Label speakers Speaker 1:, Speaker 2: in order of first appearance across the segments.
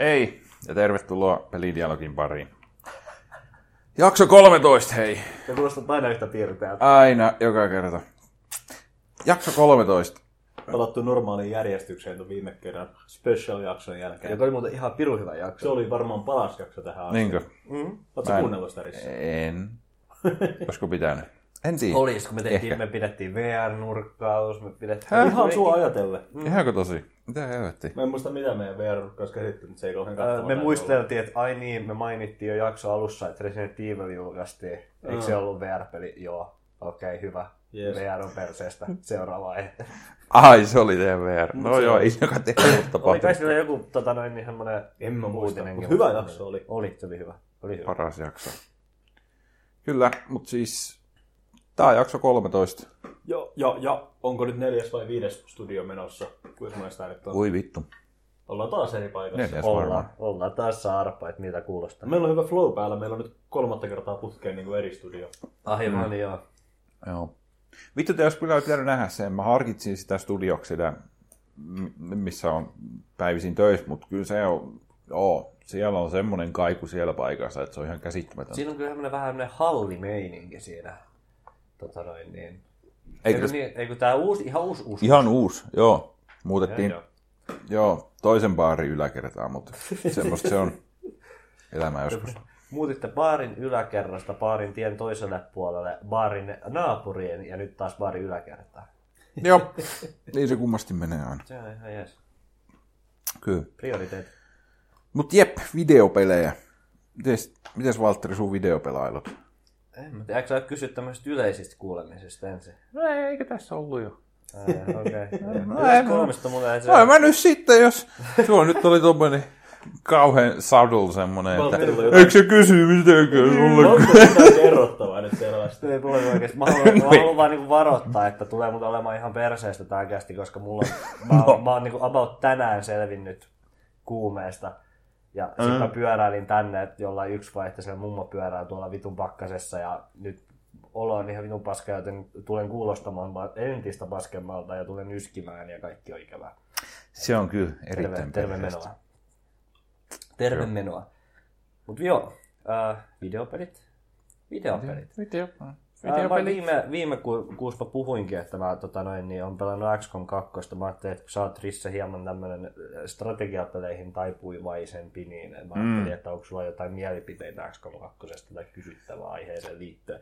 Speaker 1: Hei ja tervetuloa Pelidialogin pariin. Jakso 13, hei.
Speaker 2: Ja kuulostat aina yhtä piirteältä.
Speaker 1: Aina, joka kerta. Jakso 13.
Speaker 3: Ah.
Speaker 2: Palattu normaaliin järjestykseen tuon viime kerran special-jakson jälkeen.
Speaker 3: Joka Niin, oli muuten ihan pirun hyvä
Speaker 2: Se
Speaker 3: jakso.
Speaker 2: oli varmaan paras jakso tähän asti.
Speaker 1: Niinkö?
Speaker 2: Mm. Oletko
Speaker 1: Näin.
Speaker 2: kuunnellut sitä Rissa?
Speaker 1: En. Olisiko pitänyt? En tiedä.
Speaker 3: Olis, kun me tehtiin,
Speaker 1: Ehkä.
Speaker 3: me pidettiin VR-nurkkaus, me pidettiin...
Speaker 2: Ihan sua ajatellen.
Speaker 1: Ihanko tosi? Mm. Mitä helvettiä?
Speaker 2: Mä en muista mitä meidän VR olisi käsitty, mutta se ei kauhean
Speaker 3: Ö,
Speaker 2: kattava
Speaker 3: Äh, Me
Speaker 2: näin
Speaker 3: muisteltiin, että ai niin, me mainittiin jo jakso alussa, että Resident Evil julkaistiin. Eikö se ollut VR-peli? Joo. Okei, hyvä.
Speaker 2: Yes.
Speaker 3: VR on perseestä. Seuraava aihe.
Speaker 1: Ai, se oli TVR. No joo, ei joka tehnyt
Speaker 3: Oli kai
Speaker 1: tapahtunut.
Speaker 3: sillä joku tota noin, niin semmonen
Speaker 2: En mä muista,
Speaker 3: uutinenkin.
Speaker 2: mutta hyvä jakso oli.
Speaker 3: Oli, se oli hyvä. Oli hyvä.
Speaker 1: Paras jakso. Kyllä, mutta siis... Tää on jakso 13.
Speaker 2: ollut. Joo, ja, ja onko nyt neljäs vai viides studio menossa? Kuinka monesta nyt on?
Speaker 1: Voi vittu.
Speaker 2: Ollaan taas eri paikassa.
Speaker 1: Neljäs varmaan.
Speaker 3: Ollaan, ollaan taas saarpaat, miltä kuulostaa.
Speaker 2: Meillä on hyvä flow päällä. Meillä on nyt kolmatta kertaa putkeen niin kuin eri studio.
Speaker 3: Aivan, mm. joo.
Speaker 1: Joo. Vittu, te olisi kyllä olisi pitänyt nähdä sen. Mä harkitsin sitä studioksi, sitä, m- missä on päivisin töissä, mutta kyllä se on, joo, siellä on semmoinen kaiku siellä paikassa, että se on ihan käsittämätön.
Speaker 3: Siinä on kyllä semmoinen vähän semmoinen hallimeininki siinä. Tota noin, niin.
Speaker 1: Eikö
Speaker 3: Eikö,
Speaker 1: se-
Speaker 3: niin, eikö tää uusi, ihan uusi uusi?
Speaker 1: Ihan uusi, joo. Muutettiin,
Speaker 2: Joo,
Speaker 1: joo, toisen baarin yläkertaan, mutta semmoista se on elämä joskus.
Speaker 3: Muutitte baarin yläkerrasta baarin tien toiselle puolelle baarin naapurien ja nyt taas baarin yläkertaan.
Speaker 1: joo, niin se kummasti menee aina.
Speaker 3: Se on ihan jees.
Speaker 1: Kyllä.
Speaker 3: Prioriteetti.
Speaker 1: Mut jep, videopelejä. Mites, mites Valtteri sun videopelailut?
Speaker 3: En mä tiedä, eikö sä oo kysyä tämmöisistä yleisistä kuulemisista ensin?
Speaker 1: No eikö tässä ollut jo?
Speaker 3: Ää, Okei.
Speaker 1: No,
Speaker 3: Okay.
Speaker 1: en mä-
Speaker 3: Kolmesta mulla ei se...
Speaker 1: No en mä nyt sitten, jos... Tuo nyt oli tommonen kauhean sadul semmonen, että
Speaker 2: Valtterilla jotain-
Speaker 1: eikö se kysy mitenkään
Speaker 3: No.
Speaker 1: sulle?
Speaker 2: Onko jotain kerrottavaa nyt selvästi?
Speaker 3: Ei mulla ole oikeesti. Mä haluan, mä haluan vaan niinku varoittaa, että tulee mulle olemaan ihan perseestä tää kästi, koska mulla on, mä, oon- mä oon niinku about tänään selvinnyt kuumeesta. Ja mm. sitten mä pyöräilin tänne, että jollain yksivaihteisella mummo pyörää tuolla vitun pakkasessa ja nyt olo on ihan vitun paska, joten tulen kuulostamaan vaan entistä paskemmalta ja tulen yskimään ja kaikki on ikävää.
Speaker 1: Se on kyllä
Speaker 3: Terve,
Speaker 1: erittäin
Speaker 3: terve
Speaker 1: perseestä.
Speaker 3: menoa. Terve menoa. Mut joo, äh, videopelit. Videopelit.
Speaker 1: Video.
Speaker 3: Ää, Mä viime, viime ku, kuussa mä puhuinkin, että mä tota noin, niin on pelannut XCOM 2. Mä ajattelin, että kun sä oot Risse hieman tämmönen äh, strategiapeleihin taipuivaisempi, niin mä ajattelin, mm. että onko sulla jotain mielipiteitä XCOM 2 tai kysyttävää aiheeseen liittyen.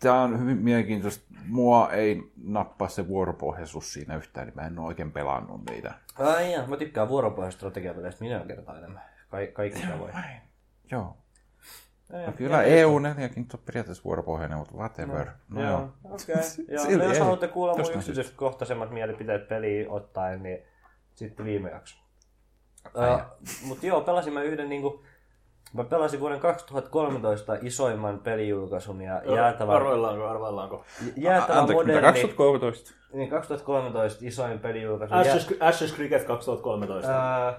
Speaker 1: Tämä on hyvin mielenkiintoista. Mua ei nappaa se vuoropohjaisuus siinä yhtään, niin mä en ole oikein pelannut niitä.
Speaker 3: Ai jaa, mä tykkään vuoropohjaisista strategiapeleistä minä kertaa enemmän. Ka- kaikista voi.
Speaker 1: Joo. No kyllä EU4kin on periaatteessa vuoropohjainen, mutta whatever. No, joo.
Speaker 3: okei. Joo,
Speaker 1: Silti
Speaker 3: no jos
Speaker 1: ei.
Speaker 3: haluatte kuulla mun
Speaker 1: Jostain syystä.
Speaker 3: yksityiskohtaisemmat mielipiteet peliin ottaen, niin sitten viime jakso. Äh, Mutta joo, pelasin mä yhden niinku, mä pelasin vuoden 2013 isoimman pelijulkaisun ja jäätävän,
Speaker 2: Arvaillaanko, arvaillaanko?
Speaker 3: jäätävän moderni,
Speaker 1: 2013?
Speaker 3: niin 2013 isoin pelijulkaisu. jää-
Speaker 2: Ashes, Ashes Cricket 2013.
Speaker 3: Ää,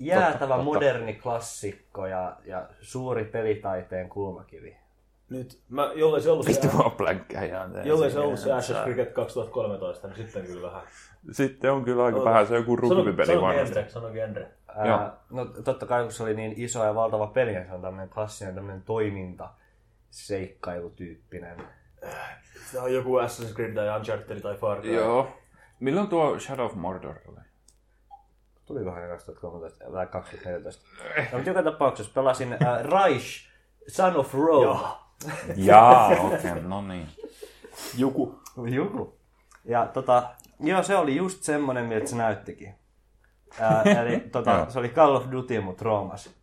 Speaker 3: jäätävä moderni klassikko ja, ja suuri pelitaiteen kulmakivi.
Speaker 2: Nyt, mä, jollei se ollut se,
Speaker 1: Vittu, mä oon blankkaa ihan täällä.
Speaker 2: jollei se, ollut se Ashes Cricket 2013, niin sitten kyllä vähän.
Speaker 1: Sitten on kyllä aika vähän se joku rugbypeli
Speaker 2: sano
Speaker 1: varmasti.
Speaker 2: genre, sano genre.
Speaker 1: Joo.
Speaker 3: Ää, no totta kai, kun se oli niin iso ja valtava peli, niin se on tämmöinen klassinen tämmöinen toiminta seikkailutyyppinen.
Speaker 2: Se on joku Assassin's Creed tai Uncharted tai Far Cry.
Speaker 1: Joo. Milloin tuo Shadow of Mordor oli?
Speaker 3: Tulikohan ne 2013 vai 2014? No, mutta joka tapauksessa pelasin ää, Raish, Son of Rome.
Speaker 1: Jaa, okei, okay, no niin.
Speaker 2: Joku.
Speaker 3: Joku. Ja tota, joo, se oli just semmonen, miltä se näyttikin. Ää, eli tota,
Speaker 1: Joo.
Speaker 3: se oli Call of Duty, mutta Roomas.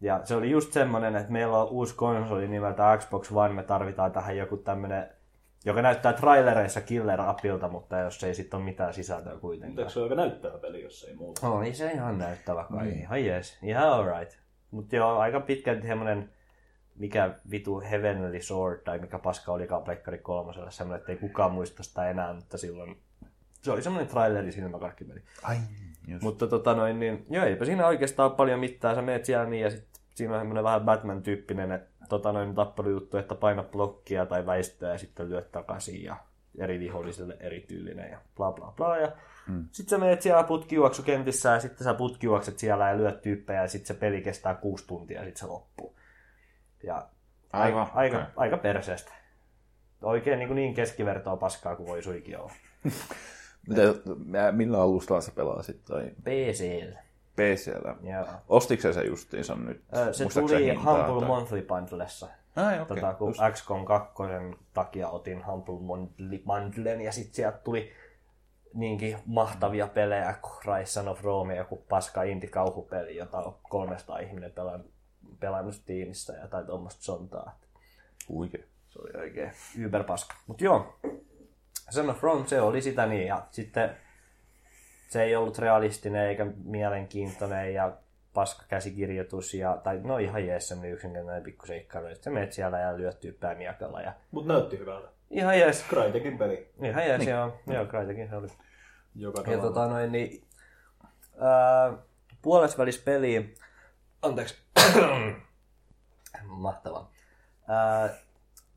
Speaker 3: Ja se oli just semmonen, että meillä on uusi konsoli nimeltä Xbox One, me tarvitaan tähän joku tämmönen, joka näyttää trailereissa killer appilta, mutta jos ei sitten ole mitään sisältöä kuitenkaan.
Speaker 2: Eikö se ole aika näyttävä peli, jos ei muuta?
Speaker 3: No niin, se ihan näyttävä kai. Mm. Ihan jees. Ihan alright. Mutta joo, aika pitkälti semmonen, mikä vitu Heavenly Sword tai mikä paska olikaan Pleikkari kolmosella, semmoinen, että ei kukaan muista sitä enää, mutta silloin se oli semmoinen traileri silmäkarkkipeli.
Speaker 1: Ai, just.
Speaker 3: Mutta tota noin, niin joo, eipä siinä oikeastaan ole paljon mitään. Sä menet siellä niin ja sit siinä on semmoinen vähän Batman-tyyppinen tota noin, tappelujuttu, että paina blokkia tai väistöä ja sitten lyöt takaisin ja eri vihollisille erityylinen ja bla bla bla. Ja mm. Sitten sä menet siellä putkijuoksukentissä ja sitten sä putkijuokset siellä ja lyöt tyyppejä ja sitten se peli kestää kuusi tuntia ja sitten se loppuu. Ja
Speaker 1: Aivan,
Speaker 3: aika,
Speaker 1: okei.
Speaker 3: aika perseestä. Oikein niin, niin keskivertoa paskaa kuin voi suikin olla.
Speaker 4: Mitä, mä- millä alustalla se pelaa sitten? Tai
Speaker 3: PCL.
Speaker 4: PCllä?
Speaker 3: Joo.
Speaker 4: Ostitko sä se justiinsa nyt?
Speaker 3: Ö, Se
Speaker 4: Muistatko sä
Speaker 3: tuli
Speaker 4: hintaa
Speaker 3: Humble
Speaker 4: tai-
Speaker 3: Monthly Bundlessa.
Speaker 4: Ai, okei.
Speaker 3: tota, kun XCOM 2 takia otin Humble Bundle- Bundlen ja sitten sieltä tuli niinkin mahtavia pelejä kuin Rise of Rome, joku paska indie-kauhupeli, jota on 300 ihminen pelannut, pelannut tiimissä ja tai tuommoista sontaa.
Speaker 4: Huikea.
Speaker 3: Se oli oikein yberpaska. Mutta joo, Son of Rome, se oli sitä niin. Ja sitten se ei ollut realistinen eikä mielenkiintoinen ja paska käsikirjoitus. Ja, tai no ihan jees semmoinen yksinkertainen pikku seikkailu. Sitten sä menet siellä ja lyöt tyyppää miekalla. Ja
Speaker 2: Mut näytti hyvältä.
Speaker 3: ihan jees.
Speaker 2: Crytekin peli.
Speaker 3: Ihan jees, niin. joo. Joo, Crytekin se oli.
Speaker 2: Joka
Speaker 3: Ja
Speaker 2: tavalla.
Speaker 3: tota noin, niin ää, puolesvälis peliä, anteeksi, mahtavaa. Ää,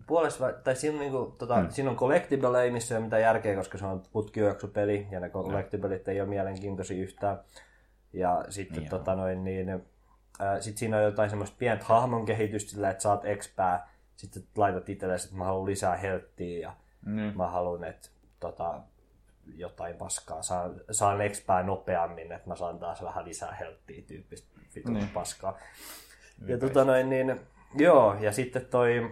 Speaker 3: puolesvä, tai siinä on, niinku, tota, hmm. siinä on collectibleja, missä ei ole mitään järkeä, koska se on putkijuoksupeli ja ne collectiblet ei ole mielenkiintoisia yhtään. Ja sitten tota noin, niin, ää, sit siinä on jotain semmoista pientä hahmon kehitystä sillä, että saat expää, sitten laitat itsellesi, että mä haluan lisää helttiä ja
Speaker 1: Niin.
Speaker 3: mm. mä haluan, että tota, jotain paskaa, saan, saan expää nopeammin, että mä saan taas vähän lisää helttiä tyyppistä vitun niin. paskaa. Ja tota noin, niin, joo, ja sitten toi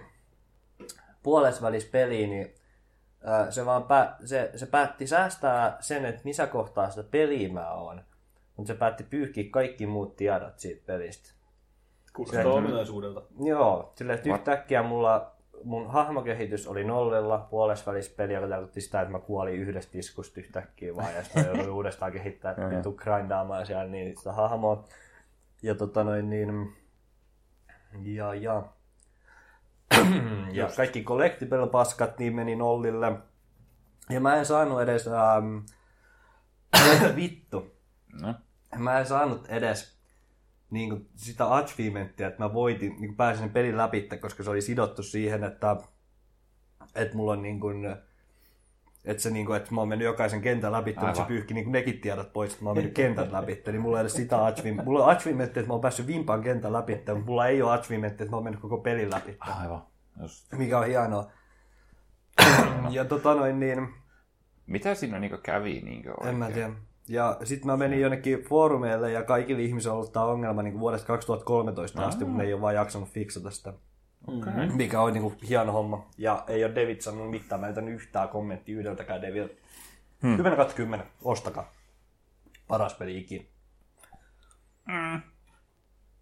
Speaker 3: puolesvälis peli, niin ää, se, vaan pä, se, se päätti säästää sen, että missä kohtaa sitä peliä mä oon. Mutta se päätti pyyhkiä kaikki muut tiedot siitä pelistä.
Speaker 2: Kuulostaa ominaisuudelta.
Speaker 3: Joo, sillä että yhtäkkiä mulla mun hahmokehitys oli nollella puolesvälispeliä, joka tarkoitti sitä, että mä kuolin yhdestä iskusta yhtäkkiä vaan, ja sitten mä jouduin uudestaan kehittämään, vitu grindaamaan siellä niin sitä hahmoa. Ja tota noin niin, ja ja, ja kaikki collectible paskat niin meni nollille. Ja mä en saanut edes, ähm, vittu,
Speaker 1: No.
Speaker 3: mä en saanut edes niin kuin sitä achievementtia, että mä voitin, niin kuin pääsin sen pelin läpi, koska se oli sidottu siihen, että, että mulla on niin kuin, että, se, niin kuin, että mä oon mennyt jokaisen kentän läpi, mutta se pyyhki niin kuin nekin tiedot pois, että mä oon mennyt kentän läpi, niin mulla ei ole sitä achievementtia. Mulla on achievementti, että mä oon päässyt vimpan kentän läpi, mutta mulla ei ole achievementti, että mä oon mennyt koko pelin läpi,
Speaker 1: Aivan. Just.
Speaker 3: mikä on hienoa. ja tota noin niin,
Speaker 1: Mitä siinä niinku kävi? Niinku
Speaker 3: en
Speaker 1: oikein?
Speaker 3: mä tiedä. Ja sitten mä menin jonnekin foorumeille ja kaikilla ihmisillä on ollut tämä ongelma niin vuodesta 2013 asti, mutta ne ei ole vaan jaksanut fiksata sitä. Okay. Mikä on niin kuin, hieno homma. Ja ei ole David sanonut mitään, mä en yhtään kommentti yhdeltäkään Davidilta. Hmm. 10 kautta 10, ostakaa. Paras peli ikinä.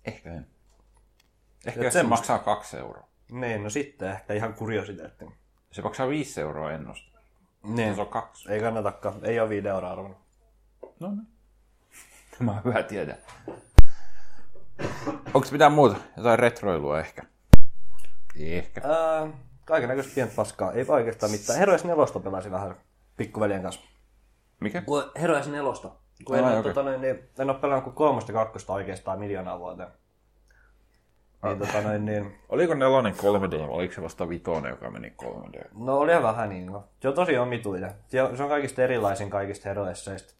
Speaker 1: Ehkä en. Ehkä
Speaker 3: Et
Speaker 1: jos se
Speaker 3: semmoista.
Speaker 1: maksaa kaksi euroa.
Speaker 3: Niin, no sitten ehkä ihan kuriositeetti.
Speaker 1: Se maksaa viisi euroa ennusta.
Speaker 3: Niin,
Speaker 1: Se on kaksi.
Speaker 3: ei kannatakaan, ei ole 5 euroa arvon.
Speaker 1: No niin. Tämä on hyvä tiedä. Onko mitään muuta? Jotain retroilua ehkä. Ehkä.
Speaker 3: Ää, kaiken näköistä pientä paskaa, ei oikeastaan mitään. Heroes 4 pelasin vähän pikkuveljen kanssa.
Speaker 1: Mikä?
Speaker 3: Kun Heroes nelosta. Kun en,
Speaker 1: Ai,
Speaker 3: ole,
Speaker 1: okei.
Speaker 3: tota, noin, niin, en ole pelannut kuin kolmosta ja kakkosta oikeastaan miljoonaa vuoteen. Niin, tota, noin, niin,
Speaker 1: Oliko nelonen 3D vai oliko se vasta vitonen, joka meni 3D?
Speaker 3: no oli ihan vähän niin. kuin- Se on tosi omituinen. Se on se on kaikista erilaisin kaikista heroesseista.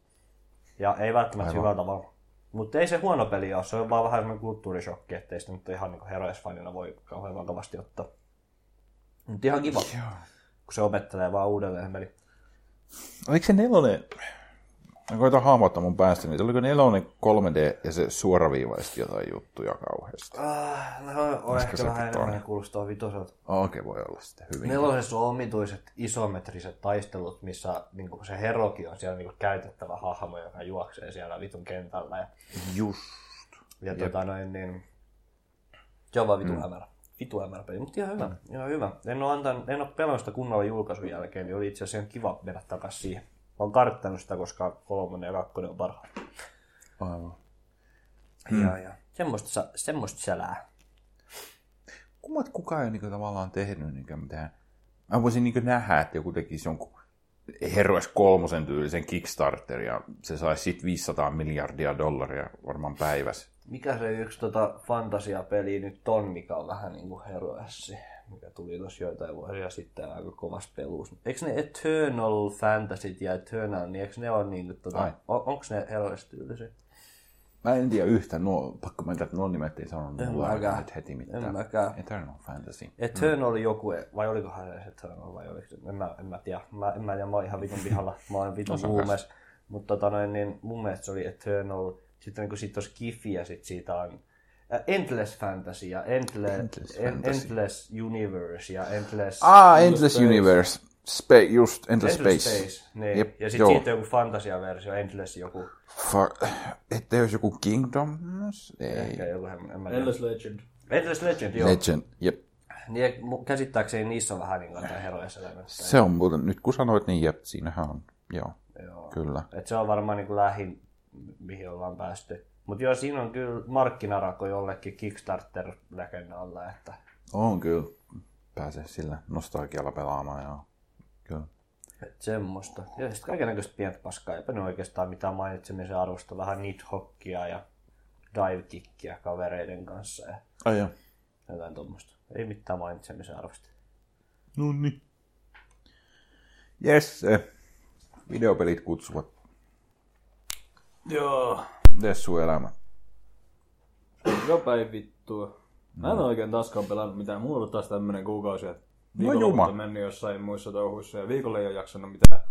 Speaker 3: Ja ei välttämättä Aivan. hyvä tavalla. Mutta ei se huono peli ole, se on vaan vähän semmoinen kulttuurishokki, ettei sitä nyt ihan niin heroes-fanina voi kauhean vakavasti ottaa. Mutta ihan kiva, Joo. kun se opettelee vaan uudelleen peli.
Speaker 1: Oliko se nelonen? Mä koitan hahmottaa mun päästä niitä. Oliko nelonen 3D ja se suoraviivaisesti jotain juttuja kauheasti?
Speaker 3: Ah, no, on
Speaker 1: se
Speaker 3: ehkä vähän
Speaker 1: vitonen?
Speaker 3: enemmän kuulostaa vitoselta.
Speaker 1: Okei, voi olla sitten hyvin.
Speaker 3: Nelosessa on omituiset isometriset taistelut, missä niin se heroki on siellä niin käytettävä hahmo, joka juoksee siellä vitun kentällä. Ja,
Speaker 1: Just.
Speaker 3: ja tota noin, niin... Se on vaan vitu mm. hämärä. Vitu hämärä peli, mutta ihan hyvä. Mm. Ihan hyvä. En ole, antan, en ole pelannut sitä kunnolla julkaisun jälkeen, niin oli itse asiassa ihan kiva mennä takaisin siihen. Mä oon karttanut sitä, koska kolmonen ja kakkonen on parhaat.
Speaker 1: Aivan.
Speaker 3: Mm. Ja, ja. Semmoista, sa- semmoista selää.
Speaker 1: kummat kukaan ei ole niin tavallaan tehnyt niin mitään. Mä voisin niin nähdä, että joku tekisi jonkun Heroes kolmosen tyylisen Kickstarter ja se saisi sit 500 miljardia dollaria varmaan päivässä.
Speaker 3: Mikä se yksi tota fantasiapeli nyt on, mikä on vähän niinku heroessi? mikä tuli tuossa joitain vuosia sitten aika kovas peluus. Eikö ne Eternal Fantasy ja Eternal, niin eikö ne ole niin kuin,
Speaker 1: Ai.
Speaker 3: tota, on, onko ne eloistyylisiä?
Speaker 1: Mä en tiedä yhtään, nuo, pakko myöntää, että nuo nimet ei sanonut
Speaker 3: En
Speaker 1: mulle
Speaker 3: mäkään.
Speaker 1: nyt heti mitään.
Speaker 3: En mäkään.
Speaker 1: Eternal Fantasy.
Speaker 3: Eternal mm. joku, vai olikohan se edes Eternal vai oliko se, en mä, en mä tiedä, mä, en mä, tiedä, mä oon ihan vitun pihalla, mä oon vitun huumeessa. Mutta tota noin, niin mun mielestä se oli Eternal, sitten niin kun siitä on Skifi ja sit siitä on ä, Endless Fantasy ja Endless,
Speaker 1: Endless
Speaker 3: Endless,
Speaker 1: Fantasy.
Speaker 3: Endless Universe ja Endless,
Speaker 1: Ah, Endless Universe. Space, just Endless,
Speaker 3: Endless
Speaker 1: Space.
Speaker 3: Space. Niin.
Speaker 1: Jep,
Speaker 3: ja
Speaker 1: joo.
Speaker 3: sitten siitä on joku fantasiaversio, Endless joku,
Speaker 1: Fuck. Että jos joku Kingdom? no Ei.
Speaker 3: ehkä joku, en, en mä tiedä.
Speaker 2: Endless Legend.
Speaker 3: Endless Legend, joo.
Speaker 1: Legend. Jep.
Speaker 3: Niin, mu- käsittääkseni niissä on vähän niin kuin jotain heroja selämässä.
Speaker 1: Se on muuten, nyt kun sanoit, niin jep, siinähän on. Joo,
Speaker 3: Joo.
Speaker 1: kyllä.
Speaker 3: Et se on varmaan niin kuin lähin, mihin ollaan päästy. Mutta joo, siinä on kyllä markkinarako jollekin Kickstarter-legendalle, että
Speaker 1: On kyllä. Pääsee sillä nostalgialla pelaamaan, joo. Kyllä.
Speaker 3: et semmoista. Ja sitten kaikenlaista pientä paskaa, eipä ne oikeastaan mitään mainitsemisen arvosta, vähän nithokkia ja divekickia kavereiden kanssa ja
Speaker 1: Ai joo.
Speaker 3: jotain tuommoista. Ei mitään mainitsemisen arvosta.
Speaker 1: No niin. Yes, eh. videopelit kutsuvat.
Speaker 2: Joo.
Speaker 1: Tes sun elämä.
Speaker 2: Jopa ei vittua. Mä en oo oikein taskaan pelannut mitään. Mulla on ollut taas tämmönen kuukausi, että
Speaker 1: juma.
Speaker 2: on mennyt jossain muissa touhuissa ja viikolla ei oo jaksanut mitään.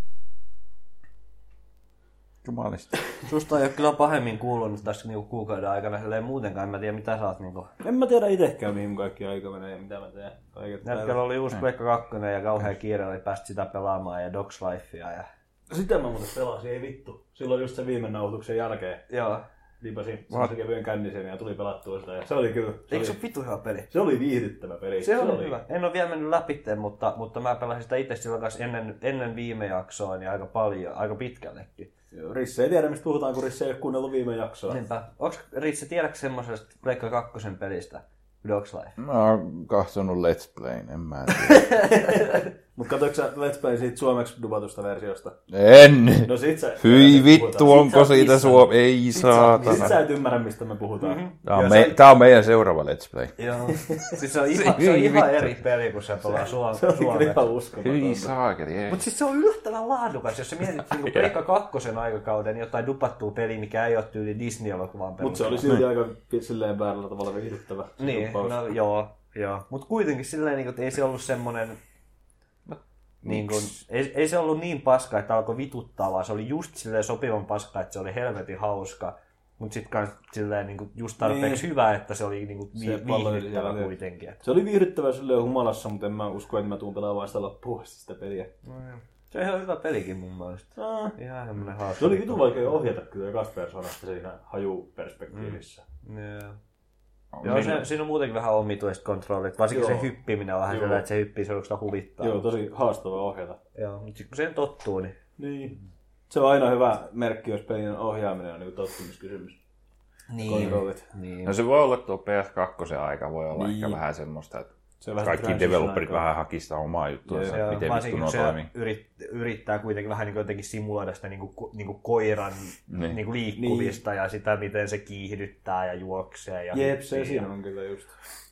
Speaker 1: Jumalista.
Speaker 3: Susta ei ole kyllä pahemmin kuulunut tässä niinku kuukauden aikana, silleen muutenkaan, en mä tiedä mitä sä oot niinku...
Speaker 2: En mä tiedä itekään, mihin mun kaikki aika menee ja mitä mä teen. Kaiket
Speaker 3: Jätkällä oli uusi Pekka 2 ja kauhea kiire oli päästä sitä pelaamaan ja Dogs Lifea ja...
Speaker 2: Sitä mä muuten pelasin, ei vittu. Silloin just se viime nauhoituksen jälkeen
Speaker 3: Joo.
Speaker 2: lipasin semmoisen kevyen kännisen ja tuli pelattua sitä. Ja se oli kyllä, se,
Speaker 3: Eikö se
Speaker 2: oli,
Speaker 3: ole vitu hyvä peli?
Speaker 2: se oli viihdyttävä peli.
Speaker 3: Se on hyvä. En ole vielä mennyt läpi, mutta, mutta mä pelasin sitä itse silloin kanssa ennen, ennen viime jaksoa niin aika paljon, aika pitkällekin.
Speaker 2: Joo, Risse ei tiedä, mistä puhutaan, kun Risse ei ole kuunnellut viime jaksoa.
Speaker 3: Niinpä. Onko Ritsi tiedätkö semmoisesta Pleikka 2 pelistä? Dogs Life.
Speaker 1: Mä oon katsonut Let's Playn, en mä tiedä.
Speaker 2: Mut katsoitko sä Let's Play siitä suomeksi dubatusta versiosta?
Speaker 1: En!
Speaker 2: No sit sä...
Speaker 1: Hyi vittu,
Speaker 2: puhutaan.
Speaker 1: onko siitä Suomi? Ei
Speaker 2: Sit, sit
Speaker 1: saatana.
Speaker 2: sä et ymmärrä, mistä me puhutaan. Mm-hmm.
Speaker 1: Tää on, me, tää on meidän seuraava Let's Play.
Speaker 3: Joo. siis se on ihan, se on
Speaker 1: Hyi
Speaker 3: ihan
Speaker 1: vittu.
Speaker 3: eri peli, kun se pelaa suom-
Speaker 2: Se oli kyllä
Speaker 3: suomeksi.
Speaker 2: ihan uskomatonta.
Speaker 1: saakeli, ei.
Speaker 3: Mutta siis se on yllättävän laadukas, jos sä mietit niinku Pleikka 2 aikakauden jotain dupattua peliä, mikä ei ole tyyli Disney-elokuvan peli.
Speaker 2: Mut se oli siis silti aika pi- silleen väärällä tavalla viihdyttävä. se
Speaker 3: Niin,
Speaker 2: duppaus.
Speaker 3: no joo, joo. Mutta kuitenkin silleen, niin että ei se ollut semmoinen... Niin kun, ei, ei, se ollut niin paska, että alkoi vituttaa, vaan se oli just silleen sopivan paska, että se oli helvetin hauska. Mutta sitten kans silleen niin kuin just tarpeeksi
Speaker 2: Niin.
Speaker 3: niin. hyvä, että se oli niin kuin
Speaker 2: Se
Speaker 3: vi-
Speaker 2: pallo oli
Speaker 3: viihdyttävä
Speaker 2: siellä.
Speaker 3: kuitenkin. Et
Speaker 2: Se oli viihdyttävä silleen humalassa, mutta en mä usko, että mä tuun pelaamaan sitä loppuun asti sitä peliä.
Speaker 3: Se on ihan hyvä pelikin mun mielestä.
Speaker 2: Ah.
Speaker 3: Ihan semmoinen hauska.
Speaker 2: No Se oli vitu vaikea ohjata kyllä ekasta persoonasta siinä hajuperspektiivissä.
Speaker 3: Joo.
Speaker 1: No niin.
Speaker 3: Joo, se, siinä on muutenkin vähän omituiset kontrollit, varsinkin
Speaker 2: Niin. Joo.
Speaker 3: se hyppiminen on vähän
Speaker 2: Joo.
Speaker 3: sellainen, että se hyppii se oikeastaan huvittaa.
Speaker 2: Joo, tosi haastava ohjata.
Speaker 3: Joo, mutta sitten kun siihen tottuu, niin
Speaker 2: Niin. Se on aina hyvä merkki, jos pelin ohjaaminen on niin tottumiskysymys. Kontrollit.
Speaker 3: niin.
Speaker 4: No se voi olla tuo PS2 aika, voi olla niin. ehkä vähän semmoista, että
Speaker 2: Se on vähän
Speaker 1: Kaikki
Speaker 2: transition
Speaker 1: developerit
Speaker 2: aikaa.
Speaker 1: vähän hakista omaa juttua,
Speaker 2: Joo,
Speaker 1: että miten vittu
Speaker 3: varsinkin
Speaker 1: nuo
Speaker 3: kun se
Speaker 1: toimii.
Speaker 3: yrit, yrittää kuitenkin vähän niin jotenkin simuloida sitä niin kuin, niin kuin koiran niin. Niin kuin liikkuvista ja sitä, miten se kiihdyttää ja juoksee. Ja
Speaker 2: Jep, se
Speaker 3: hyppii
Speaker 2: siinä
Speaker 3: ja-
Speaker 2: on kyllä just.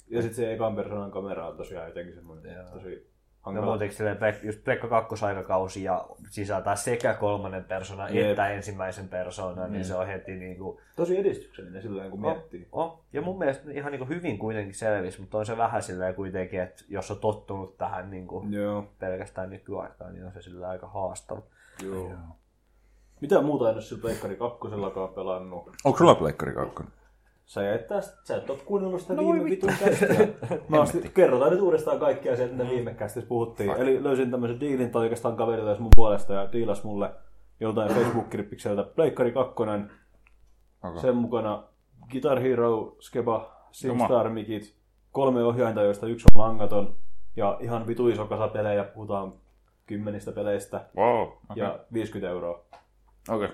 Speaker 2: Ja sitten se ekan persoonan kamera on tosiaan jotenkin semmoinen tosi
Speaker 3: No
Speaker 2: hankala.
Speaker 3: muutenkin silleen, Pek- just Pekka kakkosaikakausi ja sisältää sekä kolmannen persoonan
Speaker 2: Jep.
Speaker 3: että ensimmäisen persoonan, niin se on heti niin kuin,
Speaker 2: tosi edistyksellinen silleen, kun miettii.
Speaker 3: on. Ja mun mielestä ihan niin kuin hyvin kuitenkin selvisi, mutta on se vähän silleen kuitenkin, että jos on tottunut tähän niin kuin
Speaker 2: Joo.
Speaker 3: pelkästään nykyaikaan, niin on se silleen aika haastava.
Speaker 2: Joo. Mitä muuta en ole sillä Pleikkari kakkosellakaan pelannut?
Speaker 1: Onko sulla Pleikkari 2?
Speaker 2: Sä jäit tästä, sä et oo kuunnellut sitä no, viime vitun kästiä. Mä asti, kerrotaan nyt uudestaan kaikkia sieltä, mitä viime kästissä puhuttiin. Eli löysin tämmöisen diilin, tai oikeastaan kaveri löysi mun puolesta ja diilas mulle joltain Facebook-krippikseltä Pleikkari 2.
Speaker 1: Okei.
Speaker 2: Sen mukana Guitar Hero, Skeba, SingStar Mikit, kolme ohjainta, joista yksi on langaton. Ja ihan vitu iso kasa pelejä, puhutaan kymmenistä peleistä
Speaker 4: wow,
Speaker 2: ja 50 euroa,
Speaker 4: okei. Okay.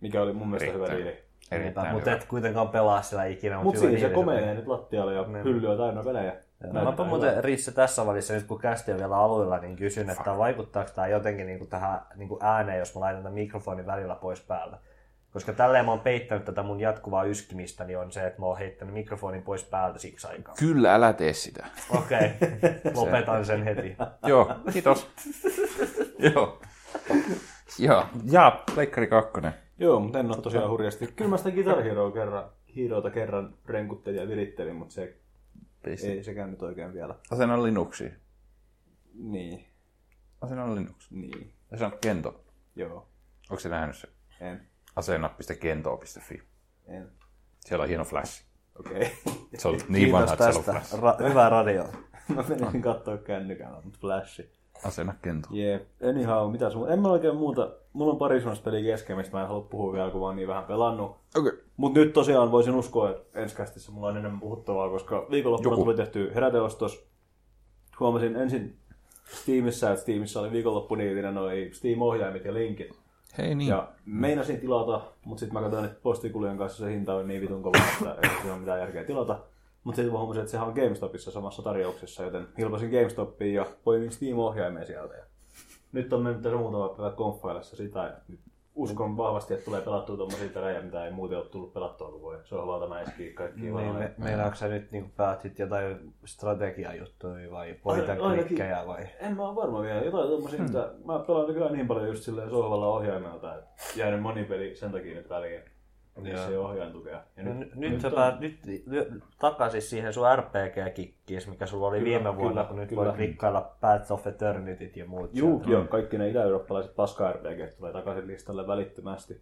Speaker 2: mikä oli mun mielestä hyvä
Speaker 4: Riittää.
Speaker 2: diili.
Speaker 4: Erittäin
Speaker 3: Mutta
Speaker 4: hyvä.
Speaker 3: et kuitenkaan pelaa sillä ikinä. mut
Speaker 2: Mut
Speaker 3: hyvä
Speaker 2: siinä se
Speaker 3: diili
Speaker 2: komenee nyt lattialla ja hylly on täynnä pelejä.
Speaker 3: Mäpä
Speaker 2: Näyttää
Speaker 3: muuten Risse tässä välissä, nyt kun kästi on vielä aluilla, niin kysyn, että vaikuttaako tämä jotenkin niinku tähän niinku ääneen, jos mä laitan tämän mikrofonin välillä pois päältä. Koska tälleen mä oon peittänyt tätä mun jatkuvaa yskimistä, niin on se, että mä oon heittänyt mikrofonin pois päältä siksi aikaa.
Speaker 4: Kyllä, älä tee sitä.
Speaker 3: Okei, okay. lopetan sen heti.
Speaker 1: Joo, kiitos. Joo.
Speaker 4: Joo.
Speaker 1: Ja Pleikkari 2.
Speaker 2: Joo, mutta en ole tosiaan hurjasti. Kyllä mä sitä Guitar Heroa kerran, Heroota kerran renkuttelin ja virittelin, mutta se ei sekään nyt oikein vielä.
Speaker 1: Asenna Linuxi.
Speaker 2: Niin,
Speaker 1: Asenna Linux.
Speaker 2: niin,
Speaker 1: Ja se on Kento.
Speaker 2: joo,
Speaker 1: Onko se nähnyt se?
Speaker 2: en,
Speaker 1: Asenna.kentoa.fi.
Speaker 2: en.
Speaker 1: Siellä on hieno flash.
Speaker 2: Okei.
Speaker 1: Se on niin vanha, että siellä on flash.
Speaker 3: Ra- hyvää radioa.
Speaker 2: Mä menisin katsoa kännykällä, mutta flashi.
Speaker 1: Asenna Kento.
Speaker 2: Jep, anyhow, mitäs muuta? En mä oikein muuta. Mulla on pari semmoista peliä kesken, mistä mä en halua puhua vielä, kun mä oon niin vähän pelannut.
Speaker 1: Okei. Okay.
Speaker 2: Mut nyt tosiaan voisin uskoa, että ensi kästissä mulla on enemmän puhuttavaa, koska viikonloppuna
Speaker 1: Joku.
Speaker 2: tuli tehty heräteostos. Huomasin ensin Steamissa, että Steamissa oli viikonloppuniitinä noi Steam-ohjaimet ja linkit.
Speaker 1: Hei niin.
Speaker 2: Ja meinasin tilata, mutta sitten mä katsoin, että postikuljen kanssa se hinta on niin vitun kova, että ei siinä ole mitään järkeä tilata. Mutta sitten mä huomasin, että sehän on GameStopissa samassa tarjouksessa, joten hilpasin GameStopiin ja poimin Steam-ohjaimeen sieltä. Ja nyt on mennyt tässä muutama päivä konfailassa sitä ja nyt uskon vahvasti, että tulee pelattua tuommoisia pelejä, mitä ei muuten ole tullut pelattua, kun voi sohvalta mä iskiä kaikkia
Speaker 3: Niin, me, meillä onko sä nyt niin päätit jotain strategiajuttuja vai point and
Speaker 2: ainakin.
Speaker 3: clickkejä vai?
Speaker 2: En mä ole varma vielä. Jotain tommosia, mitä... Mä pelaan kyllä niin paljon just silleen sohvalla ohjaimelta, että jäänyt moni peli sen takia nyt väliin. Niissä ei ole ohjaintukea. Ja
Speaker 3: No, nyt, nyt, sä pää, nyt lyö- takaisin siihen sun RPG-kikkiin, mikä sulla oli
Speaker 2: Kyllä,
Speaker 3: viime vuonna,
Speaker 2: kyllä,
Speaker 3: kun nyt
Speaker 2: kyllä.
Speaker 3: voi klikkailla Paths of Eternityt ja muut.
Speaker 2: Juu,
Speaker 3: sieltä.
Speaker 2: joo, kaikki ne itä-eurooppalaiset paska RPG tulee takaisin listalle välittömästi.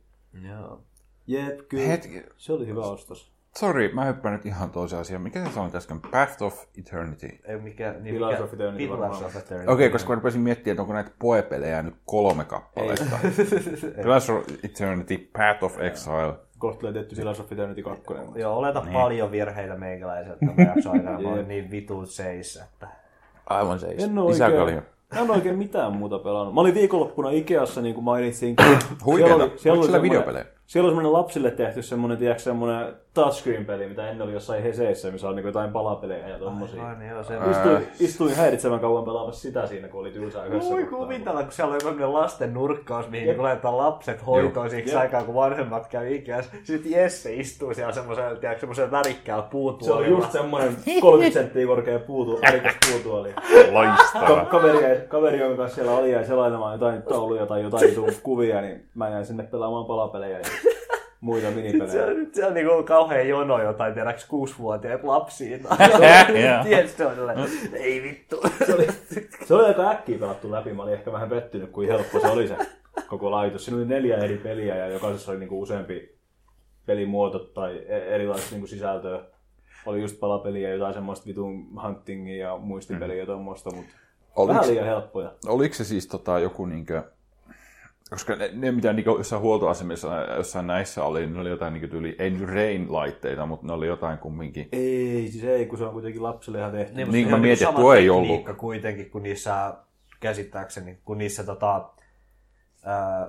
Speaker 3: Joo.
Speaker 2: Jep, kyllä.
Speaker 1: Hetki.
Speaker 2: Se oli hyvä ostos.
Speaker 1: Sorry, mä hyppään nyt ihan toiseen asiaan. Mikä se sanoit äsken? Path of Eternity. Okei,
Speaker 3: Ei mikä... Niin
Speaker 2: Pillars
Speaker 3: mikä-
Speaker 2: of Eternity
Speaker 3: Pillars
Speaker 2: varmaan.
Speaker 3: of Eternity.
Speaker 1: okay, koska mä rupesin miettimään, että onko näitä poepelejä nyt kolme kappaletta. Pillars of Eternity, Path of Exile.
Speaker 2: Kohta tulee tehty Silas of Eternity 2.
Speaker 3: Joo, oleta niin. paljon virheitä meikäläiseltä, mä jakso aina, mä oon niin vitun seis, että...
Speaker 4: Aivan seis.
Speaker 2: En oo
Speaker 1: Isäkö
Speaker 2: oikein,
Speaker 1: oli?
Speaker 2: mä en oo oikein mitään muuta pelannut. Mä olin viikonloppuna Ikeassa, niin kuin mainitsin.
Speaker 1: Huikeeta.
Speaker 2: Siellä
Speaker 1: Oliko siellä
Speaker 2: semmonen-
Speaker 1: videopelejä?
Speaker 2: Siellä on semmoinen lapsille tehty semmoinen, tiedätkö, semmoinen touchscreen-peli, mitä ennen oli jossain Heseissä, missä on niin jotain palapelejä ja tommosia.
Speaker 3: Ai, niin, joo, se...
Speaker 2: Istuin, istuin häiritsevän kauan pelaamassa sitä siinä, kun oli tylsää yhdessä.
Speaker 3: Voi
Speaker 2: kohtaa.
Speaker 3: kuvitella, kun siellä on joku tämmönen lasten nurkkaus, mihin niin laitetaan lapset hoitoon siksi
Speaker 2: Jep.
Speaker 3: aikaa, kun vanhemmat käy ikässä. Sitten Jesse istuu siellä semmoisella, tiedätkö, semmoisella värikkäällä
Speaker 2: Se on
Speaker 3: puutuolilla.
Speaker 2: just semmoinen 30 senttiä korkea puutu, älykäs puutuoli. Ka-
Speaker 1: Loistava.
Speaker 2: kaveri, jäi- kaveri, jonka kanssa siellä oli, jäi selailemaan jotain tauluja tai jotain vitun kuvia, niin mä jäin sinne pelaamaan palapelejä ja muita
Speaker 3: Se
Speaker 2: minipelejä.
Speaker 3: on nyt siellä niinku kauhea jono jotain, tiedäks, kuusivuotiaita lapsia.
Speaker 1: Joo.
Speaker 3: Ties, se on sellainen, ei vittu. Niin,
Speaker 2: Se oli, se oli aika äkkiä pelattu läpi, mä olin ehkä vähän pettynyt, kuin helppo se oli se koko laitos. Siinä oli neljä eri peliä ja jokaisessa oli niinku useampi pelimuoto tai e- erilaista niinku sisältöä. Oli just palapeliä, jotain semmoista vitun huntingia ja muistipeliä ja tommoista, mutta vähän
Speaker 1: Oliko,
Speaker 2: liian helppoja.
Speaker 1: oliko se siis tota, joku niinkö... Koska ne, ne mitä niinku jossain huoltoasemissa jossain näissä oli, ne oli jotain niinku tyyli, ei nyt Rain-laitteita, mutta ne oli jotain kumminkin.
Speaker 2: Ei, siis ei, kun se on kuitenkin lapsille ihan tehty.
Speaker 1: Niin, kun mä mietin, että tuo ei ollut.
Speaker 3: Tekniikka kuitenkin, kun niissä käsittääkseni, kun niissä tota, ää,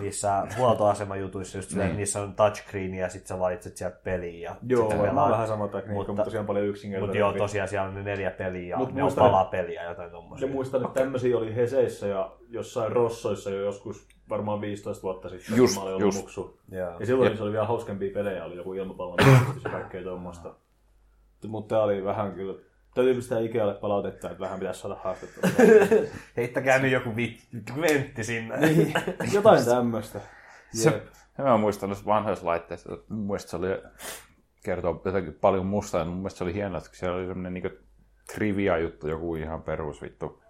Speaker 3: niissä huoltoasemajutuissa just niin. niissä on touchscreen ja sit sä valitset sieltä peliä. Ja
Speaker 2: Joo,
Speaker 3: sit sä
Speaker 2: varmaan
Speaker 3: pelaat.
Speaker 2: vähän sama tekniikka, mutta,
Speaker 3: mutta-
Speaker 2: mutta tosiaan paljon
Speaker 3: Mut
Speaker 2: yksinkertaisempi.
Speaker 3: joo, tosiaan siellä on ne neljä peliä,
Speaker 2: Mut
Speaker 3: Mut ne on
Speaker 2: muistan, että-
Speaker 3: palapeliä, jotain tommosia.
Speaker 2: Ja muistan, että tämmöisiä oli Heseissä ja jossain Rossoissa jo joskus varmaan 15 vuotta sitten,
Speaker 1: Just,
Speaker 2: kun mä olin ollut
Speaker 1: just.
Speaker 2: muksu.
Speaker 3: Joo.
Speaker 2: Ja silloin se oli vielä hauskempia pelejä, oli joku ilmapallon puolustus ja kaikkea tuommoista. Mutta tämä oli vähän kyllä, täytyy pistää Ikealle palautetta, että vähän pitäisi saada haastetta.
Speaker 3: Heittäkää nyt joku vit, ventti sinne.
Speaker 2: Niin. Jotain tämmöistä.
Speaker 1: Se, se mä muistan noista vanhoista laitteista. että Mun mielestä se oli, kertoo jotakin paljon musta, ja mun mielestä se oli hienoa, että siellä oli semmoinen niin trivia-juttu, joku ihan perusvittu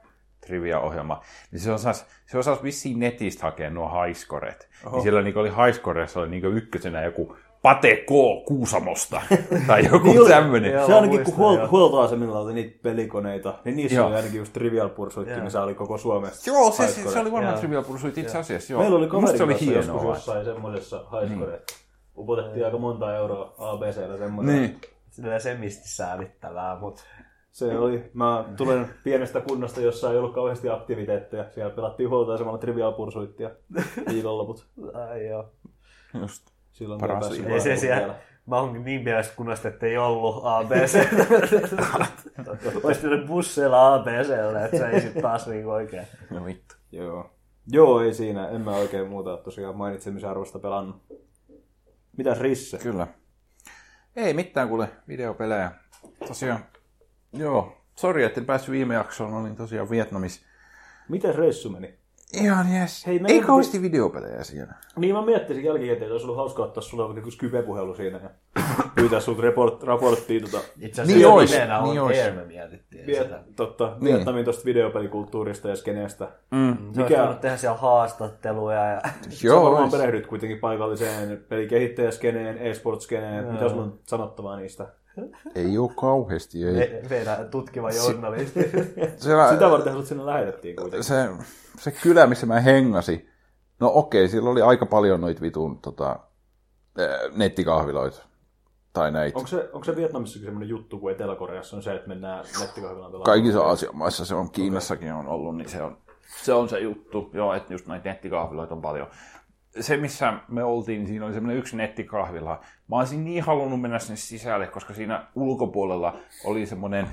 Speaker 1: trivia-ohjelma. Niin se osasi, se osasi vissiin netistä hakea nuo haiskoret. Niin siellä niin oli haiskoreissa oli niin ykkösenä joku Pate K. Kuusamosta tai joku tämmöinen.
Speaker 3: joo.
Speaker 2: Se ainakin kun
Speaker 3: muistan,
Speaker 2: huol-
Speaker 3: joo.
Speaker 2: huoltoasemilla oli niitä pelikoneita, niin niissä
Speaker 1: Joo.
Speaker 2: oli ainakin just Trivial Pursuit, missä oli koko Suomessa.
Speaker 1: Joo, se, se,
Speaker 2: haiskoreet.
Speaker 1: se oli varmaan Trivia Pursuit itse asiassa. Joo.
Speaker 2: Meillä oli
Speaker 1: Musta
Speaker 2: kaverin
Speaker 1: se oli
Speaker 2: kanssa joskus
Speaker 1: hienoa.
Speaker 2: jossain semmoisessa haiskore, että upotettiin aika monta euroa ABCllä semmoinen.
Speaker 1: Niin.
Speaker 3: Sillä semisti säälittävää, mut
Speaker 2: Se oli, mä tulen pienestä kunnasta, jossa ei ollut kauheasti aktiviteetteja. Siellä pelattiin huoltoasemalla Trivial Pursuittia viikonloput.
Speaker 3: ai joo.
Speaker 1: Just.
Speaker 2: Silloin
Speaker 1: Paras
Speaker 2: päässyt
Speaker 1: idea.
Speaker 3: Ei se
Speaker 2: vaihtoon
Speaker 3: siellä.
Speaker 2: vielä.
Speaker 3: Mä oon niin pienestä kunnasta, että ei ollut ABC. Olisi tullut busseilla ABClle, että se ei sit taas niinku oikein.
Speaker 1: No vittu.
Speaker 2: Joo. Joo, ei siinä. En mä oikein muuta ole tosiaan mainitsemisarvosta pelannut. Mitäs Risse?
Speaker 1: Kyllä. Ei mitään kuule videopelejä. Tosiaan, joo. Sori, etten päässyt viime jaksoon, olin tosiaan Vietnamissa.
Speaker 2: Mitäs reissu meni?
Speaker 1: Ihan jes.
Speaker 2: Hei, meidän
Speaker 1: Ei
Speaker 2: piti-
Speaker 1: kauheasti videopelejä siellä.
Speaker 2: Niin mä miettisin jälkikäteen, että olisi ollut hauska ottaa sulle joku skype-puhelu siinä ja pyytää sut report, raporttia tota,
Speaker 3: Itse
Speaker 1: Niin
Speaker 3: asiassa
Speaker 1: ois,
Speaker 3: nimenä
Speaker 1: niin
Speaker 3: on
Speaker 1: ois.
Speaker 3: Air, me mietittiin
Speaker 2: vie,
Speaker 3: sitä.
Speaker 2: totta,
Speaker 1: Niin.
Speaker 2: Vietnamin tosta videopelikulttuurista ja skeneestä.
Speaker 3: Se olisi
Speaker 2: Mikä,
Speaker 3: voinut tehdä siellä haastatteluja ja
Speaker 2: Joo, varmaan
Speaker 1: ois.
Speaker 2: perehdyt kuitenkin paikalliseen pelikehittäjäskeneen, e-sportskeneen. Mitä sulla on sanottavaa niistä?
Speaker 1: Ei oo kauheasti, ei.
Speaker 3: me- meidän tutkiva journalisti.
Speaker 1: Siellä,
Speaker 2: Sitä varten sinut sinne lähetettiin kuitenkin.
Speaker 1: se, se kylä, missä mä hengasin, no okei, sillä oli aika paljon noita vitun tota, ää, nettikahviloita tai näitä.
Speaker 2: Onko se, onko se Vietnamissakin semmoinen juttu kuin Etelä-Koreassa on se, että mennään nettikahvilaan pelaamaan?
Speaker 1: Kaikissa Aasian maissa se on, Kiinassakin on ollut, niin se on se, on se juttu. Joo, että just näitä nettikahviloita on paljon. Se, missä me oltiin, niin siinä oli semmoinen yksi nettikahvila. Mä olisin niin halunnut mennä sinne sisälle, koska siinä ulkopuolella oli semmoinen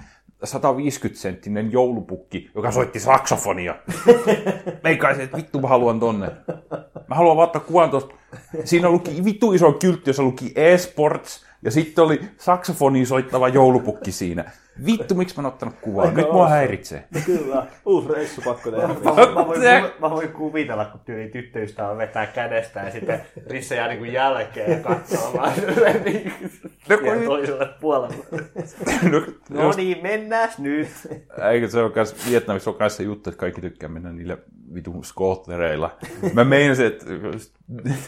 Speaker 1: 150-senttinen joulupukki, joka soitti saksofonia. Meikäisin, että vittu mä haluan tonne. Mä haluan vaan ottaa kuvan tosta. Siinä luki vittu iso kyltti, jossa luki eSports, ja sitten oli saksofoni soittava joulupukki siinä. Vittu, miksi mä en ottanut kuvaa? Nyt mua häiritsee.
Speaker 2: No Kyllä, uusi reissu pakko tehdä.
Speaker 3: Mä voin, mä, voin, kuvi- mä voin kuvitella, kun tyyli tyttöystävä vetää kädestä ja sitten Risse jää niinku jälkeen ja katsoo vaan silleen niin
Speaker 1: No kun-
Speaker 3: kuin toiselle puolelle.
Speaker 1: No,
Speaker 3: No niin, mennään nyt.
Speaker 1: Eikö se ole kans, Vietnamissa on kans se juttu, että kaikki tykkää mennä niillä vitun skoottereilla. Mä meinasin, että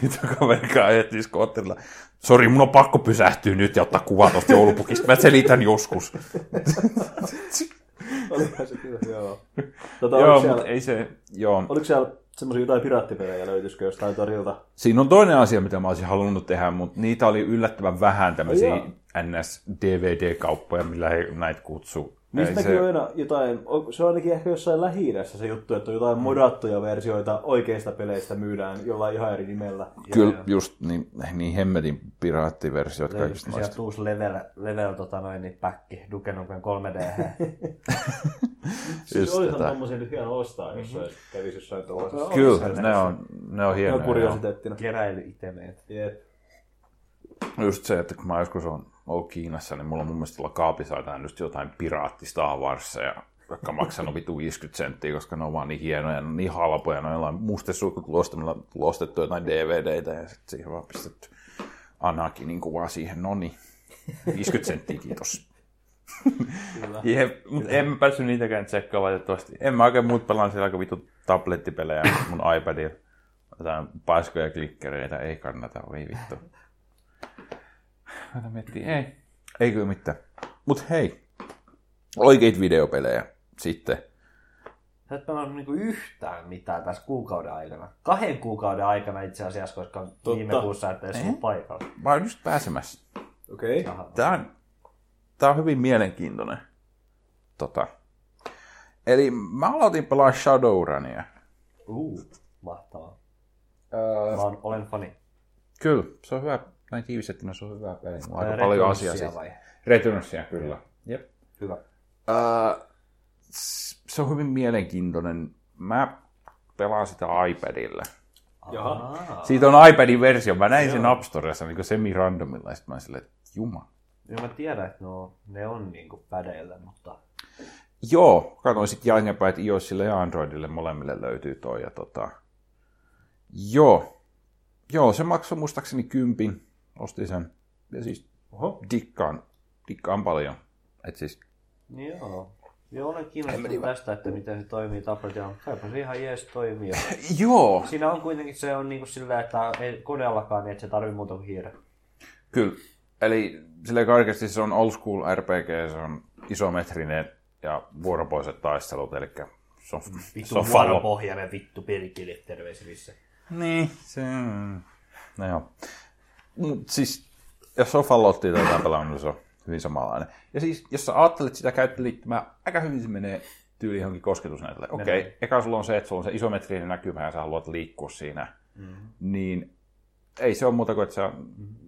Speaker 1: tytökaverikaan ajettiin skootterilla. Sori, mun on pakko pysähtyä nyt ja ottaa kuva tosta joulupukista. Mä selitän joskus.
Speaker 2: Olihan se kyllä, joo. Tota,
Speaker 1: joo,
Speaker 2: oliko,
Speaker 1: mutta
Speaker 2: siellä,
Speaker 1: ei se, joo.
Speaker 2: oliko siellä semmoisia jotain piraattipelejä löytyisikö jostain torilta?
Speaker 1: Siinä on toinen asia, mitä mä olisin halunnut tehdä, mutta niitä oli yllättävän vähän tämmöisiä
Speaker 2: Joo.
Speaker 1: NS-DVD-kauppoja, millä he näitä kutsuu.
Speaker 2: Niistäkin se... on aina jotain, on- se on ainakin ehkä jossain lähi se juttu, että on jotain
Speaker 1: Mm.
Speaker 2: modattuja versioita oikeista peleistä myydään jollain ihan eri nimellä.
Speaker 1: Kyllä, just niin, niin hemmetin piraattiversiot kaikista
Speaker 3: Löytyisikö
Speaker 1: noista.
Speaker 3: sieltä uusi level, level tota noin, niin päkki, Duke Nukem 3D.
Speaker 2: Siis
Speaker 1: Just
Speaker 2: olihan
Speaker 1: tätä.
Speaker 2: tommosia nyt hieno ostaa, jos mm-hmm. kävisi jossain tuollaisessa.
Speaker 1: Kyllä, ne on, ne on
Speaker 2: Ihan
Speaker 1: hienoja. joo.
Speaker 2: kuriositeettina.
Speaker 3: Keräily itemeet.
Speaker 2: Jep.
Speaker 1: No Just se, että kun mä joskus on ollut Kiinassa, niin mulla on mun mielestä tuolla kaapissa jotain, just jotain piraattista Star Warsia, ja vaikka on maksanut vitu 50 senttiä, koska ne on vaan niin hienoja, ne on niin halpoja, ne on jollain mustesuikkuklostamilla tulostettu jotain DVDtä, ja sitten siihen vaan pistetty Anakinin kuvaa siihen, no niin. 50 senttiä, kiitos. Jep, mutta en mä päässyt niitäkään tsekkaan valitettavasti. En mä oikein muut pelaan siellä kuin vitu tablettipelejä mun iPadilla. Jotain paiskoja klikkereitä, ei kannata, voi vittu. Aina miettii, ei. Ei kyllä mitään. Mut hei, oikeita videopelejä sitten.
Speaker 3: Sä et pelannut niinku yhtään mitään tässä kuukauden aikana. Kahden kuukauden aikana itse asiassa, koska viime kuussa et edes
Speaker 2: Eh?
Speaker 3: ollut paikalla.
Speaker 1: Mä oon just pääsemässä.
Speaker 2: Okei. Okay.
Speaker 1: Tää on, tää on hyvin mielenkiintoinen. Tota. Eli mä aloitin pelaa Shadowrunia.
Speaker 3: Uu, mahtavaa.
Speaker 1: Äh.
Speaker 3: Mä oon, olen fani.
Speaker 1: Kyllä, se on hyvä. Näin tiivistettynä se on hyvä peli. Mulla on
Speaker 3: Vai
Speaker 1: aika paljon
Speaker 3: Returnsia
Speaker 1: asiaa siis. siitä.
Speaker 3: vai?
Speaker 1: Returnsia, kyllä. Jep.
Speaker 3: Hyvä.
Speaker 1: Äh, s- se on hyvin mielenkiintoinen. Mä pelaan sitä iPadilla.
Speaker 2: Jaha.
Speaker 1: Siitä on iPadin versio. Mä näin sen App Storessa niin semi-randomilla. Ja sit mä olin silleen, että juma.
Speaker 3: Ja mä tiedän, että no, ne on niinku pädeillä, mutta
Speaker 1: Joo, katsoin sitten jälkeenpäin, että iOSille ja Androidille molemmille löytyy toi. Ja tota... Joo. Joo, se maksoi muistaakseni kympin. Ostin sen. Ja siis
Speaker 2: Oho.
Speaker 1: dikkaan, dikkaan paljon. Et siis
Speaker 3: niin joo. Joo, olen kiinnostunut tästä, että miten se toimii tabletilla, mutta kaipa se ihan jees toimii.
Speaker 1: Joo,
Speaker 3: Siinä on kuitenkin se on niinku sillä, että ei koneellakaan, niin että se tarvii muuta kuin hiire.
Speaker 1: kyllä. Eli sille karkeasti se on old school RPG, se on isometrinen ja vuoropoiset taistelut, eli se on, se
Speaker 3: Vittu
Speaker 1: on follow-
Speaker 3: vuoropohjainen vittu perkele terveisrissä.
Speaker 1: Niin, se... No joo. Mut siis, jos on Falloutia tai jotain pelannut, niin se on hyvin samanlainen. Ja siis, jos sä ajattelet sitä käyttöliittymää, aika hyvin se menee tyyli johonkin kosketusnäytölle. Okei, okay, eka sulla on se, että sulla on se isometrinen näkymä ja sä haluat liikkua siinä.
Speaker 3: Mm.
Speaker 1: Mm-hmm. Niin ei se ole muuta kuin, että sä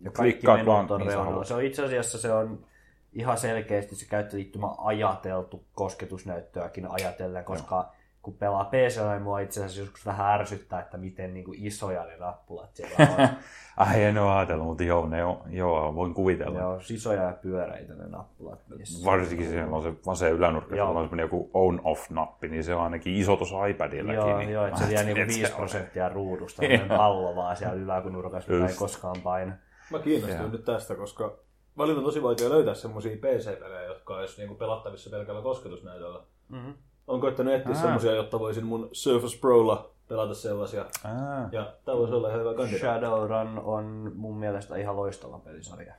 Speaker 3: Kaikki
Speaker 1: klikkaat vaan,
Speaker 3: menut on
Speaker 1: niin sä
Speaker 3: reunalla.
Speaker 1: haluat.
Speaker 3: Se on itse asiassa se on ihan selkeästi se käyttöliittymä ajateltu kosketusnäyttöäkin ajatellen, koska kun pelaa pc niin mua itse asiassa joskus vähän ärsyttää, että miten niin kuin isoja ne nappulat siellä on.
Speaker 1: Ai en ole ajatellut, mutta joo, ne on, joo, voin kuvitella.
Speaker 3: ne
Speaker 1: Joo.
Speaker 3: on isoja ja pyöreitä ne nappulat. niissä.
Speaker 1: Varsinkin siellä on se vasen ylänurkka,
Speaker 3: Joo.
Speaker 1: jolla on semmoinen joku on-off-nappi, niin se on ainakin iso tuossa iPadilläkin.
Speaker 3: Joo,
Speaker 1: niin
Speaker 3: joo, että se
Speaker 1: mä
Speaker 3: vie
Speaker 1: ajattelin,
Speaker 3: niinku
Speaker 1: että se
Speaker 3: 5
Speaker 1: on-
Speaker 3: prosenttia ruudusta, niin pallo vaan siellä yläkunurkassa, mitä ei
Speaker 1: Just.
Speaker 3: koskaan paina.
Speaker 2: Mä kiinnostun yeah. nyt tästä, koska välillä on tosi vaikea löytää semmoisia PC-pelejä, jotka olisi niinku pelattavissa pelkällä kosketusnäytöllä. Mm-hmm. Olen koittanut etsiä
Speaker 1: Ah.
Speaker 2: semmoisia, jotta voisin mun Surface Prolla pelata sellaisia.
Speaker 1: Aa,
Speaker 2: Ja tämä voisi olla ihan hyvä kandidaatti.
Speaker 3: Shadowrun on mun mielestä ihan loistava pelisarja.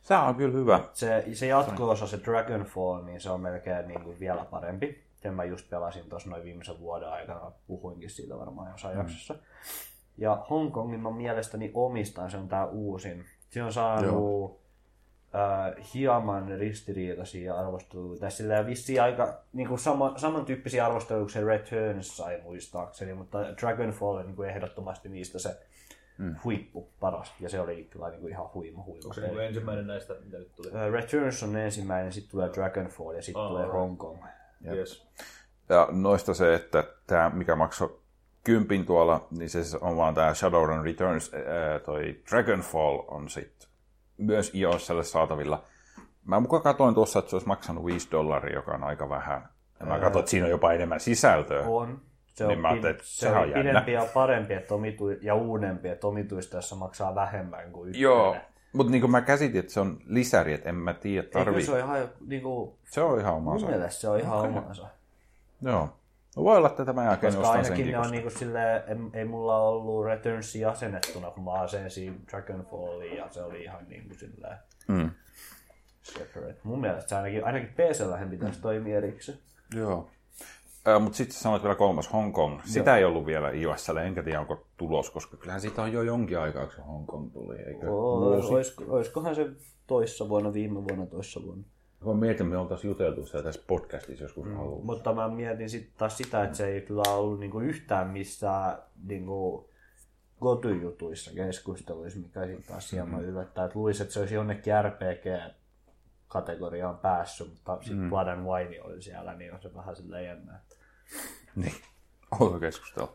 Speaker 1: Se on kyllä hyvä.
Speaker 3: Se, se jatko-osa, se Dragonfall, niin se on melkein niin kuin vielä parempi. Sen mä just pelasin tuossa noin viimeisen vuoden aikana, puhuinkin siitä varmaan jossain mm. jaksossa. Ja Hongkongin mä mielestäni omistan, se on tää uusin. Se on saanut äh, hieman ristiriitaisia arvosteluita. Sillä on vissiin aika niin kuin sama, samantyyppisiä arvosteluja kuin se Returns sai muistaakseni, mutta Dragonfall on niin kuin ehdottomasti niistä se mm. huippu paras. Ja se oli kyllä niin kuin ihan huima huima.
Speaker 2: Onko se
Speaker 3: peli.
Speaker 2: niinku ensimmäinen näistä, mitä nyt tuli?
Speaker 3: Ö, Returns Äh, on ensimmäinen, sitten tulee Dragonfall ja sitten
Speaker 2: Oh,
Speaker 3: tulee
Speaker 2: right.
Speaker 3: Hong Kong.
Speaker 2: Yes.
Speaker 1: Ja noista se, että tämä, mikä maksoi kympin tuolla, niin se siis on vaan tämä Shadowrun Returns, ää, toi Dragonfall on sitten myös iOSlle saatavilla. Mä muka katsoin tuossa, että se olisi maksanut 5 dollaria, joka on aika vähän. Ja mä katsoin, että siinä on jopa enemmän sisältöä.
Speaker 3: On. Se on,
Speaker 1: Niin mä
Speaker 3: niin
Speaker 1: ajattelin,
Speaker 3: pin,
Speaker 1: että
Speaker 3: se
Speaker 1: sehän
Speaker 3: on
Speaker 1: on jännä.
Speaker 3: pidempi ja parempi että omitu, ja uudempi, että omituistaessa maksaa vähemmän kuin ykkönen.
Speaker 1: Joo, mutta niin kuin mä käsitin, että se on lisäri, että en mä tiedä,
Speaker 3: Eikö
Speaker 1: tarvii.
Speaker 3: se
Speaker 1: Se,
Speaker 3: on ihan, niin kuin,
Speaker 1: se on ihan oma
Speaker 3: mun
Speaker 1: osa.
Speaker 3: mielestä se on ihan omansa.
Speaker 1: Joo. No voi olla, että tämän jälkeen
Speaker 3: Koska
Speaker 1: ostan
Speaker 3: ainakin
Speaker 1: senkin.
Speaker 3: ne on
Speaker 1: Koska...
Speaker 3: niin kuin silleen, ei, ei mulla ollut Returnsia asennettuna, kun mä asensin Dragonfallia ja se oli ihan niin kuin silleen
Speaker 1: Mm.
Speaker 3: separate. Mun mielestä se ainakin, ainakin PC-lähen pitäisi toimia erikseen.
Speaker 1: Joo. Äh, Mutta sitten sanoit vielä kolmas, Hong Kong. Sitä Joo. ei ollut vielä IOSlle, enkä tiedä onko tulos, koska kyllähän siitä on jo jonkin aikaa, kun se Hong Kong tuli. Eikö?
Speaker 3: Ois- oisko- Oiskohan se toissa vuonna, viime vuonna, toissa vuonna.
Speaker 1: Kun mietin, me oltaisiin juteltu sitä tässä podcastissa joskus mm. ollut.
Speaker 3: Mutta mä mietin sitten taas sitä, että se ei kyllä ollut niinku yhtään missään niinku goty-jutuissa keskusteluissa, mikä sitten taas hieman mm-hmm. yllättää. Että luisi, että se olisi jonnekin RPG-kategoriaan päässyt, mutta sitten mm-hmm. Blood and Wine oli siellä, niin on se vähän silleen jännä.
Speaker 1: Niin, outo keskustelu.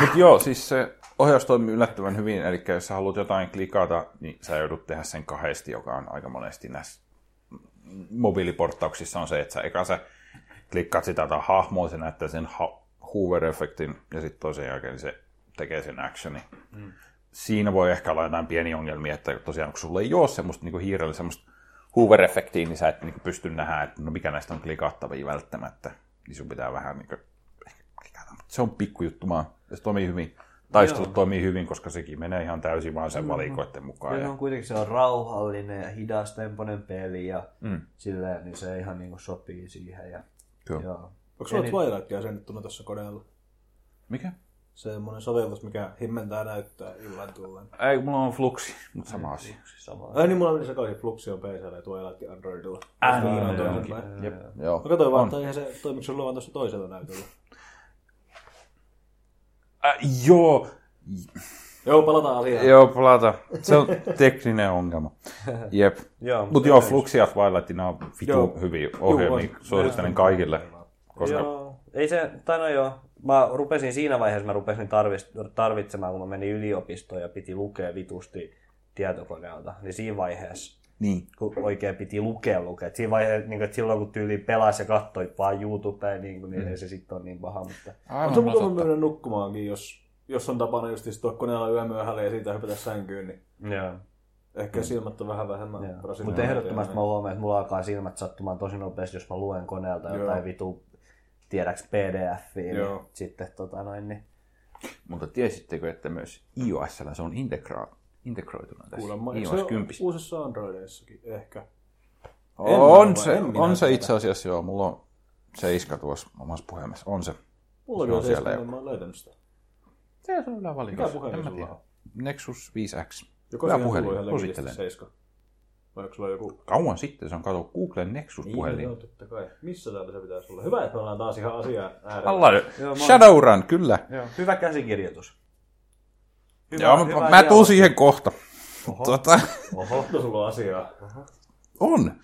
Speaker 1: Mutta joo, siis se ohjaus toimii yllättävän hyvin, eli jos sä haluat jotain klikata, niin sä joudut tehdä sen kahdesti, joka on aika monesti näissä mobiiliporttauksissa on se, että sä eka sä klikkaat sitä tai hahmoa, se näyttää sen ha- Hoover-efektin, ja sitten toisen jälkeen se tekee sen actionin. Mm. Siinä voi ehkä olla jotain pieniä ongelmia, että tosiaan kun sulla ei ole semmoista niin hiirellä semmoista Hoover-efektiä, niin sä et niin pysty nähdä, että no mikä näistä on klikattavia välttämättä. Niin sun pitää vähän niin klikata. Mut Se on pikkujuttu vaan. Ja se toimii hyvin. Taistelut Joo. toimii hyvin, koska sekin menee ihan täysin vaan sen valikoiden mukaan.
Speaker 3: Ja se
Speaker 1: Ja,
Speaker 3: on kuitenkin se on rauhallinen ja hidastempoinen peli ja mm. silleen, niin se ihan niinku sopii siihen. Ja,
Speaker 1: Kyllä.
Speaker 3: joo.
Speaker 2: Onko sulla
Speaker 3: niin-
Speaker 2: Twilightia asennettuna tuossa koneella?
Speaker 1: Mikä?
Speaker 2: Semmoinen sovellus, mikä himmentää näyttää illan tulleen.
Speaker 1: Ei, mulla on fluksi, mutta sama asia.
Speaker 3: Sama.
Speaker 2: Ai niin, mulla meni sekaisin Fluxio PCllä ja Twilight Androidilla.
Speaker 1: Ääni
Speaker 2: Siinä on
Speaker 1: on
Speaker 2: toinen
Speaker 1: jonkin.
Speaker 2: päin.
Speaker 1: Jep. Äh, niin,
Speaker 3: Öö,
Speaker 1: Joo.
Speaker 2: Mä katsoin vaan, että eihän se toimiko sulla vaan tuossa toisella näytöllä.
Speaker 1: Äh, joo,
Speaker 2: Joo, palataan asiaan.
Speaker 1: joo, palata. Se on tekninen ongelma. Jep.
Speaker 3: Joo,
Speaker 1: Mutta joo, Flux ja Twilight, nämä on vitu
Speaker 2: Joo.
Speaker 1: hyviä ohjelmia.
Speaker 2: Juu, on.
Speaker 1: Suosittelen kaikille. Koska
Speaker 3: Joo, ei se, tai no joo, mä rupesin siinä vaiheessa, mä rupesin tarvis- tarvitsemaan, kun mä menin yliopistoon ja piti lukea vitusti tietokoneelta, niin siinä vaiheessa
Speaker 1: niin.
Speaker 3: kun oikein piti lukea lukea. Et siinä vaiheessa, niin kuin, että silloin kun tyyli pelasi ja kattoi vaan YouTubea, niin, kuin,
Speaker 1: Mm.
Speaker 3: niin ei se sitten ole niin paha, mutta
Speaker 2: On se
Speaker 1: Aivan
Speaker 2: mukava
Speaker 1: totta.
Speaker 2: mennä nukkumaankin, jos, jos on tapana just istua koneella yömyöhällä ja siitä hypätä sänkyyn, niin
Speaker 3: joo.
Speaker 2: ehkä mm. silmät on vähän vähemmän rasittuneita
Speaker 3: Mutta
Speaker 2: ja
Speaker 3: ehdottomasti mä
Speaker 2: näin.
Speaker 3: huomaan, että mulla alkaa silmät sattumaan tosi nopeasti, jos mä luen koneelta jotain vitu tiedäks pdf niin
Speaker 2: Joo.
Speaker 3: sitten tota noin, niin
Speaker 1: Mutta tiesittekö, että myös iOS se on integra- integroituna tässä Niin
Speaker 2: Kuulemma, eikö se
Speaker 1: iOS
Speaker 2: ole
Speaker 1: 10.
Speaker 2: uusissa Androideissakin ehkä. En mä
Speaker 1: On
Speaker 2: ole,
Speaker 1: se,
Speaker 2: en minä
Speaker 1: on se
Speaker 2: tiedä.
Speaker 1: itse asiassa joo. Mulla on se iska tuossa omassa puhelimessa. On se.
Speaker 2: Mulla
Speaker 1: Se on
Speaker 2: on
Speaker 1: siellä
Speaker 2: siellä
Speaker 1: joku.
Speaker 2: Mä oon löytänyt sitä.
Speaker 1: Se on hyvä
Speaker 2: Mikä
Speaker 1: valinta.
Speaker 2: puhelin
Speaker 1: En mä
Speaker 2: sulla
Speaker 1: tiedä.
Speaker 2: on?
Speaker 1: Nexus 5X.
Speaker 2: Joko
Speaker 1: Hyvä
Speaker 2: siihen tulee
Speaker 1: puhelin.
Speaker 2: ihan
Speaker 1: Suosittelen.
Speaker 2: legitisti seiska? Vai onko sulla joku
Speaker 1: Kauan sitten se on kato Googlen Nexus-puhelin.
Speaker 2: Niin, Joo, totta kai. Missä täällä se pitäisi olla? Hyvä, että me ollaan taas ihan asiaa äärellä.
Speaker 1: Alla,
Speaker 3: Joo, mä-
Speaker 1: Shadowrun, kyllä.
Speaker 3: Joo. Hyvä käsikirjoitus. Hyvä,
Speaker 1: Joo, mä, mä tuun
Speaker 3: dialogi.
Speaker 1: siihen kohta. Tota,
Speaker 2: Oho, no sulla on asiaa.
Speaker 1: on.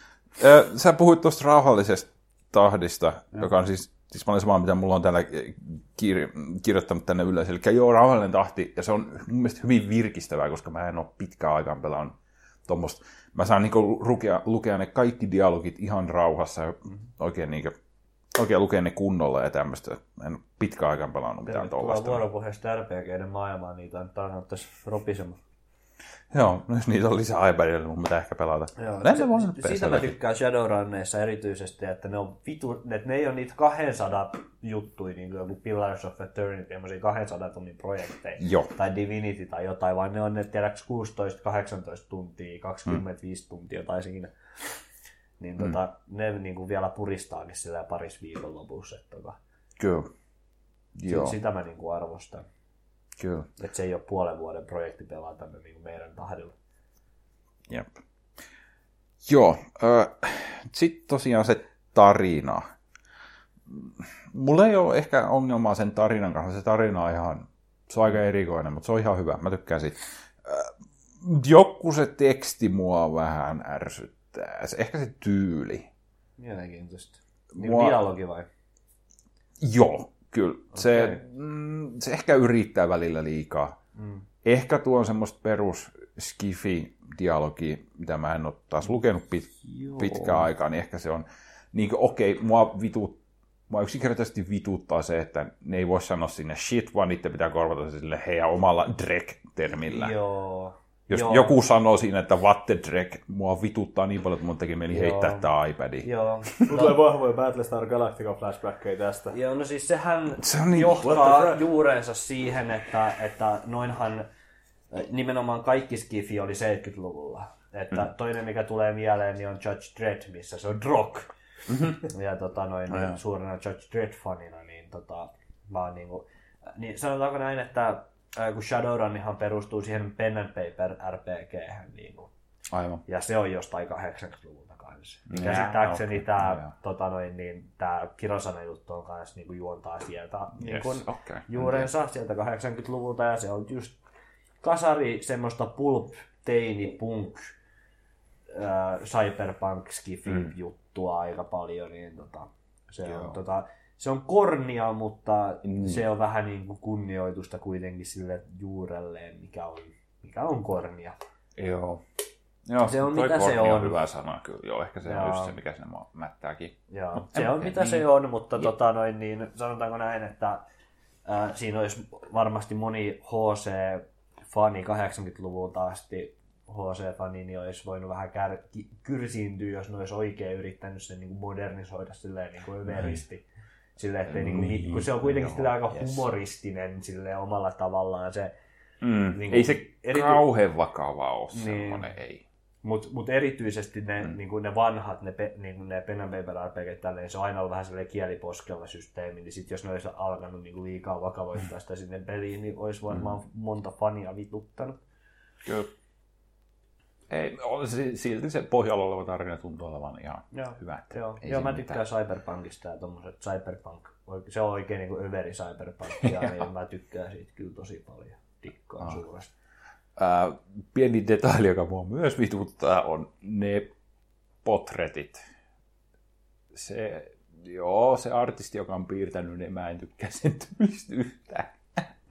Speaker 1: Ö, Sä puhuit tuosta rauhallisesta tahdista, joka on siis Siis mä olen samaa, mitä mulla on täällä kir- kirjoittanut tänne ylös. Eli joo, rauhallinen tahti, ja se on mun mielestä hyvin virkistävää, koska mä en ole pitkään aikaan pelannut tuommoista. Mä saan niinku lukea, lukea ne kaikki dialogit ihan rauhassa ja oikein, niinku, oikein lukea ne kunnolla ja tämmöistä. Mä en ole pitkään aikaan pelannut mitään
Speaker 3: Tuolla
Speaker 1: tuollaista.
Speaker 3: vuoropohjaista RPGiden maailmaa, niitä on tarkoittaisi ropisemassa.
Speaker 1: Joo, no jos niitä on lisää iPadille, mun pitää ehkä pelata.
Speaker 3: Joo,
Speaker 1: Näin
Speaker 3: Niin se-
Speaker 1: se,
Speaker 3: si- Siitä mä tykkään Shadowrunneissa erityisesti, että ne, on vitu, että ne ei ole niitä 200 juttuja, niin kuin joku Pillars of Eternity, tämmöisiä 200 tunnin projekteja,
Speaker 1: Joo.
Speaker 3: tai Divinity tai jotain, vaan ne on ne tiedäks 16-18 tuntia, 25 mm. tuntia tai siinä. Niin mm. tota, ne niin kuin vielä puristaakin sillä paris viikon lopussa. Että tota,
Speaker 1: Kyllä. Joo,
Speaker 3: sit- sitä mä niin kuin arvostan.
Speaker 1: kyllä.
Speaker 3: Että se ei ole puolen vuoden projekti pelata ne niin kuin meidän tahdilla.
Speaker 1: Jep. Joo, äh, sitten tosiaan se tarina. Mulla ei ole ehkä ongelmaa sen tarinan kanssa. Se tarina on ihan, se on aika erikoinen, mutta se on ihan hyvä. Mä tykkään siitä. Äh, joku se teksti mua vähän ärsyttää. Se, ehkä se tyyli.
Speaker 3: Mielenkiintoista. Niin
Speaker 1: Mua-
Speaker 3: Mua... dialogi vai?
Speaker 1: Joo, kyllä. Se,
Speaker 3: Okei.
Speaker 1: mm, se ehkä yrittää välillä liikaa.
Speaker 3: Mm.
Speaker 1: Ehkä tuo on semmoista perus skifi-dialogia, mitä mä en ole taas lukenut pit- pitkään aikaa, niin ehkä se on, niin kuin, okei, mua vitut, mua yksinkertaisesti vituttaa se, että ne ei voi sanoa sinne shit, vaan niiden pitää korvata se sille heidän omalla drek-termillä.
Speaker 3: Joo.
Speaker 1: Jos
Speaker 3: Joo.
Speaker 1: joku sanoo siinä, että what the drek, mua vituttaa niin paljon, että mun teki mieli
Speaker 3: Joo.
Speaker 1: heittää tää iPadi.
Speaker 3: Joo.
Speaker 2: Mulla tulee vahvoja Battlestar Galactica flashbackkejä tästä.
Speaker 3: Joo, no siis sehän
Speaker 1: Se on niin-
Speaker 2: What the
Speaker 3: johtaa
Speaker 2: fuck?
Speaker 3: juurensa siihen, että, että noinhan äh, nimenomaan kaikki skifi oli 70-luvulla. Että
Speaker 1: Mm-hmm.
Speaker 3: mm. toinen, mikä tulee mieleen, niin on Judge Dredd, missä se on Drock.
Speaker 1: Mm-hmm.
Speaker 3: ja tota, noin,
Speaker 1: Oh,
Speaker 3: niin, suurena Judge Dredd-fanina, niin, tota, mä oon niinku, niin sanotaanko näin, että äh, kun Shadowrun ihan perustuu siihen pen and paper RPG, niin kuin,
Speaker 1: Aivan.
Speaker 3: ja se on jostain 80-luvulta kanssa. Niin käsittääkseni
Speaker 1: okei. Joo.
Speaker 3: tämä tota noin, niin, tää Kirosana juttu on kanssa niinku juontaa sieltä niin kun
Speaker 1: okei.
Speaker 3: juurensa sieltä 80-luvulta ja se on just kasari semmoista pulp, teini, punk, äh, cyberpunk skifi
Speaker 1: Mm.
Speaker 3: juttua aika paljon. Niin tota, se, on, tota, se on kornia, mutta mm. se on vähän niin kuin kunnioitusta kuitenkin sille juurelleen, mikä on, mikä on kornia.
Speaker 1: Joo. Joo,
Speaker 3: Se on
Speaker 1: toi
Speaker 3: mitä se
Speaker 1: korni
Speaker 3: on.
Speaker 1: hyvä sana kyllä. Joo, ehkä se on
Speaker 3: Joo.
Speaker 1: just se, mikä sinne mua mättääkin.
Speaker 3: Joo, se on mitä se on, mutta tota, noin, niin, sanotaanko näin, että ää, siinä olisi varmasti moni HC-fani 80-luvulta asti HC-fani, niin olisi voinut vähän kär, ki- kyrsiintyä, jos ne olisi oikein yrittänyt sen niin kuin modernisoida silleen niin kuin veristi. Silleen, ettei, niin kuin, kun se on kuitenkin silleen aika humoristinen silleen omalla tavallaan se
Speaker 1: Mm.
Speaker 3: Niin
Speaker 1: Niin
Speaker 3: kuin
Speaker 1: ei se
Speaker 3: erity-
Speaker 1: erity... kauhean vakava ole
Speaker 3: Niin.
Speaker 1: semmoinen, ei.
Speaker 3: Mutta mut erityisesti ne, mm. niinku, ne vanhat, ne, pe, niinku, ne pen and paper RPG, tälleen, niin se on aina ollut vähän sellainen kieliposkella systeemi, niin sit jos ne olisi alkanut niinku, liikaa vakavoittaa sitä sinne peliin, niin olisi varmaan mm. monta fania vituttanut.
Speaker 1: Kyllä. Ei, on, si- silti se pohjalla oleva tarina tuntuu olevan ihan
Speaker 3: Joo.
Speaker 1: hyvä. että
Speaker 3: Joo,
Speaker 1: ei
Speaker 3: joo
Speaker 1: se
Speaker 3: mä
Speaker 1: mitään.
Speaker 3: tykkään Cyberpunkista ja tommoset Cyberpunk, oike- se on oikein niinku överi Cyberpunk, ja niin mä tykkään siitä kyllä tosi paljon, dikkaan ah. suuresti.
Speaker 1: Ää, pieni detaili, joka mua myös vituttaa, on ne potretit. Se, joo, se artisti, joka on piirtänyt ne, mä en tykkää sen tyylistä yhtään.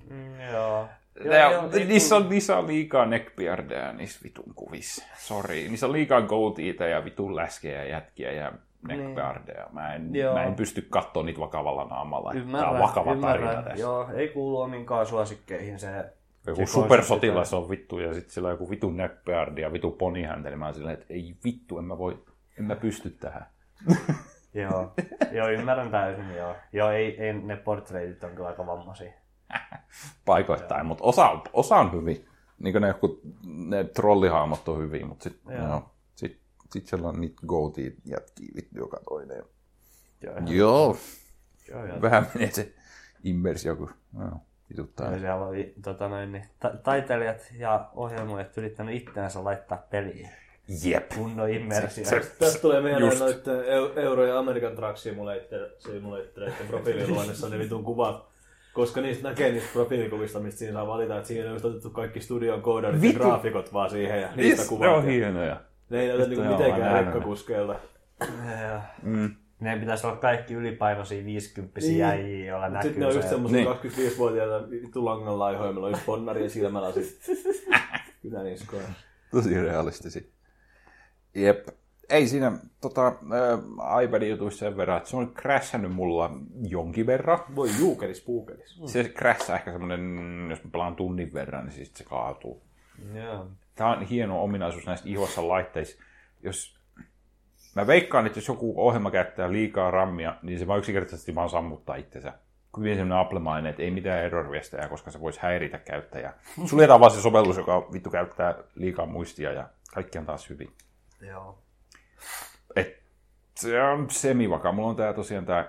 Speaker 3: Mm, joo.
Speaker 1: Joo, joo, niissä, on, niissä on liikaa neckbeardeja niissä vitun kuvissa. Sori. Niissä on liikaa goatiita ja vitun läskejä ja jätkiä ja neckbeardeja. Mä en,
Speaker 3: Niin. Joo.
Speaker 1: mä en pysty katsoa niitä vakavalla naamalla. Ymmärrän,
Speaker 3: Ymmärrän,
Speaker 1: Tämä on vakava ymmärrän, tarina
Speaker 3: ymmärrän.
Speaker 1: tässä.
Speaker 3: Joo, ei kuulu ominkaan suosikkeihin se
Speaker 1: Joku
Speaker 3: Se
Speaker 1: supersotilas on vittu ja sitten sillä on joku vitun neckbeardi ja vitun ponihäntä. Niin mä oon silleen, että ei vittu, en mä voi, en mä pysty tähän.
Speaker 3: joo, joo, ymmärrän täysin, joo. Joo, ei, ei ne portreitit on kyllä aika vammaisia.
Speaker 1: Paikoittain, mutta osa, on- osa on hyvin. Niin kuin ne, joku, ne trollihaamot on hyviä, mutta sitten
Speaker 3: Joo.
Speaker 1: no, sit, sit siellä on niitä goatiit jätkiä vittu joka toinen.
Speaker 3: Joo,
Speaker 1: Joo.
Speaker 3: joo, joo.
Speaker 1: vähän menee se immersio, kun no, vituttaa.
Speaker 3: Ja siellä oli tota noin, niin, ta- taiteilijat ja ohjelmoijat yrittänyt itseänsä laittaa peliin.
Speaker 1: Jep.
Speaker 3: Kunnon immersio.
Speaker 2: Tästä tulee mieleen
Speaker 1: Just.
Speaker 2: noiden eu- euro- ja American Truck Simulator, Simulatoreiden profiililuonnissa ne vitun kuvat. Koska niistä näkee niistä profiilikuvista, mistä siinä saa valita, että siinä on just otettu kaikki studion koodarit ja
Speaker 1: Vitu.
Speaker 2: graafikot vaan siihen ja niistä
Speaker 1: Yes, ne
Speaker 2: kuvat.
Speaker 1: on
Speaker 2: ja-
Speaker 1: hienoja.
Speaker 2: Ne ei näytä niinku
Speaker 1: Joo, mä
Speaker 2: mitenkään
Speaker 1: näen ne.
Speaker 2: rekkakuskeilta.
Speaker 3: Joo,
Speaker 1: Mm.
Speaker 3: Ne pitäisi olla kaikki ylipainoisia 50 niin. jäijiä, joilla näkyy
Speaker 2: Sitten ne on just
Speaker 3: se.
Speaker 2: semmoisia
Speaker 1: Niin.
Speaker 2: 25-vuotiaita vittu langanlaihoja, meillä on just ponnari ja silmälasit. Kyllä niskoja.
Speaker 1: Tosi realistisi. Jep. Ei siinä tota, äh, iPadin jutuissa sen verran, että se on crashannut mulla jonkin verran.
Speaker 2: Voi juukelis puukelis.
Speaker 1: Se crashaa ehkä semmoinen, jos mä pelaan tunnin verran, niin sitten se kaatuu.
Speaker 3: Joo.
Speaker 1: Tämä on hieno ominaisuus näissä ihossa laitteissa. Jos, mä veikkaan, että jos joku ohjelma käyttää liikaa rammia, niin se vaan yksinkertaisesti vaan sammuttaa itsensä. Hyvin semmoinen Apple-mainen, että ei mitään error-viestejä, koska se voisi häiritä käyttäjää. Suljetaan vaan se sovellus, joka vittu käyttää liikaa muistia ja kaikki on taas hyvin.
Speaker 3: Joo.
Speaker 1: Et, se on semivaka. Mulla on tää tosiaan tää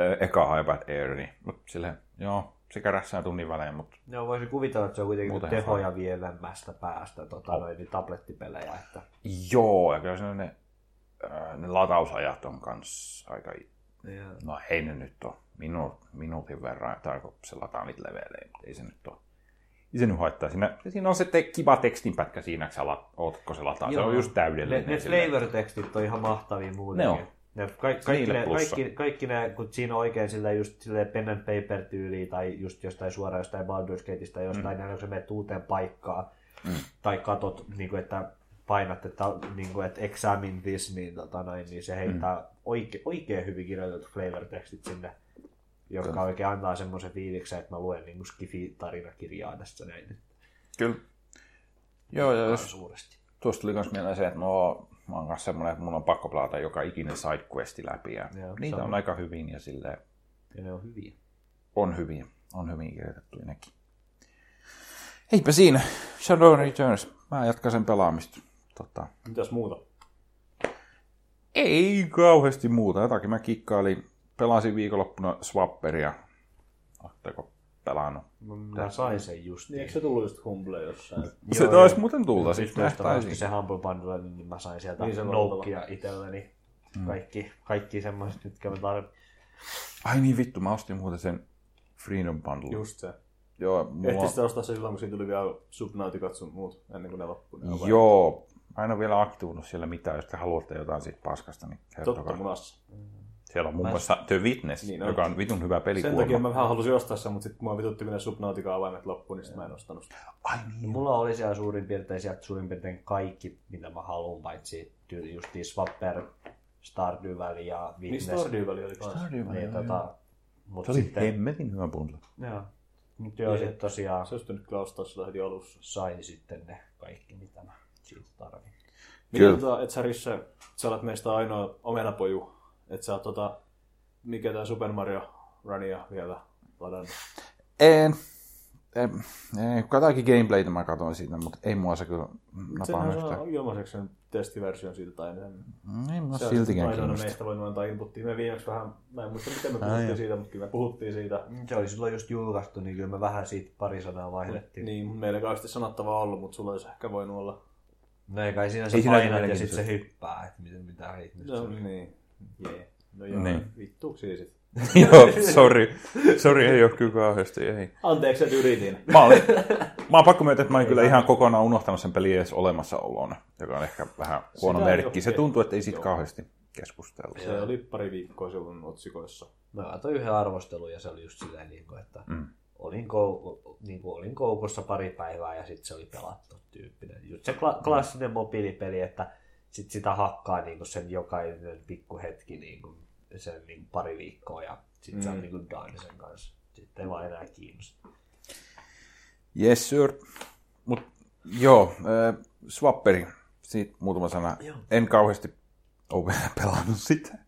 Speaker 1: ö, eka iPad Air, niin mut silleen, joo, se kärässää tunnin välein, mutta
Speaker 3: Joo, voisi kuvitella, että se on kuitenkin
Speaker 1: Muuten
Speaker 3: tehoja vievämmästä päästä
Speaker 2: Oh.
Speaker 3: tota, noin, niin tablettipelejä. Että...
Speaker 1: joo, ja kyllä siinä ne, ö, ne latausajat on kans aika,
Speaker 3: Joo.
Speaker 1: no ei ne nyt oo minu, minuutin verran, tai kun se lataa niitä leveilleen, mutta ei se nyt oo. Ei se nyt haittaa. Siinä, siinä on se te, kiva tekstinpätkä siinä, kun sä la, oot, kun se lataa. Joo. Se on just
Speaker 3: Ne,
Speaker 1: täydellinen.
Speaker 3: ne
Speaker 1: silleen.
Speaker 3: flavor-tekstit on ihan mahtavia muutenkin.
Speaker 1: Ne on.
Speaker 3: Ne, kaikki, kaikki,
Speaker 1: Niille
Speaker 3: ne,
Speaker 1: plussa.
Speaker 3: kaikki, kaikki ne, kun siinä on oikein sillä just sille pen and paper tyyliä tai just jostain suoraan jostain Baldur's Gateista jostain, mm. kun sä menet uuteen paikkaan mm. tai katot, niin kuin, että painat, että, niin kuin, että examine this, niin, tota, noin, niin se heittää mm. oike, oikein hyvin kirjoitetut flavor-tekstit sinne, jotka oikein antaa semmoisen fiiliksen, että mä luen niin kuin Skifi-tarinakirjaa tässä näin
Speaker 1: Kyllä. Joo, ja jos
Speaker 3: suuresti.
Speaker 1: Tuosta tuli myös mieleen se, että no, mä oon kanssa semmoinen, että mun on pakko pelata joka ikinen sidequesti läpi. Ja
Speaker 3: Joo,
Speaker 1: niitä
Speaker 3: sama.
Speaker 1: on aika hyvin ja sille
Speaker 3: Ja ne on hyviä.
Speaker 1: on hyviä. On hyvin kirjoitettu nekin. Eipä siinä. Shadow Returns. Mä jatkan sen pelaamista. Tota,
Speaker 2: Mitäs muuta?
Speaker 1: ei kauheasti muuta. Jotakin mä kikkailin. Pelasin viikonloppuna Swapperia. Oletteko pelannut?
Speaker 3: Mä sain sen just.
Speaker 2: Niin, eikö se tullut just Humble jossain?
Speaker 1: se taisi muuten tulla. Siis
Speaker 3: Sitten mä
Speaker 1: nähtäisiin.
Speaker 3: ostin se Humble Bundle, niin mä sain sieltä
Speaker 2: Niin
Speaker 3: niin
Speaker 2: se on
Speaker 3: noukkia itselleni.
Speaker 1: Mm.
Speaker 3: Kaikki, kaikki semmoiset, mitkä mä tarvitsen.
Speaker 1: Ai niin vittu, mä ostin muuten sen Freedom Bundle.
Speaker 2: Just se.
Speaker 1: Joo, mulla...
Speaker 2: Ehti sitä ostaa se silloin, kun siinä tuli vielä Subnauticat sun muut, ennen kuin ne loppui. Niin Ne ovat-
Speaker 1: Joo, mä en ole vielä aktivoinut siellä mitään, jos te haluatte jotain siitä paskasta, niin
Speaker 2: Totta
Speaker 1: kertokaa.
Speaker 2: munassa.
Speaker 3: Mm.
Speaker 1: Siellä on muun muassa The Witness,
Speaker 2: Niin
Speaker 1: niin
Speaker 2: on.
Speaker 1: joka on vitun hyvä peli.
Speaker 2: Sen takia mä vähän halusin ostaa sen, mutta sitten mua vitutti, kun ne Subnautican avaimet loppuun, niin sitten mä en ostanut sitä.
Speaker 1: Ai niin.
Speaker 3: Mulla oli siellä suurin piirtein sieltä suurin piirtein kaikki, mitä mä haluan, paitsi ty- justiin Swapper, Stardew Valley ja
Speaker 2: Niin
Speaker 3: Witness.
Speaker 2: Stardew Valley oli kanssa.
Speaker 1: Stardew Valley,
Speaker 3: Niin,
Speaker 1: joo, joo.
Speaker 3: tota, mut
Speaker 1: Se oli
Speaker 3: sitten,
Speaker 1: hemmetin hyvä bundle.
Speaker 3: joo. Mut joo,
Speaker 2: Niin.
Speaker 3: sit tosiaan
Speaker 2: Se olisi nyt kyllä ostaa sillä heti alussa.
Speaker 3: sain sitten ne kaikki, mitä mä siitä tarvin.
Speaker 2: Miten
Speaker 1: Kyllä.
Speaker 2: tota, et sä Risse, sä olet meistä ainoa omenapoju, et sä oot tota, mikä tää Super Mario Runia vielä ladannut.
Speaker 1: En. En. en. Jotakin gameplaytä mä katsoin siitä, mutta ei mua se kyllä napaa
Speaker 2: Senhän
Speaker 1: yhtään. No,
Speaker 2: saa ilmaiseksi sen testiversion siitä tai enemmän.
Speaker 1: Ei mua
Speaker 2: Se on
Speaker 1: siltikään
Speaker 2: ainoana
Speaker 1: kiinnosta.
Speaker 2: meistä voinut antaa inputtia. Me viimeksi vähän, mä en muista miten me puhuttiin siitä, mutta kyllä me puhuttiin siitä.
Speaker 3: Se oli silloin just julkaistu, niin kyllä me vähän siitä pari sanaa vaihdettiin.
Speaker 2: Niin, mut meillä ei kauheasti sanottavaa ollut, mutta sulla olisi ehkä voinut olla.
Speaker 3: No ei kai siinä se
Speaker 1: Ei siinä
Speaker 3: painat ja
Speaker 1: mielenkiintoista.
Speaker 3: sitten se hyppää, että miten mitä hitmistä.
Speaker 2: No niin, jee. No joo,
Speaker 1: Niin.
Speaker 2: vittuuksia sitten.
Speaker 1: Joo, sori. Sori, ei ole kyllä kauheasti, ei.
Speaker 2: Anteeksi, että yritin.
Speaker 1: Mä, olin, mä oon pakko myöntää, että mä oon kyllä ihan kokonaan unohtanut sen pelin edes olemassaoloon, joka on ehkä vähän huono
Speaker 2: Sitä ei
Speaker 1: merkki.
Speaker 2: ole
Speaker 1: Se
Speaker 2: tehty.
Speaker 1: tuntuu, että ei siitä kauheasti keskustella.
Speaker 2: Se oli pari viikkoa silloin otsikoissa.
Speaker 3: Mä katsoin yhden arvostelun ja se oli just silleen, niin kuin, että
Speaker 1: Mm.
Speaker 3: olin, kou- niin kuin, olin koukossa pari päivää ja sitten se oli pelattu tyyppinen. Just se kla-
Speaker 1: Mm.
Speaker 3: klassinen mobiilipeli, että sit sitä hakkaa niin kuin sen jokainen pikku hetki niin kuin, sen niin kuin pari viikkoa ja sitten mm. se on niin kuin done sen kanssa. Sitten ei vaan enää kiinnosta.
Speaker 1: Yes, sir. Mut joo, äh, Swapperi, siitä muutama sana.
Speaker 3: Joo.
Speaker 1: En kauheasti ole vielä pelannut sitä.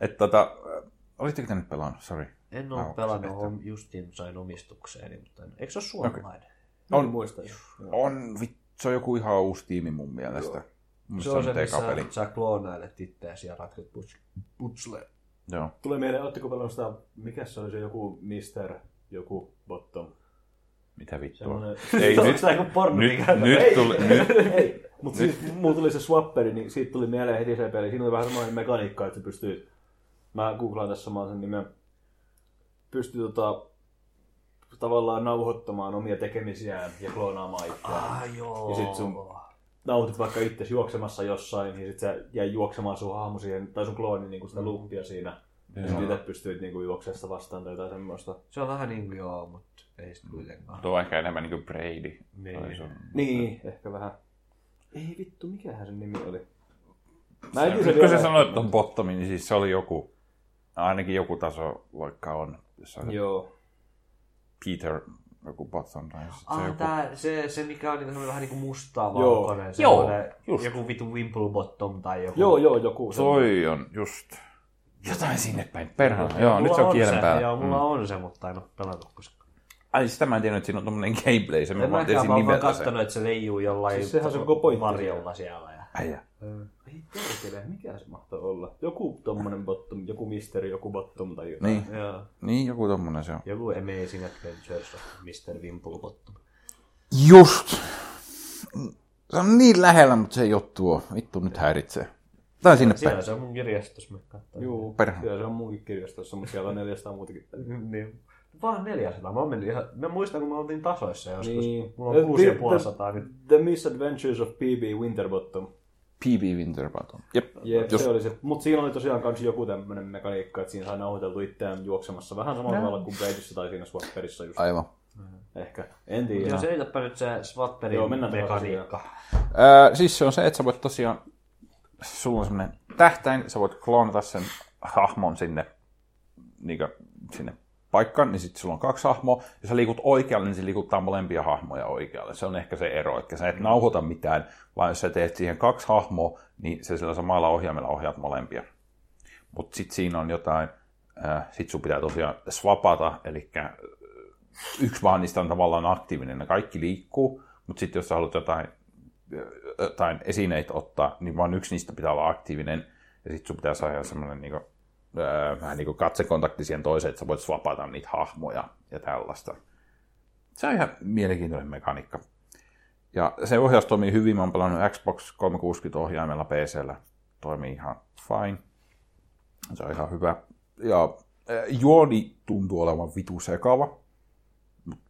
Speaker 1: Et tota, äh, olitteko te nyt pelannut? Sorry.
Speaker 3: En ole
Speaker 1: Au,
Speaker 3: pelannut,
Speaker 1: että-
Speaker 3: on justiin sain omistukseen, mutta en- eikö se ole suomalainen? Okay.
Speaker 1: On.
Speaker 2: En muista.
Speaker 1: On, vit, se on joku ihan uusi tiimi mun mielestä. Mun
Speaker 3: Se on se,
Speaker 1: mielestä
Speaker 3: missä
Speaker 1: on peli.
Speaker 3: sä kloonailet itteäsi ja ratkot puts- putsleja.
Speaker 1: Joo.
Speaker 2: Tulee mieleen, ootteko pelannut sitä, mikä se oli se joku Mister, joku Bottom?
Speaker 1: Mitä vittua?
Speaker 2: Semmoinen...
Speaker 1: Ei, nyt,
Speaker 3: Onko tää joku porno?
Speaker 1: nyt, nyt, tuli, nyt,
Speaker 2: Ei, mutta siis mulla tuli se swapperi, niin siitä tuli mieleen heti se peli. Siinä oli vähän samanlainen mekaniikka, että se pystyy... Mä googlaan tässä samaan sen nimen. Pystyy tota, tavallaan nauhoittamaan omia tekemisiään ja kloonaamaan itseään.
Speaker 3: Ah, joo.
Speaker 2: Ja sit sun nautit vaikka itse juoksemassa jossain, niin sit sä jäi juoksemaan sun hahmo siihen, tai sun klooni niin
Speaker 1: Mm.
Speaker 2: sitä luuppia siinä. Ja sit itse pystyit niin juokseessa vastaan tai jotain semmoista.
Speaker 3: Se on vähän niin kuin joo, mutta ei sitten kuitenkaan.
Speaker 1: Tuo on ehkä enemmän niin kuin Brady. Tai se on-
Speaker 2: Niin, ehkä vähän. Ei vittu, mikähän sen nimi oli? Mä
Speaker 1: Se- Nyt kun sä sanoit tuon bottomin, niin siis se oli joku, ainakin joku taso, vaikka on, jossa on
Speaker 2: Joo.
Speaker 1: Peter, joku bottom tai sit se
Speaker 3: Ah,
Speaker 1: joku.
Speaker 3: tää, se, se mikä on niinku, vähän niin kuin mustaa
Speaker 2: Joo.
Speaker 3: valkoinen.
Speaker 1: Joo,
Speaker 3: semmoinen
Speaker 1: just.
Speaker 3: Joku vitu Wimplebottom tai joku.
Speaker 2: Joo, joo, joku.
Speaker 1: Toi on just jotain sinne päin perhana. Joo, nyt
Speaker 3: Mulla
Speaker 1: se on
Speaker 3: on
Speaker 1: kielen päällä.
Speaker 3: Joo, mulla on se, mutta en ole pelannut koskaan.
Speaker 1: Ai sitä mä en tiennyt, että siinä on tommonen gameplay, se
Speaker 3: En
Speaker 1: mä
Speaker 3: mä
Speaker 1: vaan
Speaker 3: ehkä
Speaker 1: tiesin
Speaker 3: mä oon vaan
Speaker 1: nimeltä sen.
Speaker 3: kattonut, että se leijuu jollain
Speaker 2: Siis sehän se on koko pointti Mm.
Speaker 3: varjolla siellä. Ja...
Speaker 1: Äijä.
Speaker 2: Ei perkele, mikä se mahtoi olla? Joku tommonen bottom, joku misteri, joku bottom tai jotain.
Speaker 1: Niin,
Speaker 3: Joo.
Speaker 1: niin joku tommonen se on.
Speaker 3: Joku Amazing Adventures of Mr. Wimplebottom.
Speaker 1: Just. Se on niin lähellä, mutta se ei oo tuo. Vittu, nyt häiritsee. Tai sinne päin.
Speaker 3: Siellä se on mun kirjastossa, mä katsoin.
Speaker 2: Juu,
Speaker 1: Perhana.
Speaker 2: Kyllä se on munkin kirjastossa, mutta siellä on 400 muutakin.
Speaker 3: Niin. Vaan 400. Mä, oon mennyt ihan, mä muistan, kun me oltiin tasoissa joskus.
Speaker 2: Niin.
Speaker 3: Mulla on
Speaker 2: Eh, ti-
Speaker 3: 6500 nyt.
Speaker 2: The Misadventures of P.B. Winterbottom.
Speaker 1: PB Winterbottom. Jep.
Speaker 2: Jep,
Speaker 1: Just.
Speaker 2: se oli se. Mutta siinä oli tosiaan kans joku tämmönen mekaniikka, että siinä sai nauhoiteltu itseään juoksemassa vähän samalla tavalla kuin Bradyssä tai siinä Swapperissa just.
Speaker 1: Aivan.
Speaker 2: Ehkä. En tiedä.
Speaker 3: Joo, selitäpä nyt se
Speaker 2: Joo,
Speaker 3: Swatperin
Speaker 2: mennään
Speaker 3: mekaniikka.
Speaker 1: Öö, siis se on se, että sä voit tosiaan, sulla on semmoinen tähtäin, sä voit kloonata sen hahmon sinne, niin sinne paikkaan, niin sitten sulla on kaksi hahmoa. Jos sä liikut oikealle, niin se liikuttaa molempia hahmoja oikealle. Se on ehkä se ero, että sä et nauhoita mitään, vaan jos sä teet siihen kaksi hahmoa, niin se sillä samalla ohjaimella ohjaat molempia. Mutta sitten siinä on jotain, äh, sitten sun pitää tosiaan swapata, eli yksi vaan niistä on tavallaan aktiivinen, ne kaikki liikkuu, mutta sitten jos sä haluat jotain jotain esineitä ottaa, niin vaan yksi niistä pitää olla aktiivinen, ja sitten sun pitää saada semmoinen niinku, öö, vähän niinku katsekontakti siihen toiseen, että sä voit swapata niitä hahmoja ja tällaista. Se on ihan mielenkiintoinen mekaniikka. Ja se ohjaus toimii hyvin, mä oon pelannut Xbox 360-ohjaimella PCllä, toimii ihan fine. Se on ihan hyvä. Ja ö, juoni tuntuu olevan vitu sekava,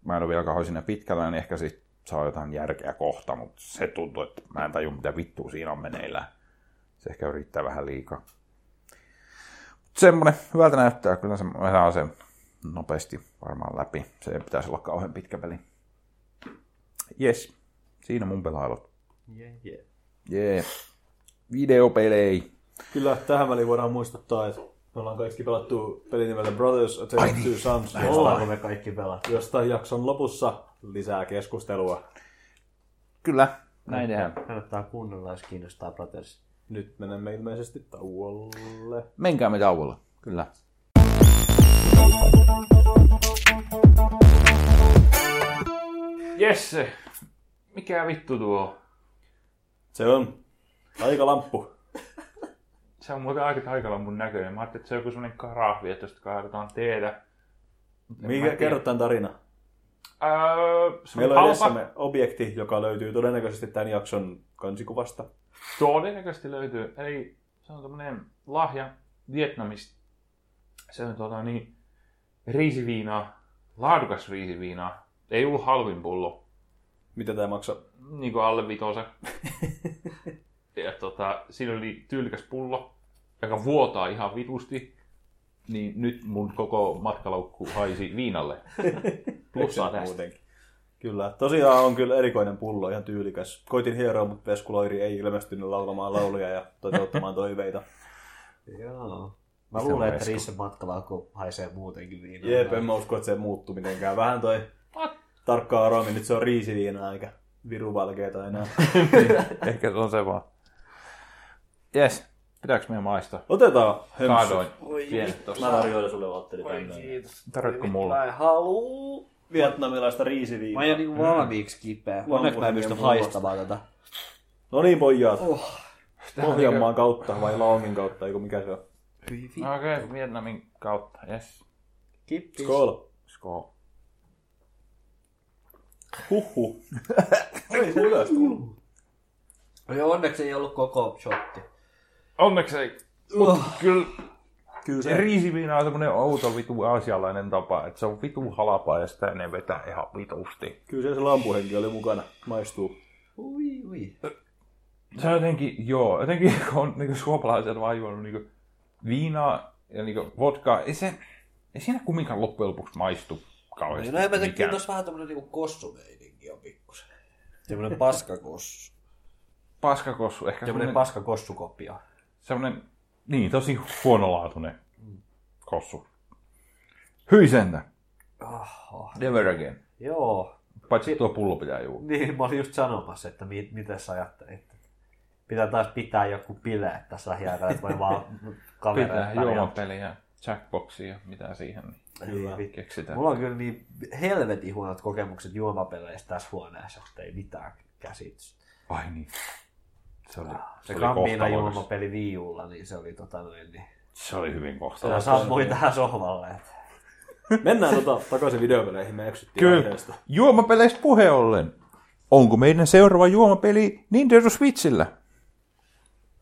Speaker 1: mä en ole vielä kauhean siinä pitkällä, niin ehkä sit saa jotain järkeä kohta, mutta se tuntuu, että mä en tajua mitä vittua siinä on meneillään. Se ehkä yrittää vähän liikaa. Mut Semmonen, hyvältä näyttää, kyllä se, mä saan sen nopeasti varmaan läpi. Se ei pitäisi olla kauhean pitkä peli. Jes, siinä mun pelailut.
Speaker 3: Jee, jee.
Speaker 1: Jee, yeah. videopelei.
Speaker 2: Kyllä tähän väliin voidaan muistuttaa, että me ollaan kaikki pelattu pelin nimeltä Brothers A Tale of Two
Speaker 1: niin.
Speaker 2: Sons.
Speaker 3: Ollaanko me kaikki pelat?
Speaker 2: Jostain jakson lopussa lisää keskustelua.
Speaker 1: Kyllä, näin tehdään.
Speaker 3: Kannattaa kuunnella, jos kiinnostaa Brothers.
Speaker 2: Nyt menemme ilmeisesti tauolle.
Speaker 1: Menkäämme tauolla, kyllä. Jesse, mikä vittu tuo?
Speaker 2: Se on aikalamppu.
Speaker 1: Se on muuten aika taikalampun näköinen. Mä ajattelin, että se on joku semmonen karahvi, että josta kaadetaan teetä.
Speaker 2: Mikä kerrot tämän tarina?
Speaker 1: Öö, se on
Speaker 2: Meillä on
Speaker 1: halpa.
Speaker 2: edessämme objekti, joka löytyy todennäköisesti tämän jakson kansikuvasta.
Speaker 1: Todennäköisesti löytyy. Eli se on tämmönen lahja Vietnamista. Se on tuota niin, riisiviinaa, laadukas riisiviinaa. Ei ollut halvin pullo.
Speaker 2: Mitä tämä maksaa?
Speaker 1: niin kuin alle vitosen. ja tota, siinä oli tyylikäs pullo, joka vuotaa ihan vitusti. Niin nyt mun koko matkalaukku haisi viinalle. Plussaa
Speaker 2: Eksynyt
Speaker 1: tästä.
Speaker 2: muutenkin. Kyllä, tosiaan on kyllä erikoinen pullo, ihan tyylikäs. Koitin hieroa, mutta Veskuloiri ei ilmestynyt laulamaan lauluja ja toteuttamaan toiveita.
Speaker 3: Joo. Mä
Speaker 1: Mistä
Speaker 3: luulen,
Speaker 1: on
Speaker 3: että
Speaker 1: vesku?
Speaker 3: Riissen matkalla, kun haisee muutenkin viinaa.
Speaker 2: Jep, en mä usko, että se muuttuu mitenkään. Vähän toi tarkka aromi, nyt se on riisiviinaa eikä viruvalkeeta enää.
Speaker 1: Ehkä se on se vaan. Jes, pitääkö meidän maista?
Speaker 2: Otetaan hömsy.
Speaker 1: Kaadoin. Pienet
Speaker 2: Mä tarjoilen sulle Valtteri tämmöinen.
Speaker 3: Kiitos.
Speaker 1: Tarvitko mulla?
Speaker 3: Mä en haluu.
Speaker 2: Vietnamilaista
Speaker 3: Mä
Speaker 2: riisiviinaa.
Speaker 3: oon niinku valmiiksi kipeä. Onneksi mä en pysty haistamaan tätä.
Speaker 2: No niin pojat,
Speaker 1: Tää on
Speaker 2: Pohjanmaan kautta vai Laongin kautta, eikö mikä se on?
Speaker 1: niinku- No Okei, okay, Vietnamin kautta. Jes.
Speaker 3: Kippis.
Speaker 2: Skol.
Speaker 1: Sko.
Speaker 2: Huhhuh. Ei se ylös tullut.
Speaker 3: Joo, onneksi ei ollut koko shotti.
Speaker 1: Onneksi ei.
Speaker 3: Oh.
Speaker 1: Kyllä
Speaker 2: Kyllä se
Speaker 1: se riisiviina on semmonen outo vitu aasialainen tapa, että se on vitu halpaa ja sitä ne vetää ihan vitusti.
Speaker 2: Kyllä se, se lampuhenki oli mukana. Maistuu.
Speaker 3: Ui, ui.
Speaker 1: se on jotenkin, joo, jotenkin kun on niin suomalaisella vaan juonut niin viinaa ja niin vodkaa, ei, se, ei siinä kumminkaan loppujen lopuksi maistu kauheasti.
Speaker 5: No eipä
Speaker 1: mikään.
Speaker 5: tekin tuossa vähän tämmönen niinku kossumeininki on pikkusen. Tämmönen paskakossu.
Speaker 1: Paskakossu, ehkä
Speaker 3: Tämmöinen
Speaker 1: semmoinen,
Speaker 3: paska kossukopio.
Speaker 1: semmoinen, niin tosi huonolaatuinen kossu. Hyi sentä.
Speaker 3: Oho.
Speaker 1: Never again.
Speaker 3: Joo.
Speaker 1: Paitsi tuo pullo pitää juo.
Speaker 3: Niin, mä olin just sanomassa, että mi- miten sä ajattelit. Pitää taas pitää joku bileet tässä lähiaikana, että voi vaan
Speaker 1: Pitää
Speaker 3: kavereita. tarjota.
Speaker 1: juomapeliä, jackboxia, mitä siihen niin keksitään.
Speaker 3: Mulla on kyllä niin helvetin huonot kokemukset juomapeleistä tässä huoneessa, että ei mitään käsitystä.
Speaker 1: Ai niin. Ah, Se oli,
Speaker 3: Se
Speaker 1: oli
Speaker 3: kammiina
Speaker 1: kohtalokas.
Speaker 3: juomapeli viiulla, niin se oli tota noin, niin...
Speaker 1: Se oli hyvin
Speaker 3: Mä
Speaker 1: kohtalokas.
Speaker 3: sammuin tähän sohvalle. että
Speaker 2: Mennään tota, takaisin videopeleihin, me eksyttiin
Speaker 1: Kyllä.
Speaker 2: aiheesta.
Speaker 1: Juomapeleistä puheen ollen. Onko meidän seuraava juomapeli Nintendo Switchillä?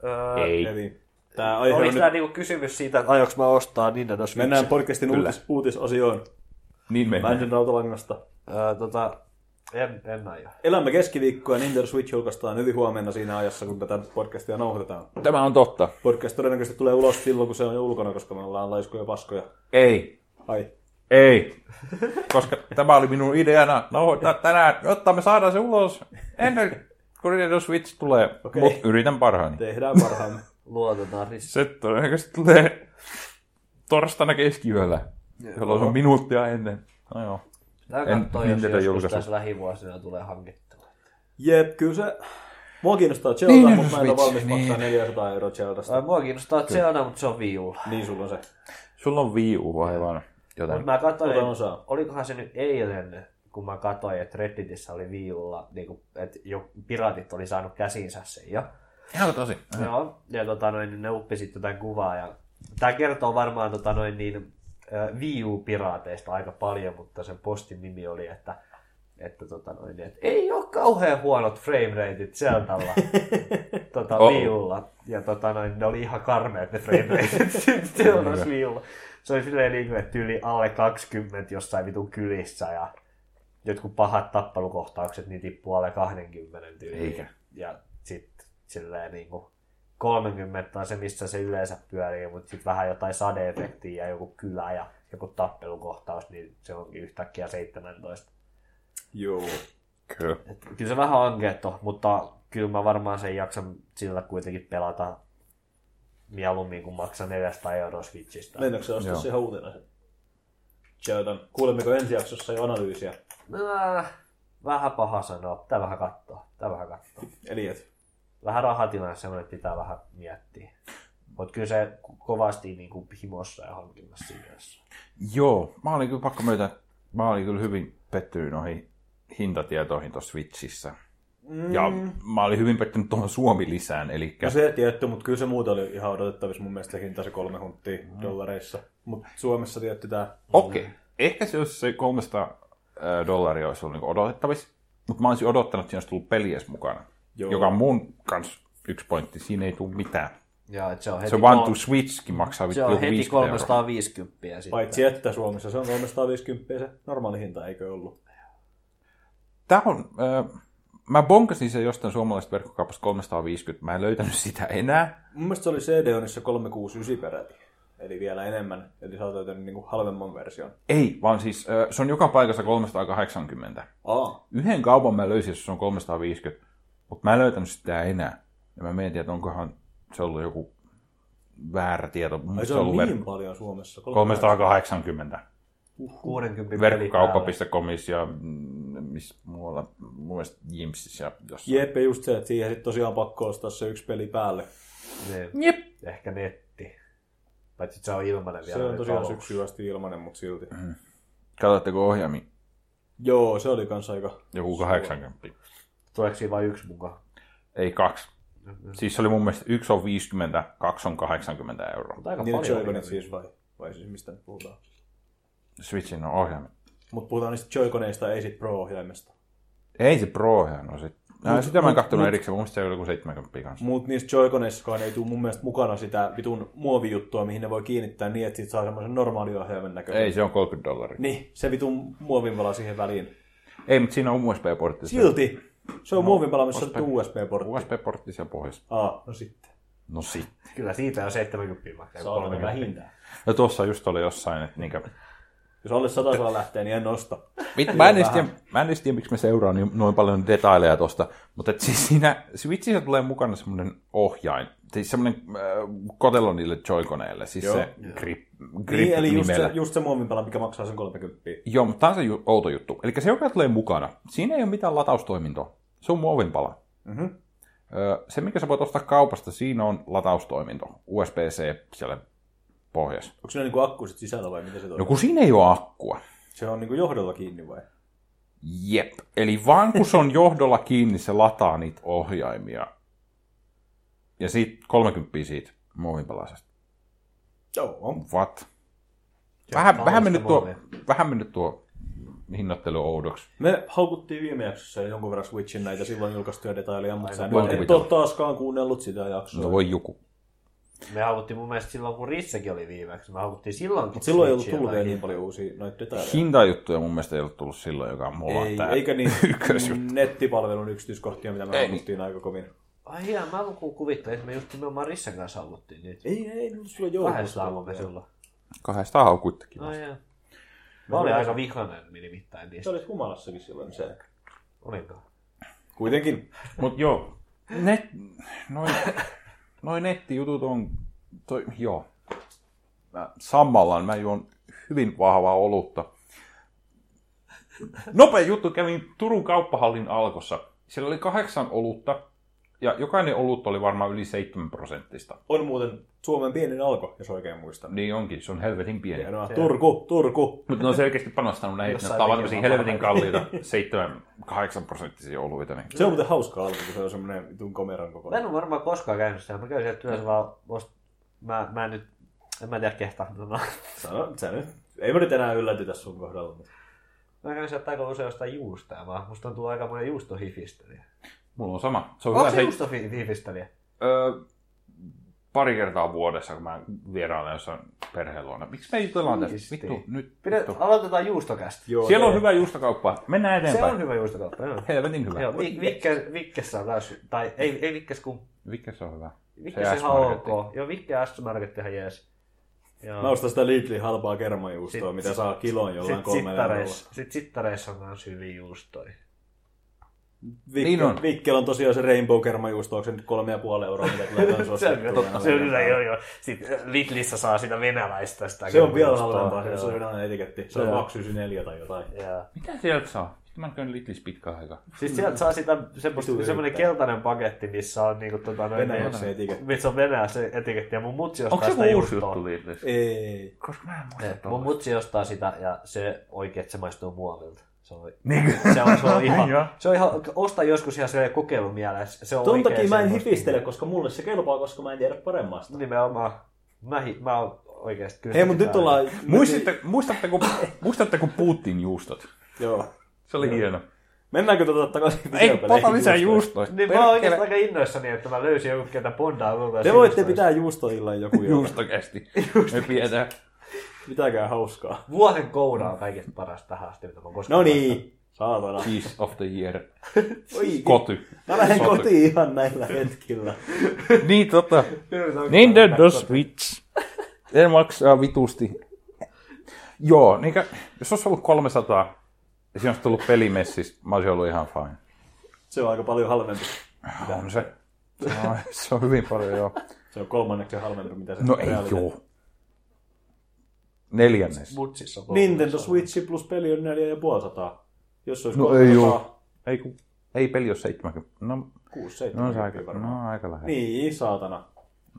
Speaker 1: Öö, Ei.
Speaker 2: Eli tää aihe on
Speaker 3: Oliko
Speaker 2: nyt...
Speaker 3: tää niinku kysymys siitä, että aioks mä ostaa Nintendo Switchin?
Speaker 2: Mennään podcastin uutis, uutisosioon.
Speaker 1: Niin mennään.
Speaker 2: Länsin rautalangasta.
Speaker 3: Öö, tota, en, en aio.
Speaker 2: Elämme keskiviikkoa ja Nintendo Switch julkaistaan yli huomenna siinä ajassa, kun tätä podcastia nauhoitetaan.
Speaker 1: Tämä on totta.
Speaker 2: Podcast todennäköisesti tulee ulos silloin, kun se on jo ulkona, koska me ollaan laiskoja ja paskoja.
Speaker 1: Ei.
Speaker 2: Ai.
Speaker 1: Ei. Koska tämä oli minun ideana nauhoittaa tänään, jotta me saadaan se ulos ennen kuin Nintendo Switch tulee.
Speaker 2: Okei.
Speaker 1: Mut yritän parhaani.
Speaker 2: Tehdään parhaamme.
Speaker 3: Luotetaan riskiin.
Speaker 1: Se todennäköisesti tulee torstaina keskiyöllä, jolloin se on minuuttia ennen. No joo.
Speaker 3: Tää
Speaker 1: En-
Speaker 3: kattoo,
Speaker 1: niin
Speaker 3: jos
Speaker 1: tätä
Speaker 3: joskus
Speaker 1: julkaisu.
Speaker 3: tässä lähivuosina tulee hankittua.
Speaker 2: Jep, kyllä se... Mua kiinnostaa Zelda,
Speaker 1: Niin,
Speaker 2: mutta mä en ole
Speaker 1: Switch,
Speaker 2: valmis
Speaker 1: niin.
Speaker 2: maksaa 400 euroa Zeldasta.
Speaker 3: Ai, mua kiinnostaa Zelda, mutta se on viiulla.
Speaker 2: Niin sulla on se.
Speaker 1: Sulla on Wii U aivan.
Speaker 3: Mut
Speaker 1: Joten.
Speaker 3: mä katsoin,
Speaker 2: Otan osaa.
Speaker 3: olikohan se nyt eilen, kun mä katsoin, että Redditissä oli viiulla, niin kuin, että jo piratit oli saanut käsinsä sen jo.
Speaker 1: Ihan tosi.
Speaker 3: Joo, ja tota noin, niin ne uppisit jotain kuvaa. Ja... Tämä kertoo varmaan tota noin, niin, ö, Wii U-piraateista aika paljon, mutta sen postin nimi oli, että, että, tota noin, että ei ole kauhean huonot framerateit Zeldalla tota,
Speaker 1: Oh.
Speaker 3: Wii Ulla. Ja tota noin, ne oli ihan karmeet ne framerateit Zeldas Wii Ulla. Se oli silleen niin kuin, että yli alle 20 jossain vitun kylissä ja jotkut pahat tappelukohtaukset, niin tippuu alle 20 tyyliin.
Speaker 1: Eikä.
Speaker 3: Ja sitten silleen niin kuin 30 on se, missä se yleensä pyörii, mutta sitten vähän jotain sadeefektiä ja joku kylä ja joku tappelukohtaus, niin se onkin yhtäkkiä 17.
Speaker 2: Joo.
Speaker 1: Kyllä.
Speaker 3: Et kyllä se vähän ankeetto, mutta kyllä mä varmaan sen jaksan sillä kuitenkin pelata mieluummin, kun maksan 400 euroa Switchistä.
Speaker 2: Mennäänkö se ostaa
Speaker 1: Joo.
Speaker 2: se ihan uutena se? Zeldan. Kuulemmeko ensi jaksossa jo analyysiä?
Speaker 3: Äh, vähän paha sanoa. Tää vähän kattoo. Tää vähän kattoo.
Speaker 2: Eli et.
Speaker 3: vähän rahatilanne semmoinen, että pitää vähän miettiä. Mutta kyllä se ko- kovasti niin kuin himossa ja hankinnassa yhdessä.
Speaker 1: Joo, mä olin kyllä pakko myöntää, että mä olin kyllä hyvin pettynyt noihin hintatietoihin tuossa Switchissä. Mm. Ja mä olin hyvin pettynyt tuohon Suomi-lisään, eli
Speaker 2: No se tietty, mutta kyllä se muuta oli ihan odotettavissa mun mielestä hinta se kolme hunttia mm. dollareissa. Mutta Suomessa tietty tää.
Speaker 1: okei, okay. ehkä se jos se 300 ö, dollaria olisi ollut niin odotettavissa, mutta mä olisin odottanut, että siinä olisi tullut peli edes mukana,
Speaker 2: Joo.
Speaker 1: Joo. joka on mun kans yksi pointti, siinä ei tule mitään.
Speaker 3: Ja et se on heti,
Speaker 1: Se one to
Speaker 3: kol-
Speaker 1: switchkin maksaa
Speaker 3: se
Speaker 1: vittu
Speaker 3: on
Speaker 1: joku
Speaker 3: heti
Speaker 1: 50 euroa.
Speaker 3: 350 euroa. sitten.
Speaker 2: Paitsi että Suomessa se on 350 se normaali hinta, eikö ollut?
Speaker 1: Tämä on, äh, mä bonkasin sen jostain suomalaisesta verkkokaupasta 350, mä en löytänyt sitä enää.
Speaker 2: Mun mielestä se oli CD-onissa 369 peräti. Eli vielä enemmän. Eli sä oot löytänyt niinku halvemman version.
Speaker 1: Ei, vaan siis äh, se on joka paikassa 380.
Speaker 2: Aa.
Speaker 1: yhden kaupan mä löysin, jos se on 350, mutta mä en löytänyt sitä enää. Ja mä mietin, että onkohan se ollut joku väärä tieto. Mun
Speaker 2: Ai
Speaker 1: mielestä
Speaker 2: se on
Speaker 1: ver-
Speaker 2: niin paljon Suomessa.
Speaker 1: 380.
Speaker 3: 60 päälle.
Speaker 1: Verkkokauppa.comissa ja mm, missä muualla, mun mielestä Jimsissä ja jossain.
Speaker 2: Jep, ja just se, että siihen sit tosiaan pakko ostaa se yksi peli päälle.
Speaker 3: Niin.
Speaker 1: Jep.
Speaker 3: Ehkä netti. Paitsi se on ilmainen vielä.
Speaker 2: Se on
Speaker 3: nyt
Speaker 2: tosiaan
Speaker 3: aluksi.
Speaker 2: syksyyn asti ilmainen, mutta silti.
Speaker 1: Katsotteko ohjaami?
Speaker 2: Joo, se oli kans aika...
Speaker 1: Joku 80.
Speaker 3: Tuleeko siinä vain yksi mukaan?
Speaker 1: Ei kaksi. Siis se oli mun mielestä yksi on 50, kaksi on 80 euroa.
Speaker 3: Mutta aika
Speaker 2: Niin
Speaker 3: paljon.
Speaker 2: Joy-Conit siis vai? Vai siis mistä nyt puhutaan?
Speaker 1: Switchin on ohjaami.
Speaker 2: Mutta puhutaan niistä Joy-Coneista, ei sit Pro-ohjaimesta.
Speaker 1: Ei se Pro ohjaan ole sit. Nää, sitä mä en
Speaker 2: mut-
Speaker 1: kattonut erikseen, mun mielestä se oli joku 70 kanssa.
Speaker 2: Mutta niissä Joy-Coneissakaan ei tule mun mielestä mukana sitä vitun muovijuttua, mihin ne voi kiinnittää niin, että sit saa semmoisen normaaliohjaimen näköinen.
Speaker 1: Ei, se on 30 dollaria.
Speaker 2: Niin, se vitun muovinvala siihen väliin.
Speaker 1: Ei, mutta siinä on USB-portti.
Speaker 2: Silti Se on no, muovipala, missä on USB-portti.
Speaker 1: USB-portti siellä pohjassa.
Speaker 2: Aa, no sitten.
Speaker 1: No sitten.
Speaker 3: Kyllä siitä on 70 maksaa.
Speaker 2: Se on vähintään.
Speaker 1: Ja tuossa just oli jossain, että niinkä...
Speaker 2: Jos alle satasella lähtee, niin en nosta.
Speaker 1: Mit, mä, en edes tiedä, mä en edes tiedä, miksi mä seuraan niin noin paljon detaileja tuosta, mutta et siis siinä Switchissä tulee mukana semmoinen ohjain, siis semmoinen äh, kotelo niille joikoneille, siis
Speaker 2: Joo.
Speaker 1: Joo. se grip, grip
Speaker 2: Niin, eli just se,
Speaker 1: nimellä.
Speaker 2: just se muovipala, mikä maksaa sen 30.
Speaker 1: Joo, mutta tämä on se ju- outo juttu. Eli se, joka tulee mukana, siinä ei ole mitään lataustoimintoa. Se on muovin pala.
Speaker 2: Mhm.
Speaker 1: Öö, se, mikä sä voit ostaa kaupasta, siinä on lataustoiminto. USB-C siellä pohjassa.
Speaker 2: Onko siinä niinku akku sit sisällä vai miten se toimii?
Speaker 1: No kun siinä ei ole akkua.
Speaker 2: Se on niinku johdolla kiinni vai?
Speaker 1: Jep. Eli vaan kun se on johdolla kiinni, se lataa niitä ohjaimia. Ja siitä 30 siitä muovin palasesta.
Speaker 2: Joo.
Speaker 1: What? Vähän,
Speaker 3: kallista
Speaker 1: vähän, mennyt tuo,
Speaker 3: muovia.
Speaker 1: vähän mennyt tuo hinnoittelu oudoksi.
Speaker 2: Me haukuttiin viime jaksossa jonkun verran Switchin näitä silloin julkaistuja detaileja, mutta sä
Speaker 1: voin
Speaker 2: nyt et
Speaker 1: kuvitella.
Speaker 2: ole taaskaan kuunnellut sitä jaksoa.
Speaker 1: No voi joku.
Speaker 3: Me haukuttiin mun mielestä silloin, kun Rissekin oli viimeksi. Me haukuttiin silloinkin.
Speaker 2: Mut silloin ei ollut
Speaker 3: Switchia
Speaker 2: tullut vielä
Speaker 3: vai-
Speaker 2: niin paljon uusia noita detaileja.
Speaker 1: Hintajuttuja mun mielestä ei ole tullut silloin, joka on mulla
Speaker 2: Ei,
Speaker 1: tää.
Speaker 2: eikä niin
Speaker 1: ykkösjuttu.
Speaker 2: nettipalvelun yksityiskohtia, mitä me
Speaker 1: Ei.
Speaker 2: haluttiin aika kovin.
Speaker 3: Ai jaa, mä kun kuvittelin, että me just nimenomaan Rissen kanssa haukuttiin niitä.
Speaker 2: Ei, ei, nyt sulla joo.
Speaker 3: Kahdesta aamulla silloin.
Speaker 1: Kahdesta haukuittakin.
Speaker 3: Ai jaa. Mä olin aika vihainen nimittäin
Speaker 2: Sä
Speaker 3: niistä.
Speaker 2: olit humalassakin silloin se.
Speaker 3: Olinko?
Speaker 2: Kuitenkin.
Speaker 1: Mut joo, net, noin, noin nettijutut on, toi, joo. Mä sammallaan, mä juon hyvin vahvaa olutta. Nopea juttu, kävin Turun kauppahallin alkossa. Siellä oli kahdeksan olutta, ja jokainen olut oli varmaan yli 7 prosenttista.
Speaker 2: On muuten Suomen pienin alko, jos oikein muistan.
Speaker 1: Niin onkin, se on helvetin pieni.
Speaker 2: Hienoa. Turku, Turku.
Speaker 1: Mutta ne on selkeästi panostanut näihin, että ne
Speaker 3: Jossain
Speaker 1: ottaa vaan
Speaker 3: tekee
Speaker 1: tämmöisiä
Speaker 3: vaan
Speaker 1: helvetin kalliita 7-8 prosenttisia oluita. Niin.
Speaker 2: Se on muuten hauska alku, kun se on semmoinen vitun komeron koko.
Speaker 3: Mä en ole varmaan koskaan käynyt siellä. Mä käyn siellä työssä
Speaker 2: Mm.
Speaker 3: vaan... ost- Mä, mä en nyt... En mä tiedä kehtaa sanoa.
Speaker 2: Sano, sä nyt. Ei mä nyt enää yllätytä sun kohdalla. mutta-
Speaker 3: Mä käyn sieltä aika usein jostain juustoa vaan. Musta on tullut aika monen juustohifistelijä.
Speaker 1: Mulla on sama. Se on
Speaker 3: Onko
Speaker 1: hyvä
Speaker 3: se
Speaker 1: hei-
Speaker 3: juustohifistelijä?
Speaker 1: Öö, pari kertaa vuodessa, kun mä vierailen jossain perheen luona. Miksi me jutellaan tästä?
Speaker 3: Oikeesti?
Speaker 1: Vittu, nyt.
Speaker 3: Pidä,
Speaker 1: vittu.
Speaker 3: aloitetaan juustokästä.
Speaker 2: Joo,
Speaker 1: Siellä on
Speaker 2: se-
Speaker 1: hyvä juustokauppa. Mennään
Speaker 3: Se
Speaker 1: eteenpäin.
Speaker 3: on hyvä juustokauppa, joo.
Speaker 1: Helvetin hyvä.
Speaker 3: Joo, vi, vikkes, vikkessä on taas, tai ei, ei vikkes kun,
Speaker 1: Mikä se on hyvä?
Speaker 3: vikkes on ihan
Speaker 1: S-Marketti.
Speaker 3: ok. Joo, vikke ja S-Market ihan jees.
Speaker 2: Mä
Speaker 3: Joo.
Speaker 2: ostan sitä Lidlin halpaa kermajuustoa,
Speaker 3: Sit-
Speaker 2: mitä
Speaker 3: sit-
Speaker 2: saa kiloon jollain
Speaker 3: Sitten
Speaker 2: kolmella eurolla.
Speaker 3: sittareissa, sit sittareissa on kans hyviä juustoja.
Speaker 1: Niin on.
Speaker 2: Vikkel, Vikkel on tosiaan se Rainbow kermajuusto, onko se nyt kolme ja puoli euroa, mitä tulee
Speaker 3: Se
Speaker 2: kanssa
Speaker 3: on kyllä totta. Se on kyllä, joo, joo. Sitten Lidlissä saa sitä venäläistä sitä.
Speaker 2: Se on vielä
Speaker 3: juustoa,
Speaker 2: halvempaa, se-
Speaker 3: joo.
Speaker 2: se on sellainen etiketti. Se on 294 tai jotain.
Speaker 3: Joo.
Speaker 1: Mitä sieltä saa? Sitten mä käyn Lidlissä pitkään aikaa.
Speaker 3: Siis sieltä saa sitä
Speaker 2: Vitu
Speaker 3: semmoista, semmoinen keltainen paketti, missä on niinku tota noin...
Speaker 2: Venäjäksi se etiketti.
Speaker 3: Missä on Venäjä se etiketti ja mun mutsi ostaa
Speaker 1: Onko se
Speaker 3: sitä
Speaker 1: joku uusi
Speaker 3: juustoa.
Speaker 1: juttu Lidlissä?
Speaker 2: Ei.
Speaker 1: Koska mä en muista
Speaker 3: Ei, Eh, Mun
Speaker 1: tuolla.
Speaker 3: mutsi ostaa sitä ja se oikein, se maistuu muovilta. Se on,
Speaker 1: Niin.
Speaker 3: se on, se on ihan,
Speaker 1: Joo.
Speaker 3: se on ihan, osta joskus ihan se kokeilumielessä. Se on
Speaker 2: Ton
Speaker 3: oikein
Speaker 2: takia mä en
Speaker 3: semmoista- niinku-
Speaker 2: hifistele, koska mulle se kelpaa, koska mä en tiedä paremmasta.
Speaker 3: Nimenomaan. Mä, hi, mä oon oikeesti kyllä.
Speaker 2: Hei, mut nyt ollaan...
Speaker 1: Muistatte, muistatteko, muistatteko Putin juustot?
Speaker 2: Joo.
Speaker 1: Se oli hieno.
Speaker 2: Mennäänkö tota takaisin
Speaker 1: Ei, pata lisää
Speaker 2: juustoihin?
Speaker 1: juustoja.
Speaker 3: Niin mä oon oikeesti aika innoissani, että mä löysin joku, ketä bondaa koko ajan
Speaker 2: Te voitte
Speaker 3: sivustoista.
Speaker 2: pitää juustoillan joku ilta.
Speaker 1: Juustokästi. Me pidetään.
Speaker 2: Pitäkää hauskaa.
Speaker 3: Vuoden koura on kaikista paras tähän asti, mitä mä oon koskaan
Speaker 2: No niin, saatana.
Speaker 1: Kiss of the year.
Speaker 2: Oi,
Speaker 1: Koty.
Speaker 2: Mä lähden
Speaker 1: Sotu.
Speaker 2: kotiin ihan näillä hetkillä.
Speaker 1: Niin tota.
Speaker 3: Kyllä,
Speaker 1: Nintendo Switch. En maksaa vitusti. Joo, niin jos olisi ollut 300 ja siinä olisi tullut pelimessis, mä olisin ollut ihan fine.
Speaker 2: Se on aika paljon halvempi.
Speaker 1: On se. Se on, se on hyvin paljon, joo.
Speaker 2: Se on kolmanneksi halvempi, mitä se
Speaker 1: No ei
Speaker 2: realiteetti-
Speaker 1: joo. Neljännes.
Speaker 3: Mutsissa on
Speaker 2: Nintendo Switch plus peli on 4500. Jos se olisi
Speaker 1: No ei joo. Ei, kun, ei peli ole 70. No,
Speaker 2: 6
Speaker 1: no, se
Speaker 2: 7
Speaker 1: aika, no aika lähellä.
Speaker 2: Niin, saatana.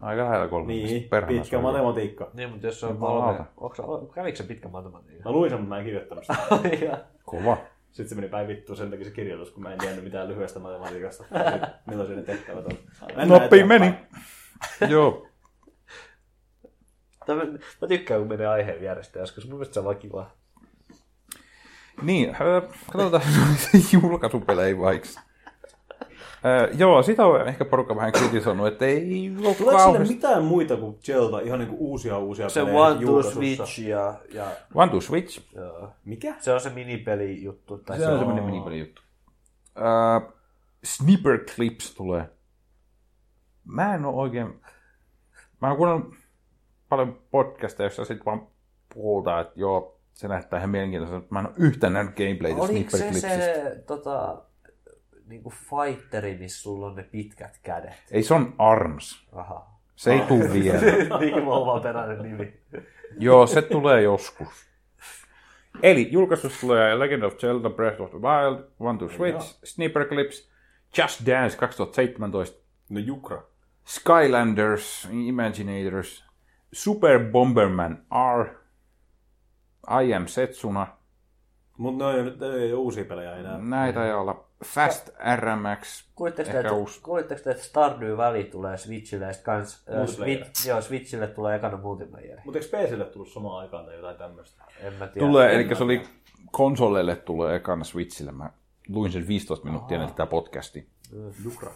Speaker 1: Aika lähellä kolme.
Speaker 2: Niin, pitkä matematiikka.
Speaker 3: Niin, mutta jos se on
Speaker 1: Jumalauta.
Speaker 3: kolme... Onks, kävikö se niin? pitkä matematiikka?
Speaker 2: Mä luin sen, mutta mä en kirjoittanut sitä.
Speaker 3: Joo.
Speaker 1: Kova.
Speaker 2: Sitten se meni päin vittuun sen takia se kirjoitus, kun mä en tiennyt mitään lyhyestä matematiikasta. Sitten, Millaisia ne tehtävät on. Mennään
Speaker 1: Nappi
Speaker 2: eteenpäin.
Speaker 1: meni. joo.
Speaker 3: Tää- Mä tykkään, kun menee aiheen vierestä joskus. Mun mielestä se on vaan kiva.
Speaker 1: Niin, öö, katsotaan julkaisupelejä vaikka. Öö, joo, sitä on ehkä porukka vähän kritisoinut, että ei ole
Speaker 2: Tuleeko sille
Speaker 1: kauheasti.
Speaker 2: mitään muita kuin Zelda, ihan niinku uusia uusia
Speaker 3: Se
Speaker 2: pelejä
Speaker 3: One to
Speaker 2: julkaisussa?
Speaker 3: Switch ja, ja
Speaker 1: One to Switch.
Speaker 2: Mikä?
Speaker 3: se on se minipeli juttu. Tai
Speaker 1: Se on semmoinen minipeli juttu. Öö, Snipper Clips tulee. Mä en oo oikein... Mä oon kuunnellut paljon podcasteja, joissa sit vaan puhutaan, että joo, se näyttää ihan mielenkiintoiselta, mutta mä en oo yhtään nähnyt gameplaytä
Speaker 3: Oliko
Speaker 1: Snipper
Speaker 3: se
Speaker 1: Clipsistä.
Speaker 3: se tota, niinku fighteri, missä sulla on ne pitkät kädet?
Speaker 1: Ei, se on ARMS.
Speaker 3: Aha.
Speaker 1: Se ei tuu vielä.
Speaker 3: niin kuin oma peräinen nimi.
Speaker 1: Joo, se tulee joskus. Eli julkaisussa tulee Legend of Zelda Breath of the Wild, One to Switch, Sniper Clips, Just Dance 2017,
Speaker 2: No Jukra.
Speaker 1: Skylanders, Imaginators, Super Bomberman R, I Am Setsuna,
Speaker 2: Mutta ne on jo nyt ne ei ole uusia pelejä enää.
Speaker 3: Mm.
Speaker 1: näitä ei olla, Fast RMX,
Speaker 3: Kuulitteko te,
Speaker 1: Ehkä
Speaker 3: että,
Speaker 1: uusi.
Speaker 3: kuulitteko te, että Stardew Valley tulee Switchille ja sit kans, äh,
Speaker 2: Multiplayer.
Speaker 3: Switch, joo, Switchille tulee ekana multiplayeri.
Speaker 2: Mutta eikö PClle tullut samaan aikaan tai jotain tämmöistä?
Speaker 3: En mä tiedä.
Speaker 1: tulee, eli se oli konsoleille tulee ekana Switchille, mä luin sen 15 minuuttia ennen tätä podcastia.
Speaker 2: Jukra.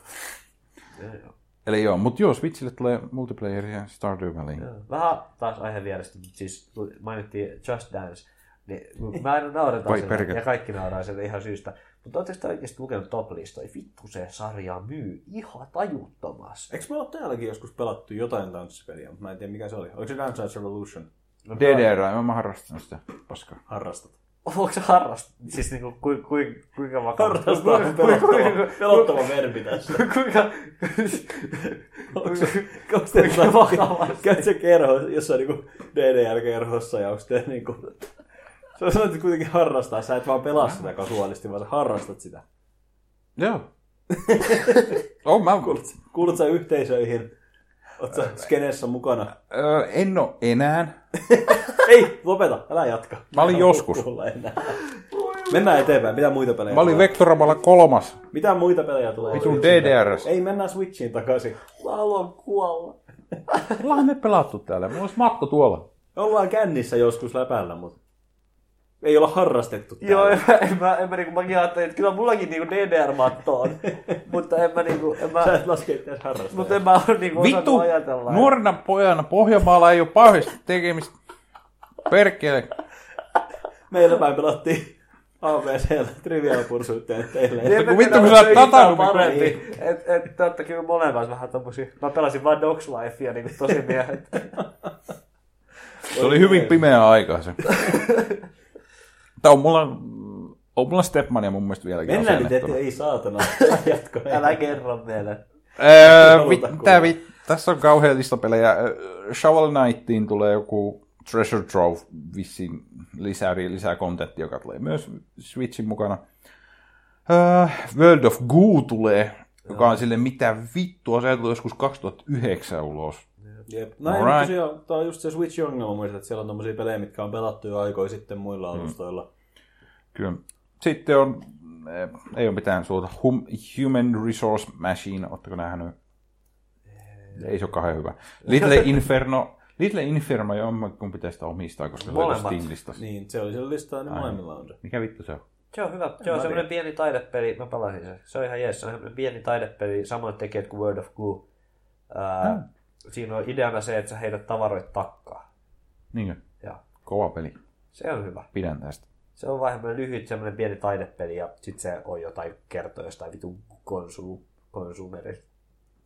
Speaker 1: Eli joo, mutta joo, Switchille tulee multiplayeria Stardew Valley.
Speaker 3: Vähän taas aihe vierestä, mutta siis kun mainittiin Just Dance. Niin, mä aina nauretaan
Speaker 1: Vai
Speaker 3: sille,
Speaker 1: perkele.
Speaker 3: ja kaikki nauraa sille ihan syystä. Mutta ootteko te oikeasti lukenut top-listoja? Vittu se sarja myy ihan tajuttomasti.
Speaker 2: Eikö me ole täälläkin joskus pelattu jotain tanssipeliä, mutta mä en tiedä mikä se oli. Oliko se Dance Dance Revolution?
Speaker 1: DDR, mä harrastan sitä paskaa.
Speaker 2: Harrastat.
Speaker 3: Onko se harrast? Siis niinku, ku, ku, kuinka vakava?
Speaker 2: Harrastaa on
Speaker 3: Kuinka- kuinka-
Speaker 2: pelottava,
Speaker 3: kuinka-
Speaker 2: pelottava verbi tässä.
Speaker 3: Kuinka...
Speaker 2: Onko te
Speaker 3: Kuinka vakavasti?
Speaker 2: Käyt sä tota- kerho, jossain niinku DDR-kerhossa ja onko te niinku... Sä sanoit että kuitenkin harrastaa, sä et vaan pelaa sitä kasuaalisti, vaan sä harrastat sitä.
Speaker 1: Joo. oh, mä...
Speaker 2: Kuulut, kuulut sä yhteisöihin? Oot sä skeneessä mukana?
Speaker 1: Öö, en oo enää.
Speaker 2: Ei, lopeta, älä jatka.
Speaker 1: Mä olin joskus.
Speaker 2: Kuulla enää. Mennään eteenpäin, mitä muita pelejä
Speaker 1: Mä olin
Speaker 2: tulee?
Speaker 1: Vektoramalla kolmas.
Speaker 2: Mitä muita pelejä tulee?
Speaker 1: Vitun DDRS.
Speaker 2: Ei, mennään Switchiin takaisin.
Speaker 3: Mä haluan kuolla.
Speaker 1: Ollaan me pelattu täällä. Mulla olisi matto tuolla.
Speaker 2: Ollaan kännissä joskus läpällä, mutta ei olla harrastettu täällä.
Speaker 3: Joo, en mä, en mä, en mä niinku, mäkin ajattelin, että kyllä mullakin niinku DDR-matto on. mutta en mä niinku, en
Speaker 2: Sä
Speaker 3: mä,
Speaker 2: et laske itseäsi harrastaa.
Speaker 3: mutta en mä ole niinku
Speaker 1: Vittu,
Speaker 3: osannut ajatella.
Speaker 1: nuorena pojana Pohjanmaalla ei ole pahvista tekemistä. Perkele.
Speaker 2: Meillä päin pelattiin ABCllä Trivial Pursuitteen teille.
Speaker 3: Niin,
Speaker 1: kun
Speaker 3: me
Speaker 1: vittu, kun
Speaker 3: tiedämme,
Speaker 1: sä
Speaker 3: että
Speaker 1: oot
Speaker 3: se
Speaker 1: tatannut,
Speaker 3: on
Speaker 1: kun- niin.
Speaker 3: parempi. Et, et, te ootte kyllä molemmat vähän tommosia. Mä pelasin vaan Dogs Lifea niin tosi miehet.
Speaker 1: Se oli hyvin pimeä aika se. Tää on mulla... On mulla Stepmania mun mielestä vieläkin
Speaker 2: Mennään nyt
Speaker 1: asennettuna.
Speaker 2: eteen, ei saatana. Jatko
Speaker 3: Älä kerro meille.
Speaker 1: Öö,
Speaker 2: Haluta
Speaker 1: vi,
Speaker 2: kuulla.
Speaker 1: tää vi, tässä on kauhea lista pelejä. Öö, Shovel Knightiin tulee joku Treasure Trove vissiin lisäri, lisää kontenttia, joka tulee myös Switchin mukana. Öö, World of Goo tulee, joka on sille mitä vittua, se tuli joskus 2009 ulos.
Speaker 2: Jep. No ei,
Speaker 1: Alright.
Speaker 2: mutta se on, tää on just se Switch-ongelma muistat, että siellä on tommosia pelejä, mitkä on pelattu jo aikoja sitten muilla alustoilla.
Speaker 1: Kyllä. Sitten on, eh, ei ole mitään suota, hum, Human Resource Machine, ootteko nähnyt? Ei se ole kauhean hyvä. Little Inferno, Little Inferno, jommankin pitää sitä omistaa, koska se oli
Speaker 3: Molemmat.
Speaker 1: Steam listassa.
Speaker 2: Niin, se oli siellä listalla, niin molemmilla on se.
Speaker 1: Mikä vittu se on?
Speaker 3: Se on hyvä.
Speaker 1: No niin.
Speaker 3: Se on semmoinen pieni taidepeli. Mä pelasin sen. Se on ihan jees. Se on semmoinen pieni taidepeli. Samoin tekijät kuin Word of Goo. Ää,
Speaker 1: Hmm.
Speaker 3: Siinä on ideana se, että sä heität tavaroita takkaa.
Speaker 1: Niinkö?
Speaker 3: Ja
Speaker 1: Kova peli.
Speaker 3: se on hyvä.
Speaker 1: Pidän tästä.
Speaker 3: Se on vähän semmoinen lyhyt semmoinen pieni taidepeli ja sit se on jotain kertoo jostain vitun konsu, konsumerista,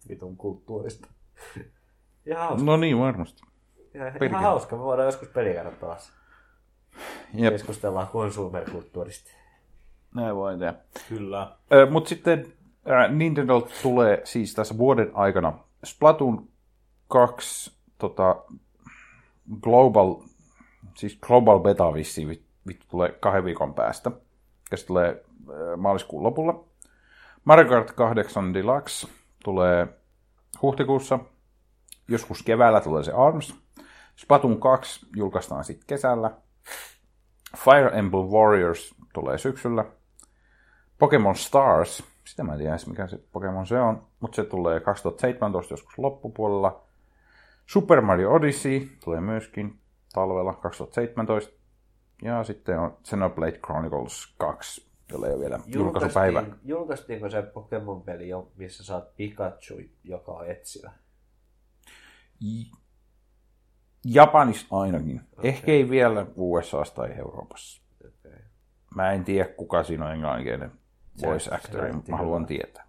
Speaker 3: vitun kulttuurista. Ihan hauska.
Speaker 1: No niin, varmasti.
Speaker 3: Ihan, ihan
Speaker 1: perkele.
Speaker 3: hauska. Me voidaan joskus pelikäydä pelassa.
Speaker 1: Jep,
Speaker 3: Keskustellaan konsumerkulttuurista.
Speaker 1: näin voi tehdä.
Speaker 2: Kyllä.
Speaker 1: Mutta sitten äh, Nintendo tulee siis tässä vuoden aikana Splatoon 2 tota, Global, siis Global Beta vissiin vit- vittu tulee kahden viikon päästä, ja se tulee äh, maaliskuun lopulla. Mario Kart 8 Deluxe tulee huhtikuussa, joskus keväällä tulee se ARMS. Splatoon 2 julkaistaan sitten kesällä. Fire Emblem Warriors tulee syksyllä. Pokemon Stars, sitä mä en tiedä edes mikä se Pokemon se on, mutta se tulee 2017 joskus loppupuolella. Super Mario Odyssey tulee myöskin talvella 2017. Ja sitten on Xenoblade Chronicles 2, jolla ei ole vielä julkaisupäivä.
Speaker 3: Julkaistiin- Julkaistiinko se Pokemon-peli, jo, missä saat Pikachu, joka on etsivä?
Speaker 1: J- Japanissa ainakin. Okay. Ehkä ei vielä USAssa tai Euroopassa.
Speaker 3: Okei.
Speaker 1: Mä en tiedä, kuka siinä on englanninkielinen
Speaker 3: Se-
Speaker 1: voice
Speaker 3: se
Speaker 1: actori,
Speaker 3: näytti
Speaker 1: mutta mä haluan tietää.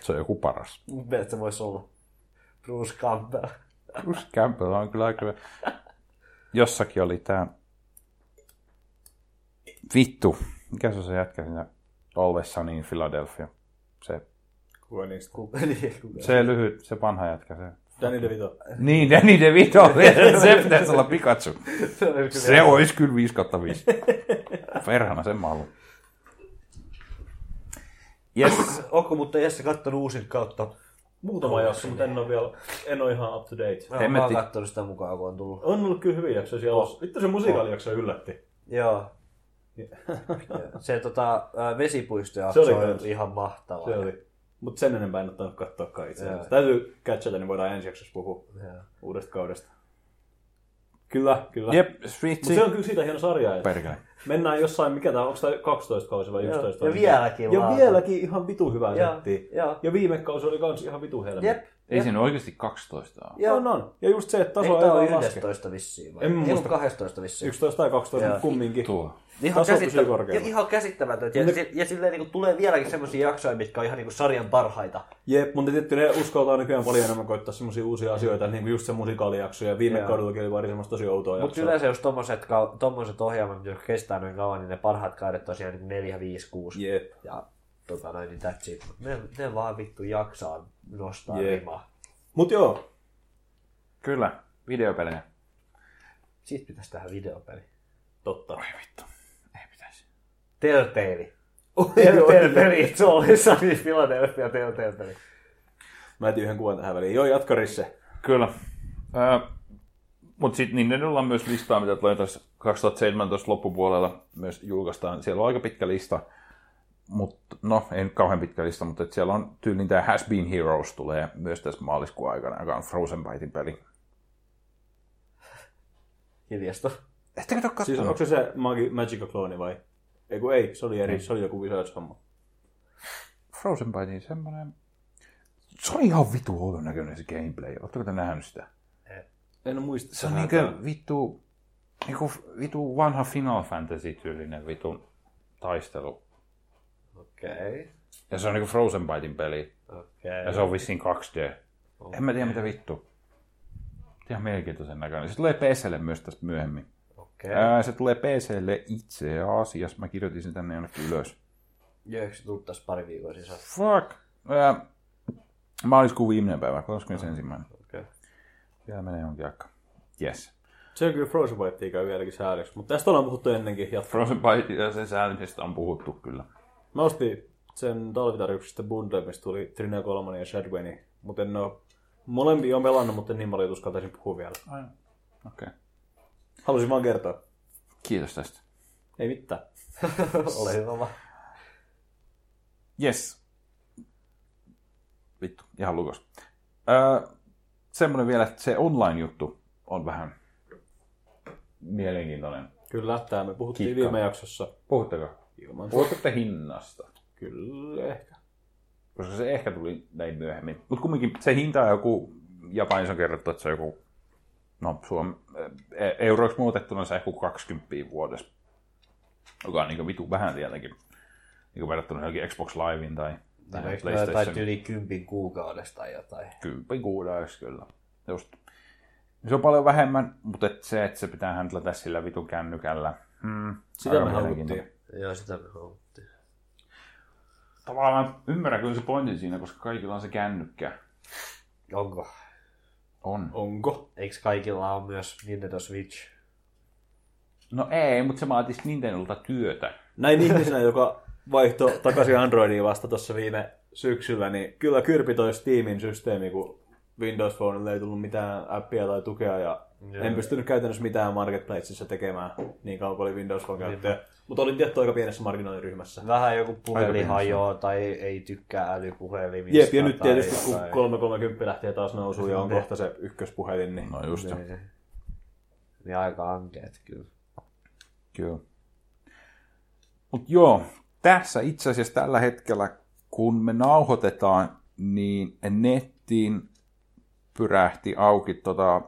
Speaker 1: Se on joku paras.
Speaker 3: Mun mielestä se voisi olla Bruce Campbell.
Speaker 1: Bruce Campbell on kyllä aika... Jossakin oli tämä... Vittu. Mikä se on se jätkä siinä Always Sunny in Philadelphia? Se,
Speaker 2: Kuka niistä?
Speaker 3: niin,
Speaker 1: se lyhyt, se vanha jätkä. Se.
Speaker 2: Danny DeVito.
Speaker 1: Niin, Danny DeVito. se pitäisi olla Pikachu. Se olisi kyllä 5 kautta 5. Perhana sen mä haluan. Yes.
Speaker 3: Onko mutta Jesse kattonut uusin kautta?
Speaker 2: Muutama jakso, mutta en ole vielä, en ole ihan up to date.
Speaker 3: Mä
Speaker 1: En
Speaker 3: oon
Speaker 1: mä
Speaker 3: vaan
Speaker 1: tiedä.
Speaker 3: kattonut sitä mukaan, kun on tullut.
Speaker 2: On ollut kyllä hyviä jaksoja siellä. Ah. Oh. Vittu se musikaalijakso yllätti.
Speaker 3: Joo. se tota, ää,
Speaker 2: Se
Speaker 3: vesipuistojakso
Speaker 2: oli
Speaker 3: on
Speaker 2: kans.
Speaker 3: ihan mahtava.
Speaker 2: Se oli. Mutta sen enempää en ole tainnut katsoa kai itse asiassa.
Speaker 3: Joo.
Speaker 2: Täytyy catchata, niin voidaan ensi jaksossa puhua uudesta kaudesta. Kyllä, kyllä.
Speaker 1: Jep, Sweet
Speaker 2: Mutta se on kyllä siitä hieno sarja. Että
Speaker 1: Perkele.
Speaker 2: mennään jossain, mikä tämä on, onko tämä 12 kausi vai 11
Speaker 3: ja
Speaker 2: vai
Speaker 3: vieläkin
Speaker 2: Ja
Speaker 3: laatu.
Speaker 2: vieläkin ihan vitu hyvää
Speaker 3: Joo,
Speaker 2: settiä.
Speaker 3: joo.
Speaker 2: Ja viime kausi oli kans ihan vitu helmi.
Speaker 3: Jep.
Speaker 1: Ei siinä oikeasti 12 ole.
Speaker 3: Joo.
Speaker 2: On, on. Ja just No, se, että taso
Speaker 3: Eikö
Speaker 2: ei
Speaker 3: tää ole
Speaker 2: vaan laske.
Speaker 3: 11 vissiin vai?
Speaker 2: En
Speaker 3: Ei, kun
Speaker 2: muista.
Speaker 3: 12 vissiin.
Speaker 2: 11 tai 12, mutta kumminkin.
Speaker 1: Tuo.
Speaker 3: Ihan,
Speaker 2: Taso pysyy
Speaker 3: käsittä- ja
Speaker 2: korkealla.
Speaker 3: ihan käsittämätöntä. Ja, si- ja silleen niin tulee vieläkin semmoisia jaksoja, mitkä on ihan niin sarjan parhaita.
Speaker 2: Jep, mutta tietty ne uskaltaa nykyään paljon enemmän koittaa semmoisia uusia asioita, niin kuin just se musikaalijakso ja viime
Speaker 3: Joo.
Speaker 2: kaudellakin oli pari semmoista tosi outoa
Speaker 3: Mutta
Speaker 2: jaksoa.
Speaker 3: yleensä jos tommoset, kau- tommoset ohjelmat, jotka kestää noin kauan, niin ne parhaat kaudet on siellä niin 4, 5, 6.
Speaker 2: Jep.
Speaker 3: Ja tota noin, niin that's it. Ne, ne vaan vittu jaksaa nostaa
Speaker 2: Jep.
Speaker 3: rimaa.
Speaker 2: Mut joo,
Speaker 1: Kyllä, videopelejä.
Speaker 3: Siitä pitäisi tehdä videopeli.
Speaker 2: totta.
Speaker 3: Telltale. Telltale, it's always sunny in Philadelphia, Telltale.
Speaker 2: Mä etin yhden kuvan tähän väliin. Joo, jatka Risse.
Speaker 1: Kyllä. Äh, Mutta sitten niin ne ollaan myös listaa, mitä tulee tässä 2017 loppupuolella myös julkaistaan. Siellä on aika pitkä lista, mutta no ei nyt kauhean pitkä lista, mutta et siellä on tyylin tämä Has Been Heroes tulee myös tässä maaliskuun aikana, joka on Frozen Bytein peli.
Speaker 3: Hiljasto.
Speaker 1: Ettekö te ole
Speaker 2: Siis
Speaker 1: katsonut?
Speaker 2: onko se se Magi- Magical Clone vai? Ei kun ei, se oli eri, se oli joku Wizards-homma.
Speaker 1: Frozen Bytein semmoinen... Se on ihan vitu oudon näköinen se gameplay. Oletteko te nähnyt sitä?
Speaker 2: En muista.
Speaker 1: Se on niinkö vittu, niinku vittu vanha Final Fantasy-tyylinen vittu taistelu.
Speaker 3: Okei.
Speaker 1: Ja se on niinku Frozen Bytein peli. Ja
Speaker 3: Okei.
Speaker 1: se on vissiin 2D. En mä tiedä mitä vittu. Ihan mielenkiintoisen näköinen. Se tulee PClle myös tästä myöhemmin.
Speaker 3: Okei.
Speaker 1: Ää, se tulee PClle itse asiassa. Mä kirjoitin sen tänne jonnekin jöks
Speaker 3: Jööks tullut tässä pari viikon
Speaker 2: siis?
Speaker 3: sisällä.
Speaker 1: Fuck. Ää, maaliskuun viimeinen päivä, 31.
Speaker 3: Okei.
Speaker 1: Vielä menee jonkin aikaa. Yes.
Speaker 2: Se on kyllä Frozen Whitea käy vieläkin sääliksi, mutta tästä ollaan puhuttu ennenkin. Ja
Speaker 1: Frozen Byte ja sen säännöstä on puhuttu kyllä.
Speaker 2: mä ostin sen talvitarjouksesta bundle, mistä tuli Trine 3 ja Shadwini, mutta en oo... Molempia on pelannut, mutta en niin paljon että uskaltaisin puhua vielä.
Speaker 1: Okei. Okay.
Speaker 2: Halusin vaan kertoa.
Speaker 1: Kiitos tästä.
Speaker 2: Ei mitään.
Speaker 3: Ole hyvä vaan.
Speaker 1: Yes. Vittu, ihan lukos. Öö, semmoinen vielä, että se online-juttu on vähän mielenkiintoinen.
Speaker 2: Kyllä, tämä me puhuttiin
Speaker 1: Kikka.
Speaker 2: viime jaksossa.
Speaker 1: Puhutteko?
Speaker 2: Ilman
Speaker 1: Puhutteko hinnasta?
Speaker 2: Kyllä ehkä.
Speaker 1: Koska se ehkä tuli näin myöhemmin. Mutta kumminkin se hinta on joku, Japanissa on kerrottu, että se on joku, no Suom... e- euroiksi muutettuna se on joku 20 vuodessa. Joka on niin vitu vähän tietenkin. Niin verrattuna johonkin Xbox Livein tai, tai
Speaker 3: Tai yli kympin kuukaudesta tai jotain.
Speaker 1: kympin kuudessa kyllä. Just. Se on paljon vähemmän, mutta et se, että se pitää handlata sillä vitun kännykällä. Hmm.
Speaker 2: Sitä
Speaker 1: aika
Speaker 2: me
Speaker 1: mielenkiintoinen.
Speaker 2: haluttiin.
Speaker 3: Joo, sitä me haluttiin.
Speaker 1: Tavallaan ymmärrän kyllä se pointin siinä, koska kaikilla on se kännykkä.
Speaker 3: Onko?
Speaker 1: On.
Speaker 2: Onko?
Speaker 3: Eikö kaikilla ole myös Nintendo Switch?
Speaker 1: No ei, mutta se vaatisi Nintendolta työtä.
Speaker 2: Näin ihmisenä, joka vaihtoi takaisin Androidiin vasta tuossa viime syksyllä, niin kyllä kyrpi toi Steamin systeemi, kun Windows Phonelle ei tullut mitään appia tai tukea ja
Speaker 3: Joo.
Speaker 2: en pystynyt käytännössä mitään Marketplaceissa tekemään niin kauan kuin oli Windows Phone käyttäjä. Mutta olin tietty aika pienessä markkinointiryhmässä.
Speaker 3: Vähän joku puhelin
Speaker 1: pieni
Speaker 3: hajoaa tai ei tykkää älypuhelimista.
Speaker 2: Jep, ja nyt
Speaker 3: tai
Speaker 2: tietysti kun
Speaker 3: jotain.
Speaker 2: 330 lähtee taas nousuun ja on kohta se ykköspuhelin, niin
Speaker 1: No just.
Speaker 3: Niin. Niin aika ankeet kyllä.
Speaker 1: Kyllä. Mutta joo, tässä itse asiassa tällä hetkellä, kun me nauhoitetaan, niin nettiin pyrähti auki tota,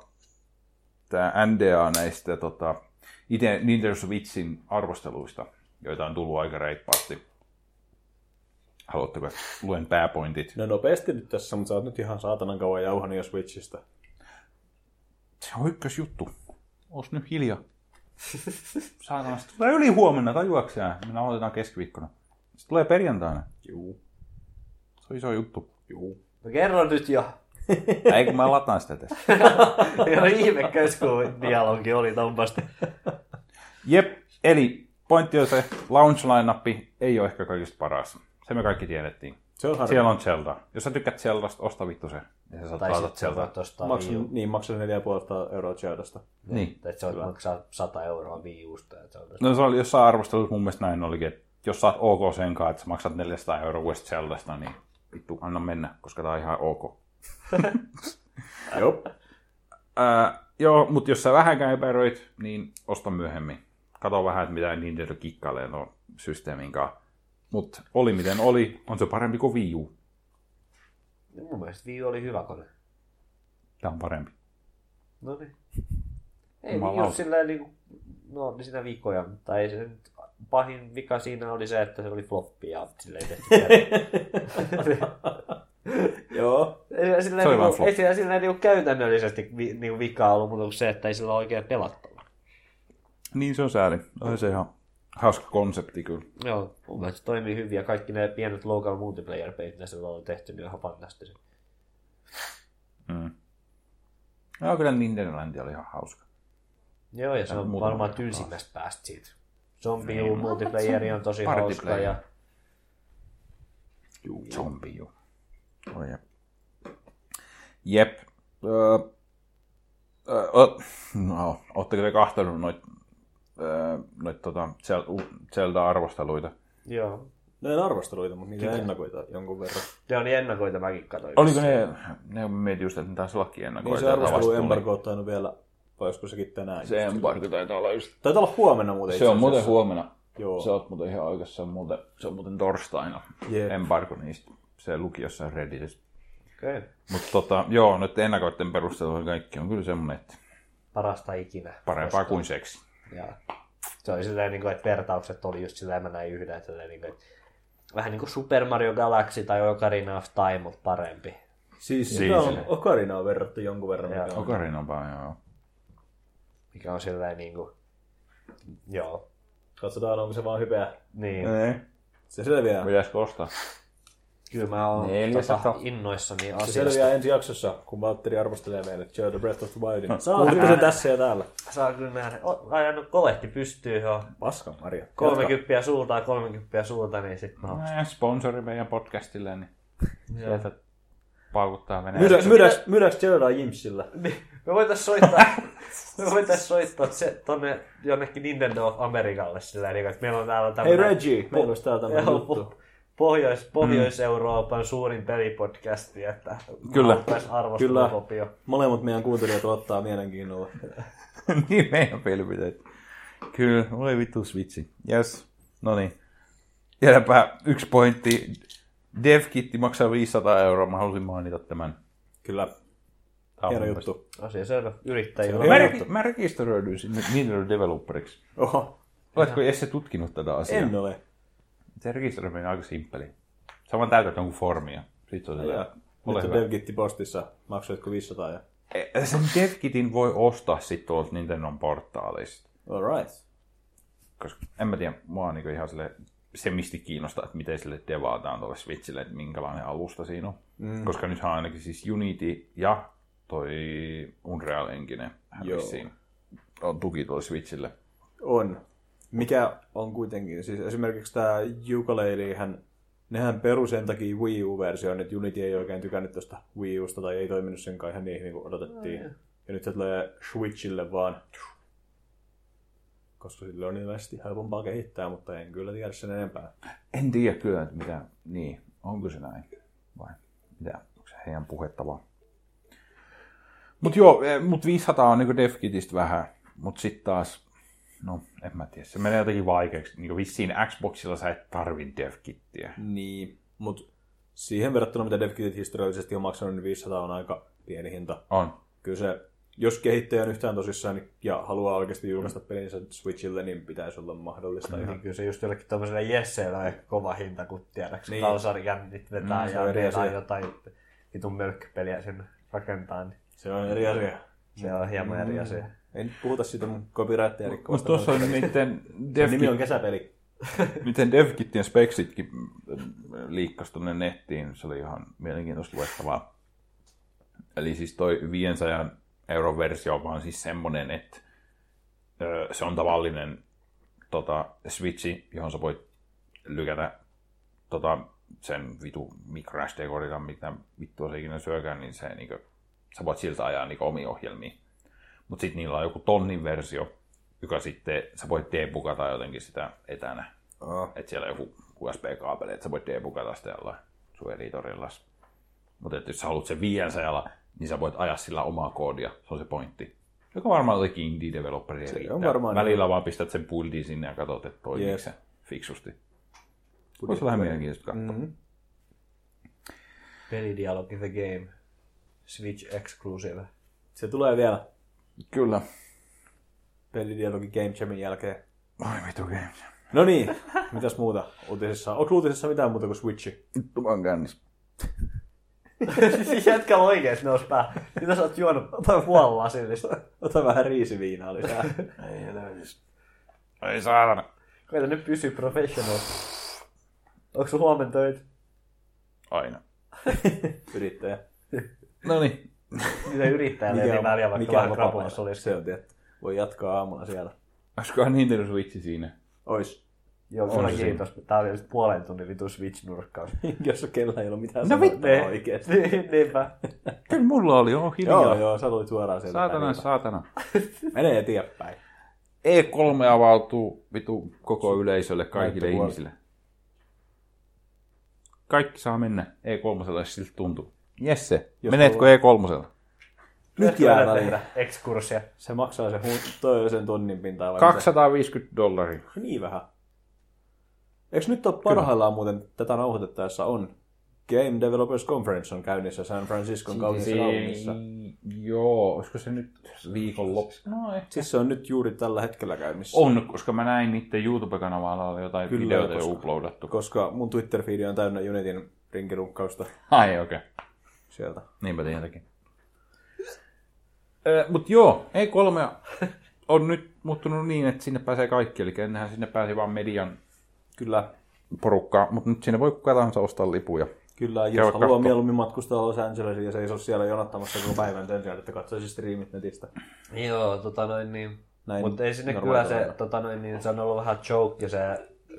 Speaker 1: tämä NDA näistä tota, itse Nintendo Switchin arvosteluista, joita on tullut aika reippaasti. Haluatteko, että luen pääpointit?
Speaker 2: No nopeasti nyt tässä, mutta sä oot nyt ihan saatanan kauan jauhanut jo Switchistä.
Speaker 1: Se on ykkösjuttu. Oos nyt hiljaa. Saatana, se tulee yli huomenna, tajuaksää. Minä aloitetaan keskiviikkona. Se tulee perjantaina. Juu. Se on iso juttu. Juu.
Speaker 3: No kerro nyt jo.
Speaker 1: Ei, kun mä lataan sitä tässä.
Speaker 3: Ihan ihme kun dialogi oli tompasta.
Speaker 1: Jep, eli pointti on se, launch line ei ole ehkä kaikista paras. Se me kaikki tiedettiin.
Speaker 2: Se on harmi.
Speaker 1: Siellä on Zelda. Jos sä tykkäät Zeldasta, osta vittu se. Ja sä saat
Speaker 3: Tai
Speaker 1: pelata
Speaker 3: sitten sä
Speaker 1: Zeldaa.
Speaker 3: voit ostaa Wii
Speaker 2: Maksin, niin, maksin 4,5 euroa Zeldasta.
Speaker 1: Niin.
Speaker 3: Tai että sä voit maksaa 100 euroa Wii Usta. Ja se on
Speaker 1: No se oli jossain arvostelussa mun mielestä näin olikin, että jos saat ok sen kanssa, että sä maksat 400 euroa West Zeldasta, niin vittu, anna mennä, koska tää on ihan ok.
Speaker 2: Joo.
Speaker 1: Ää, joo, mutta jos sä vähänkään epäröit, niin osta myöhemmin. Kato vähän, että mitä Nintendo kikkailee tuon systeemin kanssa. Mutta oli miten oli, on se parempi kuin Wii U.
Speaker 3: Niin Mun mielestä Wii U oli hyvä kone.
Speaker 1: Tämä on parempi.
Speaker 3: No niin. Ei
Speaker 1: Jumalauta.
Speaker 3: just sillä niinku, no niin siinä vikoja, tai ei se nyt, pahin vika siinä oli se, että se oli floppi ja silleen tehty käy-
Speaker 2: Joo.
Speaker 3: Ei sillä silleen
Speaker 1: Se oli vaan
Speaker 3: niinku,
Speaker 1: floppi.
Speaker 3: ei sillä silleen niinku käytännöllisesti vi, niinku vikaa ollut, mutta se, että ei sillä ole oikein pelattava.
Speaker 1: Niin se on sääli. Oli se ihan hauska konsepti kyllä.
Speaker 3: Joo, mun mielestä se toimii hyvin ja kaikki ne pienet local multiplayer peit, mitä sillä on tehty, niin on ihan fantastiset.
Speaker 1: Mm. No kyllä Nintendo Landi oli ihan hauska.
Speaker 3: Joo, ja se
Speaker 1: Ja
Speaker 3: on
Speaker 1: muutama
Speaker 3: varmaan
Speaker 1: kertaa.
Speaker 3: tylsimmästä päästä siitä. Zombie niin, multiplayeri on tosi
Speaker 1: party
Speaker 3: hauska
Speaker 1: player.
Speaker 3: ja
Speaker 1: Juu. Zombi juu. Oh, jep. Jep. Öö, öö, o- no, ootteko te kahtanut noit, öö, noit tota, Zel- u- Zelda-arvosteluita?
Speaker 3: joo.
Speaker 2: No en arvosteluita, mutta niitä ennakoita jonkun verran.
Speaker 3: Ne oli niin ennakoita mäkin katsoin.
Speaker 1: Oliko ne, ne on mietin just, että ne taisi ollakin
Speaker 2: Niin
Speaker 1: ennakoita.
Speaker 2: se arvostelu
Speaker 1: vasta tuli.
Speaker 2: embargo on tainnut vielä, vai joskus sekin tänään.
Speaker 1: Se embargo taitaa olla just.
Speaker 2: Taitaa olla huomenna muuten
Speaker 1: Se on
Speaker 2: itse
Speaker 1: muuten
Speaker 2: asiassa.
Speaker 1: huomenna.
Speaker 2: Joo.
Speaker 1: Se on muuten ihan oikeassa, se on muuten, se on muuten torstaina.
Speaker 2: Jep.
Speaker 1: Embargo niistä. Se luki jossain Redditissä.
Speaker 3: Okay.
Speaker 1: Mutta tota, joo, nyt ennakoiden perusteella kaikki on kyllä semmoinen, että
Speaker 3: Parasta ikinä.
Speaker 1: parempaa kuin seksi.
Speaker 3: Ja se oli silleen, niin kuin, että vertaukset oli just silleen, mä näin yhden, että, silleen, niin kuin, että vähän niin kuin Super Mario Galaxy tai Ocarina of Time, mutta parempi.
Speaker 2: Siis
Speaker 1: Siis.
Speaker 2: sitä on Okarinaa verrattu jonkun verran.
Speaker 3: Joo.
Speaker 2: mikä on-
Speaker 1: Ocarina on vaan, joo.
Speaker 3: Mikä on silleen niin kuin, joo,
Speaker 2: Katsotaan, onko se vaan hypeä. No
Speaker 3: niin.
Speaker 2: Se selviää.
Speaker 1: Pitäisikö ostaa?
Speaker 3: Kyllä mä oon tota,
Speaker 1: 400.
Speaker 3: innoissani siis
Speaker 2: Se
Speaker 3: asiasta.
Speaker 2: selviää ensi jaksossa, kun Valtteri arvostelee meille Joe the Breath of the Wildin. Saatitte sen tässä ja täällä.
Speaker 3: Saa kyllä nähdä. O, ajanut kolehti pystyy joo.
Speaker 2: Paskan Maria.
Speaker 3: 30 suuntaan, 30 suuntaan, niin sit mä
Speaker 1: No, sponsori meidän podcastille, niin sieltä paukuttaa Venäjä.
Speaker 2: Myydäks- myydäks- Myydäks Joedaa Jimsillä?
Speaker 3: Niin, me voitais soittaa, me voitais soittaa se tonne jonnekin Nintendo of Amerikalle sillä niin, että meillä on täällä
Speaker 2: Hei
Speaker 3: tämmönen...
Speaker 2: Reggie, meillä olisi täällä tämmöinen
Speaker 3: Joo,
Speaker 2: juttu.
Speaker 3: po- Pohjois, Pohjois-Euroopan suurin pelipodcasti, että
Speaker 1: Kyllä.
Speaker 3: haluttaisiin
Speaker 2: Kyllä.
Speaker 3: arvostelukopio.
Speaker 2: Molemmat meidän kuuntelijat ottaa mielenkiinnolla.
Speaker 1: niin meidän pelipiteet. Kyllä, oli vittu switchi. Yes. No niin. Jäädäpä yksi pointti. DevKitti maksaa 500 euroa. Mä halusin mainita tämän.
Speaker 2: Kyllä,
Speaker 1: Tämä on
Speaker 2: hieno
Speaker 1: mun
Speaker 2: juttu.
Speaker 3: Asia selvä. siis Yrittäjillä.
Speaker 1: mielestä- Mä,
Speaker 2: Hieno
Speaker 1: reki- mä rekisteröidyin sinne Nintendo Developeriksi.
Speaker 2: Oho,
Speaker 1: Oletko Jesse tutkinut tätä asiaa?
Speaker 2: en ole.
Speaker 1: Se rekisteröiminen on aika simppeli. Sä vaan täytät jonkun formia. Sitten on
Speaker 2: Ja
Speaker 1: sillä, ole
Speaker 2: nyt on
Speaker 1: hyvä.
Speaker 2: DevKitti postissa. Maksoitko 500 ja...
Speaker 1: E- Sen DevKitin voi ostaa sitten tuolta Nintendo portaalista.
Speaker 2: Alright.
Speaker 1: Koska en mä tiedä, mua on niinku ihan sille, se mistä kiinnostaa, että miten sille devataan tuolle Switchille, että minkälainen alusta siinä on. Mm. Koska nythän on ainakin siis Unity ja toi Unreal Engine hän
Speaker 2: Joo.
Speaker 1: vissiin on tuki tuolle Switchille.
Speaker 2: On. Mikä on kuitenkin, siis esimerkiksi tämä ukulele, hän, nehän peru sen takia Wii U-versioon, että Unity ei oikein tykännyt tuosta Wii Usta tai ei toiminut sen kanssa ihan niin hyvin kuin odotettiin. Ja nyt se tulee Switchille vaan, koska sille on ilmeisesti helpompaa kehittää, mutta en kyllä tiedä sen enempää.
Speaker 1: En tiedä kyllä, että mitä, niin, onko se näin vai mitä, onko se heidän puhetta vaan. Mutta joo, eh, mut 500 on niinku DevKitistä vähän, mutta sitten taas, no en mä tiedä, se menee jotenkin vaikeaksi. Niinku vissiin Xboxilla sä et tarvi DevKittiä.
Speaker 2: Niin, mutta siihen verrattuna mitä DevKitit historiallisesti on maksanut, niin 500 on aika pieni hinta.
Speaker 1: On.
Speaker 2: Kyllä se jos kehittäjä on yhtään tosissaan niin- ja haluaa oikeasti julkaista pelinsä Switchille, niin pitäisi olla mahdollista mm-hmm. ihan.
Speaker 3: Niin Kyllä se just jollekin tämmöiselle Jesseillä on ehkä kova hinta, kun tiedäks niin.
Speaker 2: Niin.
Speaker 3: kalsarikäntit vetää
Speaker 2: Mm,
Speaker 3: mm,
Speaker 2: se on
Speaker 3: ja
Speaker 2: eri
Speaker 3: vetää
Speaker 2: asia.
Speaker 3: jotain vitun mölkkypeliä sinne rakentaa, niin
Speaker 2: Se on eri asia.
Speaker 3: se on hieman eri asia.
Speaker 2: Ei nyt puhuta siitä mun copyrightia
Speaker 1: Mutta
Speaker 2: rikkovasta.
Speaker 1: tuossa on niiden dev,
Speaker 2: Nimi on kesäpeli.
Speaker 1: miten DevKittien speksitkin liikkasi tuonne nettiin, se oli ihan mielenkiintoista luettavaa. Eli siis toi 500 euron versio on vaan siis semmonen, että ö, se on tavallinen tota, switchi, johon sä voit lykätä tota, sen vitu microSD-korilla, mitä vittua se ikinä syökään, niin se niinku, sä voit siltä ajaa niinku omia ohjelmia. Mutta sitten niillä on joku tonnin versio, joka sitten sä voit debugata jotenkin sitä etänä.
Speaker 5: Aa.
Speaker 1: Että siellä on joku USB-kaapeli, että sä voit debugata sitä jollain sun editorilla. Mutta jos sä haluat sen 500, niin sä voit ajaa sillä omaa koodia. Se on se pointti. Joka varmaan jotenkin indie developeri Se
Speaker 2: on varmaan-
Speaker 1: Välillä vaan pistät sen buildin sinne ja katsot, että toimii
Speaker 2: Jep.
Speaker 1: se fiksusti. Voisi vähän mielenkiintoista katsoa.
Speaker 2: Mm-hmm.
Speaker 1: Mm.
Speaker 3: Pelidialogi the game. Switch exclusive.
Speaker 2: Se tulee vielä
Speaker 1: Kyllä.
Speaker 2: pelidialogi Game Jamin jälkeen.
Speaker 1: Ai vitu games.
Speaker 2: No niin, mitäs muuta uutisissa? Onko uutisissa mitään muuta kuin Switchi?
Speaker 1: Vittu vaan kännis.
Speaker 3: siis jätkä on oikeesti nousi pää. Mitä sä oot juonut? niin Ota puolella lasillista.
Speaker 2: Ota vähän riisiviinaa lisää.
Speaker 1: Ei saatana.
Speaker 3: Koita nyt pysyä professional. Onks sun huomenna töitä?
Speaker 1: Aina.
Speaker 2: Yrittäjä.
Speaker 1: No niin.
Speaker 3: Mitä yrittäjälle ei niin väliä, vaikka vähän krapulas
Speaker 2: vapaapäivä?
Speaker 3: olisi.
Speaker 2: Se on tietty. Voi jatkaa aamulla siellä.
Speaker 1: Olisikohan Nintendo Switch siinä?
Speaker 2: Ois.
Speaker 3: Joo,
Speaker 1: On
Speaker 3: kyllä
Speaker 1: se
Speaker 3: kiitos. Tää oli just puolen tunnin vitu switch-nurkkaus.
Speaker 2: Jos on kellään ei ollut mitään
Speaker 1: No vittu.
Speaker 2: sanottavaa oikeesti.
Speaker 3: Niin- Niinpä.
Speaker 1: Kyllä mulla oli, on hiljaa.
Speaker 2: Joo, joo, sä tulit suoraan sieltä.
Speaker 1: Saatana,
Speaker 2: väliltä.
Speaker 1: saatana.
Speaker 2: Mene eteenpäin.
Speaker 1: E3 E avautuu vitu koko yleisölle, kaikille
Speaker 2: Näyttöpuoli.
Speaker 1: ihmisille. Kaikki saa mennä E3, jos siltä tuntuu. Jesse,
Speaker 2: Jos
Speaker 1: menetkö E E3?
Speaker 2: Nyt jää välillä.
Speaker 3: Ekskurssia.
Speaker 2: Se maksaa se hun- toi sen tonnin pintaa. vai
Speaker 1: 250 dollaria.
Speaker 2: mitä? Niin vähän. Eikö nyt ole parhaillaan muuten tätä nauhoitettaessa on? Game Developers Conference on käynnissä San Franciscon kaupungissa. kaupungissa.
Speaker 1: Joo, olisiko se nyt viikonloppu? No ehkä.
Speaker 2: Siis se on nyt juuri tällä hetkellä käynnissä.
Speaker 1: On, koska mä näin niiden YouTube-kanavalla oli jotain
Speaker 2: Kyllä,
Speaker 1: Kyllä, videoita jo
Speaker 2: koska-
Speaker 1: uploadattu.
Speaker 2: Koska mun Twitter-fiidi on täynnä Unitin rinkirukkausta
Speaker 1: Ai okei. Okay.
Speaker 2: sieltä.
Speaker 1: Niinpä tietenkin. Mutta joo, E3 on nyt muuttunut niin, että sinne pääsee kaikki. Eli ennenhän sinne pääsi vain median
Speaker 2: Kyllä,
Speaker 1: porukkaa, mutta nyt sinne voi kuka tahansa ostaa lipuja.
Speaker 2: kyllä. Jos
Speaker 1: Käy
Speaker 2: haluaa
Speaker 1: kattoo.
Speaker 2: mieluummin matkustaa Los Angelesiin ja seisoo siellä jonottamassa koko päivän sen sijaan, että katsoisi striimit netistä.
Speaker 3: Joo, tota noin niin.
Speaker 2: Näin
Speaker 3: Mutta ei sinne
Speaker 2: normaalilla
Speaker 3: kyllä se,
Speaker 2: tavalla.
Speaker 3: tota noin, niin se on ollut vähän joke se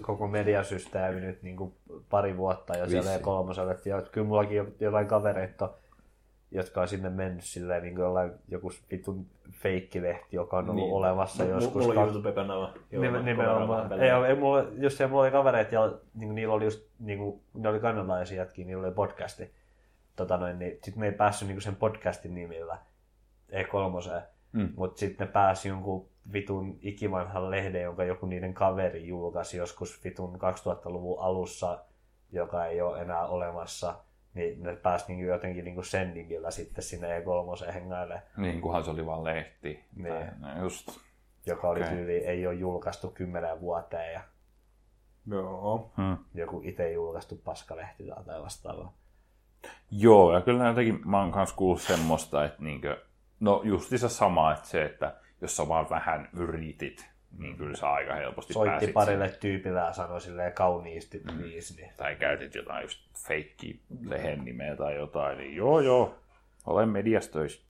Speaker 3: koko mediasysteemi nyt niin kuin pari vuotta jo siellä
Speaker 1: Vissiin.
Speaker 3: kolmosella. Että joo, kyllä mullakin jo- jotain kavereita on, jotka on sinne mennyt silleen niin kuin jollain joku vitun feikkilehti, joka on ollut niin. olemassa joskus.
Speaker 2: Mulla
Speaker 3: kak-
Speaker 2: on YouTube-kanava. jolla mä
Speaker 3: Nime-
Speaker 2: komennoin
Speaker 3: Nimenomaan.
Speaker 2: pelejä.
Speaker 3: Ei, ei mulla, just se, mulla oli kavereita, ja niin, niillä oli just, niin kuin, ne oli kanadalaisia jätkiä, niillä oli podcasti. Tota noin, niin, sitten ne ei päässyt niin sen podcastin nimillä E E3, mm. mutta sitten ne pääsi jonkun vitun ikivanhan lehden, jonka joku niiden kaveri julkaisi joskus vitun 2000-luvun alussa, joka ei ole enää olemassa, niin ne pääsi niin jotenkin niin sen nimillä sitten sinne E3 hengaille,
Speaker 1: Niin, kunhan se oli vaan lehti.
Speaker 3: Niin.
Speaker 1: Tai- no Just.
Speaker 3: joka oli
Speaker 1: Okei.
Speaker 3: okay. tyyli, ei ole julkaistu kymmeneen vuoteen. Ja
Speaker 2: Joo.
Speaker 1: Hmm.
Speaker 3: joku itse julkaistu paskalehti tai jotain vastaavaa.
Speaker 1: Joo, ja kyllä jotenkin mä oon kanssa kuullut semmoista, että niinkö, no justiinsa sama, että se, että jos sä vaan vähän yritit, niin kyllä sä aika helposti
Speaker 3: Soitti
Speaker 1: pääsit Mm-hmm.
Speaker 3: parille tyypillä ja sanoi silleen kauniisti mm. biisi, niin
Speaker 1: tai käytit jotain just feikki lehen nimeä tai jotain, niin joo joo, olen mediastöissä.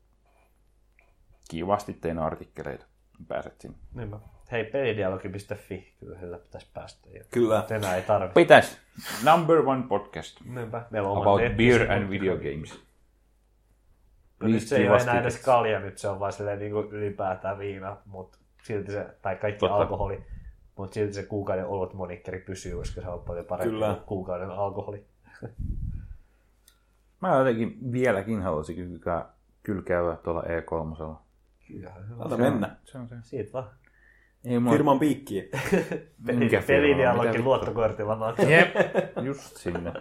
Speaker 1: Kivasti tein artikkeleita, kun pääset sinne.
Speaker 3: Niinpä. Niin Hei, pelidialogi.fi, kyllä sillä pitäisi päästä. Jo.
Speaker 2: Kyllä.
Speaker 3: Enää ei tarvitse.
Speaker 1: Pitäis! Number one podcast
Speaker 3: Niinpä. Meillä on oma
Speaker 1: about
Speaker 3: netti-
Speaker 1: beer and video games.
Speaker 3: No nyt se ei ole
Speaker 1: kivasti
Speaker 3: enää
Speaker 1: teet.
Speaker 3: edes kalja, nyt se on vaan silleen niin kuin ylipäätään viina, mutta silti se, tai kaikki
Speaker 1: Totta.
Speaker 3: Totta. alkoholi, mutta silti se kuukauden olot monikkeri pysyy, koska se on paljon parempi
Speaker 2: Kyllä.
Speaker 3: kyllä. kuin kuukauden alkoholi.
Speaker 1: Mä jotenkin vieläkin haluaisin kyllä, kyllä käydä tuolla E E3.
Speaker 2: Anna mennä.
Speaker 1: Se on se.
Speaker 3: Siitä vaan.
Speaker 1: Ei mua...
Speaker 2: Firman piikkiin.
Speaker 1: Mikä
Speaker 3: Peli-
Speaker 1: firma? Mitä
Speaker 3: Pelidialogi
Speaker 1: vittua?
Speaker 3: luottokortilla maksaa.
Speaker 1: Jep, just sinne.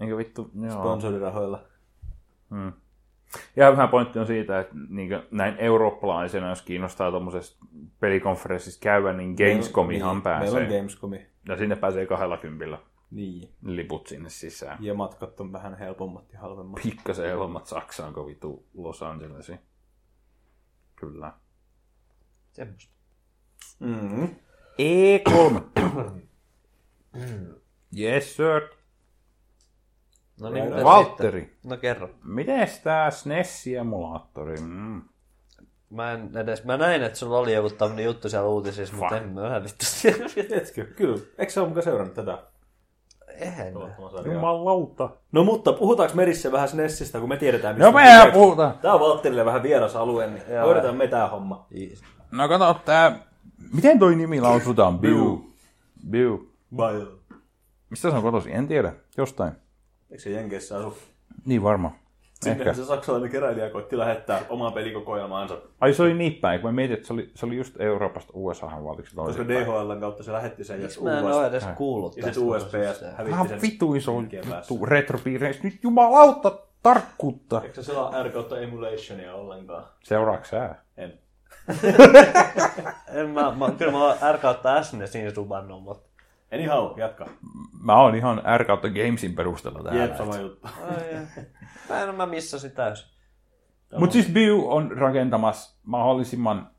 Speaker 1: Eikö vittu, joo.
Speaker 2: Sponsorirahoilla.
Speaker 1: Mm. Ja hyvä pointti on siitä, että niin näin eurooppalaisena, jos kiinnostaa tuommoisessa pelikonferenssissa käydä, niin Gamescom ihan pääsee.
Speaker 2: Meillä on Gamescomi.
Speaker 1: Ja sinne pääsee kahdella kympillä
Speaker 2: Niin.
Speaker 1: liput sinne sisään.
Speaker 2: Ja matkat on vähän helpommat ja halvemmat.
Speaker 1: Pikkasen helpommat Saksaan kuin vitu Los Angelesiin. Kyllä.
Speaker 3: Semmosta.
Speaker 2: Mm-hmm.
Speaker 1: E3. yes, sir.
Speaker 3: Mm. No niin, mitä
Speaker 1: Valtteri,
Speaker 3: sitten? No kerro.
Speaker 1: miten tää SNES-emulaattori? Mm.
Speaker 3: Mä en edes, mä näin, että sulla oli joku tämmönen juttu siellä uutisissa, mutta en mä vittu
Speaker 2: Etkö? Kyllä. Eikö sä ole mukaan seurannut tätä?
Speaker 3: Eihän.
Speaker 1: Jumalauta.
Speaker 2: No mutta puhutaanko merissä vähän Snessistä, kun me tiedetään
Speaker 1: No
Speaker 2: on
Speaker 1: mehän
Speaker 2: kyse.
Speaker 1: puhutaan.
Speaker 2: Tää on Valtterille vähän vieras alue, niin
Speaker 3: Joo.
Speaker 2: hoidetaan me tää homma.
Speaker 1: No kato, tää... Miten toi nimi lausutaan? Biu. Biu.
Speaker 2: Vai
Speaker 1: Mistä se on kotosi? En tiedä. Jostain.
Speaker 2: Eikö se Jenkeissä asu?
Speaker 1: Niin varmaan. Ehkä.
Speaker 2: Sinnehän se saksalainen keräilijä koitti lähettää omaa pelikokoelmaansa.
Speaker 1: Ai se oli niin päin, kun mä mietin, että se oli, se oli just Euroopasta USAhan vai oliko se
Speaker 2: Koska
Speaker 1: toisin päin.
Speaker 2: DHLn kautta se lähetti sen ja
Speaker 3: Miksi mä en oo
Speaker 2: sitten
Speaker 3: edes kuullut
Speaker 6: Siis
Speaker 2: ja sit
Speaker 3: tästä?
Speaker 2: USPS
Speaker 1: Vähän
Speaker 2: hävitti sen.
Speaker 1: vitu iso
Speaker 2: jälkeen päässä.
Speaker 1: juttu retropiireissä. Nyt jumalauta tarkkuutta.
Speaker 2: Eikö se selaa R kautta emulationia ollenkaan?
Speaker 1: Seuraaks sää?
Speaker 2: En.
Speaker 3: En mä, mä, kyllä mä oon R kautta S ne siinä subannut, mutta...
Speaker 2: Anyhow, jatka.
Speaker 1: Mä oon ihan R kautta Gamesin perusteella
Speaker 2: Jep,
Speaker 1: täällä.
Speaker 2: sama juttu.
Speaker 3: Ai, jaa. mä en mä missasin täysin.
Speaker 1: Mutta siis Biu on rakentamassa mahdollisimman,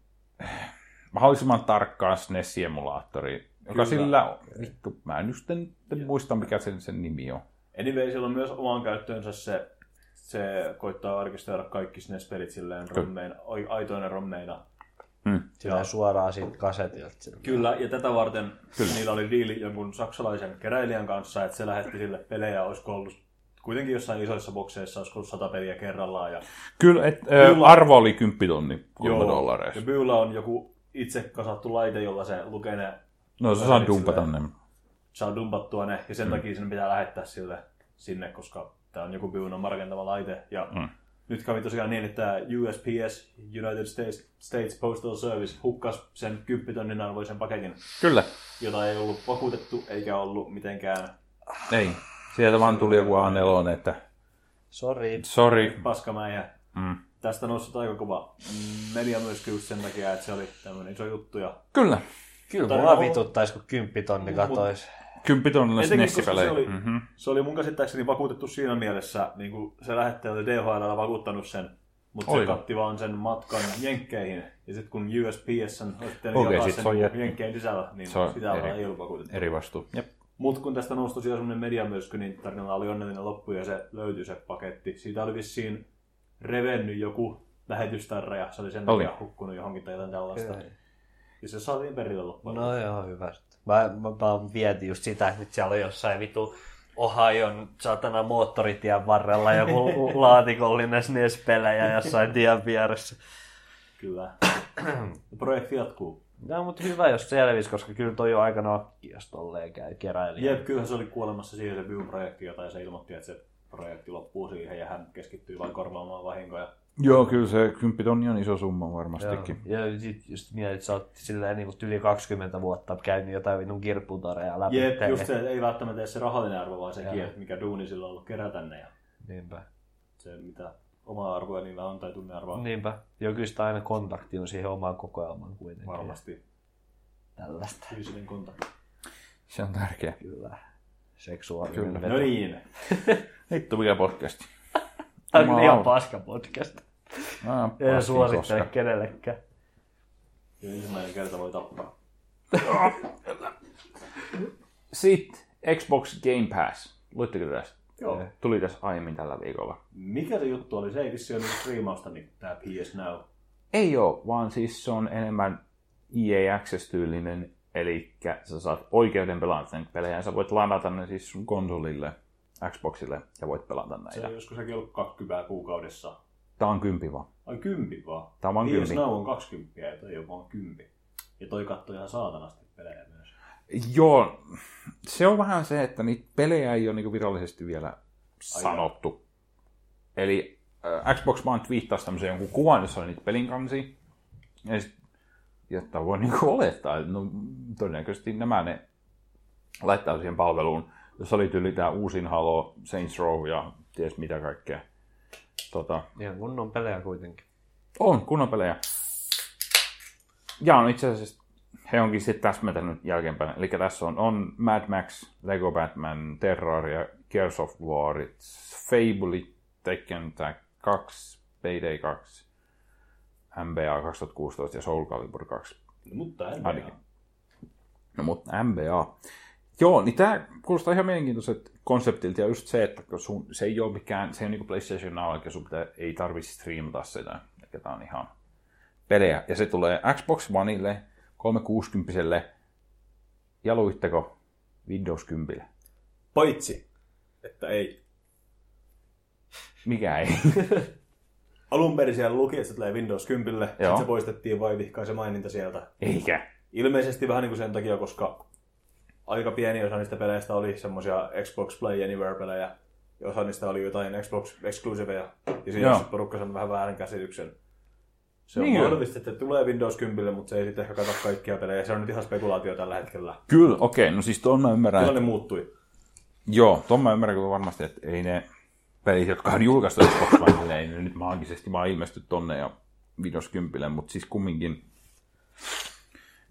Speaker 1: mahdollisimman tarkkaan SNES-emulaattori, joka sillä, vittu, mä en just en en muista, mikä sen, sen nimi on.
Speaker 2: Anyway, sillä on myös omaan käyttöönsä se, se koittaa arkistoida kaikki SNES-pelit silleen rommeina, oi- aitoina rommeina.
Speaker 3: Sillä suoraan siitä kasetilta.
Speaker 2: Kyllä, ja tätä varten Kyllä. niillä oli diili jonkun saksalaisen keräilijän kanssa, että se lähetti sille pelejä, olisiko ollut kuitenkin jossain isoissa bokseissa, olisiko ollut sata peliä kerrallaan. Ja,
Speaker 1: Kyllä, et, ö, arvo oli 10 tonni, 3
Speaker 2: ja
Speaker 1: dollareissa.
Speaker 2: Byllä on joku itse kasattu laite, jolla se lukee ne,
Speaker 1: No se saa dumpata ne.
Speaker 2: saa dumpattua ne,
Speaker 1: Mm.
Speaker 2: ja sen takia sen pitää lähettää sille sinne, koska tämä on joku Byyn on rakentama laite. Ja mm. nyt kävi tosiaan niin, että tämä USPS, United States, States Postal Service, hukkas sen 10 tonnin arvoisen paketin,
Speaker 1: Kyllä,
Speaker 2: jota ei ollut vakuutettu eikä ollut mitenkään
Speaker 1: ei. Sieltä vaan tuli joku A4, että
Speaker 3: Sori.
Speaker 1: sorry,
Speaker 2: paskamäijä.
Speaker 1: Mm.
Speaker 2: Tästä noussut aika kova media myöskin just sen takia, että se oli tämmöinen iso juttu. Ja
Speaker 1: kyllä.
Speaker 3: Kyllä mua vituttais, kun kymppitonni katois.
Speaker 1: 10 tonnilla
Speaker 2: Etenkin, koska se oli,
Speaker 1: SNES-pelejä. Mm-hmm.
Speaker 2: se oli mun käsittääkseni vakuutettu siinä mielessä, niin kuin se lähettäjä oli DHL vakuuttanut sen, mutta se
Speaker 1: Oliko?
Speaker 2: katti vaan sen matkan jenkkeihin. Ja sitten kun USPS on ottanut
Speaker 1: Okei,
Speaker 2: okay, jakaa
Speaker 1: sit
Speaker 2: sen
Speaker 1: se on jät-
Speaker 2: jenkkeen sisällä, niin
Speaker 1: Se on
Speaker 2: sitä
Speaker 1: eri.
Speaker 2: ei ollut vakuutettu.
Speaker 1: Eri vastuu. Jep.
Speaker 2: Mutta kun tästä nousi tosiaan semmoinen mediamyrsky, niin tarina oli onnellinen loppu ja se löytyi se paketti. Siitä oli vissiin revennyt joku lähetystarra ja se oli sen
Speaker 1: Oli.
Speaker 2: takia hukkunut johonkin tai jotain tällaista.
Speaker 3: Kyllä.
Speaker 2: Ja se saatiin perille loppuun.
Speaker 3: No joo, hyvä. sitten. Mä, mä, mä mietin just sitä, että nyt siellä on jossain vitu Ohion satana moottoritien varrella joku lu- laatikollinen SNES-pelejä jossain tien vieressä.
Speaker 2: Kyllä. Ja Projekti jatkuu.
Speaker 3: No, mutta hyvä, jos selvisi, koska kyllä toi on aika nakki, jos tolleen käy keräilijä.
Speaker 2: Jep, kyllähän se oli kuolemassa siihen se View-projekti, jota ja se ilmoitti, että se projekti loppuu siihen ja hän keskittyy vain korvaamaan vahinkoja.
Speaker 1: Joo, kyllä se 10 tonni on iso summa varmastikin.
Speaker 3: Joo. Ja sit just mietit, että sä oot silleen niin yli 20 vuotta käynyt jotain vinnun kirpputoreja läpi.
Speaker 2: Jep,
Speaker 3: Tele-
Speaker 2: just se, että ei välttämättä edes se rahallinen arvo, vaan sekin,
Speaker 3: Joo.
Speaker 2: että mikä duuni sillä on ollut kerätä ne ja
Speaker 3: Niinpä.
Speaker 2: se, mitä omaa arvoa niillä on tai tunnearvoa.
Speaker 3: Niinpä. Joo, kyllä sitä aina kontakti on siihen omaan kokoelmaan kuitenkin.
Speaker 2: Varmasti.
Speaker 3: Tällaista.
Speaker 2: Fyysinen kontakti.
Speaker 1: Se on tärkeä.
Speaker 3: Kyllä. Seksuaalinen
Speaker 1: Kyllä.
Speaker 3: veto.
Speaker 2: No niin.
Speaker 1: Vittu mikä podcasti.
Speaker 3: Tämä on kyllä ihan
Speaker 1: Jumalauta.
Speaker 3: paska podcast.
Speaker 1: Ah,
Speaker 3: En
Speaker 1: paskin
Speaker 3: suosittele
Speaker 1: koska.
Speaker 3: kenellekään.
Speaker 2: Ja ensimmäinen kerta voi tappaa.
Speaker 1: Sitten Xbox Game Pass. Luitteko tästä? Joo. Tuli tässä aiemmin tällä viikolla.
Speaker 2: Mikä se juttu oli? Se ei vissi ole niinku striimausta, niin tää PS Now.
Speaker 1: Ei oo, vaan siis se on enemmän E EA Access-tyylinen. Eli sä saat oikeuden pelata sen pelejä ja sä voit ladata ne siis sun konsolille, Xboxille ja voit pelata
Speaker 2: Se
Speaker 1: näitä.
Speaker 2: on joskus sekin ollut 20 kuukaudessa.
Speaker 1: Tää on kympi vaan.
Speaker 2: Ai kympi vaan.
Speaker 1: Tää on vaan
Speaker 3: Niin,
Speaker 2: PS
Speaker 1: kympi.
Speaker 2: Now on 20 ja toi on vaan kympi. Ja toi kattoi ihan saatanasti pelejä myös.
Speaker 1: Joo, se on vähän se, että niitä pelejä ei ole niin virallisesti vielä sanottu. Eli äh, Xbox vaan twiittasi tämmöisen jonkun kuvan, jossa on niitä pelin kansi. Ja sit, jotta voi niin olettaa, että no, todennäköisesti nämä ne laittaa siihen palveluun, jossa oli tyyli tämä uusin Halo, Saints Row ja ties mitä kaikkea. tota,
Speaker 6: Ihan kunnon pelejä kuitenkin.
Speaker 1: on kunnon pelejä. Ja on itse asiassa, he onkin sitten täsmätellyt jälkeenpäin. Eli tässä on, on Mad Max, Lego Batman, Terraria, Gears of War, Fable, Tekken Tag 2, Payday 2, MBA 2016 ja Soul Calibur 2.
Speaker 2: Mutta en
Speaker 1: Ainakin. No mutta MBA. Joo, niin tämä kuulostaa ihan mielenkiintoiselta konseptilta ja just se, että kun sun, se ei ole mikään, se ei ole niin PlayStation Now, eli sun pitää, ei tarvitse striimata sitä, eli tämä on ihan pelejä. Ja se tulee Xbox Oneille, 360 ja luitteko Windows 10.
Speaker 2: Paitsi, että ei.
Speaker 1: Mikä ei.
Speaker 2: Alun perin siellä luki, että se tulee Windows 10, sitten
Speaker 1: Joo.
Speaker 2: se poistettiin vai vihkaa se maininta sieltä.
Speaker 1: Eikä.
Speaker 2: Ilmeisesti vähän niin kuin sen takia, koska aika pieni osa niistä peleistä oli semmoisia Xbox Play Anywhere-pelejä. Ja osa niistä oli jotain Xbox Exclusiveja. Ja siinä
Speaker 1: Joo.
Speaker 2: Joo. porukka on vähän väärän käsityksen. Se on
Speaker 1: Niin
Speaker 2: niin
Speaker 1: on.
Speaker 2: mahdollista, että tulee Windows 10, mutta se ei sitten ehkä kata kaikkia pelejä. Se on nyt ihan spekulaatio tällä hetkellä.
Speaker 1: Kyllä, okei, no siis tuon mä ymmärrän.
Speaker 2: Tilanne muuttui.
Speaker 1: Joo, tuon mä ymmärrän kyllä varmasti, että ei ne pelit, jotka on julkaistu Xbox Onelle, ei ne nyt maagisesti vaan ilmesty tonne ja Windows 10, mutta siis kumminkin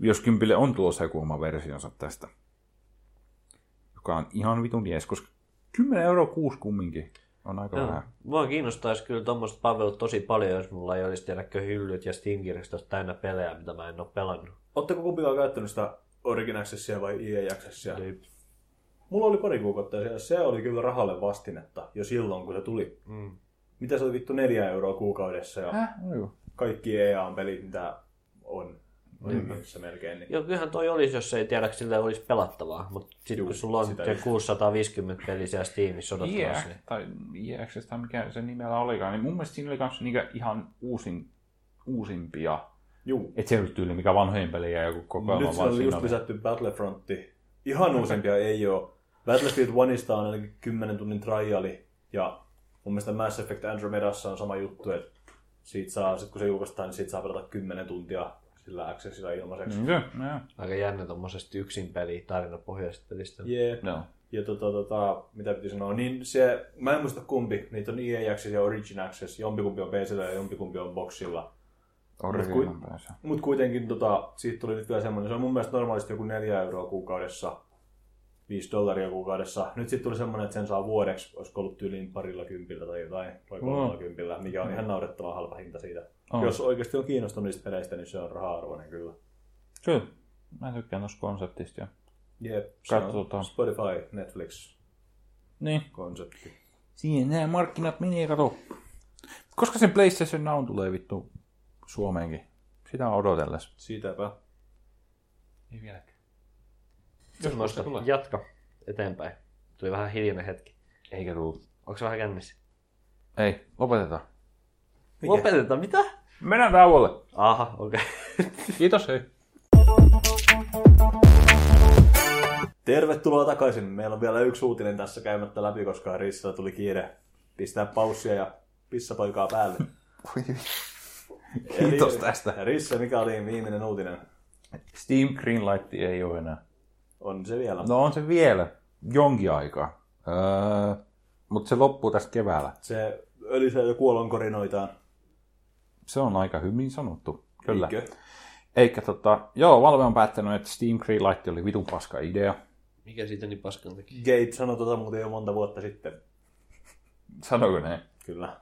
Speaker 1: Windows 10 on tulossa joku oma versionsa tästä, joka on ihan vitun jees, koska 10 euroa kuusi kumminkin on aika
Speaker 6: Joo.
Speaker 1: vähän.
Speaker 6: Mua kiinnostaisi kyllä tuommoiset palvelut tosi paljon, jos mulla ei olisi tiedäkö hyllyt ja Steam-kirjastot täynnä pelejä, mitä mä en ole pelannut.
Speaker 2: Oletteko kumpikaan käyttänyt sitä Origin Accessia vai EA Accessia?
Speaker 6: Ei.
Speaker 2: Mulla oli pari kuukautta ja se oli kyllä rahalle vastinetta jo silloin, kun se tuli.
Speaker 6: Mm.
Speaker 2: Mitä se oli vittu neljä euroa kuukaudessa ja
Speaker 1: Häh? Äh, Oliko?
Speaker 2: kaikki EA-pelit, mitä on Originissä melkein. Niin.
Speaker 6: Joo, kyllähän toi olisi, jos ei tiedä, sille olisi pelattavaa, mutta sitten kun sulla on
Speaker 2: sitä
Speaker 6: se
Speaker 2: just.
Speaker 6: 650 peliä siellä Steamissa odottamassa,
Speaker 1: Yeah,
Speaker 6: niin
Speaker 1: tai EX, tai mikä se nimellä olikaan, niin mun mielestä siinä oli myös niitä ihan uusin, uusimpia.
Speaker 2: Juu.
Speaker 1: Et se ei ollut tyyli mikä vanhojen pelejä joku kokoelma,
Speaker 2: Nyt se on just lisätty Battlefrontti. Ihan uusimpia ei ole. Battlefield 1 on ainakin 10 tunnin triali. Ja mun mielestä Mass Effect Andromedassa on sama juttu, että siitä saa, sit kun se julkaistaan, niin siitä saa pelata 10 tuntia sillä accessilla ilmaiseksi.
Speaker 1: Niin se, joo.
Speaker 6: aika jännä tuommoisesta yksin peliä tarinapohjaisesta pelistä.
Speaker 3: Mm.
Speaker 2: Jee.
Speaker 1: Joo.
Speaker 2: Ja tota, tota, mitä piti sanoa, niin se, mä en muista kumpi, niitä on EA Access ja Origin Access, jompikumpi on PCllä ja jompikumpi on boxilla.
Speaker 1: Originan päässä.
Speaker 2: Mutta kuitenkin tota, siitä tuli nyt vielä semmoinen, se on mun mielestä normaalisti joku 4 euroa kuukaudessa, 5 dollaria kuukaudessa. Nyt sitten tuli semmoinen, että sen saa vuodeksi, olisiko ollut tyyliin parilla kympillä tai jotain, vai kolmella kympillä, mikä on ihan naurettava halpa hinta siitä.
Speaker 1: On.
Speaker 2: Jos oikeasti on kiinnostunut niistä peleistä, niin se on raha-arvoinen kyllä.
Speaker 1: Kyllä. Mä tykkään tuosta konseptista. Ja...
Speaker 2: Jep, se on
Speaker 1: Katsotaan.
Speaker 2: Spotify, Netflix,
Speaker 1: Niin.
Speaker 2: konsepti.
Speaker 1: Siihen nämä markkinat menee, kato. Koska sen PlayStation Now tulee vittu Suomeenkin. Sitä on odotellessa.
Speaker 2: Siitäpä.
Speaker 1: Ei vieläkään.
Speaker 6: Semmoista. Jatka eteenpäin. Tuli vähän hiljainen hetki.
Speaker 1: Eikä tuu.
Speaker 6: Onko vähän kännissä?
Speaker 1: Ei, lopetetaan.
Speaker 6: Lopetetaan, mitä?
Speaker 1: Mennään tauolle.
Speaker 6: Aha, okei.
Speaker 1: Kiitos, hei.
Speaker 2: Tervetuloa takaisin. Meillä on vielä yksi uutinen tässä käymättä läpi, koska Rissillä tuli kiire pistää paussia ja pissapoikaa päälle.
Speaker 1: Kiitos tästä.
Speaker 2: Risse, mikä oli viimeinen uutinen?
Speaker 1: Steam Greenlight ei ole enää.
Speaker 2: On se vielä. No.
Speaker 1: No on se vielä. Jonkin aikaa. Öö, Mutta se loppuu tästä keväällä.
Speaker 2: Se ölisee jo kuolonkorinoitaan.
Speaker 1: Se on aika hyvin sanottu. Kyllä.
Speaker 2: Eikö?
Speaker 1: Eikä tota, joo, Valve on päättänyt, että Steam Greenlight oli vitun paska idea.
Speaker 6: Mikä siitä niin paskan teki?
Speaker 2: Gabe sanoi tota muuten jo monta vuotta sitten.
Speaker 1: Sanoiko ne?
Speaker 2: Kyllä.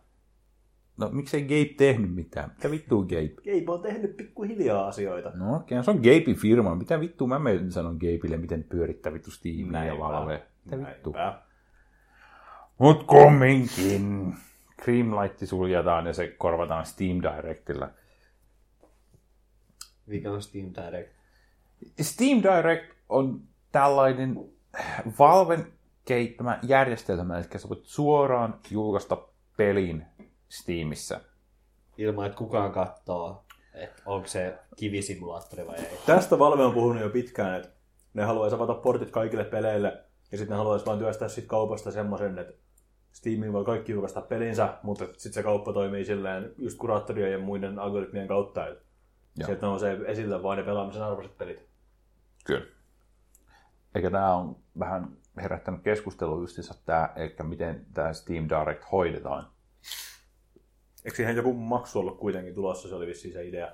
Speaker 1: No miksei Gabe tehnyt mitään? Mitä vittu Gabe?
Speaker 2: Gabe on tehnyt pikkuhiljaa asioita.
Speaker 1: No okei, se on Gabein firma. Mitä vittu mä menen sanon Gabeille, miten pyörittää vittu Steamia ja
Speaker 2: Näinpä.
Speaker 1: Valve? Mitä vittu?
Speaker 2: Näinpä.
Speaker 1: Mut kumminkin. Creamlight suljetaan ja se korvataan Steam Directillä.
Speaker 6: Mikä on Steam Direct?
Speaker 1: Steam Direct on tällainen Valven kehittämä järjestelmä, eli sä voit suoraan julkaista pelin Steamissa.
Speaker 6: Ilman, että kukaan katsoo, että onko se kivisimulaattori vai ei.
Speaker 2: Tästä Valve on puhunut jo pitkään, että ne haluaisi avata portit kaikille peleille, ja sitten ne haluaisi vaan työstää sit kaupasta semmoisen, että Steamin voi kaikki julkaista pelinsä, mutta sitten se kauppa toimii silleen just kuraattorien ja muiden algoritmien kautta, että
Speaker 1: Joo.
Speaker 2: sieltä nousee esille vain ne pelaamisen arvoiset pelit.
Speaker 1: Kyllä. Eikä tämä on vähän herättänyt keskustelua justiinsa tämä, eli miten tämä Steam Direct hoidetaan.
Speaker 2: Eikö siihen joku maksu ollut kuitenkin tulossa? Se oli vissiin se idea.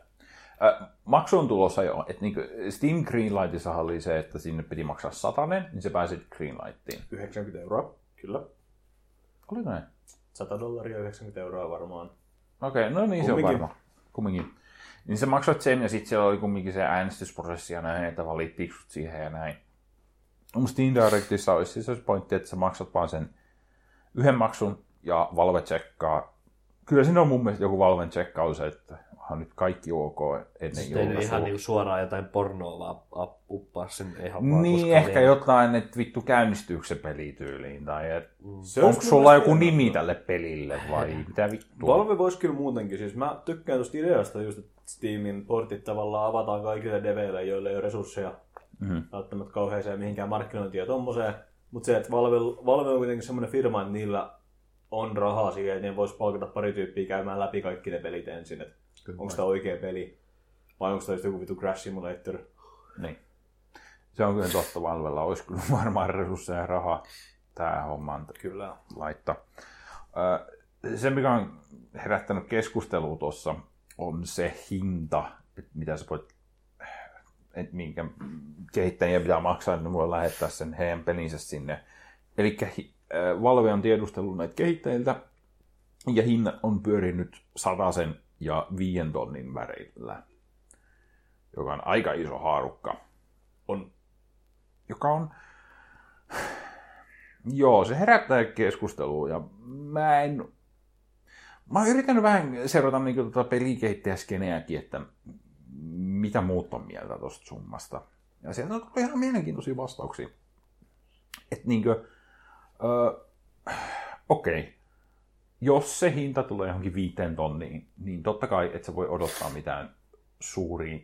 Speaker 1: Äh, maksu on tulossa jo. Et niin Steam Greenlightissahan oli se, että sinne piti maksaa satanen, niin se pääsi Greenlightiin.
Speaker 2: 90 euroa, kyllä.
Speaker 1: Oliko näin?
Speaker 2: 100 dollaria 90 euroa varmaan.
Speaker 1: Okei, okay, no niin se on
Speaker 2: Kumminkin.
Speaker 1: varma. Kumminkin. Niin sä maksoit sen ja sitten siellä oli kumminkin se äänestysprosessi ja näin, että valittiinko sut siihen ja näin. Mun Steam Directissa olisi siis se pointti, että sä maksat vaan sen yhden maksun ja Valve tsekkaa. Kyllä siinä on mun mielestä joku Valven tsekkaus, että onhan nyt kaikki ok ennen
Speaker 6: Sitten ei nyt ihan
Speaker 1: julkaisua.
Speaker 6: niinku suoraan jotain pornoa vaan up- uppaa sinne ihan vaan
Speaker 1: Niin,
Speaker 6: koska
Speaker 1: ehkä
Speaker 6: niin.
Speaker 1: jotain, että vittu käynnistyykö se pelityyliin, tai et,
Speaker 2: Se
Speaker 1: onko
Speaker 2: olisi
Speaker 1: sulla
Speaker 2: mun
Speaker 1: joku
Speaker 2: mielestä
Speaker 1: nimi tälle pelille, vai mitä vittua?
Speaker 2: Valve voisi kyllä muutenkin. Siis mä tykkään tuosta ideasta just, että Steamin portit tavallaan avataan kaikille deveille, joille ei ole resursseja mm-hmm. välttämättä kauheeseen mihinkään markkinointiin ja tommoseen. Mutta se, että Valve, Valve on kuitenkin semmoinen firma, että niillä on rahaa siihen, että ne voisi palkata pari tyyppiä käymään läpi kaikki ne pelit ensin. Että onko tämä oikea peli vai onko tämä just joku vitu Crash Simulator.
Speaker 1: Niin. Se on kyllä totta, Valvella olisi kyllä varmaan resursseja ja rahaa tähän hommaan
Speaker 2: Kyllä.
Speaker 1: laittaa. Ö, Se, mikä on herättänyt keskustelua tuossa, on se hinta, että mitä sä voit, että minkä kehittäjien pitää maksaa, että ne voi lähettää sen heidän pelinsä sinne. Eli Valve on tiedustellut näitä kehittäjiltä, ja hinnat on pyörinyt sen ja viien tonnin värillä, joka on aika iso haarukka. On. Joka on Joo, se herättää keskustelua ja mä en... Mä oon yrittänyt vähän seurata niin tuota pelikehittäjäskeneäkin, että mitä muut on mieltä tuosta summasta. Ja sieltä on tullut ihan mielenkiintoisia vastauksia. Että niinkö... Öö, Okei. Okay. Jos se hinta tulee johonkin viiteen tonniin, niin totta kai et sä voi odottaa mitään suuria...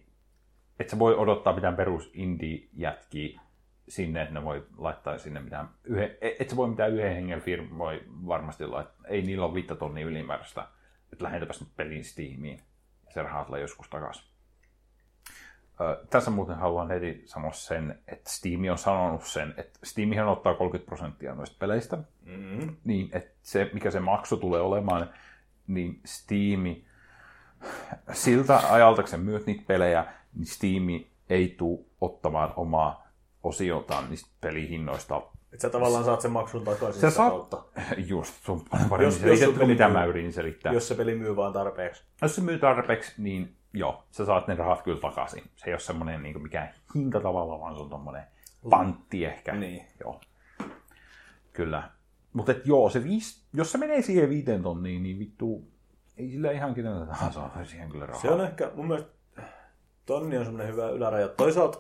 Speaker 1: Et sä voi odottaa mitään perus indie-jätkiä sinne, että ne voi laittaa sinne mitään, yhden, e- et sä voi mitään yhden hengen firmoja varmasti laittaa, ei niillä ole viittä tonnia ylimääräistä, että lähetäpäs nyt pelin Steamiin, ja se raha tulee joskus takaisin. Ö, tässä muuten haluan heti sanoa sen, että Steam on sanonut sen, että Steamihan ottaa 30 prosenttia noista peleistä,
Speaker 2: Mm-hmm.
Speaker 1: niin että se, mikä se maksu tulee olemaan, niin Steam, siltä ajalta, kun sä myyt niitä pelejä, niin Steam ei tule ottamaan omaa osiotaan niistä pelihinnoista.
Speaker 2: Että sä tavallaan saat sen maksun takaisin
Speaker 1: Sä
Speaker 2: sitä
Speaker 1: saat-
Speaker 2: kautta,
Speaker 1: Just, se on paljon paremmin
Speaker 2: Jos- jos sun
Speaker 1: selitetty
Speaker 2: peli
Speaker 1: kuin mitä
Speaker 2: myy-
Speaker 1: mä yritin selittää. Jos,
Speaker 2: jos se peli myy vaan tarpeeksi.
Speaker 1: jos se myy tarpeeksi, niin joo, sä saat ne rahat kyllä takaisin. Se ei ole semmoinen niin mikään hinta tavallaan, vaan se on tommonen pantti ehkä.
Speaker 2: Niin.
Speaker 1: Joo. Kyllä. Mutta joo, se viis, jos se menee siihen viiteen tonniin, niin vittu, ei sillä ihan kenellä tahansa ole siihen kyllä rahaa.
Speaker 2: Se on ehkä, mun mielestä tonni on semmoinen hyvä yläraja. Toisaalta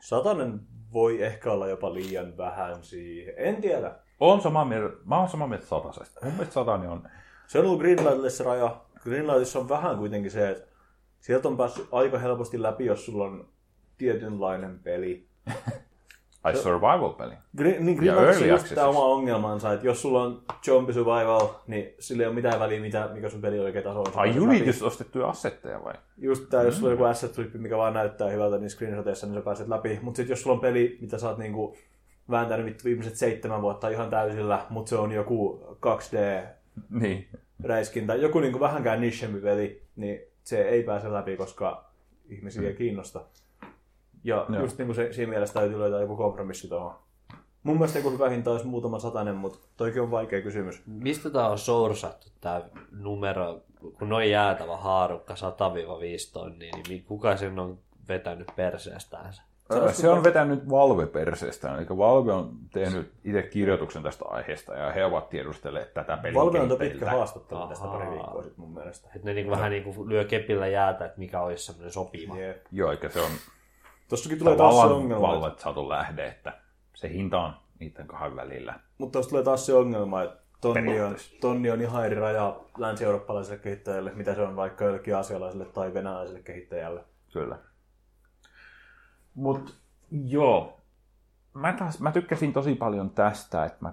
Speaker 2: satanen voi ehkä olla jopa liian vähän siihen. En tiedä.
Speaker 1: on samaa mieltä, mä oon samaa mieltä satasesta. Mun mielestä satani on
Speaker 2: Se on ollut Greenlightille se raja. Greenlightissa on vähän kuitenkin se, että sieltä on päässyt aika helposti läpi, jos sulla on tietynlainen peli.
Speaker 1: Ai survival-peli.
Speaker 2: Gre- niin Greenlightissa on
Speaker 1: early
Speaker 2: just tämä
Speaker 1: accessissa.
Speaker 2: oma ongelmansa, että jos sulla on zombie survival, niin sillä ei ole mitään väliä, mitä, mikä sun peli oikein taso on.
Speaker 1: Ai
Speaker 2: Sä pääset
Speaker 1: yritys ostettuja assetteja vai?
Speaker 2: just tää, jos sulla on joku asset flippi, mikä vaan näyttää hyvältä, niin screenshoteissa niin sä pääset läpi. Mutta sitten jos sulla on peli, mitä sä oot niinku vääntänyt vittu viimeiset seitsemän vuotta ihan täysillä, mutta se on joku 2D-räiskintä,
Speaker 1: Niin.
Speaker 2: joku niinku vähänkään nichempi peli, niin se ei pääse läpi, koska ihmisiä ei kiinnosta. Ja
Speaker 1: Joo.
Speaker 2: just niinku se, siinä mielessä täytyy löytää joku kompromissi tuohon. Mun mielestä joku hyvä hinta olisi muutama satanen, mutta toikin on vaikea kysymys.
Speaker 6: Mistä tää on sorsattu tää numero, kun noin jäätävä haarukka 100-5 tonnia, niin mi- kuka sen on vetänyt perseestäänsä?
Speaker 1: Ö, Se on vetänyt Valve perseestä, eli Valve on tehnyt itse kirjoituksen tästä aiheesta ja he ovat tiedustelleet tätä peliä.
Speaker 2: Valve on pitkä haastattelu tästä
Speaker 6: Ahaa.
Speaker 2: pari viikkoa sitten mun mielestä.
Speaker 6: Et ne niinku
Speaker 1: No.
Speaker 6: vähän niinku lyö kepillä jäätä, että mikä olisi semmoinen sopiva.
Speaker 2: Jep.
Speaker 1: Joo, eikä se on
Speaker 2: Tossakin tulee taas se
Speaker 1: tavallaan
Speaker 2: ongelma, että
Speaker 1: Valvet saatu lähde, että se hinta on niiden kahden välillä.
Speaker 2: Mutta tuossa tulee taas se ongelma, että tonni on,
Speaker 1: Periaatteessa.
Speaker 2: tonni on ihan eri raja länsi-eurooppalaiselle kehittäjälle, mitä se on vaikka jollekin asialaiselle tai venäläiselle kehittäjälle.
Speaker 1: Kyllä. Mut joo, mä, taas, mä tykkäsin tosi paljon tästä, että mä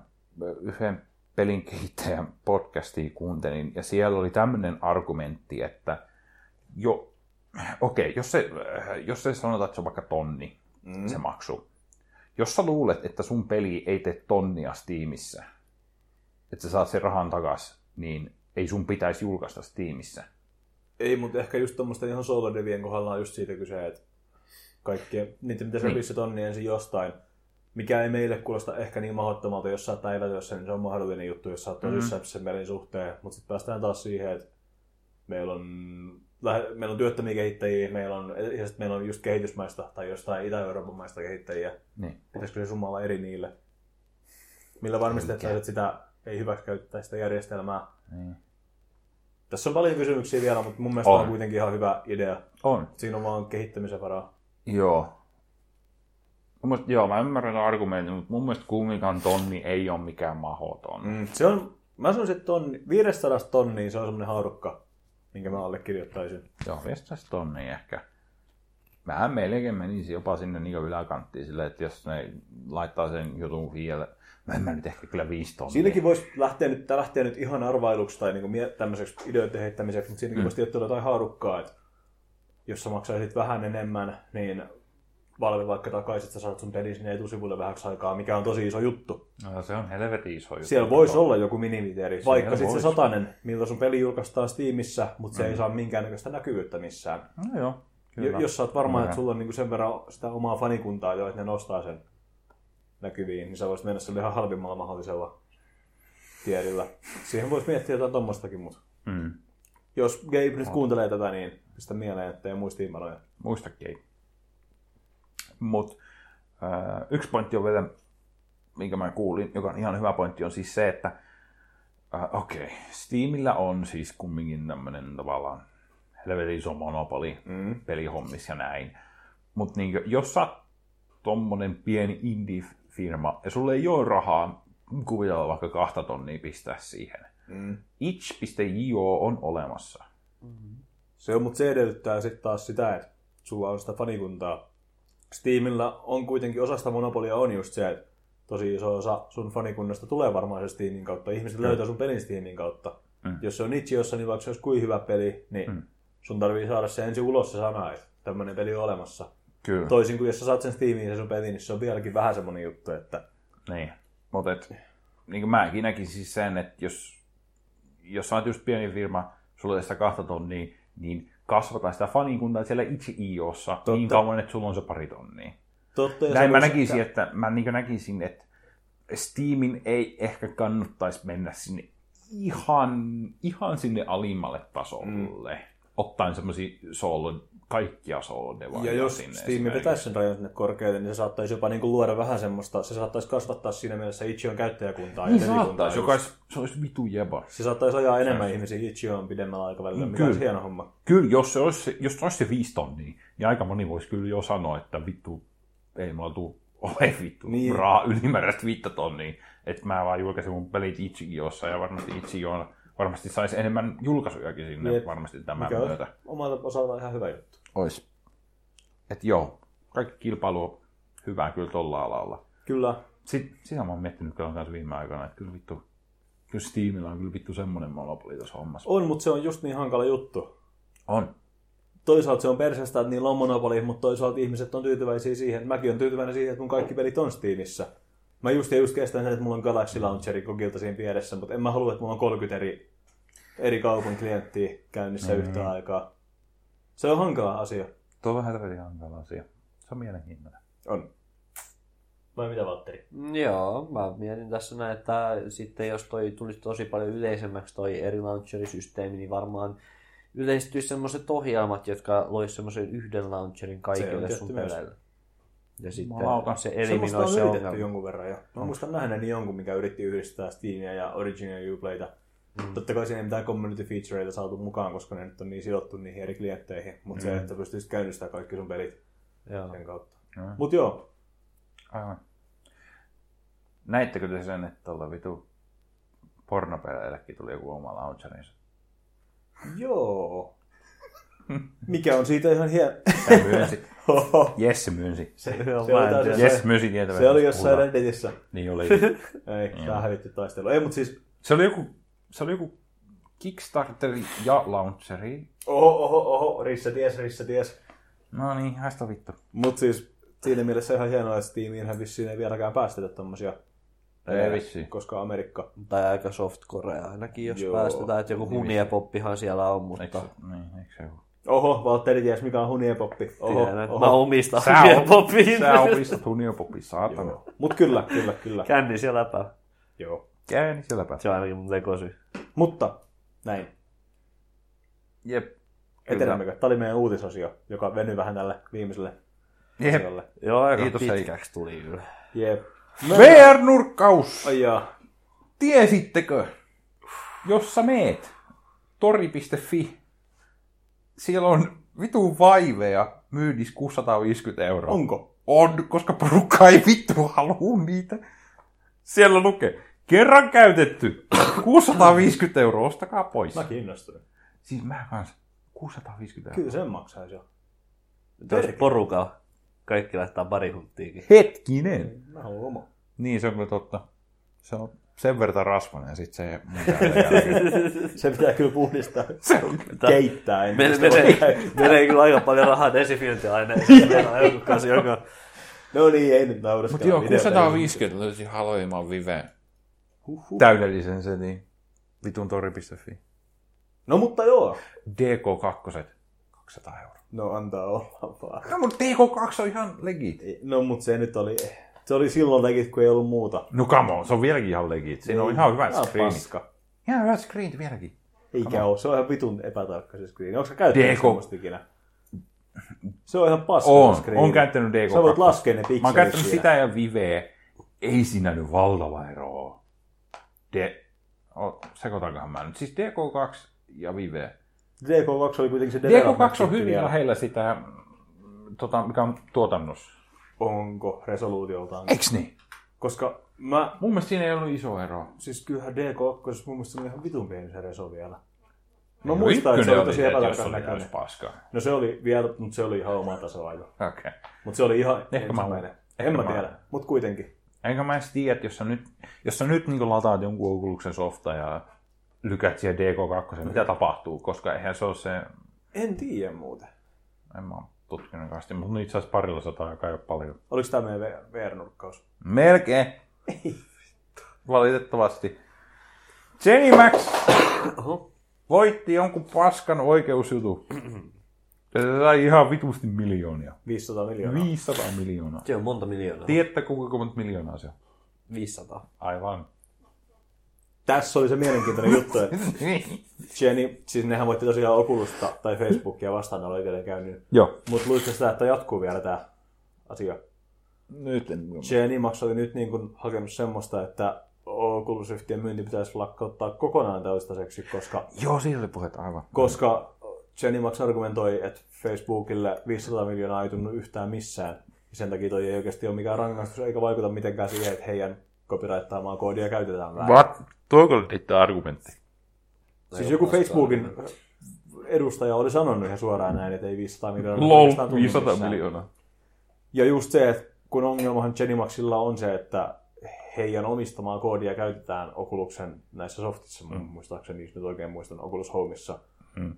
Speaker 1: yhden pelin kehittäjän podcastia kuuntelin, ja siellä oli tämmöinen argumentti, että jo, okei, jos se, äh, jos se sanotaan, että se on vaikka tonni, mm. se maksu. Jos sä luulet, että sun peli ei tee tonnia Steamissä, että sä saat sen rahan takas, niin ei sun pitäisi julkaista Steamissa.
Speaker 2: Ei, mutta ehkä just tuommoisten ihan soolodevien kohdalla on just siitä kyse, että kaikkien, niitä mitä sä
Speaker 1: Niin.
Speaker 2: niin. on, niin ensin jostain. Mikä ei meille kuulosta ehkä niin mahdottomalta, jos sä oot päivätyössä, niin se on mahdollinen juttu, jos sä oot
Speaker 1: Mm.
Speaker 2: tosissaan sen pelin suhteen. Mutta sitten päästään taas siihen, että meillä on, lähe- meillä on työttömiä kehittäjiä, meillä on, ja sit meillä on just kehitysmaista tai jostain Itä-Euroopan maista kehittäjiä.
Speaker 1: Niin.
Speaker 2: Pitäisikö se summa olla eri niille? Millä varmistetaan, että sitä ei hyväksikäyttäisi sitä järjestelmää?
Speaker 1: Niin.
Speaker 2: Tässä on paljon kysymyksiä vielä, mutta mun mielestä
Speaker 1: On.
Speaker 2: on. on kuitenkin ihan hyvä idea.
Speaker 1: On.
Speaker 2: Siinä on vaan kehittämisen varaa.
Speaker 1: Joo. Mun mielestä, joo, mä ymmärrän tämän argumentin, mutta mun mielestä kumminkaan tonni ei ole mikään mahoton.
Speaker 2: Mm, se on, mä sanoisin, että tonni, 500 tonnia se on semmoinen haarukka, minkä mä allekirjoittaisin.
Speaker 1: Joo, viestas tonni ehkä. Mä melkein menisin jopa sinne niin yläkanttiin silleen, että jos ne laittaa sen jutun vielä, mä en mä nyt ehkä kyllä viisi tonnia.
Speaker 2: Siinäkin voisi lähteä nyt, tää lähtee nyt ihan arvailuksi tai niinku mie- tämmöiseksi ideoiden heittämiseksi, mutta siinäkin mm. voisi tietää jotain haarukkaa, että jos sä maksaisit vähän enemmän, niin Valve vaikka takaisin, että sä saat sun niin pelin sinne etusivulle vähäksi aikaa, mikä on tosi iso juttu.
Speaker 1: No, se on helvetin iso juttu. No
Speaker 2: Siellä voisi olla joku minimiteeri, vaikka sitten se
Speaker 1: voisi.
Speaker 2: satanen, miltä sun peli julkaistaan Steamissa, mutta se mm. ei saa minkäännäköistä näkyvyyttä missään.
Speaker 1: No joo, kyllä.
Speaker 2: Kyllä. Jos sä oot varma,
Speaker 1: Kyllä.
Speaker 2: että sulla on niinku sen verran sitä omaa fanikuntaa jo, että ne nostaa sen näkyviin, niin sä voisit mennä sille ihan halvimmalla mahdollisella tierillä. Siihen voisi miettiä jotain tommostakin, mutta
Speaker 1: Mm.
Speaker 2: jos Gabe nyt kuuntelee tätä, niin pistä mieleen, ettei muistiinpanoja.
Speaker 1: Muistakin ei. Mut äh, yksi pointti on vielä, minkä mä kuulin, joka on ihan hyvä pointti, on siis se, että äh, okei, okay, Steamillä on siis kumminkin tämmönen tavallaan helvetin iso monopoli mm. pelihommissa ja näin. Mutta niin, jos sä oot tommonen pieni indie-firma ja sulle ei ole rahaa kuvitella vaikka kahta tonnia pistää siihen.
Speaker 2: Mm.
Speaker 1: Itch.io on olemassa.
Speaker 2: Se on, mutta se edellyttää sitten taas sitä, että sulla on sitä fanikuntaa. Steamilla on kuitenkin osasta monopolia on just se, että tosi iso osa sun fanikunnasta tulee varmaan se Steamin kautta. Ihmiset löytää sun pelin Steamin kautta.
Speaker 1: Mm.
Speaker 2: Mm. Jos se on Itchiossa, niin vaikka se olisi kuin hyvä peli, niin
Speaker 1: Mm.
Speaker 2: mm. sun tarvii saada se ensin ulos se sana, että tämmöinen peli on olemassa.
Speaker 1: Kyllä.
Speaker 2: Toisin kuin jos sä saat sen Steamiin se sun peli, niin se on vieläkin vähän semmoinen juttu, että
Speaker 1: Niin, mutta et, niin kuin mäkin näkisin siis sen, että jos, jos sä oot just pieni firma, sulla ei sitä kahta tonnia, niin kasvata sitä fanikuntaa siellä itse IOssa Totta. niin kauan, että sulla on se pari tonnia.
Speaker 2: totta ja
Speaker 1: Näin mä
Speaker 2: se voisi-
Speaker 1: näkisin, että mä niin näkisin, että Steamin ei ehkä kannattaisi mennä sinne ihan, ihan sinne alimmalle tasolle. Mm. Ottaen semmoisia soolo, kaikkia soolo
Speaker 2: Ja jos Steam vetäisi sen rajan sinne korkealle, niin se saattaisi jopa niinku luoda vähän semmoista, se saattaisi kasvattaa siinä mielessä Itchion käyttäjäkuntaa.
Speaker 1: niin
Speaker 2: ja pelikuntaa
Speaker 1: saattaisi,
Speaker 2: just.
Speaker 1: joka olisi, se olisi vitu jeba.
Speaker 2: Se saattaisi ajaa enemmän ihmisiä Itchioon pidemmällä aikavälillä, mikä
Speaker 1: Mm, Kyllä.
Speaker 2: olisi hieno homma.
Speaker 1: Kyllä, jos se olisi, se- jos se olisi se viisi tonnia, niin aika moni voisi kyllä jo sanoa, että vittu, ei mulla tuu ole vittu niin.
Speaker 2: Niin.
Speaker 1: rahaa ylimääräistä viittä tonnia, että mä vaan julkaisin mun pelit Itchiossa ja varmasti Itchioon varmasti saisi enemmän julkaisujakin sinne
Speaker 2: Jep.
Speaker 1: varmasti tämän
Speaker 2: Mikä olisi
Speaker 1: myötä.
Speaker 2: omalta osaltaan ihan hyvä juttu.
Speaker 1: Ois. Et joo, kaikki kilpailu on hyvää kyllä tolla alalla.
Speaker 2: Kyllä.
Speaker 1: Sitten sitä mä oon miettinyt kyllä kanssa viime aikoina, että kyllä vittu, kyllä Steamilla on kyllä vittu semmonen monopoli tuossa hommassa.
Speaker 2: On, mutta se on just niin hankala juttu.
Speaker 1: On.
Speaker 2: Toisaalta se on persestä, että niillä on monopoli, mutta toisaalta ihmiset on tyytyväisiä siihen. Mäkin on tyytyväinen siihen, että mun kaikki pelit on Steamissa. Mä just ja just kestän sen, että mulla on Galaxy Launcheri kokilta siinä vieressä, mutta en mä halua, että mulla on 30 eri, eri kaupan klienttiä käynnissä mm-hmm. yhtä aikaa. Se on hankala asia.
Speaker 1: Tuo on vähän helvetin hankala asia. Se on mielenkiintoinen.
Speaker 2: On. Vai mitä, Valtteri?
Speaker 6: Joo, mä mietin tässä näin, että sitten jos toi tulisi tosi paljon yleisemmäksi toi eri launcherisysteemi, niin varmaan yleistyisi semmoiset ohjelmat, jotka lois semmoisen yhden launcherin kaikille
Speaker 2: tehty
Speaker 6: sun
Speaker 2: myös.
Speaker 6: peleille. Ja sitten
Speaker 1: Jumalauta.
Speaker 6: se
Speaker 2: Semmoista
Speaker 6: eliminoi
Speaker 2: on
Speaker 6: se
Speaker 2: yritetty
Speaker 6: ongelma.
Speaker 2: jonkun verran jo. Mä muistan nähneeni jonkun, mikä yritti yhdistää Steamia ja Original Uplayta. Mm. Totta kai siinä ei mitään community featureita saatu mukaan, koska ne nyt on niin sidottu niihin eri klientteihin. Mutta mm. se, että pystyisit käynnistämään kaikki sun pelit
Speaker 6: Joo.
Speaker 2: sen kautta.
Speaker 1: Mm.
Speaker 2: Mm. Mut joo,
Speaker 1: Aivan. Näittekö te sen, että tuolla vitu pornopeleillekin tuli joku oma launcherinsa?
Speaker 2: joo. Mikä on siitä ihan hieno.
Speaker 1: Se myönsi. Jesse myönsi.
Speaker 2: se,
Speaker 6: mä en
Speaker 2: oli taas
Speaker 6: tiedä.
Speaker 2: jossain-
Speaker 1: Jesse myönsi tietävän.
Speaker 2: se oli jossain Redditissä.
Speaker 1: Niin oli.
Speaker 2: Ei, tää hävitti taistelu. Ei, mutta siis,
Speaker 1: Se oli joku, se oli joku Kickstarteri ja launcheri.
Speaker 2: oho, oho, oho, rissa ties, rissa ties.
Speaker 1: No niin, hästä vittu.
Speaker 2: Mutta siis siinä mielessä ihan hienoa, että Steamiinhän vissiin ei vieläkään päästetä tommosia
Speaker 1: Ei vissiin.
Speaker 2: koska Amerikka.
Speaker 6: Tai aika softcorea ainakin, jos
Speaker 2: Joo.
Speaker 6: Joo. päästetään. Että joku huniepoppihan siellä on, mutta
Speaker 1: Eikö se- Niin, eikö se ole?
Speaker 2: Oho, Valtteri ties mikä on huniepoppi. Oho,
Speaker 6: tiedän, että mä
Speaker 2: oho.
Speaker 6: omistan
Speaker 1: Sä opi-
Speaker 6: huniopoppin.
Speaker 1: Sä opistat huniopopi, saatana.
Speaker 2: Mut kyllä, kyllä, kyllä.
Speaker 6: Känni siellä läpää.
Speaker 2: Joo.
Speaker 1: Käy niin siellä pääsee.
Speaker 6: Se on ainakin mun tekosyy.
Speaker 2: Mutta näin.
Speaker 1: Jep.
Speaker 2: Etenemmekö? Tämä oli meidän uutisosio, joka venyi vähän tälle viimeiselle
Speaker 1: Jep.
Speaker 2: osiolle.
Speaker 6: Joo, aika
Speaker 1: Kiitos, Heikki.
Speaker 6: pitkäksi tuli kyllä.
Speaker 2: Jep.
Speaker 1: VR-nurkkaus!
Speaker 2: Ai jaa.
Speaker 1: Tiesittekö, jos sä meet tori.fi, siellä on vitun vaiveja myynnissä 650 euroa.
Speaker 2: Onko?
Speaker 1: On, koska porukka ei vittu halua niitä. Siellä lukee, kerran käytetty, 650 euroa, ostakaa pois.
Speaker 2: Mä kiinnostunut.
Speaker 1: Siis mä kans, 650 euroa.
Speaker 2: Kyllä sen maksaisi jo.
Speaker 6: Jos porukalla kaikki laittaa pari hunttiikin.
Speaker 1: Hetkinen.
Speaker 2: Mä haluan lomo.
Speaker 1: Niin, se on kyllä totta. Se on sen verran rasvainen, sit se mun täällä jälkeen.
Speaker 2: Se pitää kyllä puhdistaa.
Speaker 1: Se on kyllä.
Speaker 2: Keittää
Speaker 6: Menee,
Speaker 2: entistä.
Speaker 6: menee, menee kyllä aika paljon rahaa desinfiointiaineeseen. Meillä on joku kanssa, joka
Speaker 2: No niin, ei nyt nauraskella.
Speaker 1: Mutta joo,
Speaker 2: Videota ei
Speaker 1: 650 löysi Haloiman Vive. Täydellisen setin. Vitun tori.fi.
Speaker 2: No mutta joo.
Speaker 1: DK2. 200 euroa.
Speaker 2: No antaa olla vaan.
Speaker 1: No mutta DK2 on ihan legit.
Speaker 2: No mut se nyt oli... Se oli silloin legit, kun ei ollut muuta.
Speaker 1: No come on, se on vieläkin ihan legit. Siinä Niin. on ihan hyvät
Speaker 2: Ah,
Speaker 1: screenit.
Speaker 2: paska.
Speaker 1: Ihan hyvät screenit vieläkin.
Speaker 2: Eikä oo, se on ihan vitun epätarkka se screen. Onko sä käyttänyt
Speaker 1: DK?
Speaker 2: semmoista ikinä? Se on ihan paska
Speaker 1: On,
Speaker 2: se screen.
Speaker 1: on käyttänyt DK2.
Speaker 2: Sä voit laskea ne pikselit
Speaker 1: Mä oon käyttänyt
Speaker 2: siinä.
Speaker 1: sitä ja Viveä. Ei siinä nyt valtava ero oo. D... O, sekoitankohan mä nyt. Siis DK2 ja Vive.
Speaker 2: DK2 oli kuitenkin se
Speaker 1: DK2 on
Speaker 2: development-kitti
Speaker 1: hyvin
Speaker 2: vielä.
Speaker 1: lähellä sitä, mm, tota, mikä on tuotannossa.
Speaker 2: Onko resoluutioltaan?
Speaker 1: Eiks niin?
Speaker 2: Koska mä...
Speaker 1: Mun mielestä siinä ei ollut iso ero.
Speaker 2: Siis kyllähän DK2 mun mielestä oli ihan vitun pieni se reso vielä. Mä
Speaker 1: No
Speaker 2: muistan, että se oli tosi
Speaker 1: että jos
Speaker 2: epätarkka
Speaker 1: oli täys
Speaker 2: näköinen.
Speaker 1: paskaa.
Speaker 2: No se oli vielä, mutta se oli ihan omaa tasoa jo.
Speaker 1: Okei. Okay.
Speaker 2: Mutta se oli ihan
Speaker 1: Ehkä mä-
Speaker 2: ensimmäinen.
Speaker 1: ehkä
Speaker 2: en mä
Speaker 1: mä-
Speaker 2: tiedä, mutta kuitenkin.
Speaker 1: Enkä mä edes tiedä, että jos sä nyt, jos sä nyt niin lataat jonkun Oculusen softa ja lykät siihen DK2, mitä tapahtuu, koska eihän se ole se,
Speaker 2: En tiedä muuten.
Speaker 1: en mä oo tutkinut kasti, mutta niitä saisi parilla sataa, joka ei ole paljon.
Speaker 2: Oliko tämä meidän V- VR-nurkkaus?
Speaker 1: Melkein. Valitettavasti. Zenimax voitti jonkun paskan oikeusjutu. Se sai ihan vitusti miljoonia.
Speaker 2: 500 miljoonaa.
Speaker 1: 500 miljoonaa.
Speaker 6: Se on monta miljoonaa.
Speaker 1: Tiedätte kuinka monta miljoonaa se on?
Speaker 6: 500.
Speaker 1: Aivan.
Speaker 2: Tässä oli se mielenkiintoinen juttu, että
Speaker 1: Niin.
Speaker 2: Jenny, siis nehän voitti tosiaan Oculusta tai Facebookia vastaan olla oikeuden käynyt.
Speaker 1: Joo.
Speaker 2: Mutta luitko sitä, että jatkuu vielä tämä asia?
Speaker 1: Nyt en
Speaker 2: Genimax oli nyt niin kuin hakenut semmoista, että Oculus Riftin myynti pitäisi lakkauttaa kokonaan toistaiseksi, koska,
Speaker 1: Joo, siitä oli puhetta aivan.
Speaker 2: koska Genimax argumentoi, että Facebookille 500 miljoonaa ei tunnu yhtään missään. Ja sen takia toi ei oikeasti ole mikään rangaistus, eikä vaikuta mitenkään siihen, että heidän copyrighttaamaa koodia käytetään väärin.
Speaker 1: What? Tuoko oli niitä argumentti?
Speaker 2: Siis joku Facebookin edustaja oli sanonut ihan suoraan näin, että ei 500 miljoonaa.
Speaker 1: Lol,
Speaker 2: oikeastaan tunnu
Speaker 1: 500
Speaker 2: missään.
Speaker 1: miljoonaa.
Speaker 2: Ja just se, että kun ongelmahan Genimaxilla on se, että heidän omistamaa koodia käytetään Oculusen näissä softissa, mm. muistaakseni, jos nyt oikein muistan, Oculus Homeissa.
Speaker 1: Mm.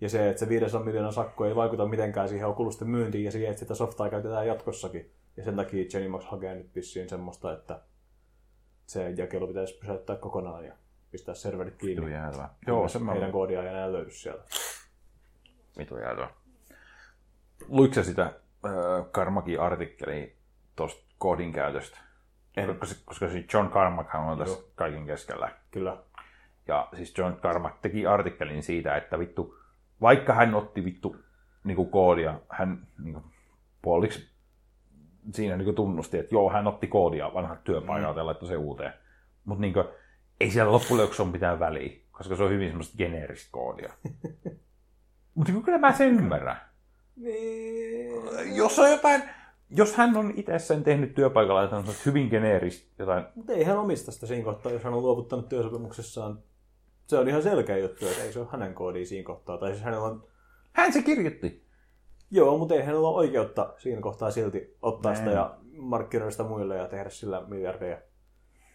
Speaker 2: Ja se, että se 500 miljoonan sakko ei vaikuta mitenkään siihen Oculusten myyntiin ja siihen, että sitä softaa käytetään jatkossakin. Ja sen takia Genimax hakee nyt vissiin semmoista, että se jakelu pitäisi pysäyttää kokonaan ja pistää serverit
Speaker 1: Vitu
Speaker 2: kiinni.
Speaker 1: jäätävä. Joo, se mä
Speaker 2: Heidän koodia ei enää löydy sieltä.
Speaker 1: Vitu jäätävä. Luitko sä sitä äh, Karmakin artikkeliä tuosta koodin käytöstä? Koska, se- koska siis John Carmack on tässä kaiken keskellä.
Speaker 2: Kyllä.
Speaker 1: Ja siis John Carmack teki artikkelin siitä, että vittu, vaikka hän otti vittu niin kuin koodia, hän niin kuin, puoliksi siinä niin kuin tunnusti, että joo, hän otti koodia vanhat työpaikalta ja laittoi se uuteen. Mutta niin kuin, ei siellä loppujen lopuksi ole mitään väliä, koska se on hyvin semmoista geneeristä koodia. Mutta niin kyllä mä sen ymmärrän. Niin. Jos on jotain, jos hän on itse sen tehnyt työpaikalla, että on hyvin geneeristä jotain
Speaker 2: Mutta ei hän omista sitä siinä kohtaa, jos hän on luovuttanut työsopimuksessaan. Se on ihan selkeä juttu, että ei se ole hänen koodi siinä kohtaa. Tai siis hänellä on...
Speaker 1: Hän se kirjoitti.
Speaker 2: Joo, mutta ei hänellä ole oikeutta siinä kohtaa silti ottaa sitä ja markkinoida sitä muille ja tehdä sillä miljardeja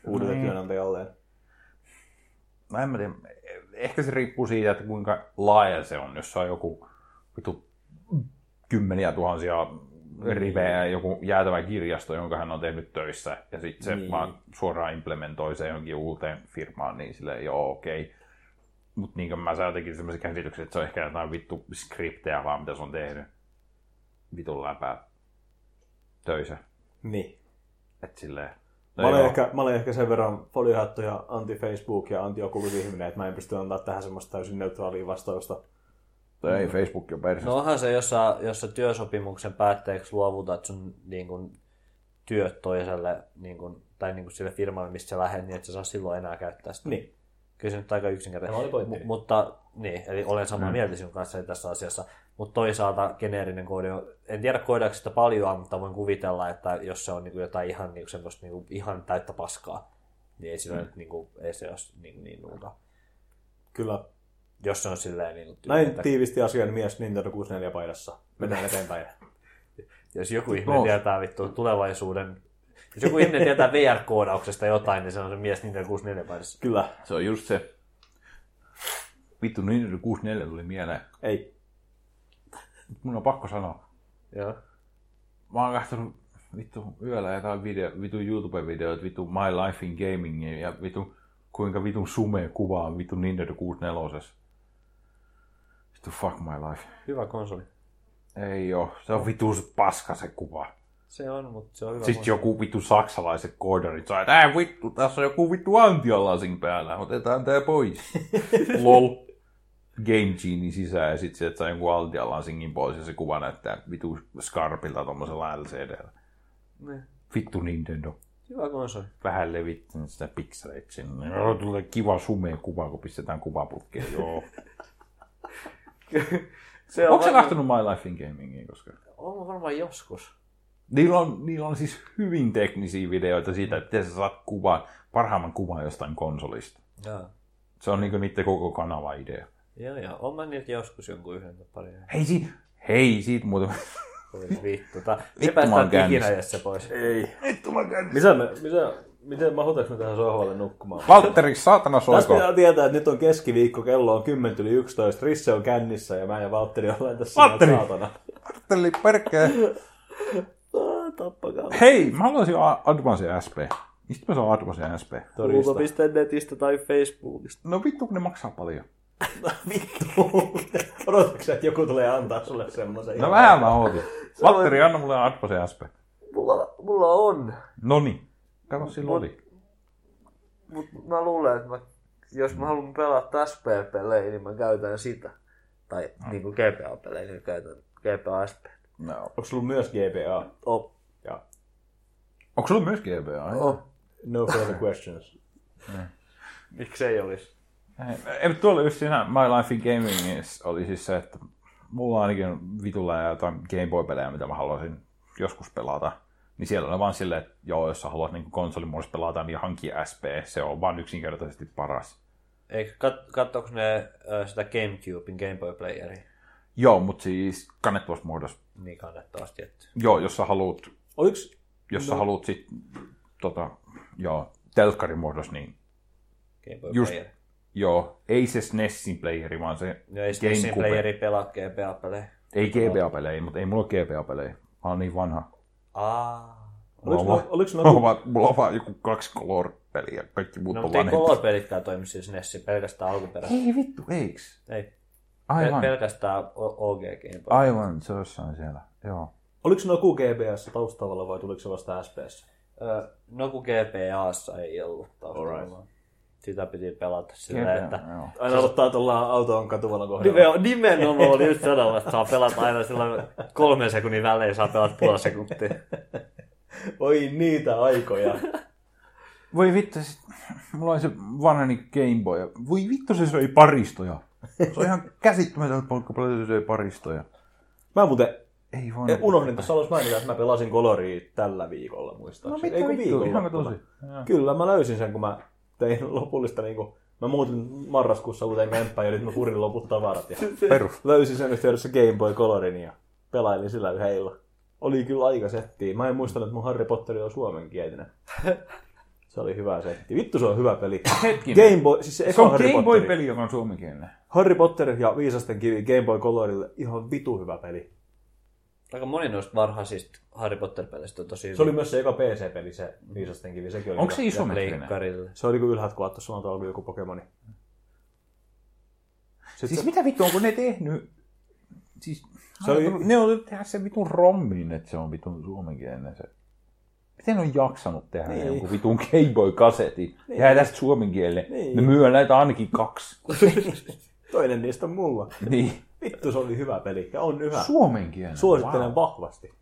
Speaker 2: uudelle työnantajalleen.
Speaker 1: Mä en mä tiedä. Ehkä se riippuu siitä, että kuinka laaja se on. Jos se on joku vitu kymmeniä tuhansia riveä, joku jäätävä kirjasto, jonka hän on tehnyt töissä, ja sitten se niin. vaan suoraan implementoi se johonkin uuteen firmaan, niin silleen, joo, okei. Okay. Mutta niin kuin mä saan jotenkin semmoisen käsityksen, että se on ehkä jotain vittu skriptejä vaan, mitä se on tehnyt vitun läpää töissä.
Speaker 2: Niin.
Speaker 1: Et silleen, no
Speaker 2: Mä olen, ehkä, mä olen ehkä sen verran foliohattu ja anti-Facebook ja anti-okulus-ihminen, että mä en pysty antaa tähän semmoista täysin neutraalia vastausta.
Speaker 1: Tai ei, Facebook on
Speaker 2: Niin.
Speaker 1: perse.
Speaker 6: No onhan se, jos sä, jos sä työsopimuksen päätteeksi luovutat sun niin kun, työt toiselle niin kun, tai niin kun sille firmalle, mistä sä lähdet, niin et sä saa silloin enää käyttää sitä.
Speaker 2: Niin.
Speaker 6: Kyllä se nyt aika
Speaker 2: Tämä oli
Speaker 6: yksinkertaisesti.
Speaker 2: pointti. Mm.
Speaker 6: M- mutta niin, eli olen samaa mieltä sinun kanssa tässä asiassa. Mutta toisaalta geneerinen koodi on, en tiedä koodaako sitä paljon, mutta voin kuvitella, että jos se on niin jotain ihan, niin semmoista niin ihan täyttä paskaa, niin ei, sillä mm. nyt, niin kuin, ei se ole niin, niin nuuka.
Speaker 2: Kyllä.
Speaker 6: Jos se on silleen niin tyyli,
Speaker 2: Näin
Speaker 6: että-
Speaker 2: tiivisti asian mies Nintendo 64 paidassa. Mennään eteenpäin. no.
Speaker 6: jos joku ihminen tietää vittu tulevaisuuden, jos joku ihminen tietää VR-koodauksesta jotain, niin se on se mies Nintendo 64 paidassa.
Speaker 2: Kyllä.
Speaker 1: Se on just se. Vittu, Nintendo 64 tuli mieleen.
Speaker 2: Ei.
Speaker 1: Mun on pakko sanoa.
Speaker 6: Joo.
Speaker 1: Mä oon katsonut vittu yöllä jotain video, vittu YouTube-videoita, vittu My Life in Gaming ja vittu kuinka vitun sumea kuva on vittu Nintendo 64. Vittu fuck my life.
Speaker 6: Hyvä konsoli.
Speaker 1: Ei oo, se on vittu se paska se kuva.
Speaker 6: Se on, mutta se on hyvä
Speaker 1: Sitten Siis joku vittu saksalaiset koodarit saa, että "Äh, vittu, tässä on joku vittu antialasin päällä, otetaan tää pois. Lol. Game Genin sisään ja sit sieltä saa jonkun antialasingin pois ja se kuva näyttää vitu skarpilta tommosella LCDllä.
Speaker 6: Niin.
Speaker 1: Vittu Nintendo.
Speaker 6: Hyvä konsoli.
Speaker 1: Vähän levittänyt sitä pikseleitä sinne. Joo, tulee kiva sumea kuva, kun pistetään kuvaputkeen. Joo.
Speaker 6: Se
Speaker 1: Onko se lähtenyt My Life in Gamingiin koskaan?
Speaker 6: On varmaan joskus.
Speaker 1: Niillä on, niillä on siis hyvin teknisiä videoita siitä, että miten sä saat kuvan, parhaimman kuvan jostain konsolista.
Speaker 6: Joo.
Speaker 1: Se on niinku niiden koko kanava idea.
Speaker 6: Joo, joo. Oon mä niitä joskus jonkun yhden tai pari.
Speaker 1: Hei, si- hei siitä muuten.
Speaker 6: Voi vittu. Tää,
Speaker 1: Vittu,
Speaker 6: me
Speaker 1: mä oon
Speaker 6: päästään ikinä
Speaker 1: käynnissä.
Speaker 6: Jesse pois.
Speaker 2: Ei.
Speaker 1: Vittu mä käyn.
Speaker 2: Mitä me, mitä, miten mahutaanko me tähän sohvalle nukkumaan?
Speaker 1: Valtteri, saatana
Speaker 2: Tässä
Speaker 1: soiko.
Speaker 2: pitää tietää, että nyt on keskiviikko, kello on 10 yli 11, Risse on kännissä ja mä ja Valtteri ollaan tässä
Speaker 1: Valtteri!
Speaker 2: ihan saatana.
Speaker 1: Valtteri, perkele.
Speaker 2: Ah, Tappakaa.
Speaker 1: Hei, mä haluaisin A- Advance SP. Mistä mä saan Advance SP?
Speaker 2: Torista.
Speaker 6: Netistä tai Facebookista.
Speaker 1: No vittu, kun ne maksaa paljon.
Speaker 2: Vittu. Odotatko sä, että joku tulee antaa sulle semmoisen?
Speaker 1: No vähän mä ootin. Valtteri, anna mulle Advance SP.
Speaker 6: Mulla, mulla on.
Speaker 1: Noni. No niin. Kato, sillä oli.
Speaker 6: Mutta mä luulen, että mä, jos mä haluan pelata SPR-pelejä, niin mä käytän sitä. Tai
Speaker 1: Ah.
Speaker 6: mm. niin kuin GPA-pelejä, niin käytän GPA SP.
Speaker 1: No.
Speaker 2: Onko sulla myös GPA?
Speaker 6: Oh.
Speaker 1: Onko sulla E myös GBA?
Speaker 2: No further questions.
Speaker 6: Miksei olisi?
Speaker 1: Ei, mutta tuolla just siinä My Life in Gaming oli siis se, että mulla ainakin on vitulla ja jotain Game Boy-pelejä, mitä mä haluaisin joskus pelata. Niin siellä on vaan silleen, että joo, jos sä haluat niin konsolimuodossa pelata, niin hanki SP. Se on vaan yksinkertaisesti paras.
Speaker 6: Eikö, kat, katsoiko ne ö, sitä Gamecubein Game Boy Playeria?
Speaker 1: Joo, mutta siis kannettavassa muodossa.
Speaker 6: Niin kannattavasti, että...
Speaker 1: Joo, jos sä haluat,
Speaker 2: Oliks,
Speaker 1: jos no. sä haluat sit, tota, joo, telkkarin muodossa, niin
Speaker 6: Game Boy
Speaker 1: Just-
Speaker 6: Just. Player.
Speaker 1: joo, ei se SNESin playeri, vaan se
Speaker 6: No ei Steam
Speaker 1: Gamecube.
Speaker 6: Playeri pelaa GPA-pelejä.
Speaker 1: Ei GBA-pelejä, mutta ei mulla ole GBA-pelejä. Mä oon niin vanha.
Speaker 6: Aa.
Speaker 2: oliks,
Speaker 1: Mulla on
Speaker 2: no, oliks
Speaker 1: Mulla on
Speaker 2: no,
Speaker 1: vaan, mulla on vaan joku kaksi Color-peliä, kaikki muut
Speaker 6: No,
Speaker 1: no, on
Speaker 6: mutta ei
Speaker 1: vanhempia.
Speaker 6: Color-pelitkään toimi siis Nessin, pelkästään alkuperäinen.
Speaker 1: Ei vittu, eiks?
Speaker 6: Ei,
Speaker 1: Aivan,
Speaker 6: Pel- pelkästään O- OG Game Boy.
Speaker 1: aivan, se on jossain siellä. Joo.
Speaker 2: oliks no QGPS taustavalla vai tuliko se vasta SPS?
Speaker 6: Öö, no kun GPAssa ei ollut taustalla. Sitä piti pelata sillä, että...
Speaker 1: Joo, joo.
Speaker 2: Aina aloittaa tuolla autoon katuvalla
Speaker 1: Niin
Speaker 2: kohdalla.
Speaker 6: Nimen- Nimenomaan oli just sanoa, että saa pelata aina sillä kolmen sekunnin välein, saa pelata puoli sekuntia.
Speaker 2: Oi niitä aikoja.
Speaker 1: Voi vittu, sit, mulla oli se vanhani Game Boy. ja Voi vittu, se söi paristoja. Se on ihan käsittämätöntä, kuinka paljon se söi paristoja.
Speaker 2: Mä muuten
Speaker 1: Ei voi.
Speaker 2: eh, unohdin tuossa alussa mainita, että mä pelasin koloria tällä viikolla
Speaker 1: No
Speaker 2: muistaakseni.
Speaker 1: mitä
Speaker 2: Ei, kun
Speaker 1: vittu, ihan
Speaker 2: viikonloppuna.
Speaker 1: tosi. Joo.
Speaker 2: Kyllä, mä löysin sen, kun mä tein lopullista niinku... Mä muutin marraskuussa uuteen kämppään ja nyt mä purin loput tavarat. Ja
Speaker 1: Perus.
Speaker 2: löysin sen yhteydessä Game Boy Colorin ja pelailin sillä yhden illan. Oli kyllä aika settiä. Mä en muistanut, että mun Harry Potter on suomenkielinen. Se oli hyvä setti. Vittu se on hyvä peli.
Speaker 1: Hetkinen.
Speaker 2: Game Boy, siis se,
Speaker 1: Se
Speaker 2: eka
Speaker 1: on
Speaker 2: Harry
Speaker 1: Game
Speaker 2: Potter.
Speaker 1: Boy-peli, joka on suomenkielinen.
Speaker 2: Harry Potter ja Viisasten kivi Game Boy Colorille ihan vitu hyvä peli.
Speaker 6: Aika moni noista varhaisista Harry Potter-peleistä on tosi
Speaker 2: Se oli myös se eka PC-peli, se Viisasten kivi. Sekin oli
Speaker 1: Onko
Speaker 2: hyvä.
Speaker 1: se isometrinen?
Speaker 6: leikkarille.
Speaker 2: Se oli kuin ylhäältä kuvattu, sulla on tuolla joku Pokemoni. Sitten
Speaker 1: Siis
Speaker 2: siis
Speaker 1: mitä vittu, onko ne tehnyt? Siis,
Speaker 2: Se
Speaker 1: se
Speaker 2: oli-
Speaker 1: oli... ne on tehdä sen vitun rommin, että se on vitun suomenkielinen se. Miten ne on jaksanut tehdä niin. jonkun vitun Gameboy-kasetin? Niin. Tehdään tästä suomenkielinen.
Speaker 2: Niin.
Speaker 1: Niin. Me myydään näitä ainakin kaksi.
Speaker 2: toinen niistä on mulla.
Speaker 1: niin.
Speaker 2: Vittu, se oli hyvä peli. Ja on yhä.
Speaker 1: Suomenkielinen.
Speaker 2: Suosittelen
Speaker 1: Wow.
Speaker 2: vahvasti.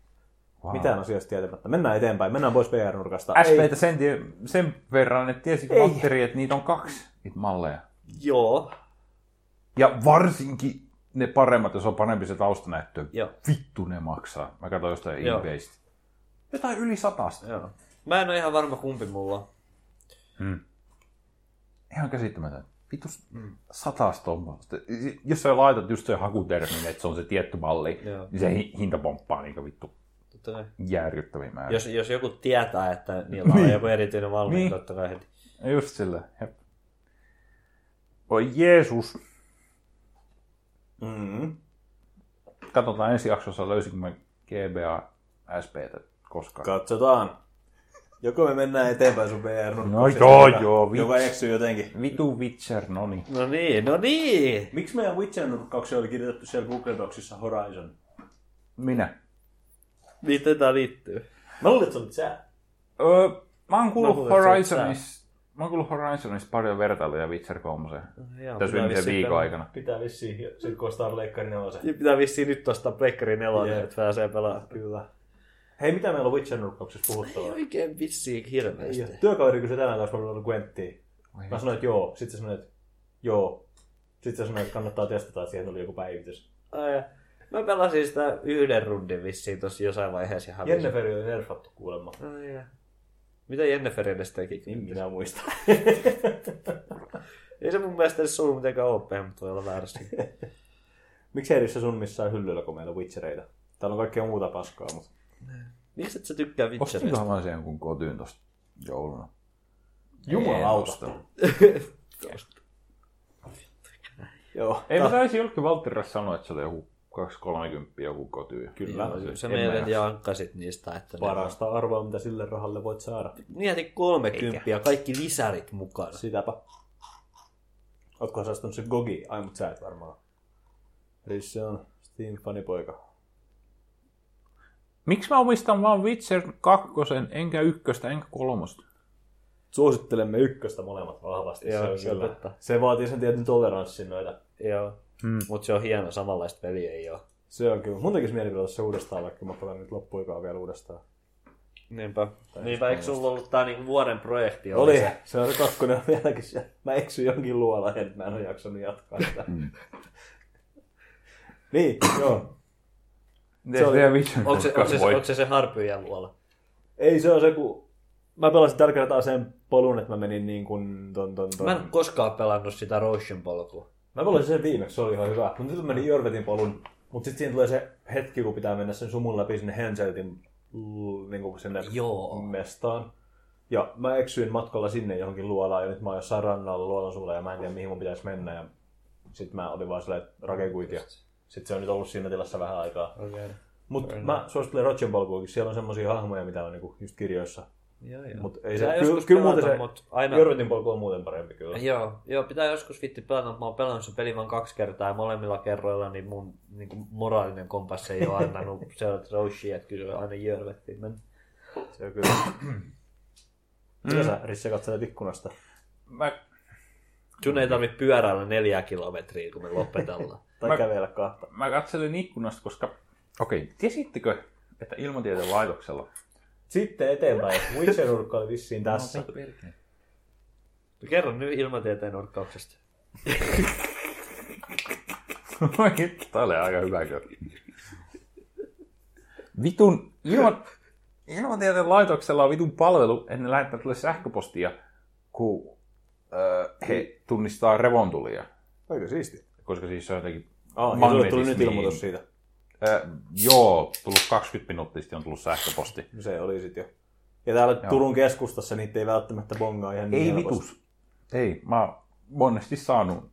Speaker 1: Wow.
Speaker 2: Mitään asioista tietämättä. Mennään eteenpäin. Mennään pois PR-nurkasta.
Speaker 1: SPtä sen, tie- sen verran, että tiesikö Matteri, että niitä on kaksi niitä malleja.
Speaker 6: Joo.
Speaker 1: Ja varsinkin ne paremmat, jos on parempi se taustanäyttö.
Speaker 6: Joo.
Speaker 1: Vittu ne maksaa. Mä katsoin jostain
Speaker 6: Joo.
Speaker 1: eBaystä. Jotain yli satasta.
Speaker 6: Joo. Mä en ole ihan varma kumpi mulla on.
Speaker 1: Ihan käsittämätön. Vittu
Speaker 6: Mm.
Speaker 1: satas tuommoista. Jos sä laitat just sen hakutermin, että se on se tietty malli,
Speaker 6: Joo.
Speaker 1: niin se hi- hinta pomppaa niinku vittu
Speaker 6: Totta kai.
Speaker 1: järkyttäviä määriä.
Speaker 6: Jos, jos joku tietää, että niillä on joku erityinen valmiin, niin.
Speaker 1: Niin.
Speaker 6: totta kai heti.
Speaker 1: Just sillä. Jep. Oi Jeesus.
Speaker 2: Mm-hmm.
Speaker 1: Katsotaan ensi jaksossa, löysinkö mä GBA SPtä koskaan.
Speaker 2: Katsotaan. Joko me mennään eteenpäin sun PR-nurkkaan.
Speaker 1: No joo, joo, vitsi.
Speaker 2: Joka eksyy jotenkin.
Speaker 1: Vitu Witcher, no niin.
Speaker 6: No niin, no niin!
Speaker 2: Miksi meidän Witcher-nurkkaukseen oli kirjoitettu siellä Google Docsissa Horizon?
Speaker 1: Minä.
Speaker 6: Miten tää liittyy?
Speaker 2: Mä luulen, että se olit sä.
Speaker 1: Öö, mä oon kuullut
Speaker 6: Mä luulen, että se on
Speaker 1: Horizonista, mä oon kuullut Horizonista paljon vertailuja Witcher 3.
Speaker 6: Joo,
Speaker 1: Tässä
Speaker 6: pitää
Speaker 1: viimeisen
Speaker 6: No, vissiin
Speaker 1: viikon
Speaker 6: pelata.
Speaker 1: aikana.
Speaker 2: Pitää vissiin, ja sit kun ostaa leikkari nelosen.
Speaker 6: Ja Pitää vissiin nyt ostaa Pleikkari 4,
Speaker 2: Jep.
Speaker 6: että pääsee pelaamaan.
Speaker 2: Kyllä. Hei, mitä meillä on Witcher-nurkkauksessa puhuttavaa?
Speaker 6: Oikein vissiin hirveästi.
Speaker 2: Ja Työkaveri kysyi tänään taas, kun mä olin Gwenttiin. Mä sanoin, että joo. Sitten se sanoi, että joo. Sitten se sanoi, että kannattaa testata, että siihen tuli joku päivitys.
Speaker 6: Ai, Mä pelasin sitä yhden rundin vissiin tossa jossain vaiheessa ja hävisin.
Speaker 2: Jenneferi oli nerfattu kuulemma.
Speaker 6: Ai, ja. Mitä Jennifer edes teki?
Speaker 2: Niin minä muistan.
Speaker 6: Ei se mun mielestä edes ollut mitenkään OP, mutta voi olla väärässä.
Speaker 2: Miksi erissä sun missään hyllyllä, kun meillä on Witchereita? Täällä on kaikkea muuta paskaa, mutta...
Speaker 6: Miksi et sä tykkää Witcherista?
Speaker 1: Ostinkohan mä sen kun kotiin tosta jouluna?
Speaker 2: Jumalauta. Joo.
Speaker 1: Ei mä taisi jollekin Valtterille sanoa, että se oli joku 230 joku kotyy.
Speaker 2: Kyllä.
Speaker 1: se,
Speaker 6: Sä
Speaker 1: en mä
Speaker 6: meidän
Speaker 1: jaksa.
Speaker 6: jankkasit niistä, että ne...
Speaker 2: Parasta arvoa, mitä sille rahalle voit saada.
Speaker 6: Mieti 30 ja kaikki lisärit mukana.
Speaker 2: Sitäpä. Ootko säästänyt se Gogi? Ai, mut sä et varmaan. Eli se on Steam-fanipoika.
Speaker 1: Miksi mä omistan vaan Witcher 2, enkä ykköstä, enkä kolmosta?
Speaker 2: Suosittelemme ykköstä molemmat vahvasti.
Speaker 6: Joo,
Speaker 2: se, on
Speaker 6: se on totta.
Speaker 2: kyllä. se vaatii sen tietyn toleranssin noita.
Speaker 6: Joo.
Speaker 1: Hmm.
Speaker 6: Mut se on hieno, samanlaista peliä ei oo.
Speaker 2: Se on kyllä. Mun tekisi mieli pelata se uudestaan, vaikka mä pelaan nyt loppuikaa vielä uudestaan.
Speaker 6: Niinpä. Niinpä, Niin, eikö sulla ollut tää niinku vuoden projekti?
Speaker 2: Oli.
Speaker 6: se?
Speaker 2: Se on se kakkonen on vieläkin siellä. Mä eksyin jonkin luola ja nyt mä en ole jaksanut jatkaa sitä.
Speaker 6: Mm.
Speaker 2: niin, joo.
Speaker 1: Se
Speaker 2: oli-
Speaker 1: oli Witcher
Speaker 6: Onko se, onko se,
Speaker 1: voi-
Speaker 6: onko se, se harpyjän luola?
Speaker 2: Ei se on se, kun mä pelasin tällä kertaa sen polun, että mä menin niin kuin ton, ton, ton.
Speaker 6: Mä en oo koskaan pelannut sitä Roshan polkua.
Speaker 2: Mä pelasin sen viimeksi, se oli ihan hyvä. Mutta nyt mä menin Jörvetin polun. Mutta sitten siinä tulee se hetki, kun pitää mennä sen sumun läpi sinne Henseltin niin kuin sinne
Speaker 6: Joo.
Speaker 2: mestaan. Ja mä eksyin matkalla sinne johonkin luolaan ja nyt mä oon jossain rannalla luolan sulla ja mä en tiedä mihin mun pitäisi mennä. Ja sit mä olin vaan silleen, että rakekuit ja sit se on nyt ollut siinä tilassa vähän aikaa.
Speaker 6: Okay.
Speaker 2: Mutta mä suosittelen Rotsin polkuakin, siellä on semmosia hahmoja, mitä on niinku just kirjoissa.
Speaker 6: Joo, joo.
Speaker 2: Mut ei
Speaker 6: Pitää
Speaker 2: se, kyllä,
Speaker 6: joskus
Speaker 2: kyllä muuten
Speaker 6: pelata,
Speaker 2: se,
Speaker 6: mut aina-
Speaker 2: Jörvetin polku on muuten parempi kyllä.
Speaker 6: Joo, joo, pitää joskus vitti pelata, mutta mä oon pelannut sen pelin vain kaksi kertaa ja molemmilla kerroilla niin mun niin kuin moraalinen kompassi ei ole antanut seurata Roshia, että kyllä se aina jörvettiin mennä.
Speaker 2: Se on kyllä.
Speaker 6: Mm.
Speaker 2: Mitä sä, Risse, katselet ikkunasta?
Speaker 1: Mä,
Speaker 6: Sun ei tarvitse pyöräillä neljää kilometriä, kun me lopetellaan.
Speaker 2: Tai
Speaker 1: Mä-
Speaker 2: kävellä kahta.
Speaker 1: mä katselin ikkunasta, koska... Okei, tiesittekö, että ilmatieteen laitoksella...
Speaker 2: Sitten eteenpäin. Witcher-urkka oli vissiin
Speaker 6: No,
Speaker 2: tässä.
Speaker 6: Kerro nyt ilmatieteen orkkauksesta.
Speaker 1: No niin, Tää oli aika hyvä kyllä. Vitun ilma, ilmatieteen laitoksella on vitun palvelu, että ne lähettää tulle sähköpostia, kun öö, he tunnistaa revontulia.
Speaker 2: Aika siisti.
Speaker 1: Koska siis se on jotenkin...
Speaker 2: Ah, ja sulle tuli nyt
Speaker 1: magnetismiin-
Speaker 2: ilmoitus siitä.
Speaker 1: Öö, joo, tullut 20 minuuttia sitten on tullut sähköposti.
Speaker 2: No Se oli sit jo. Ja täällä Joo.
Speaker 1: Joo.
Speaker 2: Turun keskustassa niitä ei välttämättä bongaa ihan niin
Speaker 1: Ei
Speaker 2: helposti.
Speaker 1: vitus. Ei, mä oon monesti saanut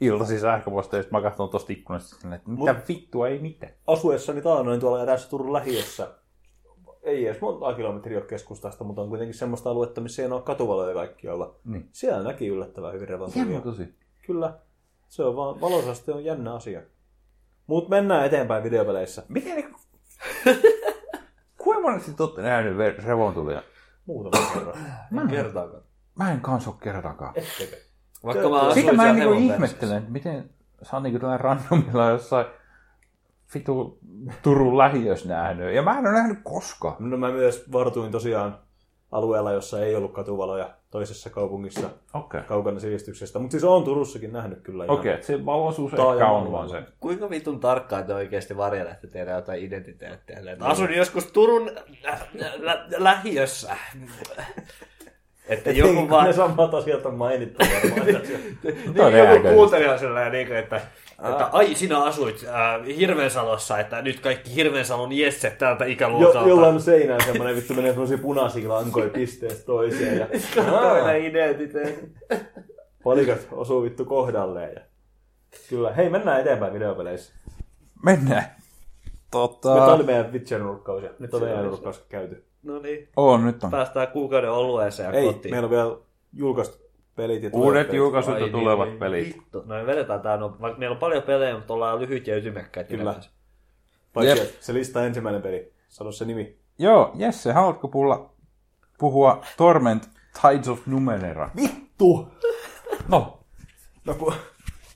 Speaker 1: iltasi sähköposteista, mä katson tosta ikkunasta sinne, että mitä vittua, ei mitään.
Speaker 2: Asuessani taanoin tuolla eräässä Turun lähiössä, ei edes monta kilometriä ole keskustasta, mutta on kuitenkin semmoista aluetta, missä ei ole katuvaloja kaikkialla.
Speaker 1: Niin.
Speaker 2: Siellä näki yllättävän hyvin
Speaker 1: Jännä
Speaker 2: revontuvia.
Speaker 1: tosi.
Speaker 2: Kyllä, se on vaan, valosaste on jännä asia. Mutta mennään eteenpäin videopeleissä.
Speaker 1: Miten niinku... Kuinka monesti te ootte nähnyt ver- revontulia?
Speaker 2: Muutama kerran.
Speaker 1: Mä en,
Speaker 5: Kertaakaan.
Speaker 1: mä en kans oo kertaakaan.
Speaker 2: Ettekö?
Speaker 6: Vaikka mä asuin
Speaker 1: Sitä mä en
Speaker 6: siellä
Speaker 1: niinku
Speaker 6: Hevonpersässä.
Speaker 1: ihmettelen, että miten sä oot niinku tällä randomilla jossain vitu Turun lähiössä nähnyt. Ja mä en ole nähnyt koskaan.
Speaker 2: No mä myös vartuin tosiaan alueella, jossa ei ollut katuvaloja toisessa kaupungissa
Speaker 1: Okei. Okay.
Speaker 2: kaukana sivistyksestä. Mutta siis on Turussakin nähnyt kyllä ihan.
Speaker 1: Okei, okay, se valoisuus
Speaker 2: Taajamalla.
Speaker 1: ehkä on vaan se.
Speaker 6: Kuinka vitun tarkkaan te oikeasti varjelette teidän jotain identiteettiä? Silleen, että no. Asun joskus Turun lä- lä- lähiössä. Että joku
Speaker 2: Niin, ne
Speaker 6: vaan...
Speaker 2: samat asiat on mainittu varmaan.
Speaker 6: Niin, joku
Speaker 1: Todennäköisesti.
Speaker 6: kuuntelija on sellainen, niin kuin, että, että ai sinä asuit äh, Hirveensalossa, että nyt kaikki Hirveensalon jesse täältä ikäluokalta.
Speaker 2: jo, jollain seinään semmoinen vittu menee semmoisia punaisia lankoja pisteestä toiseen ja
Speaker 6: Toinen identiteetti.
Speaker 2: palikat osuu vittu kohdalleen. Ja... Kyllä, hei mennään eteenpäin videopeleissä.
Speaker 1: Mennään.
Speaker 2: Uh, Tämä
Speaker 1: Tota,
Speaker 2: oli meidän Witcher-nurkkaus ja nyt on VR-nurkkaus käyty.
Speaker 6: No niin,
Speaker 1: on, nyt on.
Speaker 6: päästään kuukauden olueeseen ja
Speaker 2: Ei,
Speaker 6: kotiin.
Speaker 2: meillä on vielä julkaistu pelit ja tulevat
Speaker 1: Uudet
Speaker 2: pelit.
Speaker 1: julkaisut ja
Speaker 6: Ai
Speaker 1: tulevat
Speaker 6: niin,
Speaker 1: pelit.
Speaker 6: Vittu. No me vedetään tää, no, vaikka meillä on paljon pelejä, mutta ollaan lyhyt ja ytimekkäitä.
Speaker 2: Kyllä.
Speaker 6: yleensä.
Speaker 2: Paitsi
Speaker 1: Jep.
Speaker 2: se lista ensimmäinen peli. Sano se nimi.
Speaker 1: Joo, Jesse, haluatko pulla, puhua Torment Tides of Numenera?
Speaker 2: Vittu!
Speaker 1: No,
Speaker 2: No kun...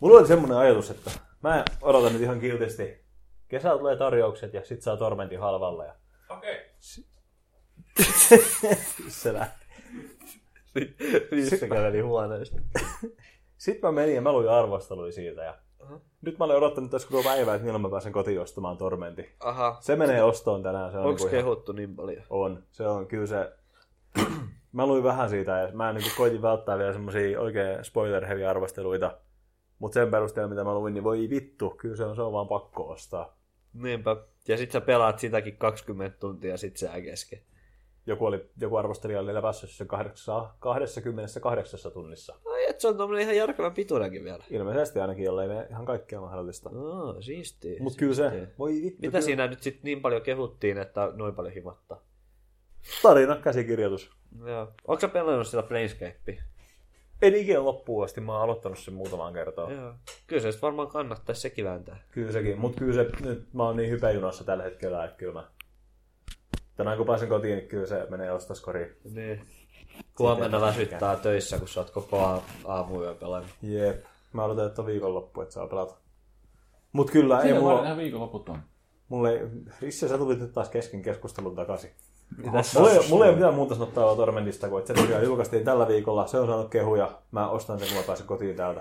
Speaker 2: Mulla oli semmoinen ajatus, että mä odotan nyt ihan kiltisti. Kesällä tulee tarjoukset ja sit saa tormentin halvalla. Ja... Okei. Okay. se lähti.
Speaker 6: Riissä käveli huoneesta.
Speaker 2: Sitten mä menin ja mä luin arvosteluja siitä. Ja... Nyt mä olen odottanut tässä koko päivää, että milloin mä pääsen kotiin ostamaan tormentin.
Speaker 6: Aha,
Speaker 2: Se menee ostoon tänään. Se on
Speaker 6: onks
Speaker 2: niinku ihan-
Speaker 6: kehuttu niin paljon?
Speaker 2: On. Se on kyllä se... mä luin vähän siitä ja mä niin koitin välttää vielä semmosia oikein spoiler heavy arvosteluita. Mutta sen perusteella, mitä mä luin, niin voi vittu, kyllä se on, se on vaan pakko ostaa.
Speaker 6: Niinpä. Ja sit sä pelaat sitäkin 20 tuntia sit sä kesken.
Speaker 2: Joku, oli, joku arvostelija oli läpäissyt sen kahdeksa- 28 tunnissa.
Speaker 6: Ai et, se on tommonen ihan järkevän pituinenkin vielä.
Speaker 2: Ilmeisesti ainakin, jollei me ihan kaikkea mahdollista.
Speaker 6: Oo, siistiä.
Speaker 2: Mutta kyllä se,
Speaker 6: siistiä.
Speaker 2: voi vittu.
Speaker 6: Mitä
Speaker 2: kyllä.
Speaker 6: siinä nyt sit niin paljon kehuttiin, että noin paljon himattaa?
Speaker 2: Tarina, käsikirjoitus.
Speaker 6: Joo. Onko sä pelannut sitä Planescapea?
Speaker 2: En ikinä loppuun asti, mä oon aloittanut sen muutamaan kertaan.
Speaker 6: Joo. Kyllä se sit varmaan kannattaa sekin vääntää.
Speaker 2: Kyllä sekin, mutta kyllä se, nyt mä oon niin hypäjunassa tällä hetkellä, että kyllä mä... Tänään kun pääsen kotiin, niin kyllä se menee ostoskoriin.
Speaker 6: Niin. Huomenna väsyttää töissä, kun sä oot koko a- aamuyö pelannut.
Speaker 2: Jep. Mä odotan, että on viikonloppu, että saa pelata. Mut kyllä, ei mulla...
Speaker 1: viikonloput on.
Speaker 2: Mulle ei... Risse, sä tulit nyt taas kesken keskustelun takaisin. Mulla ei, mulla ei ole mitään muuta sanottavaa Tormentista, kuin että se tosiaan julkaistiin tällä viikolla. Se on saanut kehuja. Mä ostan sen, kun mä pääsen kotiin täältä.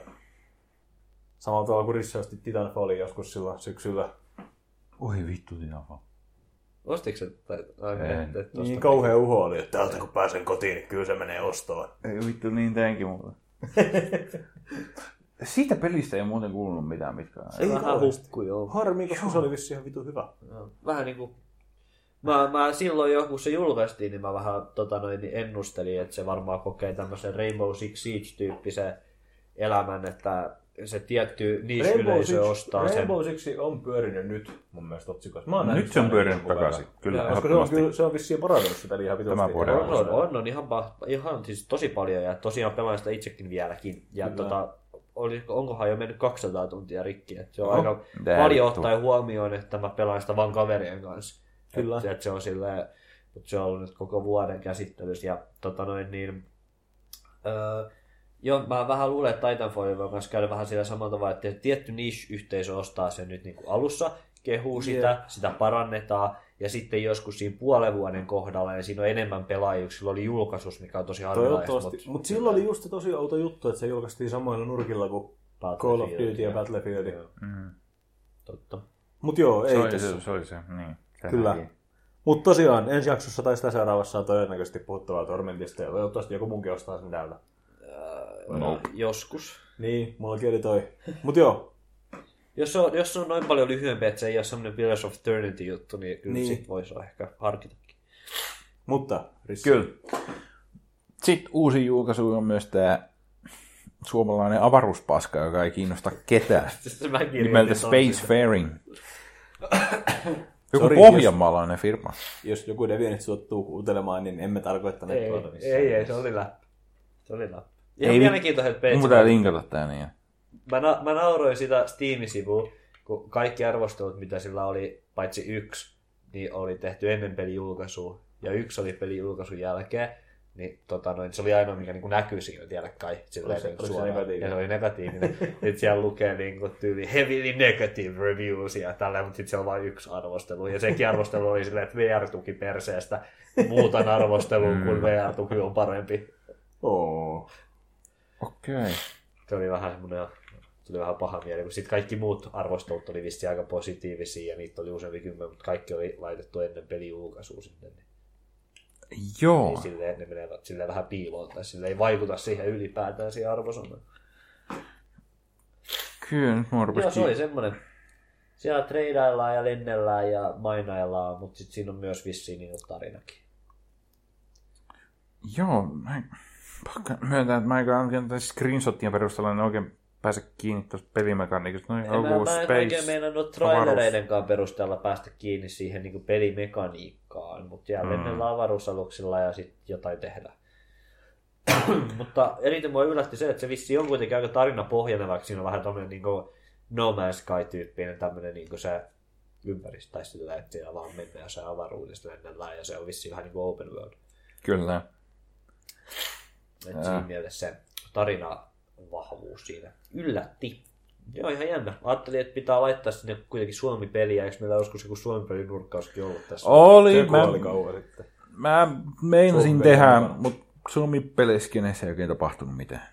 Speaker 2: Samalla tavalla kuin Risse osti Titanfallin joskus silloin syksyllä.
Speaker 1: Oi vittu, niin Tinapa.
Speaker 6: Ostitko sä? Tai, okay,
Speaker 1: En.
Speaker 6: et osta
Speaker 2: Niin kauhea uho oli, että täältä kun pääsen kotiin, niin kyllä se menee ostoon.
Speaker 1: Ei vittu, niin teinkin mulle. Siitä pelistä ei muuten kuulunut mitään mitkään.
Speaker 2: Ei
Speaker 6: Vähän
Speaker 2: kauheasti.
Speaker 6: hukku, joo.
Speaker 2: Harmi, koska se oli vissi ihan vitu hyvä.
Speaker 6: Vähän niinku... Mä, mä silloin jo, kun se julkaistiin, niin mä vähän tota noin, niin ennustelin, että se varmaan kokee tämmöisen Rainbow Six Siege-tyyppisen elämän, että se tietty niisyleisö ostaa sen.
Speaker 2: Rainbow Six on pyörinyt nyt mun mielestä otsikossa. Mä oon nähnyt
Speaker 1: Nyt se on
Speaker 2: sen
Speaker 1: pyörinyt
Speaker 2: jonkun
Speaker 1: takaisin.
Speaker 2: verran.
Speaker 1: Kyllä,
Speaker 2: Koska se on,
Speaker 1: ehdottomasti.
Speaker 2: kyllä, se on vissiin parantunut sitä ihan vitusti.
Speaker 1: Tämän vuoden
Speaker 6: On, on, on, on ihan, pa, ihan siis tosi paljon ja tosiaan pelaan sitä itsekin vieläkin. Ja
Speaker 2: Kyllä.
Speaker 6: tota, oli, onkohan jo mennyt 200 tuntia rikki. Et se on
Speaker 1: Oho.
Speaker 2: No.
Speaker 6: aika
Speaker 1: Mitä
Speaker 6: paljon
Speaker 1: vittua?
Speaker 6: ottaen huomioon, että mä pelaan sitä vaan kaverien kanssa.
Speaker 2: Kyllä.
Speaker 6: Et, et se on silleen, mutta se on ollut nyt koko vuoden käsittelyssä. Ja tota noin niin, öö, joo, mä vähän luulen, että Titanfallin voi myös käydä vähän sillä samalla tavalla, että tietty niche-yhteisö ostaa sen nyt niin kuin alussa, kehuu sitä, yeah. sitä parannetaan, ja sitten joskus siinä puolen vuoden kohdalla, ja siinä on enemmän pelaajia, kun sillä oli julkaisus, mikä on tosi harvinaista.
Speaker 2: Toivottavasti. Mutta mut silloin oli just se tosi outo juttu, että se julkaistiin samoilla nurkilla kuin Call of Duty ja Battlefield.
Speaker 1: Mm.
Speaker 6: Totta.
Speaker 2: Mut joo,
Speaker 1: Se
Speaker 2: ei
Speaker 1: oli
Speaker 2: tässä.
Speaker 1: se, se, oli se. Niin, se
Speaker 2: Kyllä.
Speaker 1: näki.
Speaker 2: Mut tosiaan, ensi jaksossa tai sitä seuraavassa on todennäköisesti puhuttavaa Tormentista ja toivottavasti joku munkin ostaa sen täältä.
Speaker 1: No.
Speaker 6: Joskus.
Speaker 2: Niin, mullakin oli toi. Mut joo,
Speaker 6: Jos se, on, jos se on noin paljon lyhyempi, että se ei ole semmoinen Pillars of Eternity-juttu, niin kyllä
Speaker 2: Niin.
Speaker 6: niin. sit voisi ehkä harkitakin.
Speaker 2: mutta Risse.
Speaker 1: Kyllä. Sitten uusi julkaisu on myös tämä suomalainen avaruuspaska, joka ei kiinnosta ketään.
Speaker 6: Sitten Siis mä kirjoitin
Speaker 1: Nimeltä
Speaker 6: ton siitä.
Speaker 1: Spacefaring. Joku
Speaker 2: Sori,
Speaker 1: pohjanmaalainen firma.
Speaker 2: Jos joku devianit suottuu kuuntelemaan, niin emme tarkoittaneet
Speaker 6: Ei,
Speaker 2: tuota missään.
Speaker 6: ei, ei, se oli läppi. Se oli läppi.
Speaker 1: Ei
Speaker 6: Ja ei,
Speaker 1: vi-
Speaker 6: mielenkiintoinen page.
Speaker 1: Mun pitää linkata tää niin.
Speaker 6: Mä, na- mä nauroin sitä Steam-sivua, kun kaikki arvostelut, mitä sillä oli, paitsi yksi, niin oli tehty ennen pelin julkaisua. Ja yksi oli pelin julkaisun jälkeen. Niin, tota noin, se oli ainoa, mikä niin näkyy siinä tiedä kai.
Speaker 2: Oliko
Speaker 6: Silleen,
Speaker 2: se-
Speaker 6: niin
Speaker 2: oliko se
Speaker 6: suoraan.
Speaker 2: negatiivinen?
Speaker 6: Ja se oli negatiivinen. Sitten siellä lukee niin kuin, tyyli heavily negative reviews ja tällä, mutta sitten siellä on vain yksi arvostelu. Ja sekin arvostelu oli silleen, että VR-tuki perseestä muutan arvosteluun, kun VR-tuki on parempi.
Speaker 2: Oo.
Speaker 1: Okei. Okay.
Speaker 6: se oli vähän semmoinen, tuli vähän paha mieli, kun sitten kaikki muut arvostelut oli vissi aika positiivisia ja niitä oli useampi kymmen, mutta kaikki oli laitettu ennen pelin julkaisua sinne. Niin,
Speaker 1: Joo.
Speaker 6: niin silleen, ne menevät silleen vähän piiloon tai sille ei vaikuta siihen ylipäätään siihen arvosanaan.
Speaker 1: Kyllä, nyt mua
Speaker 6: Joo,
Speaker 1: rupesi
Speaker 6: se oli semmoinen. Siellä treidaillaan ja lennellään ja mainaillaan, mutta sitten siinä on myös vissiin niin tarinakin.
Speaker 1: Joo, mä en- pakka myöntää, että mä en ainakin tästä screenshottien perusteella en oikein pääse kiinni tuosta pelimekaniikasta. Noin
Speaker 6: En mä,
Speaker 1: joku
Speaker 6: mä en
Speaker 1: space.
Speaker 6: oikein meinannut trailereidenkaan perusteella päästä kiinni siihen niin pelimekaniikkaan, mutta jää mm. avaruusaluksilla ja sitten jotain tehdä. mutta eniten mua yllätti se, että se vissi on kuitenkin aika tarinapohjainen, vaikka siinä on vähän tämmöinen niin No Man's Sky-tyyppinen tämmöinen niin se ympäristö, tai sillä, että siellä vaan mennään ja se avaruudesta lennellään, ja se on vissiin vähän niin kuin open world.
Speaker 1: Kyllä.
Speaker 6: Et siinä mielessä se tarina vahvuus siinä yllätti. Joo, ihan jännä. Ajattelin, että pitää laittaa sinne kuitenkin Suomi-peliä. Eikö meillä joskus joku Suomi-pelin nurkkauskin ollut tässä?
Speaker 1: Oli,
Speaker 2: Se
Speaker 1: mä,
Speaker 2: kuoli kauan sitten.
Speaker 1: mä meinasin
Speaker 2: Suomi
Speaker 1: tehdä,
Speaker 2: pelaa.
Speaker 1: mutta Suomi peliskenessä ei oikein tapahtunut mitään.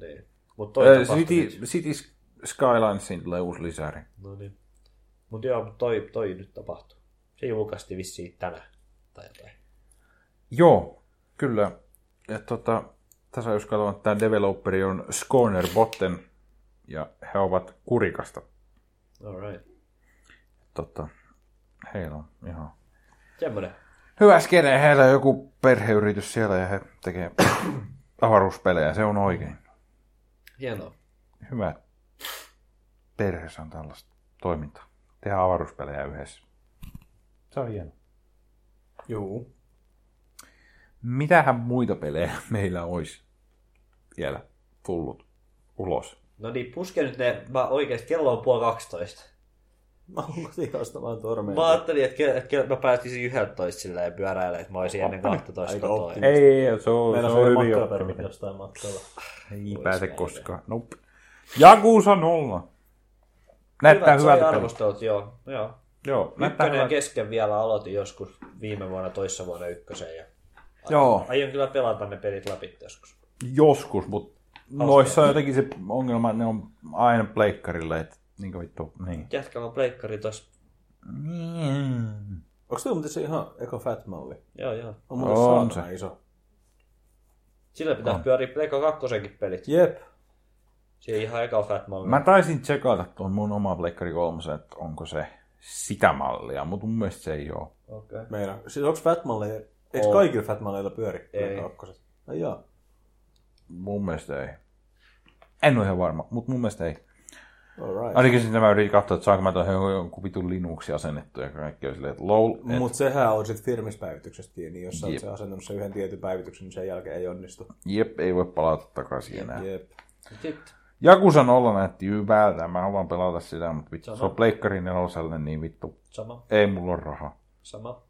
Speaker 6: Niin. Mutta toi
Speaker 1: Ö,
Speaker 6: tapahtui
Speaker 1: City,
Speaker 6: nyt.
Speaker 1: City Skylinesin tulee uusi lisäri.
Speaker 6: No niin. Mutta joo, mut toi, toi nyt tapahtuu. Se julkaistiin vissiin tänään. Tai jotain.
Speaker 1: Joo, kyllä. Ja tota, tässä jos katsotaan, että tämä developeri on Scorner Botten, ja he ovat Kurikasta.
Speaker 6: Alright.
Speaker 1: Tota, heillä on ihan
Speaker 6: Semmonen.
Speaker 1: hyvä skene. Heillä on joku perheyritys siellä ja he tekee avaruuspelejä. Se on oikein.
Speaker 6: Hienoa.
Speaker 1: Hyvä. että Perheessä on tällaista toimintaa. Tehdään avaruuspelejä yhdessä. Se on hieno.
Speaker 2: Juu.
Speaker 1: Mitähän muita pelejä meillä olisi vielä tullut ulos?
Speaker 6: No niin, puske nyt ne. Mä oikeesti kello on puoli 12.
Speaker 2: Mä oon kotiin ostamaan tormeen.
Speaker 6: Mä ajattelin, että, ke, että ke- mä pääsisin 11 silleen pyöräilemään, että mä olisin ennen 12
Speaker 2: Aika
Speaker 6: kotoa.
Speaker 2: optimi-
Speaker 1: Ei, se on,
Speaker 2: Meillä
Speaker 1: se
Speaker 2: on
Speaker 1: on
Speaker 2: vielä
Speaker 1: hyvin
Speaker 2: matkapermit
Speaker 1: oppiminen.
Speaker 2: jostain matkalla.
Speaker 1: Ei pääse koskaan. Nope. Jakusa nolla. Näyttää
Speaker 6: Hyvät
Speaker 1: hyvältä. peli.
Speaker 6: arvostelut, joo. joo.
Speaker 1: Joo, näyttää
Speaker 6: Ykkönen
Speaker 1: hyvältä.
Speaker 6: kesken vielä aloitin joskus viime vuonna, toissa vuonna ykkösen. Ja
Speaker 1: Joo,
Speaker 6: aion kyllä pelata ne pelit läpi joskus.
Speaker 1: joskus, mutta noissa on jotenkin se ongelma, että ne on aina pleikkarilla, että niinkö vittu, niin.
Speaker 6: Jätkällä on pleikkari tossa.
Speaker 1: Mm.
Speaker 2: Onks tuo muuten se ihan Eco Fat malli?
Speaker 6: Joo, joo.
Speaker 2: On muuten
Speaker 1: On
Speaker 2: saatana
Speaker 1: se.
Speaker 2: iso.
Speaker 6: Sillä pitää pyöriä Pleikka kakkosenkin pelit.
Speaker 2: Jep.
Speaker 6: Siinä ihan eka fat malli.
Speaker 1: Mä taisin tsekata tuon mun oma pleikkari kolmosen, että onko se sitä mallia, mutta mun mielestä se ei ole.
Speaker 6: Okay.
Speaker 2: Meillä. Siis onks Fat malleja? Eiks
Speaker 6: On.
Speaker 2: kaikilla Fat malleilla pyöri?
Speaker 6: Ei.
Speaker 2: Kakkoset. Ai jaa.
Speaker 1: Mun mielestä ei. En ole ihan varma, mutta mun mielestä ei.
Speaker 2: Alright.
Speaker 1: Ainakin sitten mä yritin katsoa, että saanko mä tuohon jonkun vitun Linuxi asennettu ja kaikki on silleen, että lol. Et,
Speaker 2: Mutta sehän on sitten firmispäivityksestä kiinni, jos sä oot
Speaker 1: Jep.
Speaker 2: sen asentanut sen yhden tietyn päivityksen, niin sen jälkeen ei onnistu.
Speaker 1: jep, ei voi palata takaisin enää.
Speaker 2: Jep.
Speaker 6: Sitten.
Speaker 1: Jakusa 0 näytti hyvältä, mä haluan pelata sitä, mutta vittu, se on pleikkari neloselle, niin vittu,
Speaker 6: Sama,
Speaker 1: ei mulla ole rahaa.
Speaker 6: sama.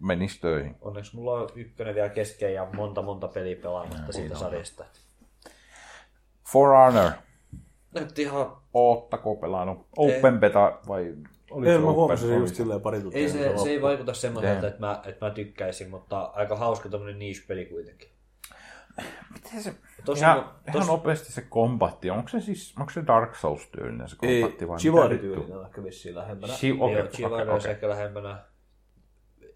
Speaker 1: Menis töihin.
Speaker 6: Onneksi mulla on ykkönen vielä kesken ja monta monta peliä pelaamatta siitä sarjasta.
Speaker 1: For Honor,
Speaker 6: Näytti ihan...
Speaker 1: oottako pelannut? Open beta vai oli
Speaker 2: Ei,
Speaker 1: se
Speaker 2: mä
Speaker 1: open?
Speaker 2: huomasin se just silleen pari tuntia.
Speaker 6: Ei se, se ei vaikuta semmoiselta,
Speaker 1: Damn.
Speaker 6: että mä, että mä tykkäisin, mutta aika hauska tämmönen niche-peli kuitenkin.
Speaker 1: Miten se,
Speaker 6: Tos-
Speaker 1: ihan,
Speaker 6: tos-
Speaker 1: ihan nopeasti se kombatti, onko se siis, onko se Dark Souls-tyylinen se kombatti vai
Speaker 2: Chivalry-tyylinen ehkä vissiin lähempänä.
Speaker 1: Chivalry,
Speaker 6: Okay,
Speaker 1: okei,
Speaker 6: joo, Chivalry
Speaker 1: okei,
Speaker 6: okay, olisi
Speaker 1: okei.
Speaker 6: ehkä lähempänä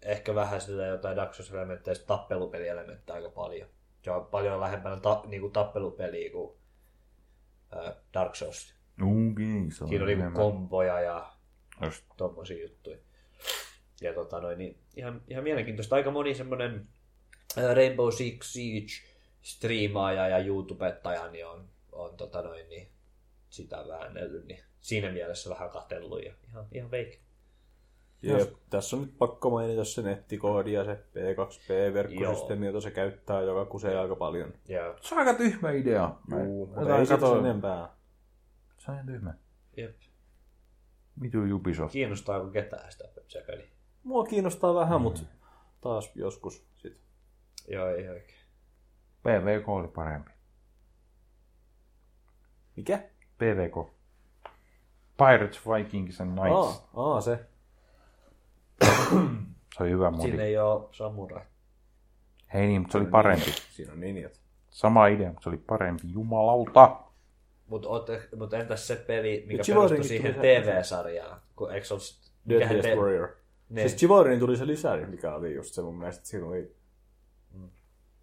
Speaker 6: ehkä vähän sillä jotain daksoselementtejä, sitten tappelupelielementtejä aika paljon. Se on paljon lähempänä ta, niin kuin tappelupeliä kuin ää, Dark Souls.
Speaker 1: Okei, se on
Speaker 6: Siinä oli niin
Speaker 1: enemmän.
Speaker 6: komboja ja
Speaker 1: Just.
Speaker 6: tommosia juttuja. Ja tota noin, niin ihan, ihan mielenkiintoista. Aika moni semmonen ää, Rainbow Six äh, Siege striimaaja ja YouTubettaja niin on, on tota noin, niin sitä väännellyt, niin siinä mielessä vähän katellut ja ihan, ihan veikki.
Speaker 2: Jep. Tässä on nyt pakko mainita se nettikoodi ja se P2P-verkkosysteemi, jota se käyttää, joka kusee aika paljon.
Speaker 6: Ja,
Speaker 1: Se on aika tyhmä idea. Mä en-
Speaker 2: Mutta ei siitä
Speaker 1: katsoin.
Speaker 2: sen enempää.
Speaker 1: Se on ihan tyhmä.
Speaker 6: jep.
Speaker 1: Mitu Ubisoft.
Speaker 6: Kiinnostaako ketään sitä se peli?
Speaker 2: Mua kiinnostaa vähän, mutta taas joskus sit.
Speaker 6: Joo, ei oikein.
Speaker 1: PVK oli parempi.
Speaker 2: Mikä?
Speaker 1: PVK. Pirates, Vikings and Knights.
Speaker 2: Aa, aa se.
Speaker 1: Se oli hyvä
Speaker 6: Siinä
Speaker 1: modi.
Speaker 6: ei ole samurai.
Speaker 1: Hei niin, mutta se oli parempi.
Speaker 2: Siinä on ninjat.
Speaker 1: Sama idea, mutta se oli parempi. Jumalauta.
Speaker 6: Mutta mut entäs se peli, mikä
Speaker 2: Nyt
Speaker 6: perustui
Speaker 2: Chivalrykin
Speaker 6: siihen
Speaker 2: tuli se-
Speaker 6: TV-sarjaan? Kun eikö se ole... s- mikähän
Speaker 2: Deadliest Warrior.
Speaker 6: Niin.
Speaker 2: Siis Chivalryin tuli se lisäri, mikä oli just se mun mielestä. Siinä oli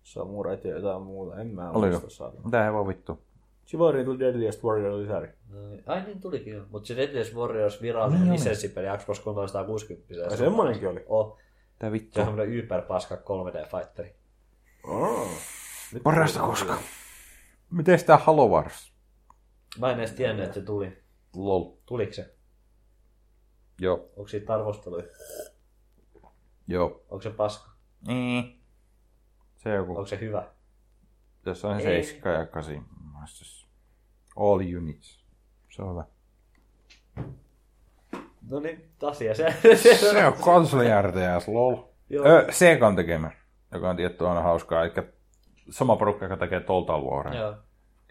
Speaker 2: samurait ja jotain muuta. En mä
Speaker 1: Mm. Oliko?
Speaker 2: muista saada.
Speaker 1: Mitä he voi vittu?
Speaker 2: Chivalryin tuli Deadliest Warrior lisäri.
Speaker 6: No niin. Ai niin tulikin jo. Mutta se Deadliest Warriors virallinen niin, lisenssipeli Xbox 360.
Speaker 2: Ja semmonenkin oli.
Speaker 6: Oh,
Speaker 1: Mitä
Speaker 6: se
Speaker 1: vittu?
Speaker 6: on semmonen yperpaska 3D-fighteri.
Speaker 1: Parasta koskaan. Miten tää Halo Wars?
Speaker 6: Mä en edes tiennyt, että se tuli.
Speaker 1: Lol.
Speaker 6: Tuliko se?
Speaker 1: Joo.
Speaker 6: Onko siitä arvostelua?
Speaker 1: Joo.
Speaker 6: Onko se paska?
Speaker 1: Niin. Se joku.
Speaker 6: Onko se hyvä?
Speaker 1: Tässä on
Speaker 6: Ei.
Speaker 1: 7 ja 8. All units. Se on hyvä.
Speaker 6: No niin, asia se.
Speaker 1: Se on konsoli RTS, lol.
Speaker 6: Joo.
Speaker 1: Ö, Segan tekemä, joka on tietty aina hauskaa. Eli sama porukka, joka tekee tuolta alueella.
Speaker 6: Joo.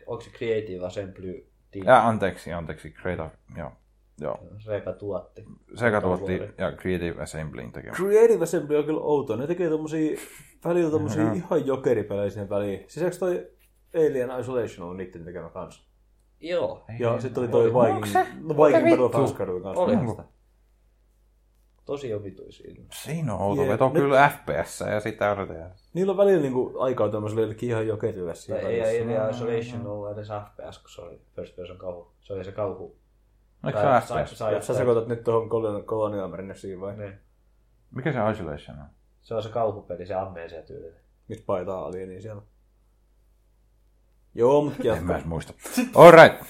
Speaker 6: Onko se Creative Assembly Team?
Speaker 1: Ja anteeksi, anteeksi, Creative, joo. Joo,
Speaker 6: Reika tuotti.
Speaker 1: Sega tuotti
Speaker 6: Tuolta
Speaker 1: ja Creative Assemblyin tekemä.
Speaker 2: Creative Assembly on kyllä outo. Ne tekee tommosia, välillä tommosia ihan jokeripelejä sinne väliin. Sisäksi toi Alien Isolation on niiden tekemä kanssa.
Speaker 6: Joo.
Speaker 2: Ja sitten oli toi
Speaker 1: Onko
Speaker 2: Viking,
Speaker 1: se?
Speaker 2: no Viking
Speaker 1: Mitä
Speaker 2: Battle
Speaker 1: vittu?
Speaker 2: Pascalin kanssa.
Speaker 6: Oli.
Speaker 2: Tästä.
Speaker 6: Tosi omituisia.
Speaker 1: Siinä on outo
Speaker 2: Jee,
Speaker 1: veto
Speaker 2: nyt-
Speaker 1: kyllä FPS ja sitä RTS.
Speaker 2: Niillä on välillä niinku aikaa tämmöiselle jollekin ihan jokerille siinä
Speaker 6: Ei, ei,
Speaker 2: välissä.
Speaker 6: ei Isolation ollut no, edes FPS, kun se oli first person kauhu. Se oli se kauhu.
Speaker 1: Eikö
Speaker 6: Tai-
Speaker 1: se
Speaker 6: sai-
Speaker 1: FPS?
Speaker 6: sai-
Speaker 2: Ja sä sekoitat nyt tuohon Colonial Marinersiin vai?
Speaker 6: Niin.
Speaker 1: Mikä se Isolation on?
Speaker 6: Se on se kauhupeli, se amnesia tyylinen.
Speaker 2: Nyt paitaa alieniä niin siellä. Joo, mut
Speaker 1: En mä
Speaker 2: jatka.
Speaker 1: edes muista. Alright,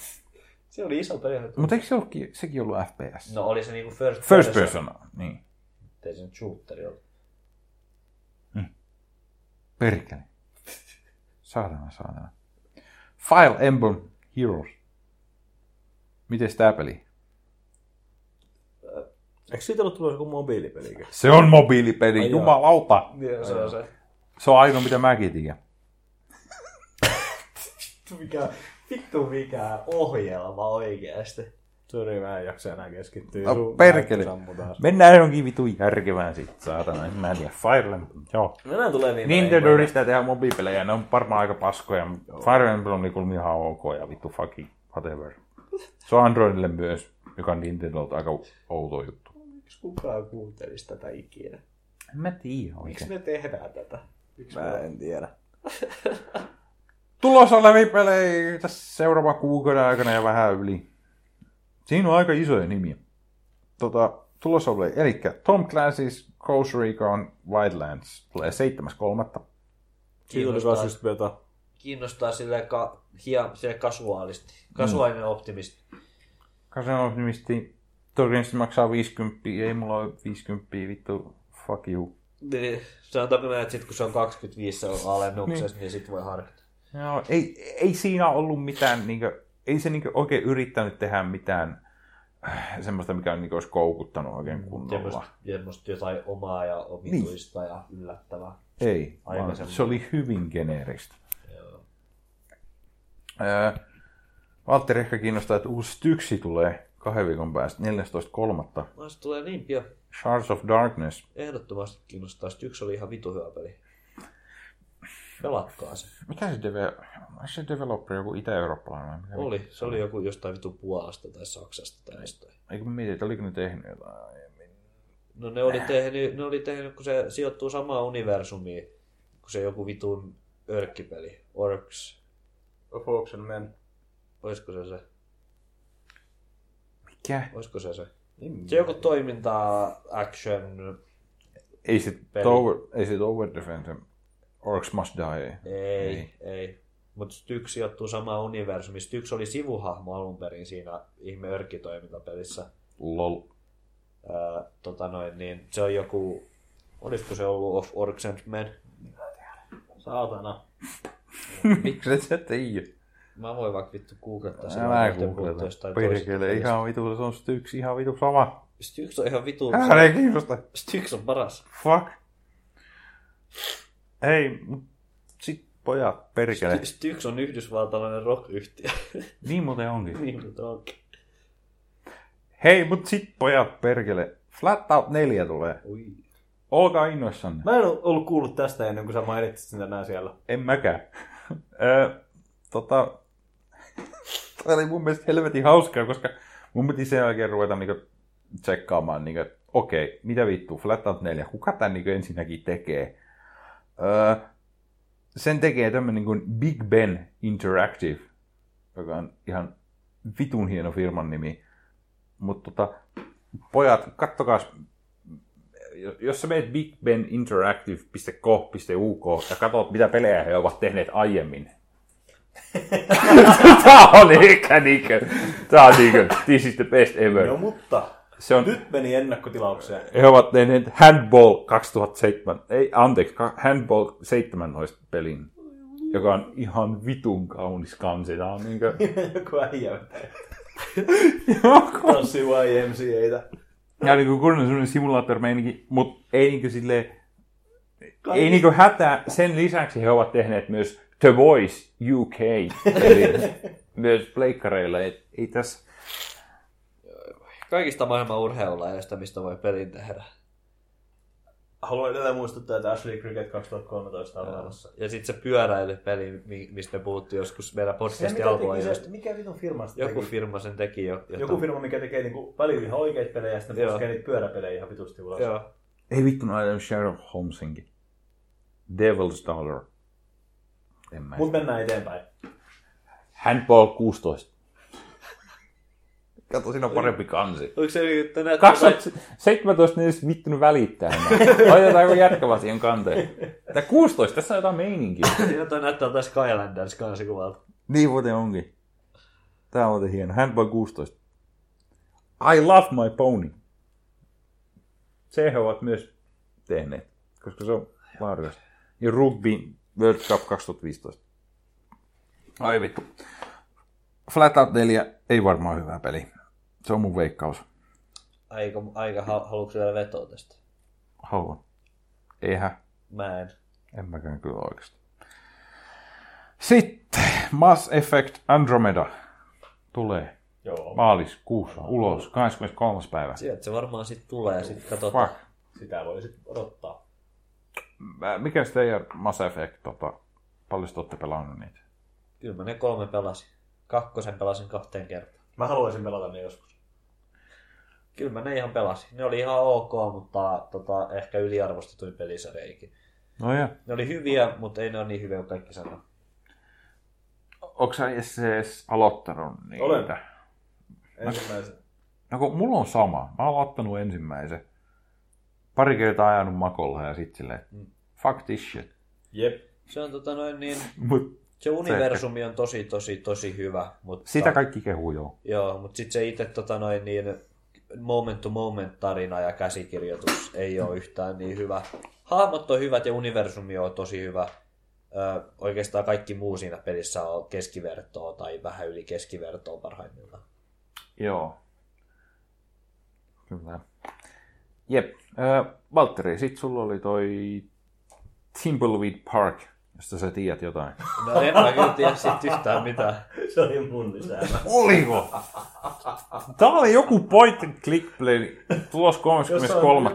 Speaker 6: Se oli iso peli.
Speaker 1: mutta eikö se ollutkin, sekin ollut FPS?
Speaker 6: No oli se niinku first,
Speaker 1: First person, niin.
Speaker 6: Ei se nyt shooteri ollut.
Speaker 1: Perkele. Saatana, saatana. File Emblem Heroes. Mites tää peli?
Speaker 2: Eikö siitä ollut tulossa joku mobiilipeli?
Speaker 1: Se on mobiilipeli, jumalauta.
Speaker 6: Joo, se on se.
Speaker 1: Se on ainoa, mitä mäkin tiedän.
Speaker 6: Mikä, vittu mikä ohjelma oikeesti.
Speaker 2: Sori, mä en jaksa enää keskittyä.
Speaker 1: No,
Speaker 2: Sun
Speaker 1: perkele.
Speaker 2: näyttö sammuu taas.
Speaker 1: Mennään johonkin vitun järkevään sit, saatana. En mä tiedä. Fire Emblem, joo.
Speaker 6: Mennään tuleviin
Speaker 1: Nintendo yrittää tehdä mobiilipelejä, ne on varmaan aika paskoja, mutta Fire Emblem on niinku ihan ok ja vittu fucking whatever. Se on Androidille myös, joka on Nintendolta aika outo juttu.
Speaker 6: Miksi kukaan kuuntelisi tätä ikinä?
Speaker 1: En mä tiedä
Speaker 6: Miksi
Speaker 1: oikein.
Speaker 6: me tehdään tätä?
Speaker 2: Mä en tiedä.
Speaker 1: Tulossa olevia pelejä tässä seuraava kuukauden aikana ja vähän yli. Siinä on aika isoja nimiä. Tota, tulossa oli, eli Tom Clancy's Ghost Recon Wildlands tulee 7.3.
Speaker 2: Siitä oli
Speaker 6: Kiinnostaa.
Speaker 2: kans just beta.
Speaker 6: Kiinnostaa silleen, ka, hia, silleen kasuaalisti. Kasuaalinen optimisti.
Speaker 1: Kasinooptimisti todennäköisesti maksaa 50, ei mulla ole 50, vittu, fuck you.
Speaker 6: Niin, sanotaanko näin, että sit kun se on 25 se on alennuksessa, niin, niin sit voi harkita.
Speaker 1: No, ei, ei siinä ollut mitään, niinkö, ei se niinkö oikein yrittänyt tehdä mitään äh, semmoista, mikä niinkö olisi koukuttanut oikein kunnolla.
Speaker 6: Semmosta, semmosta jotain omaa ja omituista niin. ja yllättävää.
Speaker 1: Ei,
Speaker 6: Aika
Speaker 1: vaan
Speaker 6: semmoinen.
Speaker 1: se oli hyvin geneeristä. Öö, Valtteri ehkä kiinnostaa, että uusi Styksi tulee kahden viikon päästä, 14.3.
Speaker 6: No se tulee niin pian.
Speaker 1: Shards of Darkness.
Speaker 6: Ehdottomasti kiinnostaa. Sitten yksi oli ihan vitu hyvä peli. Pelatkaa se.
Speaker 1: Mikä se, deve, onko se developer joku itä-eurooppalainen? vai mikä
Speaker 6: Oli. Se oli joku jostain vitu Puolasta tai Saksasta tai jostain.
Speaker 1: Eikö mä mietin, että oliko ne tehnyt jotain aiemmin?
Speaker 6: No ne oli tehnyt, ne oli tehnyt kun se sijoittuu samaan universumiin, kun se joku vitun örkkipeli. Orks.
Speaker 2: Oh, Folks and men.
Speaker 6: Oisko se se?
Speaker 1: Mikä?
Speaker 6: Oisko se se? Se joku toiminta, action,
Speaker 1: Ei se,
Speaker 6: Peli.
Speaker 1: tower, ei se tower defense
Speaker 7: Orcs Must Die.
Speaker 1: Niin.
Speaker 6: Ei, ei. Mutta Styx sijoittuu samaan universumiin. Styx oli sivuhahmo alun perin siinä ihme örkkitoimintapelissä.
Speaker 7: Lol.
Speaker 6: Ää, tota noin, niin se on joku... Olisiko se ollut Of Orcs and Men?
Speaker 3: Saatana.
Speaker 1: Miksi et sä tiedä?
Speaker 6: Mä voin vaikka vittu googlettaa sen.
Speaker 1: Älä
Speaker 6: Voitte puhua
Speaker 1: googleta.
Speaker 6: jostain toisesta
Speaker 1: Perkele,
Speaker 6: pelistä.
Speaker 1: ihan vitu, se on styksi, ihan vitu sama.
Speaker 6: Styx on ihan vitu...
Speaker 1: Älä ei kiinnosta.
Speaker 6: Styx on paras.
Speaker 1: Fuck. Hei, mut sit pojat, perkele.
Speaker 6: Sty- Styx on yhdysvaltalainen rock-yhtiö.
Speaker 1: Niin muuten onkin.
Speaker 6: niin kuin onkin.
Speaker 1: Hei, mut sit pojat, perkele. Flat Out 4 tulee.
Speaker 6: Ui.
Speaker 1: Olkaa innoissanne.
Speaker 3: Mä en oo ollut kuullut tästä ennen kuin sä mainitsit sen tänään siellä.
Speaker 1: En mäkään. Öö, tota, toi oli mun mielestä helvetin hauskaa, koska mun piti sen jälkeen ruveta niinku tsekkaamaan, niinku, että okei, mitä vittu, Flatout 4, kuka tämän niinku ensinnäkin tekee? Öö, sen tekee tämmönen niin kuin Big Ben Interactive, joka on ihan vitun hieno firman nimi. Mutta tota, pojat, kattokaa jos sä menet bigbeninteractive.co.uk ja katsot, mitä pelejä he ovat tehneet aiemmin. tää on ehkä niinkö, tää on niinkö, this is the best ever.
Speaker 3: No mutta,
Speaker 1: Se on,
Speaker 3: nyt meni ennakkotilaukseen.
Speaker 1: he ovat tehneet Handball 2007, ei anteeksi, ka- Handball 17 pelin, joka on ihan vitun kaunis kansi. Tää on niinkö,
Speaker 3: Joku äijä Tanssi YMCAtä.
Speaker 1: ja niinku kun on semmonen simulaattor mutta ei niinkö silleen, ei niinku hätää. Sen lisäksi he ovat tehneet myös The Voice UK, eli myös pleikkareilla. Et ei tässä...
Speaker 6: Kaikista maailman urheilulajeista, mistä voi pelin tehdä.
Speaker 3: Haluan edelleen muistuttaa, että Ashley Cricket 2013 on olemassa.
Speaker 6: Ja sitten se pyöräilypeli, mi- mistä me puhuttiin joskus meidän
Speaker 3: Se,
Speaker 6: podcastin
Speaker 3: mitä teki se,
Speaker 6: alkuajoista.
Speaker 3: mikä vitun firma sitä
Speaker 6: Joku
Speaker 3: teki?
Speaker 6: firma sen teki jo. Jota...
Speaker 3: Joku firma, mikä tekee niinku välillä ihan oikeita pelejä ja sitten
Speaker 6: Joo.
Speaker 3: puskee niitä pyöräpelejä ihan vitusti ulos.
Speaker 6: Joo.
Speaker 1: Ei vittu, no, mä olen Sherlock Holmesinkin. Devil's Dollar. En mä.
Speaker 3: Mut mennään eteenpäin.
Speaker 1: Handball 16. Kato, siinä on parempi kansi.
Speaker 6: Oliko se niin, nyt tänään?
Speaker 1: 2017 ne niin edes vittunut välittää. enää. Laitetaanko jätkävä siihen kanteen? Tää 16, tässä on jotain meininkiä.
Speaker 6: Siinä toi näyttää taas Skylanders kansikuvalta.
Speaker 1: Niin muuten onkin. Tää on muuten hieno. Handball 16. I love my pony. Se he ovat myös tehneet, koska se on laadukasta. Ja Rugby World Cup 2015. Ai vittu. Flat Out 4 ei varmaan hyvä peli. Se on mun veikkaus.
Speaker 6: Aika, aika ha- haluatko vielä vetoa tästä?
Speaker 1: Haluan. Eihän.
Speaker 6: Mä en.
Speaker 1: En mäkään kyllä oikeasti. Sitten Mass Effect Andromeda tulee.
Speaker 3: Joo.
Speaker 1: Maaliskuussa ulos, 23. päivä.
Speaker 6: Sieltä se varmaan sit tulee, sit katsotaan.
Speaker 1: Fuck.
Speaker 3: Sitä voi sitten odottaa.
Speaker 1: Mä- Mikäs teidän Mass Effect, tota, paljon te ootte pelannut niitä?
Speaker 6: Kyllä mä ne kolme pelasin. Kakkosen pelasin kahteen kertaan.
Speaker 3: Mä haluaisin pelata ne joskus.
Speaker 6: Kyllä mä ne ihan pelasin. Ne oli ihan ok, mutta tota, ehkä yliarvostetuin pelisarja ikinä.
Speaker 1: No joo.
Speaker 6: Ne oli hyviä, mutta ei ne ole niin hyviä kuin kaikki sanoo.
Speaker 1: Onko sä edes, edes aloittanut niitä?
Speaker 3: Olen. Ensimmäisen.
Speaker 1: No kun mulla on sama. Mä oon aloittanut ensimmäisen. Pari kertaa ajanut makolla ja sit silleen, että fuck this shit.
Speaker 3: Jep.
Speaker 6: Se on tota noin niin...
Speaker 1: Mut
Speaker 6: Se universumi on tosi, tosi, tosi hyvä, mutta...
Speaker 1: sitä kaikki kehuu joo.
Speaker 6: Joo, mutta sitten se itse tota noin niin moment to moment tarina ja käsikirjoitus ei ole yhtään niin hyvä. Hahmot on hyvät ja universumi on tosi hyvä. Ö, oikeastaan kaikki muu siinä pelissä on keskivertoa tai vähän yli keskivertoa parhaimmillaan.
Speaker 1: Joo. Kyllä. Jep. Äh, Valtteri, sit sulla oli toi Timbleweed Park, josta sä tiedät jotain.
Speaker 6: No en mä kyllä tiedä siitä yhtään mitään.
Speaker 3: Se oli mun lisäämä.
Speaker 1: Oliko? Tämä oli joku point and click play. Tulos 33.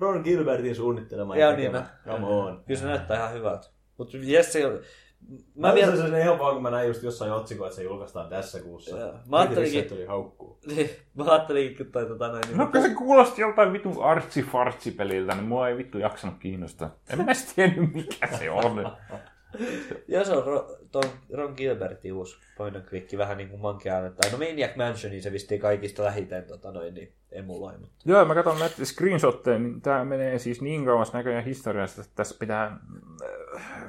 Speaker 3: Ron Gilbertin suunnittelema.
Speaker 6: Joo,
Speaker 3: tekemä.
Speaker 6: niin
Speaker 3: Come on.
Speaker 6: Kyllä se näyttää ihan hyvältä. Mutta Jesse,
Speaker 3: Mä
Speaker 6: mä vielä...
Speaker 3: vielä... Se on ihan vaan, kun mä näin just jossain otsikoa, että se julkaistaan tässä kuussa.
Speaker 6: Joo. Mä ajattelinkin-
Speaker 3: Twitterissä tuli haukkuu.
Speaker 6: Mä ajattelin, että tota noin... niin-
Speaker 1: No kun se kuulosti joltain vitun artsi peliltä, niin mua ei vittu jaksanut kiinnostaa. En mä edes tiennyt mikä se on.
Speaker 6: Joo, se on Ro- ton Ron Gilbertin uusi point and click, vähän niin kuin Monkey Island. Tai no Maniac Mansionin se vissiin kaikista lähiten tota noin, niin emuloi. Mutta
Speaker 1: Joo, mä katson näitä screenshotteja, niin tää menee siis niin kauas näköjään historiasta, että tässä pitää äh,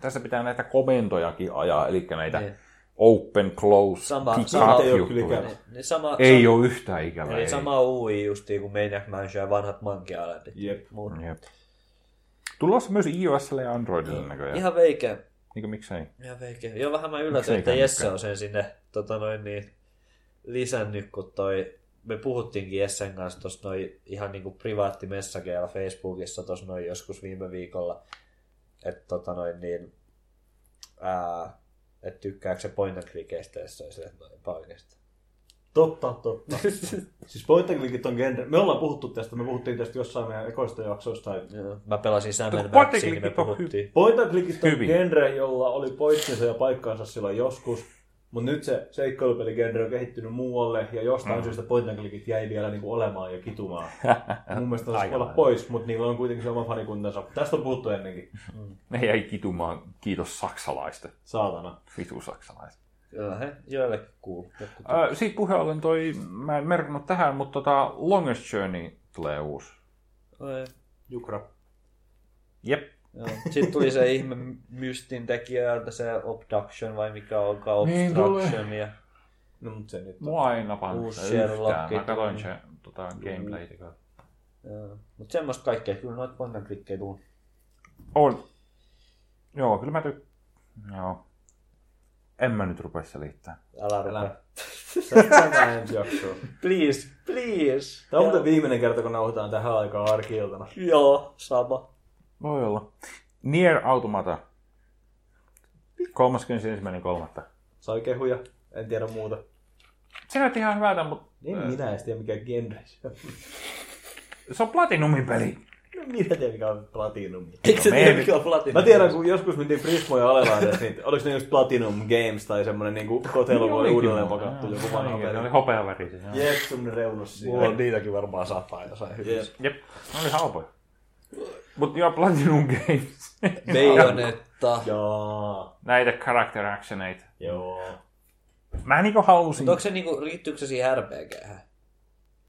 Speaker 1: tässä pitää näitä komentojakin ajaa, eli näitä ne. open, close,
Speaker 6: Niin. Sama-
Speaker 1: pick
Speaker 6: sama-
Speaker 1: up
Speaker 6: ei
Speaker 2: ole kyllä
Speaker 1: juttuja.
Speaker 2: ikävä.
Speaker 6: Ne sama,
Speaker 1: Ei
Speaker 6: sama,
Speaker 1: ole yhtään ikävä.
Speaker 6: Eli
Speaker 1: ei.
Speaker 6: sama UI justiin kuin Maniac Mansion ja vanhat Monkey Islandit.
Speaker 2: Jep.
Speaker 6: Mut
Speaker 1: Jep. Tulossa myös iOSlle ja Androidille näköjään.
Speaker 6: Ihan veikeä.
Speaker 1: Niin kuin miksei.
Speaker 6: Ihan veikeä. Joo, vähän mä yllätyin,
Speaker 1: Miksei
Speaker 6: että Jesse
Speaker 1: kännykkä?
Speaker 6: on sen sinne tota noin, niin, lisännyt, kun toi me puhuttiinkin Jessen kanssa tuossa noin ihan niinku privaattimessageilla Facebookissa tuossa noin joskus viime viikolla, että tota noin niin, ää, et tykkääkö se point and clickeistä, jos se on sille noin paikasta.
Speaker 2: Totta, totta. siis point and clickit on genre. Me ollaan puhuttu tästä, me puhuttiin tästä jossain meidän ekoista jaksoista. Tai...
Speaker 6: Mä pelasin Sam
Speaker 1: Mutta point and
Speaker 6: Maxin, niin me
Speaker 1: clickit on hy-
Speaker 6: puhuttiin.
Speaker 2: Point and clickit on
Speaker 1: Hyvin.
Speaker 2: genre, jolla oli pointtinsa ja paikkaansa silloin joskus. Mutta nyt se seikkailupeligenre on kehittynyt muualle ja jostain mm. syystä point and clickit jäi vielä niinku olemaan ja kitumaan. Mun mielestä olisi olla pois, mutta niillä on kuitenkin se oma fanikuntansa. Tästä on puhuttu ennenkin.
Speaker 1: Ne jäi kitumaan, kiitos saksalaista.
Speaker 2: Saatana.
Speaker 1: Vitu saksalaista.
Speaker 6: Kyllä, he, joillekin kuuluu. Jotkut
Speaker 1: Äh, siitä puheen ollen toi, mä en merkannut tähän, mutta tota Longest Journey tulee uusi.
Speaker 6: Oi,
Speaker 2: Jukra.
Speaker 1: Jep.
Speaker 6: joo. Sitten tuli se ihme mystin tekijöiltä, se Obduction vai mikä onkaan,
Speaker 1: Niin
Speaker 6: Obstruction. ja
Speaker 2: No mut se nyt on.
Speaker 1: Mua ei napannut
Speaker 6: Uusi
Speaker 1: se yhtään.
Speaker 6: Sherlock. Niin.
Speaker 1: Mä katsoin se tota, gameplaytä.
Speaker 6: Mutta semmoista kaikkea, kyllä noita point and clickkejä tuu.
Speaker 1: On. Joo, kyllä mä tykkään. Joo. En mä nyt rupea selittää.
Speaker 6: Älä rupea.
Speaker 2: Tästä ensi jaksoa.
Speaker 6: Please, please.
Speaker 2: Tämä on muuten viimeinen kerta, kun nauhoitetaan tähän aikaan arkiiltana.
Speaker 6: Joo, sama.
Speaker 1: Voi olla. Nier Automata. 31.3.
Speaker 2: Sai kehuja, en tiedä muuta.
Speaker 1: Se näytti ihan hyvältä, mutta
Speaker 2: En minä edes tiedä, mikä genre se on.
Speaker 1: se on Platinumin peli.
Speaker 2: En minä tiedä, mikä on Platinum.
Speaker 6: Eikö se
Speaker 1: me ei
Speaker 6: tiedä,
Speaker 1: nyt-
Speaker 6: mikä on Platinum?
Speaker 2: Mä tiedän, kun joskus mentiin Prismo ja Alelaindes, niin oliko ne just Platinum Games tai semmonen niinku kotelo, voi
Speaker 1: Olikin
Speaker 2: uudelleen
Speaker 1: muuten,
Speaker 2: pakattu
Speaker 1: joo.
Speaker 2: joku vanha
Speaker 1: Olikin,
Speaker 2: peli.
Speaker 1: Ne oli hopeavärisiä. joo.
Speaker 2: Jep, semmonen reunus
Speaker 3: Mulla on
Speaker 2: siinä.
Speaker 3: niitäkin varmaan sataa jossain
Speaker 2: Jep.
Speaker 3: hyvissä.
Speaker 1: Jep, ne oli halpoja. Mut joo, Platinum Games.
Speaker 6: Bayonetta.
Speaker 2: Jaa.
Speaker 1: Näitä character actioneita.
Speaker 2: Joo.
Speaker 1: Mä niinku halusin
Speaker 6: Mutta onko se niinku, liittyykö se siihen RPGhän?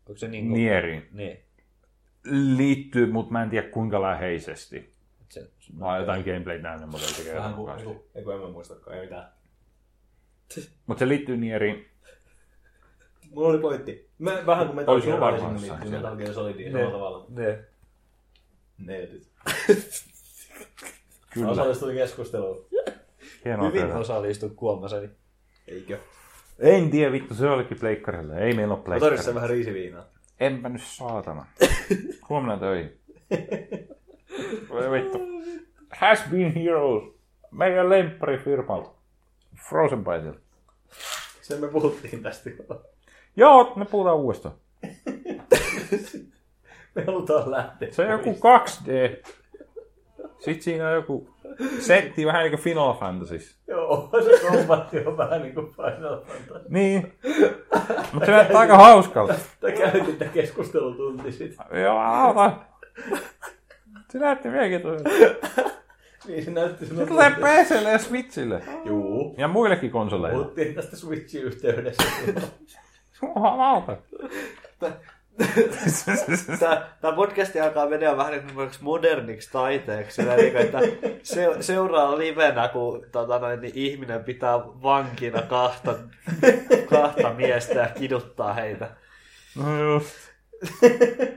Speaker 6: Onko se niinku...
Speaker 1: Nieriin.
Speaker 6: Niin.
Speaker 1: Liittyy, mutta mä en tiedä kuinka läheisesti.
Speaker 6: Et Se,
Speaker 1: Mä oon jotain gameplayt nähnyt, mutta ei se kerro
Speaker 2: Vähän niinku- kuin,
Speaker 1: mukaan.
Speaker 2: eiku, eiku, en mä muistakaan, ei mitään.
Speaker 1: Mutta se liittyy Nieriin.
Speaker 2: Mulla oli pointti. Mä, vähän kuin Metal
Speaker 1: Olisi
Speaker 2: Gear
Speaker 1: varmaan
Speaker 2: Rising
Speaker 1: jossain
Speaker 2: liittyy
Speaker 1: siellä.
Speaker 2: Metal Gear Solidiin samalla tavalla.
Speaker 6: ne.
Speaker 2: Neetit.
Speaker 1: Kyllä.
Speaker 2: Osallistui keskusteluun.
Speaker 1: Hienoa
Speaker 6: Hyvin
Speaker 1: tehdä.
Speaker 6: osallistu kuomaseni.
Speaker 2: Eikö?
Speaker 1: En tiedä vittu, se olikin pleikkarille. Ei meillä ole
Speaker 2: Mä tarvitsen
Speaker 1: pleikkarille.
Speaker 2: vähän riisiviinaa.
Speaker 1: Enpä nyt saatana. Huomenna töihin. Voi vittu. Has been heroes. Meidän lempparifirmalta. Frozen Bytelta.
Speaker 2: Sen me puhuttiin tästä.
Speaker 1: Joo, me puhutaan uudestaan.
Speaker 2: Me halutaan lähteä.
Speaker 1: Se on joku 2D. Sitten siinä on joku setti vähän niin kuin Final Fantasy.
Speaker 2: Joo, se kombatti on vähän niin kuin Final Fantasy.
Speaker 1: Niin. Mutta se näyttää aika hauskalta.
Speaker 2: Tämä käytiin tämä keskustelutunti sitten.
Speaker 1: Joo, auta. Se näytti mielenkiintoiselta.
Speaker 2: Niin se näytti
Speaker 1: Se
Speaker 2: sinun
Speaker 1: tulee PClle ja E Switchille.
Speaker 2: Juu.
Speaker 1: Ja muillekin konsoleille.
Speaker 2: Puhuttiin tästä Switchin yhteydessä.
Speaker 1: Jumalauta.
Speaker 6: Tää, tää podcasti alkaa mennä vähän niin kuin moderniksi taiteeksi. Sillä niin kuin, että se, seuraa livenä, kun tota noin, niin ihminen pitää vankina kahta, kahta miestä ja kiduttaa heitä.
Speaker 1: No just.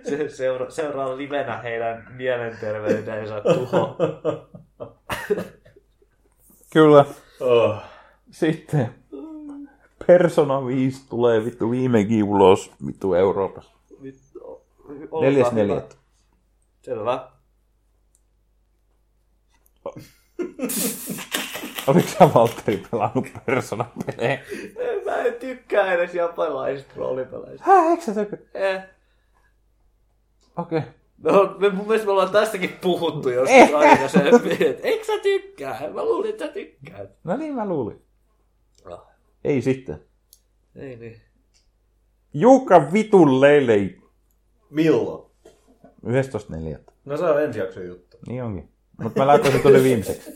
Speaker 6: Se, seura, seuraa livenä heidän mielenterveytensä tuho.
Speaker 1: Kyllä.
Speaker 2: oh.
Speaker 1: Sitten. Persona 5 tulee vittu viimekin ulos vittu Euroopassa.
Speaker 6: Olkaa
Speaker 1: Neljäs
Speaker 6: hyvä.
Speaker 1: neljättä.
Speaker 6: Selvä.
Speaker 1: Oliko sä Valtteri pelannut Persona pelejä?
Speaker 6: Mä en tykkää edes japanilaisista roolipeleistä.
Speaker 1: Häh, eikö sä tykkää?
Speaker 6: Eh.
Speaker 1: Okei. Okay.
Speaker 6: No, me, mun mielestä me ollaan tästäkin puhuttu joskus aikaisemmin. et Eikö sä tykkää? Mä luulin, että sä tykkäät.
Speaker 1: No niin mä luulin.
Speaker 6: Ah,
Speaker 1: Ei sitten.
Speaker 6: ei niin.
Speaker 1: Jukka vitun leilei
Speaker 2: Milloin?
Speaker 1: 11.4.
Speaker 2: No se on ensi jakson juttu.
Speaker 1: Niin onkin. Mutta mä laitoin se tuonne viimeiseksi.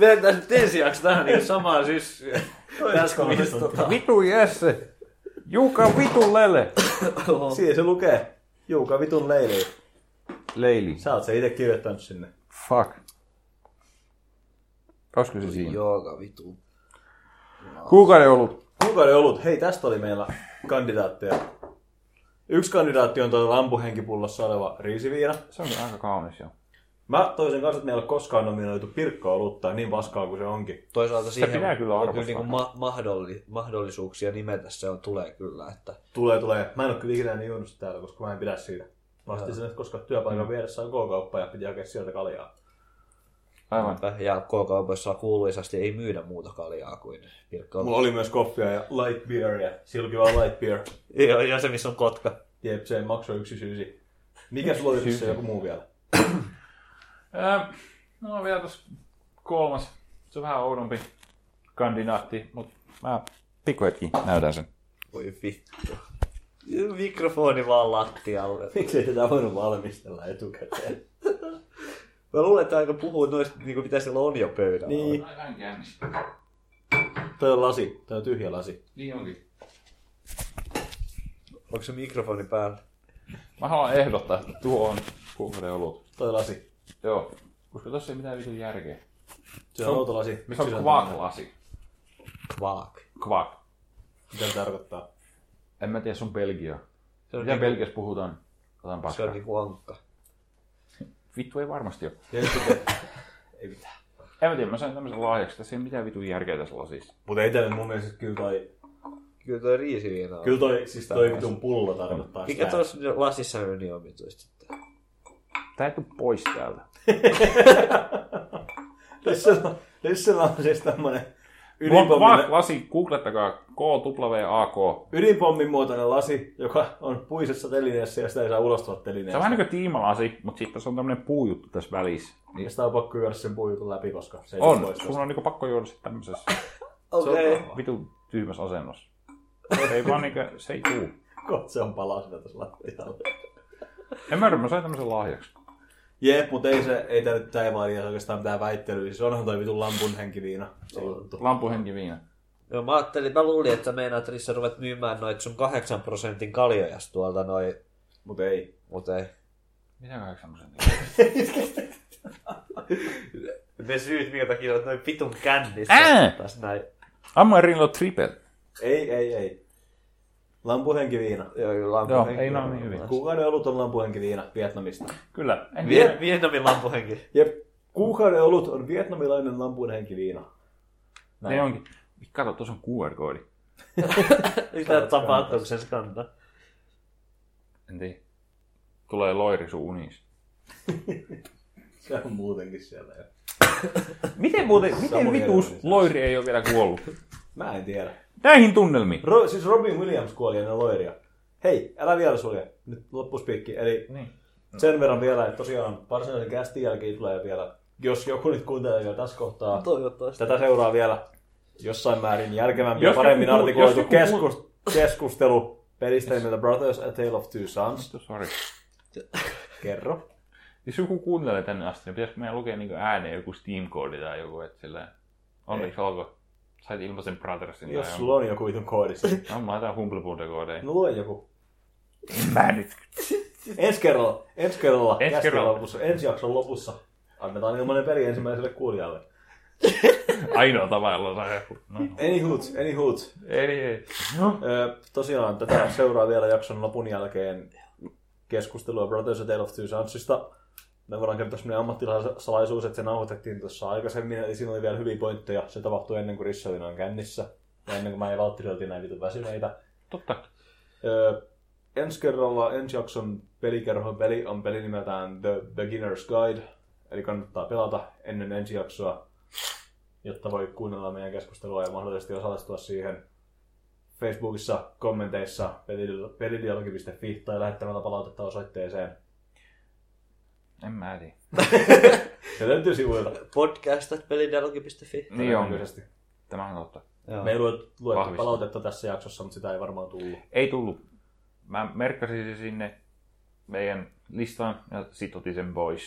Speaker 6: Vedetään nyt ensi jakso tähän
Speaker 2: niinku
Speaker 6: niin samaan syssyyn.
Speaker 2: No
Speaker 6: Tässä kun istutaan.
Speaker 1: Vitu Jesse! Jukka vitun lele!
Speaker 2: Siihen se lukee. Juuka vitun leili.
Speaker 1: Leili.
Speaker 2: Sä oot se itse kirjoittanut sinne.
Speaker 1: Fuck.
Speaker 8: Olisiko se siinä?
Speaker 6: Jooga vitu.
Speaker 8: Kuukauden ollut.
Speaker 2: Kuukauden ollut. Hei, tästä oli meillä kandidaatteja. Yksi kandidaatti on tuo lampuhenkipullossa oleva riisiviina.
Speaker 8: Se on kyllä aika kaunis jo.
Speaker 2: Mä toisin kanssa, että meillä ei ole koskaan nominoitu pirkkaa olutta, niin paskaa kuin se onkin.
Speaker 6: Toisaalta siihen
Speaker 8: pitää kyllä
Speaker 6: on
Speaker 8: arvostaa.
Speaker 6: kyllä niinku ma- mahdolli- mahdollisuuksia nimetä se on, tulee kyllä. Että
Speaker 2: Tulee, tulee. Mä en ole kyllä ikinä niin juonut sitä täällä, koska mä en pidä siitä. Vastin sen, että koska työpaikan vieressä on K-kauppa ja piti hakea sieltä kaljaa.
Speaker 8: Aivan.
Speaker 6: ja K-kaupoissa kuuluisasti ei myydä muuta kaljaa kuin pirkkaa.
Speaker 2: Mulla oli myös koffia ja light beer ja silkiva light beer.
Speaker 6: Joo, ja se missä on kotka.
Speaker 2: Jep, se maksoi yksi syysi. Mikä sulla oli se joku muu vielä?
Speaker 1: Ää, no vielä tuossa kolmas. Se on vähän oudompi kandinaatti, mutta mä pikkuhetki näytän sen.
Speaker 6: Voi vittu. Mikrofoni vaan lattialle.
Speaker 2: Miksei tätä voinut valmistella etukäteen?
Speaker 6: Mä luulen, että aika puhuu noista, niin kuin mitä siellä on jo pöydällä.
Speaker 2: Niin.
Speaker 1: Vähän käännös.
Speaker 2: Toi on lasi. Toi on tyhjä lasi.
Speaker 1: Niin onkin.
Speaker 6: Onko se mikrofoni päällä?
Speaker 1: Mä haluan ehdottaa, että tuo on kuukauden olut.
Speaker 2: Toi lasi.
Speaker 1: Joo. Koska tossa ei mitään vitun järkeä.
Speaker 2: Se on outo lasi.
Speaker 1: Se
Speaker 2: Miksi
Speaker 1: on kvaklasi.
Speaker 6: Kvaak.
Speaker 1: Kvak.
Speaker 2: Mitä se tarkoittaa?
Speaker 1: En mä tiedä, se on Belgia.
Speaker 6: Se on,
Speaker 1: Mitä
Speaker 6: niinku,
Speaker 1: Belgiassa puhutaan? Otan
Speaker 6: se on
Speaker 1: paskaa.
Speaker 6: niinku ankka.
Speaker 1: Vittu ei varmasti ole.
Speaker 2: Ja nyt sitten-
Speaker 1: En mä tiedä, mä sain tämmöisen lahjaksi. Tässä ei ole mitään vitun järkeä tässä lasissa.
Speaker 2: Mutta ei tämä mun mielestä kyllä toi,
Speaker 6: Kyllä toi riisiviina on.
Speaker 2: kyllä toi, siis toi vitun pullo tarkoittaa sitä.
Speaker 6: Mikä tuossa lasissa on niin omituista?
Speaker 1: Tää ei tuu pois täältä.
Speaker 2: Lissellä on siis tämmönen
Speaker 1: Mulla on
Speaker 2: ydinpommin,
Speaker 1: Kvak lasi, googlettakaa K-W-A-K.
Speaker 2: ydinpommin muotoinen lasi, joka on puisessa telineessä ja sitä ei saa ulostua
Speaker 1: Se
Speaker 2: telineestä.
Speaker 1: on vähän niin kuin tiimalasi, mutta sitten tässä on tämmöinen puujuttu tässä välissä. Niin
Speaker 2: Ja sitä on pakko juoda sen puujutun läpi, koska se ei
Speaker 1: on,
Speaker 2: pois.
Speaker 1: kun on niinku pakko juoda sitten tämmöisessä
Speaker 6: Okei.
Speaker 1: vitun tyhmässä asennossa. ei vaan niinku, se ei tuu.
Speaker 2: Kohta se on palasena tuossa lattialla.
Speaker 1: En mä ymmärrä, mä sain tämmöisen lahjaksi.
Speaker 2: Jep, mutta ei, se, ei tää nyt tää ei vaadi edes oikeastaan mitään väittelyä. Siis onhan toi vitun lampun henkiviina. Se juttu.
Speaker 1: Lampuhenki viina.
Speaker 6: Joo, mä ajattelin, mä luulin, että sä meinaat, että sä ruvet myymään noit sun 8 prosentin kaljojas tuolta noin,
Speaker 2: Mut ei.
Speaker 6: mut ei.
Speaker 1: Mitä kahdeksan prosenttia?
Speaker 6: Ne syyt, minkä takia olet noin vitun kännissä.
Speaker 1: Ää!
Speaker 6: Tässä näin.
Speaker 1: Ammarinlo triple.
Speaker 2: Ei, ei, ei. Lampuhenkiviina.
Speaker 6: Joo, kyllä lampu
Speaker 1: Joo, ei nää niin hyvin.
Speaker 2: Kuukauden olut on lampuhenkiviina Vietnamista.
Speaker 1: Kyllä. En tiedä.
Speaker 6: Vie, Vietnamin lampuhenki.
Speaker 2: Jep, kuukauden olut on vietnamilainen lampuhenkiviina.
Speaker 1: Ne onkin. Kato, tuossa on QR-koodi.
Speaker 6: Mitä tapahtuu, kun se skantaa?
Speaker 1: En tiedä. Tulee loiri sun unis.
Speaker 2: Se on muutenkin siellä jo.
Speaker 1: Miten muuten, miten
Speaker 2: Samoin
Speaker 1: vitus
Speaker 2: edelleen.
Speaker 1: loiri ei ole vielä kuollut?
Speaker 2: Mä en tiedä.
Speaker 1: Näihin tunnelmiin.
Speaker 2: Ro- siis Robin Williams kuoli ennen loiria. Hei, älä vielä sulje. Nyt loppuspiikki. Eli
Speaker 1: Niin.
Speaker 2: sen verran vielä, että tosiaan varsinaisen kästin jälkeen tulee vielä, jos joku nyt kuuntelee vielä tässä kohtaa,
Speaker 6: Toivottavasti.
Speaker 2: tätä seuraa vielä jossain määrin järkevämpi ja
Speaker 1: Jos joku
Speaker 2: paremmin
Speaker 1: kuul-
Speaker 2: artikuloitu
Speaker 1: jos joku
Speaker 2: keskus- keskustelu pelistä nimeltä Brothers A Tale of Two Sons.
Speaker 1: Sori.
Speaker 2: Kerro.
Speaker 1: Jos joku kuuntelee tänne asti, niin pitäisikö meidän lukea niin ääneen joku Steam-koodi tai joku, että sillä onneksi olko. Sait ilmaisen Brothersin. tai
Speaker 2: Jos
Speaker 1: jonkun.
Speaker 2: sulla on joku vitun koodissa.
Speaker 1: No, mä laitan Humble Bundle-koodeja.
Speaker 2: No lue joku.
Speaker 1: Mä nyt.
Speaker 2: Ensi kerralla, ensi kerralla,
Speaker 1: Ensi
Speaker 2: ensi,
Speaker 1: kerralla.
Speaker 2: lopussa, ensi jakson lopussa annetaan ilmainen peli ensimmäiselle kuulijalle.
Speaker 1: Ainoa tapa, jolla saa joku. No.
Speaker 2: Any hoots, any hoots.
Speaker 1: Eli ei. No,
Speaker 2: Öö, tosiaan tätä seuraa vielä jakson lopun jälkeen keskustelua Brothers A Tale of Two Sonsista. Me voidaan kertoa sellainen ammattilaisalaisuus, että se nauhoitettiin tuossa aikaisemmin, eli siinä oli vielä hyviä pointteja. Se tapahtui ennen kuin Rissalina on kännissä, ja ennen kuin mä ja Valtteri oltiin näin vitun väsyneitä.
Speaker 1: Totta.
Speaker 2: Öö, ensi kerralla ensi jakson pelikerhon peli on peli nimeltään The Beginner's Guide, eli kannattaa pelata ennen ensi jaksoa, jotta voi kuunnella meidän keskustelua ja mahdollisesti osallistua siihen Facebookissa, kommenteissa, pelidi- pelidialogi.fi tai lähettämällä palautetta osoitteeseen.
Speaker 1: En mä tiedä.
Speaker 2: Se löytyy sivuilta.
Speaker 6: Podcast.pelidialogi.fi.
Speaker 1: Niin on.
Speaker 2: todennäköisesti.
Speaker 1: Tämähän on totta.
Speaker 2: Me ei luet- luettu
Speaker 1: Vahvistan.
Speaker 2: palautetta tässä jaksossa, mutta sitä ei varmaan tullut.
Speaker 1: Ei tullut. Mä merkkasin se sinne meidän listaan ja sit otin sen pois,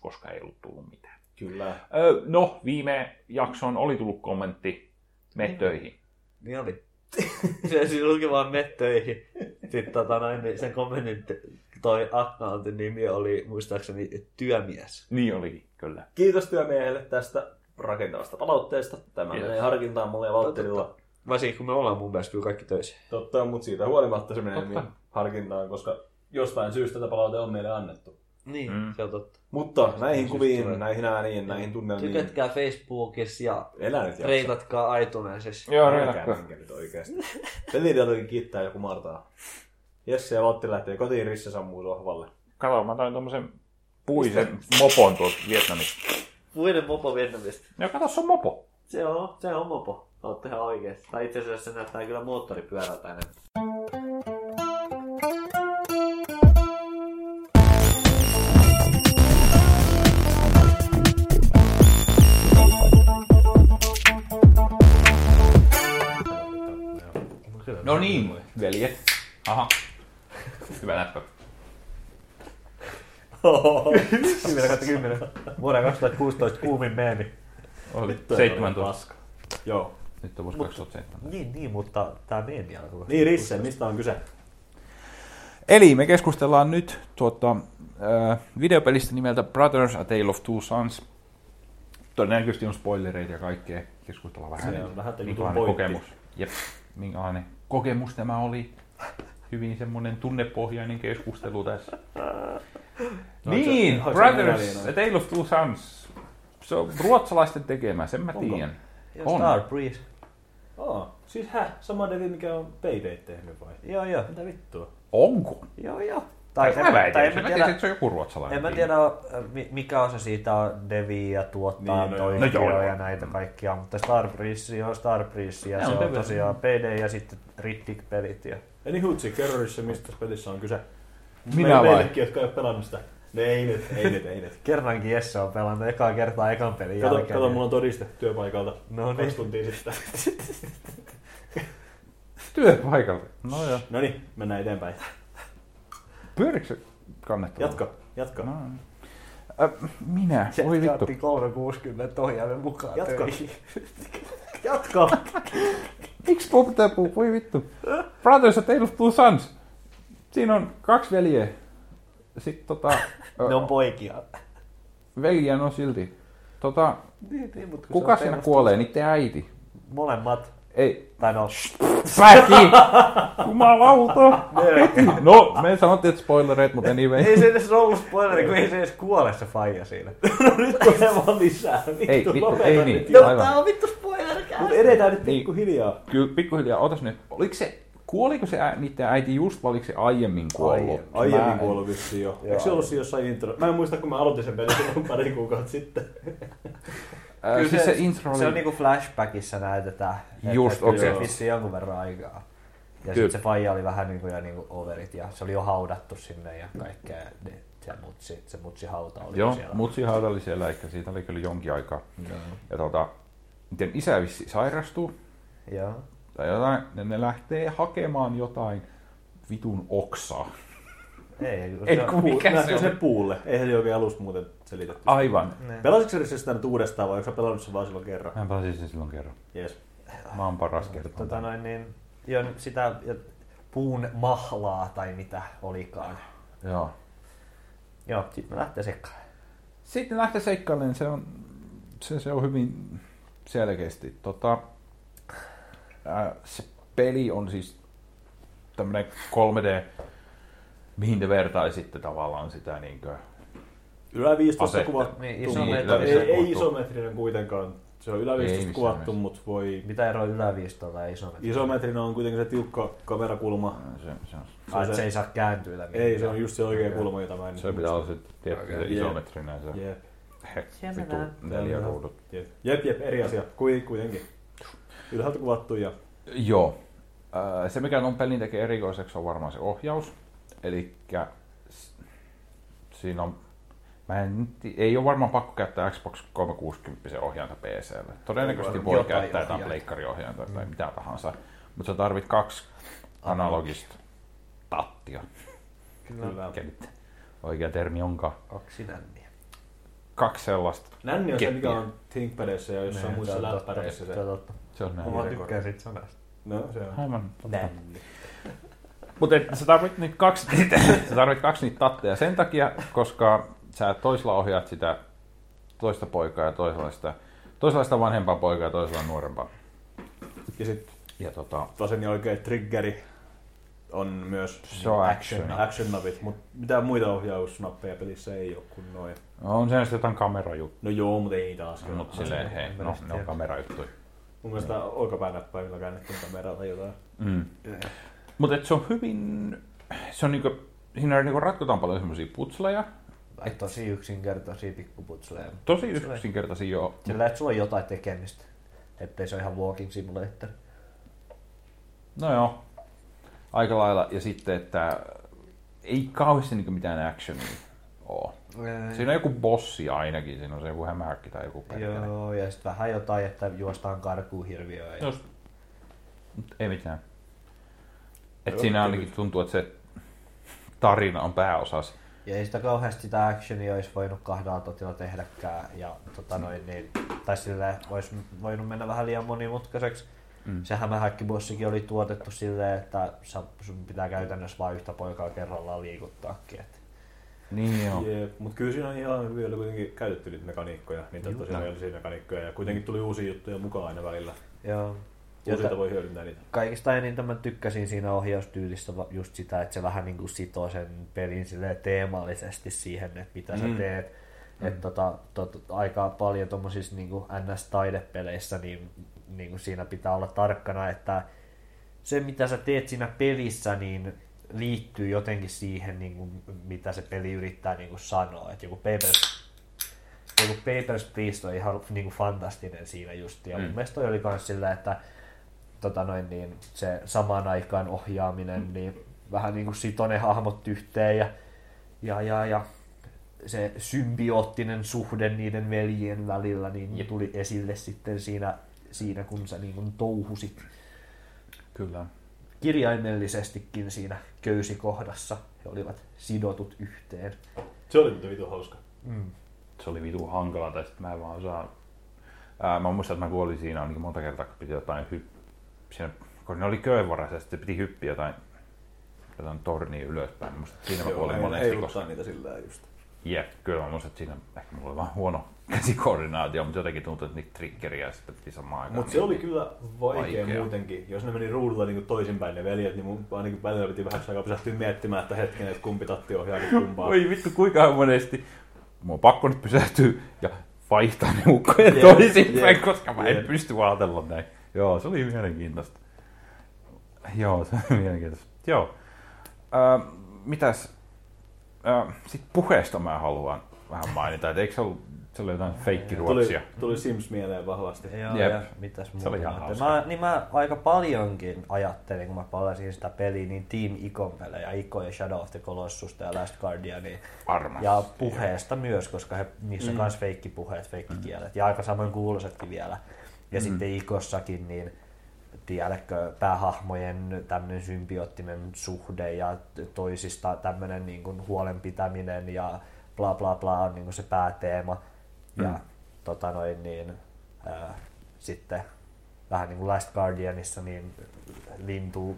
Speaker 1: koska ei ollut tullut mitään.
Speaker 2: Kyllä.
Speaker 1: Öö, no, viime jaksoon oli tullut kommentti. Me töihin.
Speaker 6: Niin oli. se siis luki vaan me töihin. Sitten tota noin, niin sen kommentin t- toi accountin nimi oli muistaakseni työmies.
Speaker 1: Niin olikin, kyllä.
Speaker 2: Kiitos työmiehelle tästä rakentavasta palautteesta. Tämä menee harkintaan mulle ja Valtterilla.
Speaker 6: siis,
Speaker 5: Varsinkin kun me ollaan mun mielestä kyllä kaikki töissä.
Speaker 2: Totta, mutta siitä huolimatta se menee niin harkintaan, koska jostain syystä tätä palaute on meille annettu.
Speaker 5: Niin, mm. se on totta.
Speaker 2: Mutta näihin kuviin, näihin ääniin, näihin tunnelmiin.
Speaker 5: Tykätkää Facebookissa ja
Speaker 2: Elä nyt jaksa.
Speaker 5: reitatkaa iTunesissa.
Speaker 1: Joo,
Speaker 2: Älkää
Speaker 1: reilatkaa.
Speaker 2: menkää nyt oikeesti. Pelitietokin kiittää joku Martaa. Jesse ja Valtteri lähtee kotiin, Risse sammuu sohvalle.
Speaker 1: Kato, mä toin tommosen puisen mopon tuolta Vietnamista.
Speaker 5: Puinen mopo Vietnamista.
Speaker 1: Ja kato, se on mopo.
Speaker 5: Se on, se on mopo. Oot ihan oikeesti. Tai itse asiassa se näyttää kyllä moottoripyörältä enemmän.
Speaker 1: No niin, veljet. Aha. Hyvä näppä.
Speaker 3: Vielä 2010. Vuoden 2016 kuumin meemi.
Speaker 1: Oli 17.
Speaker 2: Joo.
Speaker 1: Nyt on vuosi 2007.
Speaker 3: Niin, niin, mutta tää meemi alkoi.
Speaker 2: Niin Risse, mistä on kyse?
Speaker 1: Eli me keskustellaan nyt tuota, äh, videopelistä nimeltä Brothers, A Tale of Two Sons. Todennäköisesti on spoilereita ja kaikkea. Keskustellaan vähän,
Speaker 2: Se
Speaker 1: nyt,
Speaker 2: on vähän niin
Speaker 1: minkälainen kokemus. Jep, minkälainen kokemus tämä oli. Hyvin semmoinen tunnepohjainen keskustelu tässä.
Speaker 3: No,
Speaker 1: niin,
Speaker 2: onko se
Speaker 1: Brothers,
Speaker 2: minä
Speaker 1: A Tale of Two Sons. Se on ruotsalaisten tekemä, sen mä tiedän. On.
Speaker 3: Breeze.
Speaker 2: Aa, siis hä? Sama devi, mikä on Payday tehnyt vai?
Speaker 3: Joo, joo.
Speaker 2: Mitä vittua?
Speaker 1: Onko?
Speaker 3: Joo, joo. Tai,
Speaker 1: Mä
Speaker 3: en, tai en
Speaker 1: väitin,
Speaker 3: mä
Speaker 1: mä tiedän,
Speaker 3: tiedä,
Speaker 1: että se on joku ruotsalainen.
Speaker 3: en mä
Speaker 1: tiimi.
Speaker 3: tiedä äh, mi- mikä osa siitä on Devi ja tuottaa
Speaker 2: Niin,
Speaker 3: niin,
Speaker 2: no joo.
Speaker 3: no,
Speaker 1: No joo,
Speaker 3: ja
Speaker 1: joo.
Speaker 3: näitä kaikkia, mutta Star Breeze on Star Breeze ja
Speaker 1: Ne
Speaker 3: se
Speaker 1: on
Speaker 3: on
Speaker 1: Devi.
Speaker 3: tosiaan PD ja sitten Riddick-pelit. Ja...
Speaker 2: Eli Hutsi, kerro Risse, mistä tässä pelissä on kyse?
Speaker 1: Minä
Speaker 2: Me-
Speaker 1: vai?
Speaker 2: Meillekin, jotka ei ole pelannut sitä. Ne ei nyt, ei nyt, ei nyt.
Speaker 3: Kerrankin Jesse on pelannut ekaa kertaa ekan pelin
Speaker 2: Kato,
Speaker 3: jälkeen.
Speaker 2: kato, mulla on todiste työpaikalta.
Speaker 3: No niin.
Speaker 2: Kaksi tuntia sitten.
Speaker 1: Työpaikalta. No joo.
Speaker 2: No niin, mennään eteenpäin.
Speaker 1: Pyörikö se kannettavalla?
Speaker 2: Jatka, jatka.
Speaker 1: No. Ö, minä? Voi vittu.
Speaker 3: 360 ohjaimen mukaan
Speaker 2: Jatka.
Speaker 3: töihin.
Speaker 2: Jatka!
Speaker 1: Miksi tuo pitää puhua? Voi vittu. Brothers at Tale of Two Sons. Siinä on kaksi veljeä. Sitten tota...
Speaker 3: Ne
Speaker 1: ö,
Speaker 3: on poikia.
Speaker 1: Veljiä ne on silti. Tota,
Speaker 3: Niin, niin, mutta kun se
Speaker 1: kuka
Speaker 3: on
Speaker 1: siinä
Speaker 3: teillä-
Speaker 1: kuolee? Niiden äiti.
Speaker 3: Molemmat.
Speaker 1: Ei.
Speaker 3: Tai no,
Speaker 1: Päki! Jumalauta! Heti. No, me sanottiin, että spoilereet, mutta anyway.
Speaker 3: ei se edes ollut spoileri, kun ei se edes kuole se faija siinä.
Speaker 2: No Mitä vaan lisää? Vittu,
Speaker 1: Ei, vittu,
Speaker 2: lopeta
Speaker 1: ei
Speaker 2: nyt.
Speaker 1: niin. Aivan.
Speaker 5: on vittu spoiler
Speaker 2: Mut edetään nyt
Speaker 1: Niin.
Speaker 2: pikkuhiljaa.
Speaker 1: Kyllä, pikkuhiljaa, otas nyt. Oliko se, kuoliko se ä, niiden äiti just vai oliko se aiemmin kuollut? Mä en-
Speaker 2: Aiemmin kuollut vissiin jo. Eikö se ollut siinä jossain intro? Mä en muista, kun mä aloitin sen pelin silloin pari kuukautta sitten.
Speaker 1: Ää,
Speaker 3: Kyllä
Speaker 1: siis se, intro oli...
Speaker 3: Se on niinku flashbackissa näytetään. Et-
Speaker 1: Just,
Speaker 3: et kyllä
Speaker 1: okei.
Speaker 3: Se vissiin jonkun verran aikaa.
Speaker 1: Kyllä.
Speaker 3: Ja sitten se faija oli vähän niinku jo niinku overit ja se oli jo haudattu sinne ja kaikkea. Ne- Se mutsi, se mutsi hauta oli
Speaker 1: Joo,
Speaker 3: siellä.
Speaker 1: mutsi hauta oli siellä, eikä siitä oli kyllä jonkin aikaa. Ja tota, miten isä vissi sairastuu
Speaker 3: Joo.
Speaker 1: tai jotain, niin ne, ne lähtee hakemaan jotain vitun oksaa.
Speaker 3: Ei, kun
Speaker 1: Ei,
Speaker 3: se on-
Speaker 1: kun- Mikä se
Speaker 2: Nähkö
Speaker 1: oli?
Speaker 2: se puulle? Eihän se oikein alusta muuten selitetty.
Speaker 1: Aivan.
Speaker 2: Pelasitko sä Risse sitä nyt uudestaan vai onko sä pelannut sen vaan silloin kerran?
Speaker 1: Mä pelasin sen silloin kerran.
Speaker 2: Jes.
Speaker 1: Mä oon paras kerta.
Speaker 3: tota noin, niin, jo sitä jo, puun mahlaa tai mitä olikaan.
Speaker 1: Joo.
Speaker 3: Joo, sit me lähtee sekkaan.
Speaker 1: Sitten lähtee seikkailemaan, se on, se, se on hyvin selkeästi. Tota, ää, se peli on siis tämmöinen 3D, mihin te vertaisitte tavallaan sitä niinkö,
Speaker 2: Yllä 15
Speaker 1: Asetta.
Speaker 2: kuvattu.
Speaker 3: Niin, iso
Speaker 1: Niin,
Speaker 3: metodi.
Speaker 2: ei,
Speaker 1: Se
Speaker 2: ei
Speaker 1: kuvattu.
Speaker 2: isometrinen kuitenkaan. Se on yllä
Speaker 1: Ei
Speaker 2: 15
Speaker 1: missään
Speaker 2: kuvattu,
Speaker 1: nimessä.
Speaker 2: mutta voi...
Speaker 3: Mitä eroa yläviistolla ja iso metodi?
Speaker 2: Isometrinen on kuitenkin se tiukka kamerakulma.
Speaker 1: se, se, on-
Speaker 3: Ai, et se ei saa kääntyä läpi.
Speaker 2: Ei, se on just se oikea kulma, jota mä en...
Speaker 1: se pitää olla se tietty okay.
Speaker 2: Okei.
Speaker 1: isometrinen se
Speaker 2: Jep,
Speaker 1: yeah. vitu neljä
Speaker 2: Siellä
Speaker 1: ruudut.
Speaker 2: jep, jep, jep, eri asia. Kui, kuitenkin. Ylhäältä kuvattu ja...
Speaker 1: Joo. Ää, Eh, Se mikä on pelin tekee erikoiseksi on varmaan se ohjaus. Eli siinä on, mä en, nyt ti- ei ole varmaan pakko käyttää Xbox 360 ohjainta PClle. Todennäköisesti voi
Speaker 3: Jotain
Speaker 1: käyttää jotain
Speaker 3: ohjainta. Mm.
Speaker 1: pleikkariohjainta tai mitä tahansa. Mutta sä tarvit kaksi analogista tattia.
Speaker 3: No.
Speaker 2: Kyllä.
Speaker 1: Mikä nyt oikea termi onkaan.
Speaker 3: Kaksi nänniä.
Speaker 1: Kaksi sellaista.
Speaker 2: Nänni on se, mikä
Speaker 1: Keppiä.
Speaker 2: on ThinkPadissä ja jossain
Speaker 3: Niin, se
Speaker 2: muissa
Speaker 3: on totta,
Speaker 2: läppäreissä se.
Speaker 3: Se on totta.
Speaker 1: Se on näin.
Speaker 3: Mä tykkään siitä sanasta.
Speaker 2: No, se on.
Speaker 1: Aivan.
Speaker 3: Nänni.
Speaker 1: Mutta sä tarvit nyt kaksi niitä, sä tarvit kaksi niitä tatteja sen takia, koska sä toisella ohjaat sitä toista poikaa ja toisella sitä toisenlaista vanhempaa poikaa ja toisella nuorempaa.
Speaker 2: Ja sitten
Speaker 1: Ja tota,
Speaker 2: sen niin oikein triggeri on myös
Speaker 1: Se on actioni.
Speaker 2: action napit, mutta mitään muita ohjausnappeja pelissä ei ole kuin noin.
Speaker 1: on se sitten jotain kamerajuttuja,
Speaker 2: No joo, mutta ei taas. kyllä.
Speaker 1: mutta silleen hei, no, ne on kamerajuttuja.
Speaker 2: Mun
Speaker 3: Niin.
Speaker 2: mielestä olkapäänäppäimillä käännettiin kameraa tai jotain.
Speaker 1: Mutta se on hyvin, se on niinku, siinä niinku ratkotaan paljon semmoisia putsleja,
Speaker 3: Ai tosi yksinkertaisia pikkuputsleja.
Speaker 1: tosi yksinkertaisia joo.
Speaker 3: Sillä että sulla on jotain tekemistä. Ettei se ole ihan walking simulator.
Speaker 1: No joo, aika lailla. Ja sitten, että ei kauheasti niinku mitään actionia oo. Siinä on joku bossi ainakin, siinä on se joku hämähäkki tai joku perkele.
Speaker 3: Joo, ja sitten vähän jotain, että juostaan karkuun hirviöön. Ja...
Speaker 1: Just. Mut ei mitään. Et siinä ainakin tuntuu, että se tarina on pääosassa.
Speaker 3: Ja ei sitä kauheasti sitä actionia olisi voinut kahdella totilla tehdäkään. Ja, tota noin, niin, tai sille olisi voinut mennä vähän liian monimutkaiseksi. Mm. Se hämähäkkibossikin oli tuotettu silleen, että sä- sun pitää käytännössä vain yhtä poikaa kerrallaan liikuttaakin. Et.
Speaker 1: Niin joo.
Speaker 2: Jep, mutta kyllä siinä on ihan hyvin oli kuitenkin käytetty niitä mekaniikkoja, Niin niitä tosi rajallisia mekaniikkoja ja kuitenkin tuli uusia juttuja mukaan aina välillä.
Speaker 3: Joo.
Speaker 2: Uusilta voi hyödyntää niitä.
Speaker 3: Kaikista eniten mä tykkäsin siinä ohjaustyylistä va- just sitä, että se vähän niin kuin sitoo sen pelin silleen teemallisesti siihen, että mitä mm. sä teet. Mm. Että tota, tota, aika paljon tuommoisissa niin NS-taidepeleissä niin, niin kuin siinä pitää olla tarkkana, että se mitä sä teet siinä pelissä, niin liittyy jotenkin siihen, niin kuin, mitä se peli yrittää niin kuin sanoa. Että joku Papers, joku Papers, Please on ihan niin kuin fantastinen siinä just. Ja mm. mun mielestä toi oli myös sillä, että tota noin, niin se samaan aikaan ohjaaminen, niin vähän niin kuin sitoi ne hahmot yhteen ja, ja, ja, ja se symbioottinen suhde niiden veljien välillä niin tuli esille sitten siinä, siinä kun sä niin kuin touhusit
Speaker 1: Kyllä.
Speaker 3: kirjaimellisestikin siinä köysikohdassa. He olivat sidotut yhteen.
Speaker 2: Se oli muuten vitu hauska.
Speaker 1: se oli vitu hankala, tai sitten mä en vaan osaa... Ää, mä muistan, että mä kuolin siinä ainakin monta kertaa, kun piti jotain hypp... Siinä, kun ne oli köyvarassa, sitten piti hyppiä jotain, jotain tornia ylöspäin. Mä muistan, että siinä mä kuolin
Speaker 2: ei
Speaker 1: monesti, koska...
Speaker 2: ollutkaan niitä sillä lailla just.
Speaker 1: Jep, kyllä mä muistan, että siinä ehkä mulla oli vaan huono käsikoordinaatio, mutta jotenkin tuntui, että niitä triggeriä sitten piti samaan aikaan.
Speaker 2: Mutta se oli kyllä vaikea,
Speaker 1: Vaikea.
Speaker 2: muutenkin. Jos ne meni ruudulla niin toisinpäin ne veljet, niin mun ainakin välillä piti vähän aikaa pysähtyä miettimään, että hetken, että kumpi tatti ohjaa nyt kumpaa.
Speaker 1: Voi vittu, kuinka monesti. Mun on pakko nyt pysähtyä ja vaihtaa ne ukkoja toisinpäin, koska mä en pysty ajatella näin. Joo, se oli mielenkiintoista. Joo, se oli mielenkiintoista. Joo. Ö, mitäs? Ö, sit puheesta mä haluan vähän mainita, että eikö se ollut, se oli jotain
Speaker 2: Tuli,
Speaker 1: feikkiruotsia?
Speaker 3: Mm-hmm.
Speaker 2: tuli Sims mieleen vahvasti.
Speaker 3: Joo,
Speaker 1: Jep.
Speaker 3: ja mitäs muuta.
Speaker 1: oli ihan
Speaker 3: mä ajattelin.
Speaker 1: hauska.
Speaker 3: Mä, niin mä aika paljonkin ajattelin, kun mä palasin sitä peliä, niin Team Icon pelejä, Ico ja Shadow of the Colossus ja Last Guardiania.
Speaker 1: Varmasti.
Speaker 3: Ja puheesta myös, koska he, niissä on myös feikkipuheet, feikkikielet ja aika samoin kuulosetkin vielä. Ja sitten Ikossakin, niin tiedätkö, päähahmojen tämmöinen symbioottinen suhde ja toisista tämmöinen niin kuin huolenpitäminen ja bla bla bla on niin kuin se pääteema. Ja tota noin, niin, ää, sitten vähän niin kuin Last Guardianissa, niin lintu,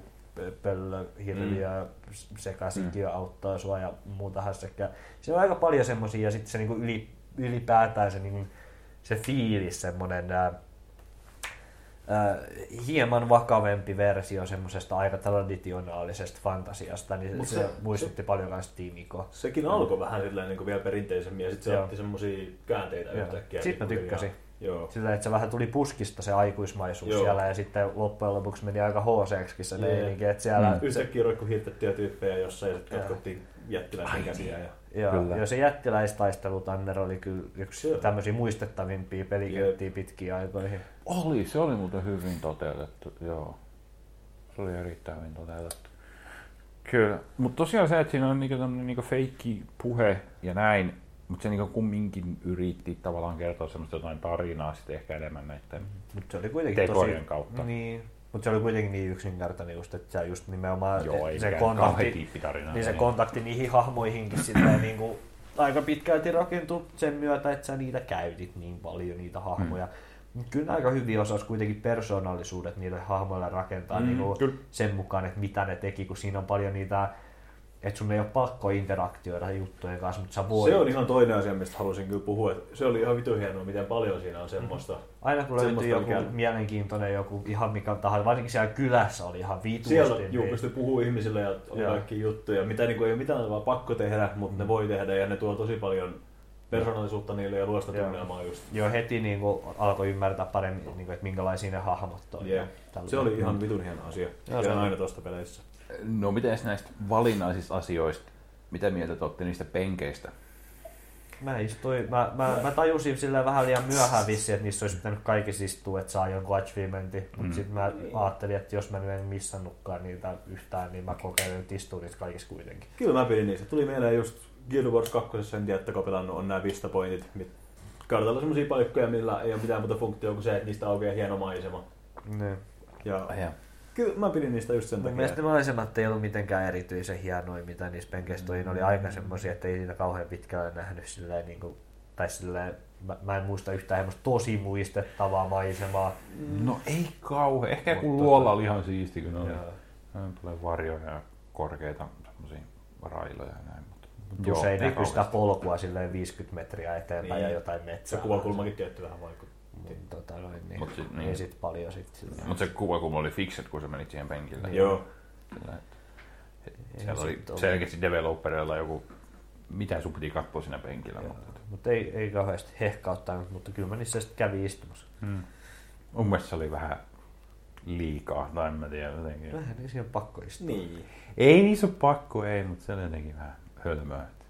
Speaker 3: pöllö, hirviö, mm. sekasikio auttaa sua ja muuta hässäkkää. Siinä on aika paljon semmoisia ja sitten se niin kuin yli, ylipäätään se, niin kuin, se fiilis, semmoinen ää, ää, hieman vakavempi versio semmoisesta aika traditionaalisesta fantasiasta, niin
Speaker 2: Mut
Speaker 3: se,
Speaker 2: se-
Speaker 3: se, muistutti paljon myös tiimikoa.
Speaker 2: Sekin alkoi vähän silleen niin vielä perinteisemmin ja sitten se
Speaker 3: Joo.
Speaker 2: otti semmosia käänteitä
Speaker 3: Joo.
Speaker 2: yhtäkkiä.
Speaker 3: Sit mä
Speaker 2: Niin
Speaker 3: tykkäsin.
Speaker 2: pikkuhiljaa. Joo.
Speaker 3: Sillä että se vähän tuli puskista se aikuismaisuus
Speaker 2: Joo.
Speaker 3: Joo. siellä ja sitten loppujen lopuksi meni aika hc se
Speaker 2: Jee.
Speaker 3: meininki, että siellä
Speaker 2: Yhtäkkiä roikku hiirtettyjä tyyppejä jossain ja sitten katkottiin jättiläisen käsiä. Ja...
Speaker 3: Joo, kyllä. ja se jättiläistaistelu Tanner oli kyllä yksi
Speaker 2: Joo.
Speaker 3: tämmöisiä muistettavimpia pelikenttiä pitkiin aikoihin.
Speaker 1: Oli, se oli muuten hyvin toteutettu, joo. Se oli erittäin hyvin toteutettu. Kyllä, mutta tosiaan se, että siinä on niinku tämmönen niinku feikki puhe ja näin, mutta se niinku kumminkin yritti tavallaan kertoa semmoista jotain tarinaa sitten ehkä enemmän näiden.
Speaker 3: Mutta se oli kuitenkin
Speaker 1: Tekojen
Speaker 3: tosi...
Speaker 1: kautta.
Speaker 3: Niin, mutta se oli kuitenkin niin yksinkertainen just, että se just nimenomaan
Speaker 1: Joo, ei
Speaker 3: se
Speaker 1: mikään kauhean
Speaker 3: kontakti,
Speaker 1: tiippitarina.
Speaker 3: niin se kontakti niihin hahmoihinkin silleen niin kuin aika pitkälti rakentui sen myötä, että sä niitä käytit niin paljon, niitä hahmoja. Mm. Kyllä ne aika hyvin osas kuitenkin niinku persoonallisuudet niille hahmoille rakentaa mm, niin kuin sen mukaan, että mitä ne teki, kun siinä on paljon niitä että sun ei ole pakko interaktioida juttujen kanssa, mutta sä
Speaker 2: Se
Speaker 3: voit.
Speaker 2: on ihan toinen asia, mistä halusin kyllä puhua. että Se oli ihan vitu hienoa, miten paljon siinä on semmoista.
Speaker 3: Aina kun löytyy
Speaker 2: Semmoista niinku-
Speaker 3: joku
Speaker 2: mikä-
Speaker 3: mielenkiintoinen joku ihan mikä tahansa, varsinkin siellä kylässä oli ihan vitusti.
Speaker 2: Siellä
Speaker 3: niin-
Speaker 2: juu, pystyi puhua ihmisille ja oli
Speaker 3: Joo. Mm-hmm.
Speaker 2: kaikki juttuja, mitä niin kuin, ei ole mitään vaan pakko tehdä, mutta ne voi tehdä ja ne tuo tosi paljon persoonallisuutta niille ja luo sitä
Speaker 3: Joo.
Speaker 2: tunnelmaa just.
Speaker 3: Joo, heti niin kuin, alkoi ymmärtää paremmin, niin kuin, että minkälaisia ne hahmot on.
Speaker 2: Yeah.
Speaker 3: ja tällainen.
Speaker 2: Se oli ihan vitun hieno asia. Se on aina tuosta peleissä.
Speaker 1: No miten näistä valinnaisista asioista, mitä mieltä te olette niistä penkeistä?
Speaker 3: Mä, istuin, mä, mä, mä tajusin sillä vähän liian myöhään vissiin, että niissä olisi pitänyt kaikissa istua, että saa jonkun achievementin. Mutta mm. sitten mä ajattelin, että jos mä nyt en missannutkaan niitä yhtään, niin mä kokeilen nyt istua niissä kaikissa kuitenkin.
Speaker 2: Kyllä mä pidin niistä. Tuli mieleen just Guild Wars 2, en tiedä, että pelannut, on nämä vistapointit. mit- Kartalla semmoisia paikkoja, millä ei ole mitään muuta funktiota kuin se, että niistä aukeaa hieno maisema.
Speaker 3: Niin.
Speaker 2: Ja
Speaker 1: Ja
Speaker 2: kyllä mä pidin niistä just sen
Speaker 3: Mun
Speaker 2: takia.
Speaker 3: mielestä ne maisemat ei ollut mitenkään erityisen hienoja, mitä niissä penkeissä oli. Ne oli aika semmoisia, että ei niitä kauhean pitkälle nähnyt silleen, niin kuin, tai silleen, mä, mä en muista yhtään semmoista tosi muistettavaa maisemaa.
Speaker 1: No ei kauhean. Ehkä kun luolla oli ihan siisti, kun ne oli. Ne tulee varjoja ja korkeita semmosia railoja ja näin. Mutta
Speaker 3: Mutta
Speaker 1: Joo,
Speaker 3: usein
Speaker 1: ei
Speaker 3: näkyy sitä
Speaker 1: kauheasti.
Speaker 3: polkua silleen 50 metriä eteenpäin
Speaker 2: Niin.
Speaker 3: ja jotain
Speaker 2: Se
Speaker 3: metsää.
Speaker 2: kuvakulmakin tietty vähän vaikutti.
Speaker 3: Niin, Tota, noin, niin,
Speaker 1: Mut sit-
Speaker 3: niin.
Speaker 1: niin.
Speaker 3: ei sit paljon sit sillä.
Speaker 1: Mut se kuva, kun oli fixed, kun sä menit siihen penkille.
Speaker 2: Joo.
Speaker 1: Sillä, että- Siellä
Speaker 3: se
Speaker 1: oli
Speaker 3: nyt ole.
Speaker 1: selkeästi developerilla joku, mitä sun piti katsoa siinä penkillä. Mutta
Speaker 3: Mutta ei, ei kauheasti hehkauttanut, mutta kyllä mä niissä sitten kävin istumassa.
Speaker 1: mun mielestä se oli vähän liikaa, tai en mä tiedä jotenkin.
Speaker 3: Vähän niin siinä on pakko istua.
Speaker 2: Niin.
Speaker 1: Ei niissä ole pakko, ei, mutta se oli jotenkin vähän hölmöä. että-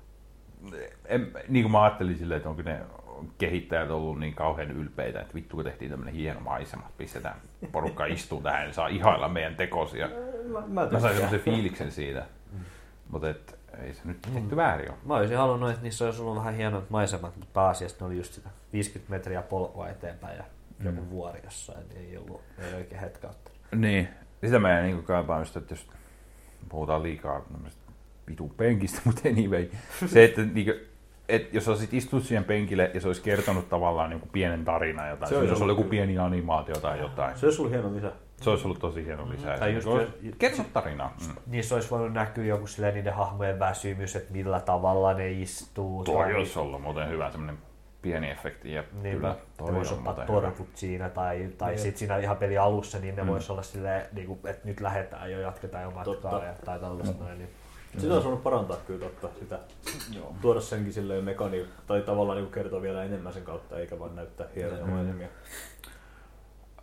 Speaker 1: En, niin kuin mä ajattelin silleen, että onko ne kehittäjät ollut niin kauhean ylpeitä, että vittu kun tehtiin tämmöinen hieno maisema, pistetään porukka istuu tähän, niin saa ihailla meidän tekosia.
Speaker 2: Mä, mä
Speaker 1: Mä sain
Speaker 2: tykkään. Mm.
Speaker 1: semmoisen fiiliksen siitä, mutta et, ei se nyt tehty väärin ole.
Speaker 3: Mä olisin halunnut, että niissä olisi ollut vähän hienot maisemat, mutta pääasiassa ne oli just sitä 50 metriä polkua eteenpäin ja joku vuori jossain, niin ei ollut ei oikein hetkautta.
Speaker 1: Niin, sitä mä en niin kaipaa, just, että jos puhutaan liikaa tämmöisestä vitun penkistä, mutta anyway, se, että niin kuin, et jos olisit istunut siihen penkille ja se olisi kertonut tavallaan niin pienen tarinan jotain,
Speaker 2: Se
Speaker 1: se
Speaker 2: olisi
Speaker 1: olisi jos oli
Speaker 2: ollut
Speaker 1: joku pieni animaatio tai jotain,
Speaker 2: Se olisi sulla hieno lisä. Mm-hmm.
Speaker 1: se olisi ollut tosi hieno lisää.
Speaker 3: Tai just
Speaker 1: Kerro tarinaa. Mm.
Speaker 3: Niissä olisi voinut näkyä joku silleen niiden hahmojen väsymys, että millä tavalla ne istuu.
Speaker 1: Tuo
Speaker 3: tai-
Speaker 1: olisi ollut muuten hyvä semmoinen pieni efekti ja
Speaker 3: Niin,
Speaker 1: kyllä
Speaker 3: ne
Speaker 1: toi
Speaker 3: voisi
Speaker 1: on
Speaker 3: ottaa
Speaker 1: muuten hyvä.
Speaker 3: torkut siinä tai, tai
Speaker 2: Niin.
Speaker 3: sitten siinä ihan peli alussa, niin ne mm. voisi olla silleen, niin kuin, että nyt lähdetään jo, jatketaan jo matkaa
Speaker 2: Totta.
Speaker 3: ja, tai
Speaker 1: Mm.
Speaker 3: tällaista noin. Niin.
Speaker 2: Sitä olisi voinut parantaa kyllä totta, sitä. Joo. Tuoda senkin silleen mekani, tai tavallaan niin kertoa vielä enemmän sen kautta, eikä vaan näyttää
Speaker 3: Mm.
Speaker 2: hienoja maisemia.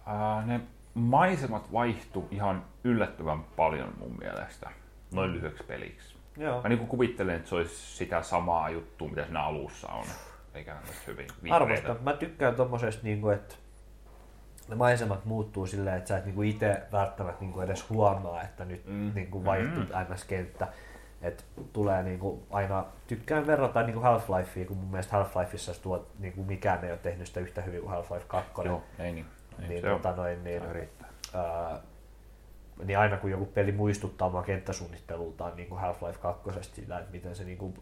Speaker 1: Ää, ne maisemat vaihtu ihan yllättävän paljon mun mielestä, noin lyhyeksi peliksi.
Speaker 3: Joo.
Speaker 1: Mä niin kuvittelen, että se olisi sitä samaa juttua, mitä siinä alussa on. Eikä nyt hyvin vihreitä.
Speaker 3: Arvostan. Mä tykkään tommosesta, niin kuin, että ne maisemat muuttuu silleen, että sä et niin kuin itse välttämättä niin kuin edes huomaa, että nyt mm. niin kuin vaihtuu mm. NS-kenttä. Et tulee niin kuin aina, tykkään verrata niin kuin Half-Lifeen, kun mun mielestä Half-Lifeissa tuo, niin kuin mikään ei ole tehnyt sitä yhtä hyvin kuin Half-Life 2.
Speaker 1: Joo, ei niin. Ei,
Speaker 3: niin,
Speaker 1: se on.
Speaker 3: tota noin, niin, ää, niin aina kun joku peli muistuttaa omaa kenttäsuunnittelultaan niin kuin Half-Life 2 sillä, että miten se niin kuin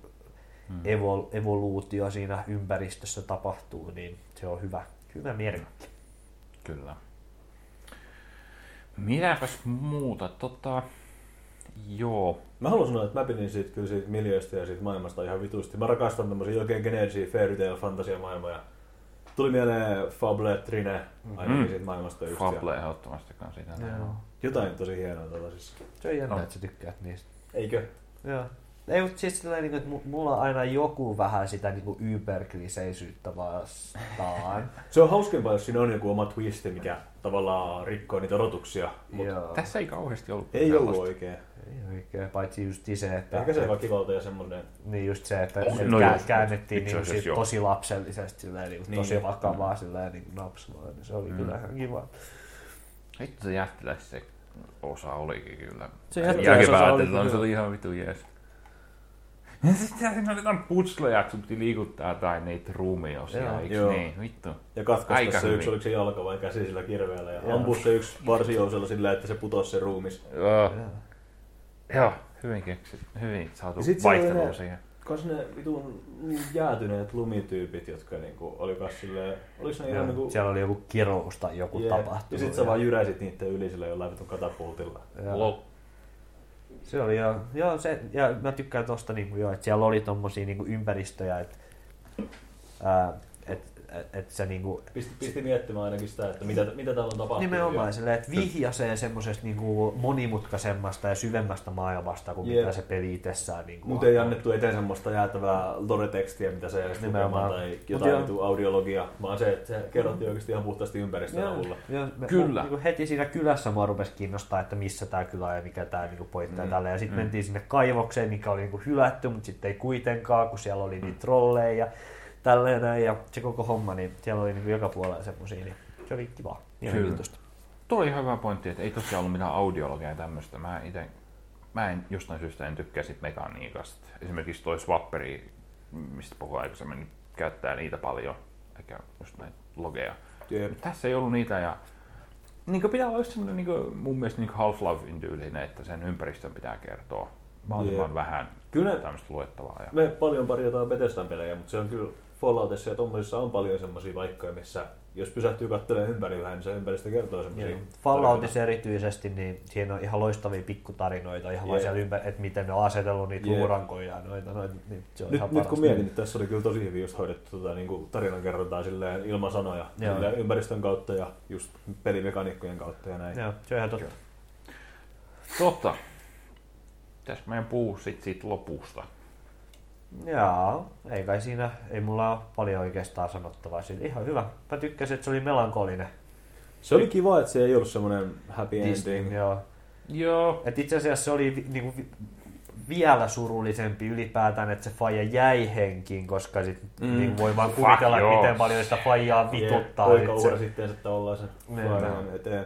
Speaker 3: Hmm. evol, evoluutio siinä ympäristössä tapahtuu, niin se on hyvä, hyvä merkki.
Speaker 1: Kyllä. Mitäpäs muuta? Tota, joo.
Speaker 2: Mä haluan sanoa, että mä pidin siitä, kyllä siitä miljöistä ja siitä maailmasta ihan vitusti. Mä rakastan tämmöisiä oikein geneerisiä fairy tale fantasia maailmoja. Tuli mieleen Fable, Trine,
Speaker 3: Mm.
Speaker 2: ainakin siitä maailmasta just. ja
Speaker 1: Fable ehdottomasti kanssa sitä. Joo.
Speaker 2: Jotain tosi hienoa tällaisissa.
Speaker 3: Hmm. Se on jännä, että sä tykkäät niistä.
Speaker 2: Eikö?
Speaker 3: Joo. Ei, mutta siis sillä niin että mu- mulla on aina joku vähän sitä niin kuin yberkliseisyyttä vastaan.
Speaker 2: Se on hauskempaa, jos siinä on joku oma twisti, mikä tavallaan rikkoo niitä odotuksia. Mut
Speaker 3: Joo.
Speaker 1: Tässä ei kauheasti ollut
Speaker 2: ei
Speaker 1: sellaista.
Speaker 2: ollut oikein.
Speaker 3: Ei oikein, paitsi just se, että...
Speaker 2: Ehkä se vaan kivalta ja semmoinen
Speaker 3: Niin just se, että
Speaker 1: Oh,
Speaker 3: oh, no
Speaker 1: no
Speaker 3: kää,
Speaker 1: just,
Speaker 3: käännettiin
Speaker 1: itse
Speaker 3: niin
Speaker 1: asiassa
Speaker 3: siis
Speaker 1: joo.
Speaker 3: tosi lapsellisesti, silleen, niin, niin,
Speaker 2: Niin.
Speaker 3: tosi vakavaa silleen, niin napsumaan, niin se oli mm. kyllä ihan kiva.
Speaker 1: Vittu se jättiläis se osa olikin kyllä.
Speaker 6: Se
Speaker 1: Jälkipäätellä
Speaker 6: oli
Speaker 1: no, se
Speaker 6: kyllä.
Speaker 1: oli ihan vitu jees. Ja sitten siinä oli jotain putsleja, että sun piti liikuttaa tai niitä ruumiosia,
Speaker 3: Joo.
Speaker 1: eikö
Speaker 2: Joo.
Speaker 1: niin? Vittu.
Speaker 2: Ja katkaista
Speaker 1: Aika
Speaker 2: se
Speaker 1: hyvin.
Speaker 2: yksi, oliko se jalka vai käsi sillä kirveellä. Ja ampuu se yksi varsijousella sillä, että se putosi se ruumis.
Speaker 1: Joo. Joo, hyvin keksitty, hyvin saatu
Speaker 2: Ja sit se oli
Speaker 1: vaihtelua
Speaker 2: ne-
Speaker 1: siihen.
Speaker 2: Kas ne vitun niin jäätyneet lumityypit, jotka niinku, oli kas silleen, oliks ne ihan niinku...
Speaker 3: Siellä oli joku kirous tai joku
Speaker 2: jee.
Speaker 3: yeah. tapahtuma.
Speaker 2: Ja sit sä vaan jyräsit niitten yli sillä jollain vitun katapultilla.
Speaker 3: Joo.
Speaker 1: Lol.
Speaker 3: Se oli joo. joo se, ja mä tykkään tosta niinku joo, että siellä oli tommosia niinku ympäristöjä, että et, et, et se niinku,
Speaker 2: Pisti, pisti miettimään ainakin sitä, että mitä, mitä täällä on tapahtunut.
Speaker 3: nimenomaan silleen, että vihjasee semmoisesta niinku monimutkaisemmasta ja syvemmästä maailmasta kuin
Speaker 2: Jep.
Speaker 3: mitä se peli itsessään niinku
Speaker 2: Mutta ei annettu eteen semmoista jäätävää lore-tekstiä, mitä se edes
Speaker 3: Nimenomaan.
Speaker 2: nimenomaan tai
Speaker 3: Mut
Speaker 2: jotain
Speaker 3: joo. Mm.
Speaker 2: vitu audiologiaa, vaan se, että se kerrottiin oikeasti ihan puhtaasti ympäristön avulla.
Speaker 3: Joo, me,
Speaker 1: Kyllä.
Speaker 3: Mä, niin heti siinä kylässä mua rupesi kiinnostaa, että missä tämä kylä on ja mikä tämä niin poittaa mm. tälle. Ja sitten mm. mentiin sinne kaivokseen, mikä oli niin kuin hylätty, mutta sitten ei kuitenkaan, kun siellä oli niitä trolleja ja tälleen näin. Ja se koko homma, niin siellä oli niin kuin joka puolella semmoisia, niin se oli kiva. Mielenkiintoista.
Speaker 1: Tuo oli ihan hyvä pointti, että ei tosiaan ollut mitään audiologia ja tämmöistä. Mä, ite, mä en jostain syystä en tykkää sit mekaniikasta. Esimerkiksi toi swapperi, mistä puhuin aikaisemmin, niin käyttää niitä paljon. Eikä just näitä logeja.
Speaker 2: Jep.
Speaker 1: Mut Tässä ei ollut niitä ja niin pitää olla just semmoinen niin mun mielestä niin Half-Life tyylinen, että sen ympäristön pitää kertoa mahdollisimman
Speaker 2: Jep.
Speaker 1: vähän
Speaker 2: Kyllä.
Speaker 1: tämmöistä luettavaa. Ja...
Speaker 2: Me paljon parjataan Bethesdan pelejä, mutta se on kyllä Falloutissa ja tommosissa on paljon semmoisia paikkoja, missä jos pysähtyy katselemaan ympäri vähän, niin se ympäristö kertoo semmoisia.
Speaker 3: Falloutissa erityisesti, niin siinä on ihan loistavia pikkutarinoita, ihan vaan
Speaker 2: Jep.
Speaker 3: siellä ympäri, että miten ne on asetellut niitä
Speaker 2: Jep.
Speaker 3: luurankoja ja noita, noita, niin se on
Speaker 2: Nyt,
Speaker 3: ihan
Speaker 2: nyt
Speaker 3: paras.
Speaker 2: kun mietin, niin tässä oli kyllä tosi hyvin just hoidettu tota, niin kuin tarinan kerrontaa silleen ilman sanoja,
Speaker 3: Joo.
Speaker 2: silleen ympäristön kautta ja just pelimekaniikkojen kautta ja näin.
Speaker 3: Joo, se on ihan totta.
Speaker 1: Totta. Pitäisikö meidän puhua sit siitä lopusta?
Speaker 3: Jaa, ei kai siinä, ei mulla ole paljon oikeastaan sanottavaa siitä. Ihan hyvä. Mä tykkäsin, että se oli melankolinen.
Speaker 2: Se oli kiva, että se ei ollut semmoinen happy
Speaker 3: Disney,
Speaker 2: ending.
Speaker 3: Joo.
Speaker 1: Joo.
Speaker 3: Et itse asiassa se oli vi, niinku, vi, vielä surullisempi ylipäätään, että se faija jäi henkiin, koska sit mm. niin voi vaan kuvitella, että
Speaker 1: joo.
Speaker 3: miten paljon sitä faijaa vituttaa.
Speaker 2: Poika
Speaker 3: sit se-
Speaker 2: uura sitten, että ollaan sen
Speaker 3: Niin,
Speaker 2: vaaran eteen.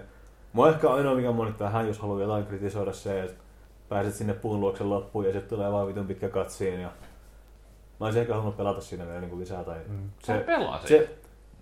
Speaker 2: Mua ehkä ainoa mikä moni vähän, jos haluaa jotain kritisoida se, että pääset sinne puun luokse loppuun ja sitten tulee vaan vitun pitkä katsiin. Ja... Mä olisin ehkä halunnut pelata siinä vielä niin lisää. Tai... Mm.
Speaker 1: Se, pelaa se.
Speaker 2: se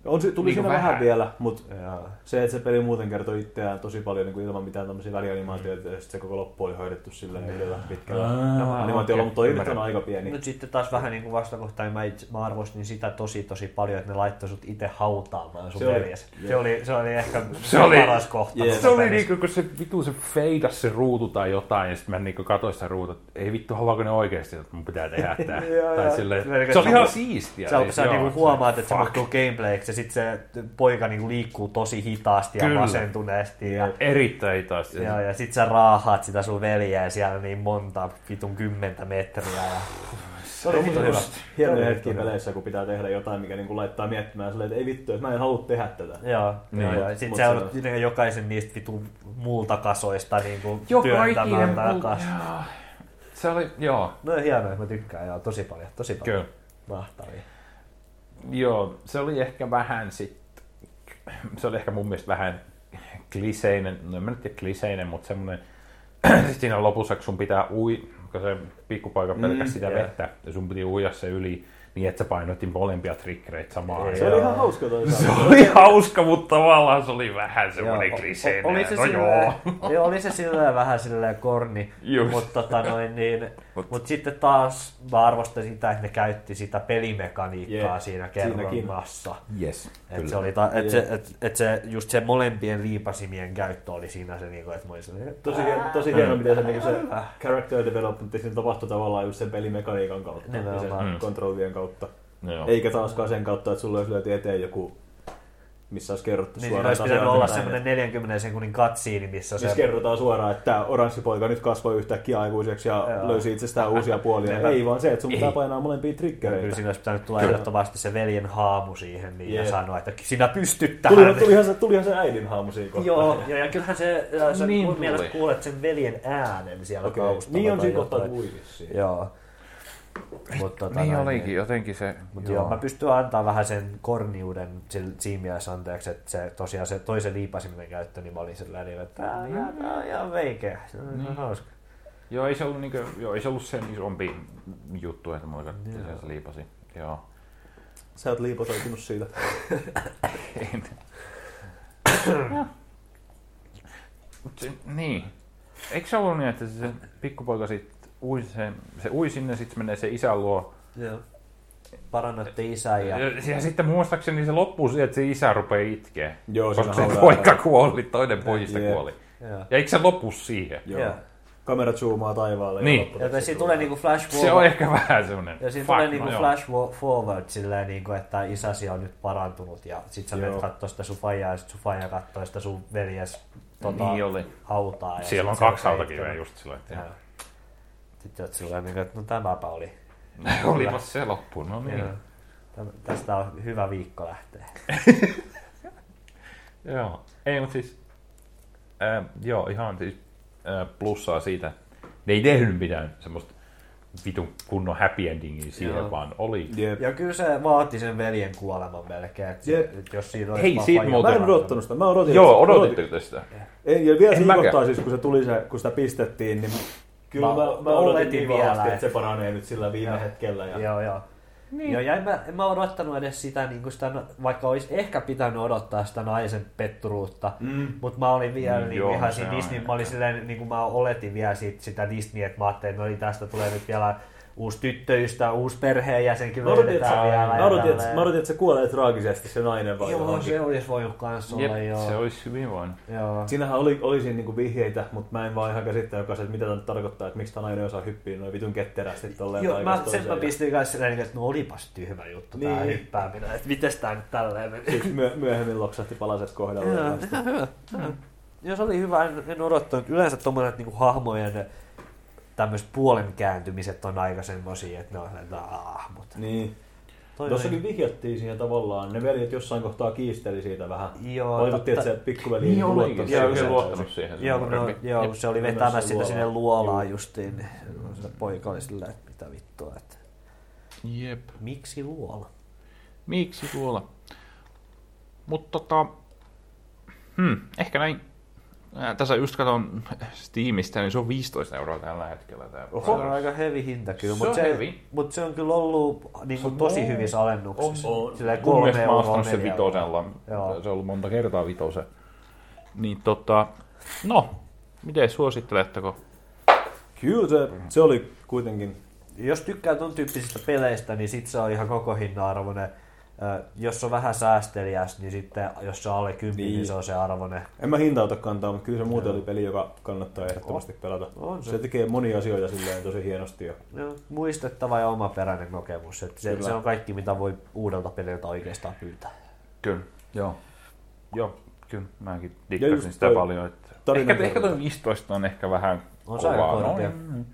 Speaker 2: on, se, tuli
Speaker 1: Niinku
Speaker 2: niin siinä vähän,
Speaker 1: vähän.
Speaker 2: vähän vielä, mutta
Speaker 3: Joo.
Speaker 2: se, että se peli muuten kertoi itseään tosi paljon niin kuin ilman mitään tämmöisiä välianimaatioita, ja sitten se koko loppu oli hoidettu sillä yhdellä pitkällä animaatiolla,
Speaker 1: okei,
Speaker 2: mutta toi nyt on
Speaker 1: ymmärrän.
Speaker 2: aika pieni.
Speaker 3: Nyt sitten taas vähän niin kuin vastakohtaan, mä, itse, mä arvostin sitä tosi tosi paljon, että ne laittoi sut itse hautaamaan sun
Speaker 2: Se oli-
Speaker 3: veljes. Se oli, se oli ehkä
Speaker 1: Se oli-
Speaker 3: paras kohta.
Speaker 2: Jee.
Speaker 1: Se oli niinku, kun se vitu se feidas se ruutu tai jotain, ja sitten mä niinku katsoin sitä ruutua, että ei vittu, haluaako ne oikeesti, että mun pitää tehdä tää.
Speaker 3: Joo,
Speaker 1: tai
Speaker 3: joo. niinku
Speaker 1: silleen,
Speaker 3: Melkein
Speaker 1: se oli
Speaker 3: sama.
Speaker 1: ihan siistiä.
Speaker 3: Sä,
Speaker 1: siis,
Speaker 3: sä
Speaker 1: joo,
Speaker 3: niinku
Speaker 1: se-
Speaker 3: huomaat, että se
Speaker 1: fuck.
Speaker 3: muuttuu gameplayksi ja sit se poika niinku liikkuu tosi hitaasti ja
Speaker 1: Kyllä.
Speaker 3: masentuneesti. Ja,
Speaker 1: Erittäin hitaasti.
Speaker 3: ja, ja sit sä raahaat sitä sun veljeä siellä niin monta vitun kymmentä metriä. Ja... Se oli vitun hyvä.
Speaker 2: hienoja hetkiä peleissä, kun pitää tehdä jotain, mikä niin kuin laittaa miettimään silleen, että ei vittu, että mä en halua tehdä tätä.
Speaker 3: Joo,
Speaker 1: Niin.
Speaker 3: niin, joo, ja sit
Speaker 2: Mut
Speaker 3: sä
Speaker 2: se
Speaker 3: on jokaisen niistä vitun multakasoista niinku
Speaker 1: Joka
Speaker 3: työntämään
Speaker 1: ikinen puu.
Speaker 3: takas.
Speaker 1: Joo. Se oli, joo,
Speaker 3: No hienoa, mä tykkään joo, tosi paljon, tosi paljon.
Speaker 1: kyllä.
Speaker 3: Mahtavia.
Speaker 1: Joo, se oli ehkä vähän sit, se oli ehkä mun mielestä vähän kliseinen, no en mä nyt tiedä kliseinen, mutta semmoinen, sit siinä lopussa kun sun pitää ui, kun se pikkupaikka pelkäs mm, sitä yeah. vettä, ja sun piti uida se yli, niin että sä painotin molempia trikkereitä samaan aikaan.
Speaker 2: Se oli ihan hauska
Speaker 1: Se
Speaker 2: toisaalta.
Speaker 1: oli hauska, mutta tavallaan se oli vähän semmoinen
Speaker 3: Joo, o- o-
Speaker 1: kliseinen.
Speaker 3: Oli se
Speaker 1: no
Speaker 3: silleen,
Speaker 1: joo.
Speaker 3: joo, oli se silleen vähän silleen korni,
Speaker 1: Just.
Speaker 3: mutta tota noin, niin, mut. mut sitten taas mä arvostan sitä, että ne käytti sitä pelimekaniikkaa siinä
Speaker 2: Jep, siinäkin.
Speaker 3: kerronnassa.
Speaker 1: Yes,
Speaker 3: Et se oli ta- et se, et, et se, just se molempien liipasimien käyttö oli siinä se, niinku, että mä olin silleen,
Speaker 2: Tosi, hieno, tosi hieno, miten se, niin se
Speaker 3: Ah.
Speaker 2: character development siinä tapahtui tavallaan just sen pelimekaniikan kautta, ja
Speaker 3: Nimenomaan. Mm.
Speaker 2: sen kontrollien kautta.
Speaker 1: no Joo.
Speaker 3: Niin
Speaker 2: Eikä taaskaan sen kautta, että sulle olisi lyöty eteen joku, missä olisi
Speaker 3: niin
Speaker 2: kerrottu
Speaker 3: siinä
Speaker 2: suoraan.
Speaker 3: olisi pitänyt
Speaker 2: tosiaan
Speaker 3: olla
Speaker 2: jotain,
Speaker 3: semmoinen 40 sekunnin katsiini, missä
Speaker 2: Siis
Speaker 3: se...
Speaker 2: kerrotaan suoraan, että tämä oranssipoika nyt kasvoi yhtäkkiä aikuiseksi ja
Speaker 3: Joo. Niin.
Speaker 2: löysi itsestään uusia puolia. Ei vaan se, että sun pitää painaa molempia
Speaker 3: Kyllä
Speaker 2: triggereitä.
Speaker 3: siinä olisi pitänyt tulla ehdottomasti se veljen haamu siihen niin ja
Speaker 2: Jep.
Speaker 3: sanoa, että sinä pystyt tähän.
Speaker 2: Tulihan, tulihan, se, tulihan se äidin haamu siinä kohtaa.
Speaker 3: Joo, joo, ja kyllähän se, ja sä
Speaker 1: Niin
Speaker 3: niin mielestä
Speaker 1: tuli.
Speaker 3: kuulet sen veljen äänen siellä okay.
Speaker 2: Okei.
Speaker 3: taustalla.
Speaker 2: Niin on
Speaker 3: tai
Speaker 2: siinä kohtaa
Speaker 3: jotain.
Speaker 2: kuitenkin.
Speaker 3: Joo. Mutta tota,
Speaker 1: Niin
Speaker 3: näin,
Speaker 1: olikin, jotenkin se...
Speaker 3: Mut joo. mä pystyn antaa vähän sen korniuden sille- siinä mielessä anteeksi, että se tosiaan se toisen liipasimen käyttö, niin mä olin sellainen, niin, että tää on ihan- tää on ihan veikeä. Se on
Speaker 1: Niin.
Speaker 3: ihan hauska.
Speaker 1: Joo, ei se ollut, niinkö, joo, ei se ollut sen isompi juttu, että mulla katsoi se liipasi. Joo.
Speaker 2: Sä oot liipotoitunut siitä.
Speaker 1: Mut se, niin. Eikö se ollut niin, että se pikkupoika sitten ui, se, se ui sinne, sitten menee se isän luo.
Speaker 3: Joo. Parannatte isän ja...
Speaker 1: Ja, ja sitten muistaakseni se loppuu siihen, että se isä rupeaa itkeä.
Speaker 2: Joo,
Speaker 1: Koska
Speaker 2: siinä
Speaker 1: se
Speaker 2: haudaa
Speaker 1: poika kuoli, toinen pojista
Speaker 2: Jep.
Speaker 1: kuoli.
Speaker 3: Joo.
Speaker 1: Ja eikö se lopu siihen?
Speaker 2: Joo. kamera zoomaa taivaalle.
Speaker 1: Niin.
Speaker 2: Ja loppujen
Speaker 3: Joten siinä
Speaker 2: lopuksi-
Speaker 3: tulee niinku flash
Speaker 1: Se on
Speaker 3: forward.
Speaker 1: ehkä vähän semmoinen.
Speaker 3: Ja siinä
Speaker 1: fuck,
Speaker 3: tulee niinku
Speaker 1: no joo.
Speaker 3: flash wo- forward silleen, niinku, että isäsi on nyt parantunut ja sit sä menet kattoo sitä sun faijaa ja sit sun faija kattoo sitä sun veljes tota,
Speaker 1: Niin oli.
Speaker 3: hautaa. Ja
Speaker 1: Siellä on
Speaker 3: sit sä
Speaker 1: kaksi
Speaker 3: oot
Speaker 1: hautakiveä
Speaker 3: heittänyt.
Speaker 1: just sillä, että
Speaker 3: Joo. Sitten oot silleen, niinku, että no tämäpä oli.
Speaker 1: olipas se loppu, no niin.
Speaker 3: Tä- Tästä on hyvä viikko lähtee.
Speaker 1: Joo. Ei, mutta siis, ää, joo, ihan siis ää, plussaa siitä. Ne ei tehnyt mitään semmoista vitun kunnon happy endingiä siihen,
Speaker 3: Joo.
Speaker 1: vaan oli.
Speaker 2: Jep.
Speaker 3: Ja kyllä se vaati sen veljen kuoleman melkein, että
Speaker 2: Jep.
Speaker 3: et jos siinä
Speaker 1: Hei,
Speaker 3: olisi vaan
Speaker 1: siitä
Speaker 3: faija-
Speaker 1: muuten-
Speaker 2: Mä en odottanut sitä. Mä odotin.
Speaker 1: Joo,
Speaker 2: että-
Speaker 1: odotitteko te sitä?
Speaker 2: En, ja vielä
Speaker 1: En
Speaker 2: siinä
Speaker 1: mäkään.
Speaker 2: kohtaa siis, kun se tuli se, kun sitä pistettiin, niin kyllä
Speaker 3: Mä-
Speaker 2: mä, mä,
Speaker 3: mä
Speaker 2: odotin
Speaker 3: oletin
Speaker 2: niin
Speaker 3: vielä,
Speaker 2: vahvasti,
Speaker 3: että-
Speaker 2: että se paranee nyt sillä viime hetkellä. Ja...
Speaker 3: Joo, joo. Niin. Joo, ja en mä, en mä odottanut edes sitä, niin sitä, vaikka olisi ehkä pitänyt odottaa sitä naisen petturuutta, mm. mutta mä olin vielä niin,
Speaker 1: joo,
Speaker 3: niin ihan
Speaker 1: se
Speaker 3: siinä
Speaker 1: on
Speaker 3: Disney,
Speaker 1: ehkä.
Speaker 3: mä olin silleen, niin kuin mä oletin vielä sit, sitä Disney, että mä ajattelin, että no niin, tästä tulee nyt vielä uusi tyttöystä, uusi perheenjäsen,
Speaker 2: Mä
Speaker 3: kyllä
Speaker 2: odotin, että,
Speaker 3: löydetään vielä.
Speaker 2: se,
Speaker 3: ja
Speaker 2: mä, odotin, että,
Speaker 3: tälleen.
Speaker 2: mä odotin, että se kuolee traagisesti se nainen vai
Speaker 3: Joo,
Speaker 2: johonkin.
Speaker 3: se olisi voinut kans olla,
Speaker 1: Jep,
Speaker 3: joo.
Speaker 1: se olisi hyvin voinut.
Speaker 3: joo.
Speaker 2: Siinähän oli, oli siinä niinku vihjeitä, mutta mä en vaan ihan käsittänyt, kanssa, että mitä tämä tarkoittaa, että miksi tämä nainen osaa hyppiä noin vitun ketterästi tolleen
Speaker 3: Joo, mä,
Speaker 2: paikasta
Speaker 3: sen mä
Speaker 2: toiseen.
Speaker 3: pistin kanssa silleen, että no olipas tyhmä juttu niin. tää
Speaker 2: Niin. Siis-
Speaker 3: hyppääminen, että mites tää nyt tälleen meni.
Speaker 2: Sitten myö- myöhemmin loksahti palaset kohdalle.
Speaker 3: Joo,
Speaker 2: Ja-
Speaker 3: ihan hyvä. Mm. Joo, se oli hyvä. En, en odottanut. Yleensä tuommoiset niinku, hahmojen tämmöiset puolen kääntymiset on aika semmosia, että ne on sellainen, että aah, mutta
Speaker 2: Niin.
Speaker 3: toi
Speaker 2: Tuossakin vihjattiin siihen tavallaan, ne veljet jossain kohtaa kiisteli siitä vähän.
Speaker 3: oli, joo,
Speaker 2: Vaikutti, että
Speaker 3: totta-
Speaker 2: se pikkuveli
Speaker 1: Niin olikin, se ei
Speaker 2: siihen
Speaker 1: oikein
Speaker 2: täysin.
Speaker 1: luottanut siihen. se
Speaker 3: Joo, kun
Speaker 1: on
Speaker 3: ne, on-
Speaker 1: parempi.
Speaker 3: joo, kun se oli
Speaker 2: Mennään
Speaker 3: vetämässä
Speaker 2: sinne
Speaker 3: sitä sinne
Speaker 2: luolaan.
Speaker 3: luolaan justiin. niin Se poika oli sillä, että mitä vittua, että
Speaker 1: Jep.
Speaker 3: miksi luola?
Speaker 1: Miksi tuolla? Mutta tota, hmm, ehkä näin. Ää, Tässä just katson Steamista, niin se on 15 euroa tällä hetkellä. Tää
Speaker 3: Se on aika hevi hinta kyllä,
Speaker 1: Se
Speaker 3: mutta
Speaker 1: on
Speaker 3: se,
Speaker 1: hevi.
Speaker 3: mut se on kyllä ollut niin kuin, tosi hyvissä alennuksissa.
Speaker 1: on,
Speaker 3: Silleen
Speaker 1: Mun
Speaker 3: kolme
Speaker 1: mielestä mä oon
Speaker 3: euroa,
Speaker 1: ostanut sen
Speaker 3: neljä euroa.
Speaker 1: vitosella.
Speaker 3: Joo.
Speaker 1: Se on ollut monta kertaa vitosen. Niin tota, no, miten suositteletteko?
Speaker 2: Kyllä se, se oli kuitenkin
Speaker 3: jos tykkää ton tyyppisistä peleistä, niin sit se on ihan koko hinnan arvoinen. Ö, Jos on vähän säästeliäs, niin sitten jos se on alle 10, niin, niin
Speaker 2: Niin.
Speaker 3: se on se arvoinen.
Speaker 2: En mä hintaa ota kantaa, mutta kyllä se muuten oli peli, joka kannattaa ehdottomasti pelata.
Speaker 3: on se.
Speaker 2: se. tekee monia asioita silleen tosi hienosti. Ja...
Speaker 3: No, muistettava ja omaperäinen kokemus. Et se,
Speaker 2: Kyllä.
Speaker 3: se, on kaikki, mitä voi uudelta peliltä oikeastaan pyytää.
Speaker 1: Kyllä. Joo. Joo, kyllä mäkin
Speaker 2: Ja
Speaker 1: dikkasin
Speaker 2: just
Speaker 1: sitä
Speaker 2: toi
Speaker 1: paljon. Että...
Speaker 2: tarinan
Speaker 1: Ehkä, ehkä toi
Speaker 2: kerronta.
Speaker 1: 15 on ehkä vähän
Speaker 3: On se aika
Speaker 1: kovaa.
Speaker 3: korkea.
Speaker 1: mm.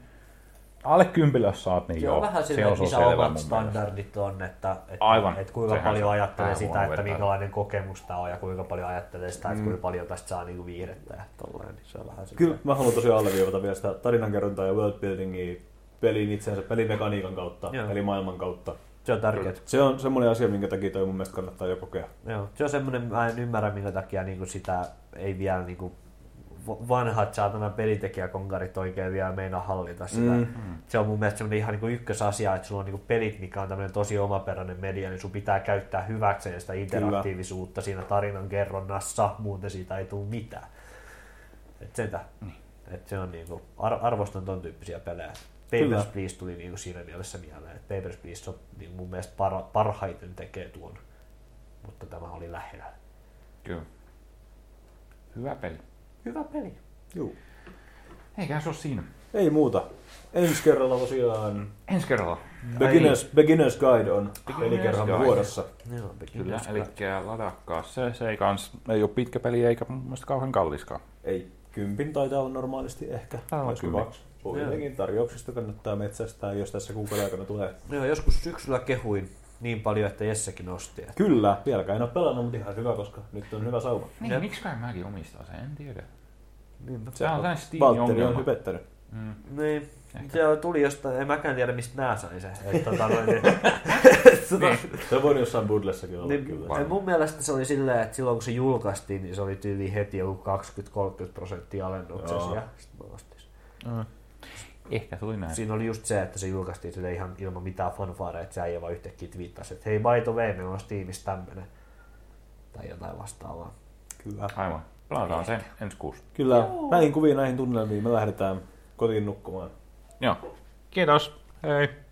Speaker 1: Alle kympillä jos saat, niin
Speaker 3: Joo,
Speaker 1: joo.
Speaker 3: vähän
Speaker 1: se
Speaker 3: silleen,
Speaker 1: on
Speaker 3: että
Speaker 1: sun
Speaker 3: missä
Speaker 1: selvä mun
Speaker 3: omat
Speaker 1: mielestä.
Speaker 3: standardit on, että, että,
Speaker 1: Aivan.
Speaker 3: että kuinka
Speaker 1: Sehän
Speaker 3: paljon
Speaker 1: se-
Speaker 3: ajattelee
Speaker 1: tähän
Speaker 3: sitä,
Speaker 1: voidaan
Speaker 3: että Mm.
Speaker 1: vertailla.
Speaker 3: minkälainen kokemus tämä on ja kuinka paljon ajattelee sitä, että kuinka paljon tästä saa niinku viihdettä ja tolleen. Niin se on vähän
Speaker 2: Kyllä mä haluan tosiaan alleviivata vielä sitä tarinankerrontaa ja worldbuildingia pelin itsensä, pelimekaniikan kautta,
Speaker 3: Joo.
Speaker 2: pelimaailman kautta.
Speaker 3: Se on tärkeää.
Speaker 2: Se on semmoinen asia, minkä takia toi mun mielestä kannattaa jo kokea.
Speaker 3: Joo, se on semmoinen, mä en ymmärrä minkä takia niin sitä ei vielä niin kuin vanhat saatana pelitekijäkonkarit oikein vielä meinaa hallita sitä. Mm. Se on mun mielestä semmoinen ihan niin kuin ykkösasia, että sulla on niin kuin pelit, mikä on tämmöinen tosi omaperäinen media, niin sun pitää käyttää hyväkseen sitä interaktiivisuutta siinä tarinan kerronnassa, muuten siitä ei tule mitään. Et sentä. Niin. Et se on niin kuin, ar- arvostan ton tyyppisiä pelejä. Papers,
Speaker 2: Kyllä.
Speaker 3: Please tuli niin kuin siinä mielessä mieleen, että Papers, Please on niin mun mielestä par- parhaiten tekee tuon mutta tämä oli lähellä.
Speaker 1: Kyllä. Hyvä peli.
Speaker 3: Hyvä peli.
Speaker 2: Juu.
Speaker 1: Eiköhän se ole siinä.
Speaker 2: Ei muuta. Ensi kerralla tosiaan
Speaker 1: Ensi kerralla.
Speaker 2: Beginners, beginners Guide on pelikerhon
Speaker 1: Guide.
Speaker 2: vuodossa.
Speaker 3: Joo,
Speaker 1: Kyllä, eli ladakkaa se. Se ei, kans, ei ole pitkä peli eikä mun mielestä kauhean kalliskaan.
Speaker 2: Ei, kympin taitaa olla normaalisti ehkä.
Speaker 1: Täällä on
Speaker 2: Olisiko
Speaker 1: kymmenen.
Speaker 2: kaksi? Kuitenkin tarjouksista kannattaa metsästää, jos tässä kuukauden aikana tulee.
Speaker 3: Joo, joskus syksyllä kehuin niin paljon, että Jessekin nosti. että
Speaker 2: Kyllä, vieläkään en ole pelannut, mutta ihan hyvä, koska nyt on hyvä sauma.
Speaker 1: Niin, miksi mäkin omistan sen, en tiedä.
Speaker 3: Niinpä.
Speaker 1: Niin, no Se on tämän Steamin
Speaker 2: Valtteri on
Speaker 1: ongelma.
Speaker 2: hypettänyt.
Speaker 3: Niin, se tuli jostain, en mäkään tiedä mistä nää sai se. Että, tota, noin, niin, tota,
Speaker 1: Niin.
Speaker 2: Se on voinut jossain Budlessakin olla niin, kyllä.
Speaker 3: niin, mun mielestä se oli silleen, että silloin kun se julkaistiin, niin se oli tyyli heti joku 20-30 prosenttia alennuksessa.
Speaker 2: Joo.
Speaker 3: Ja sit mä ostin sen.
Speaker 1: Ehkä tuli näin.
Speaker 3: Siinä oli just se, että se julkaistiin sille ihan ilman mitään fanfaareja, että se äijä vaan yhtäkkiä twiittasi, että hei, by the way, meillä on Steamissa tämmönen. Tai jotain vastaavaa.
Speaker 2: Kyllä.
Speaker 1: Aivan. Palataan sen ensi kuussa.
Speaker 2: kyllä. Näihin kuviin, näihin tunnelmiin me lähdetään kotiin nukkumaan.
Speaker 1: Joo. Kiitos. Hei.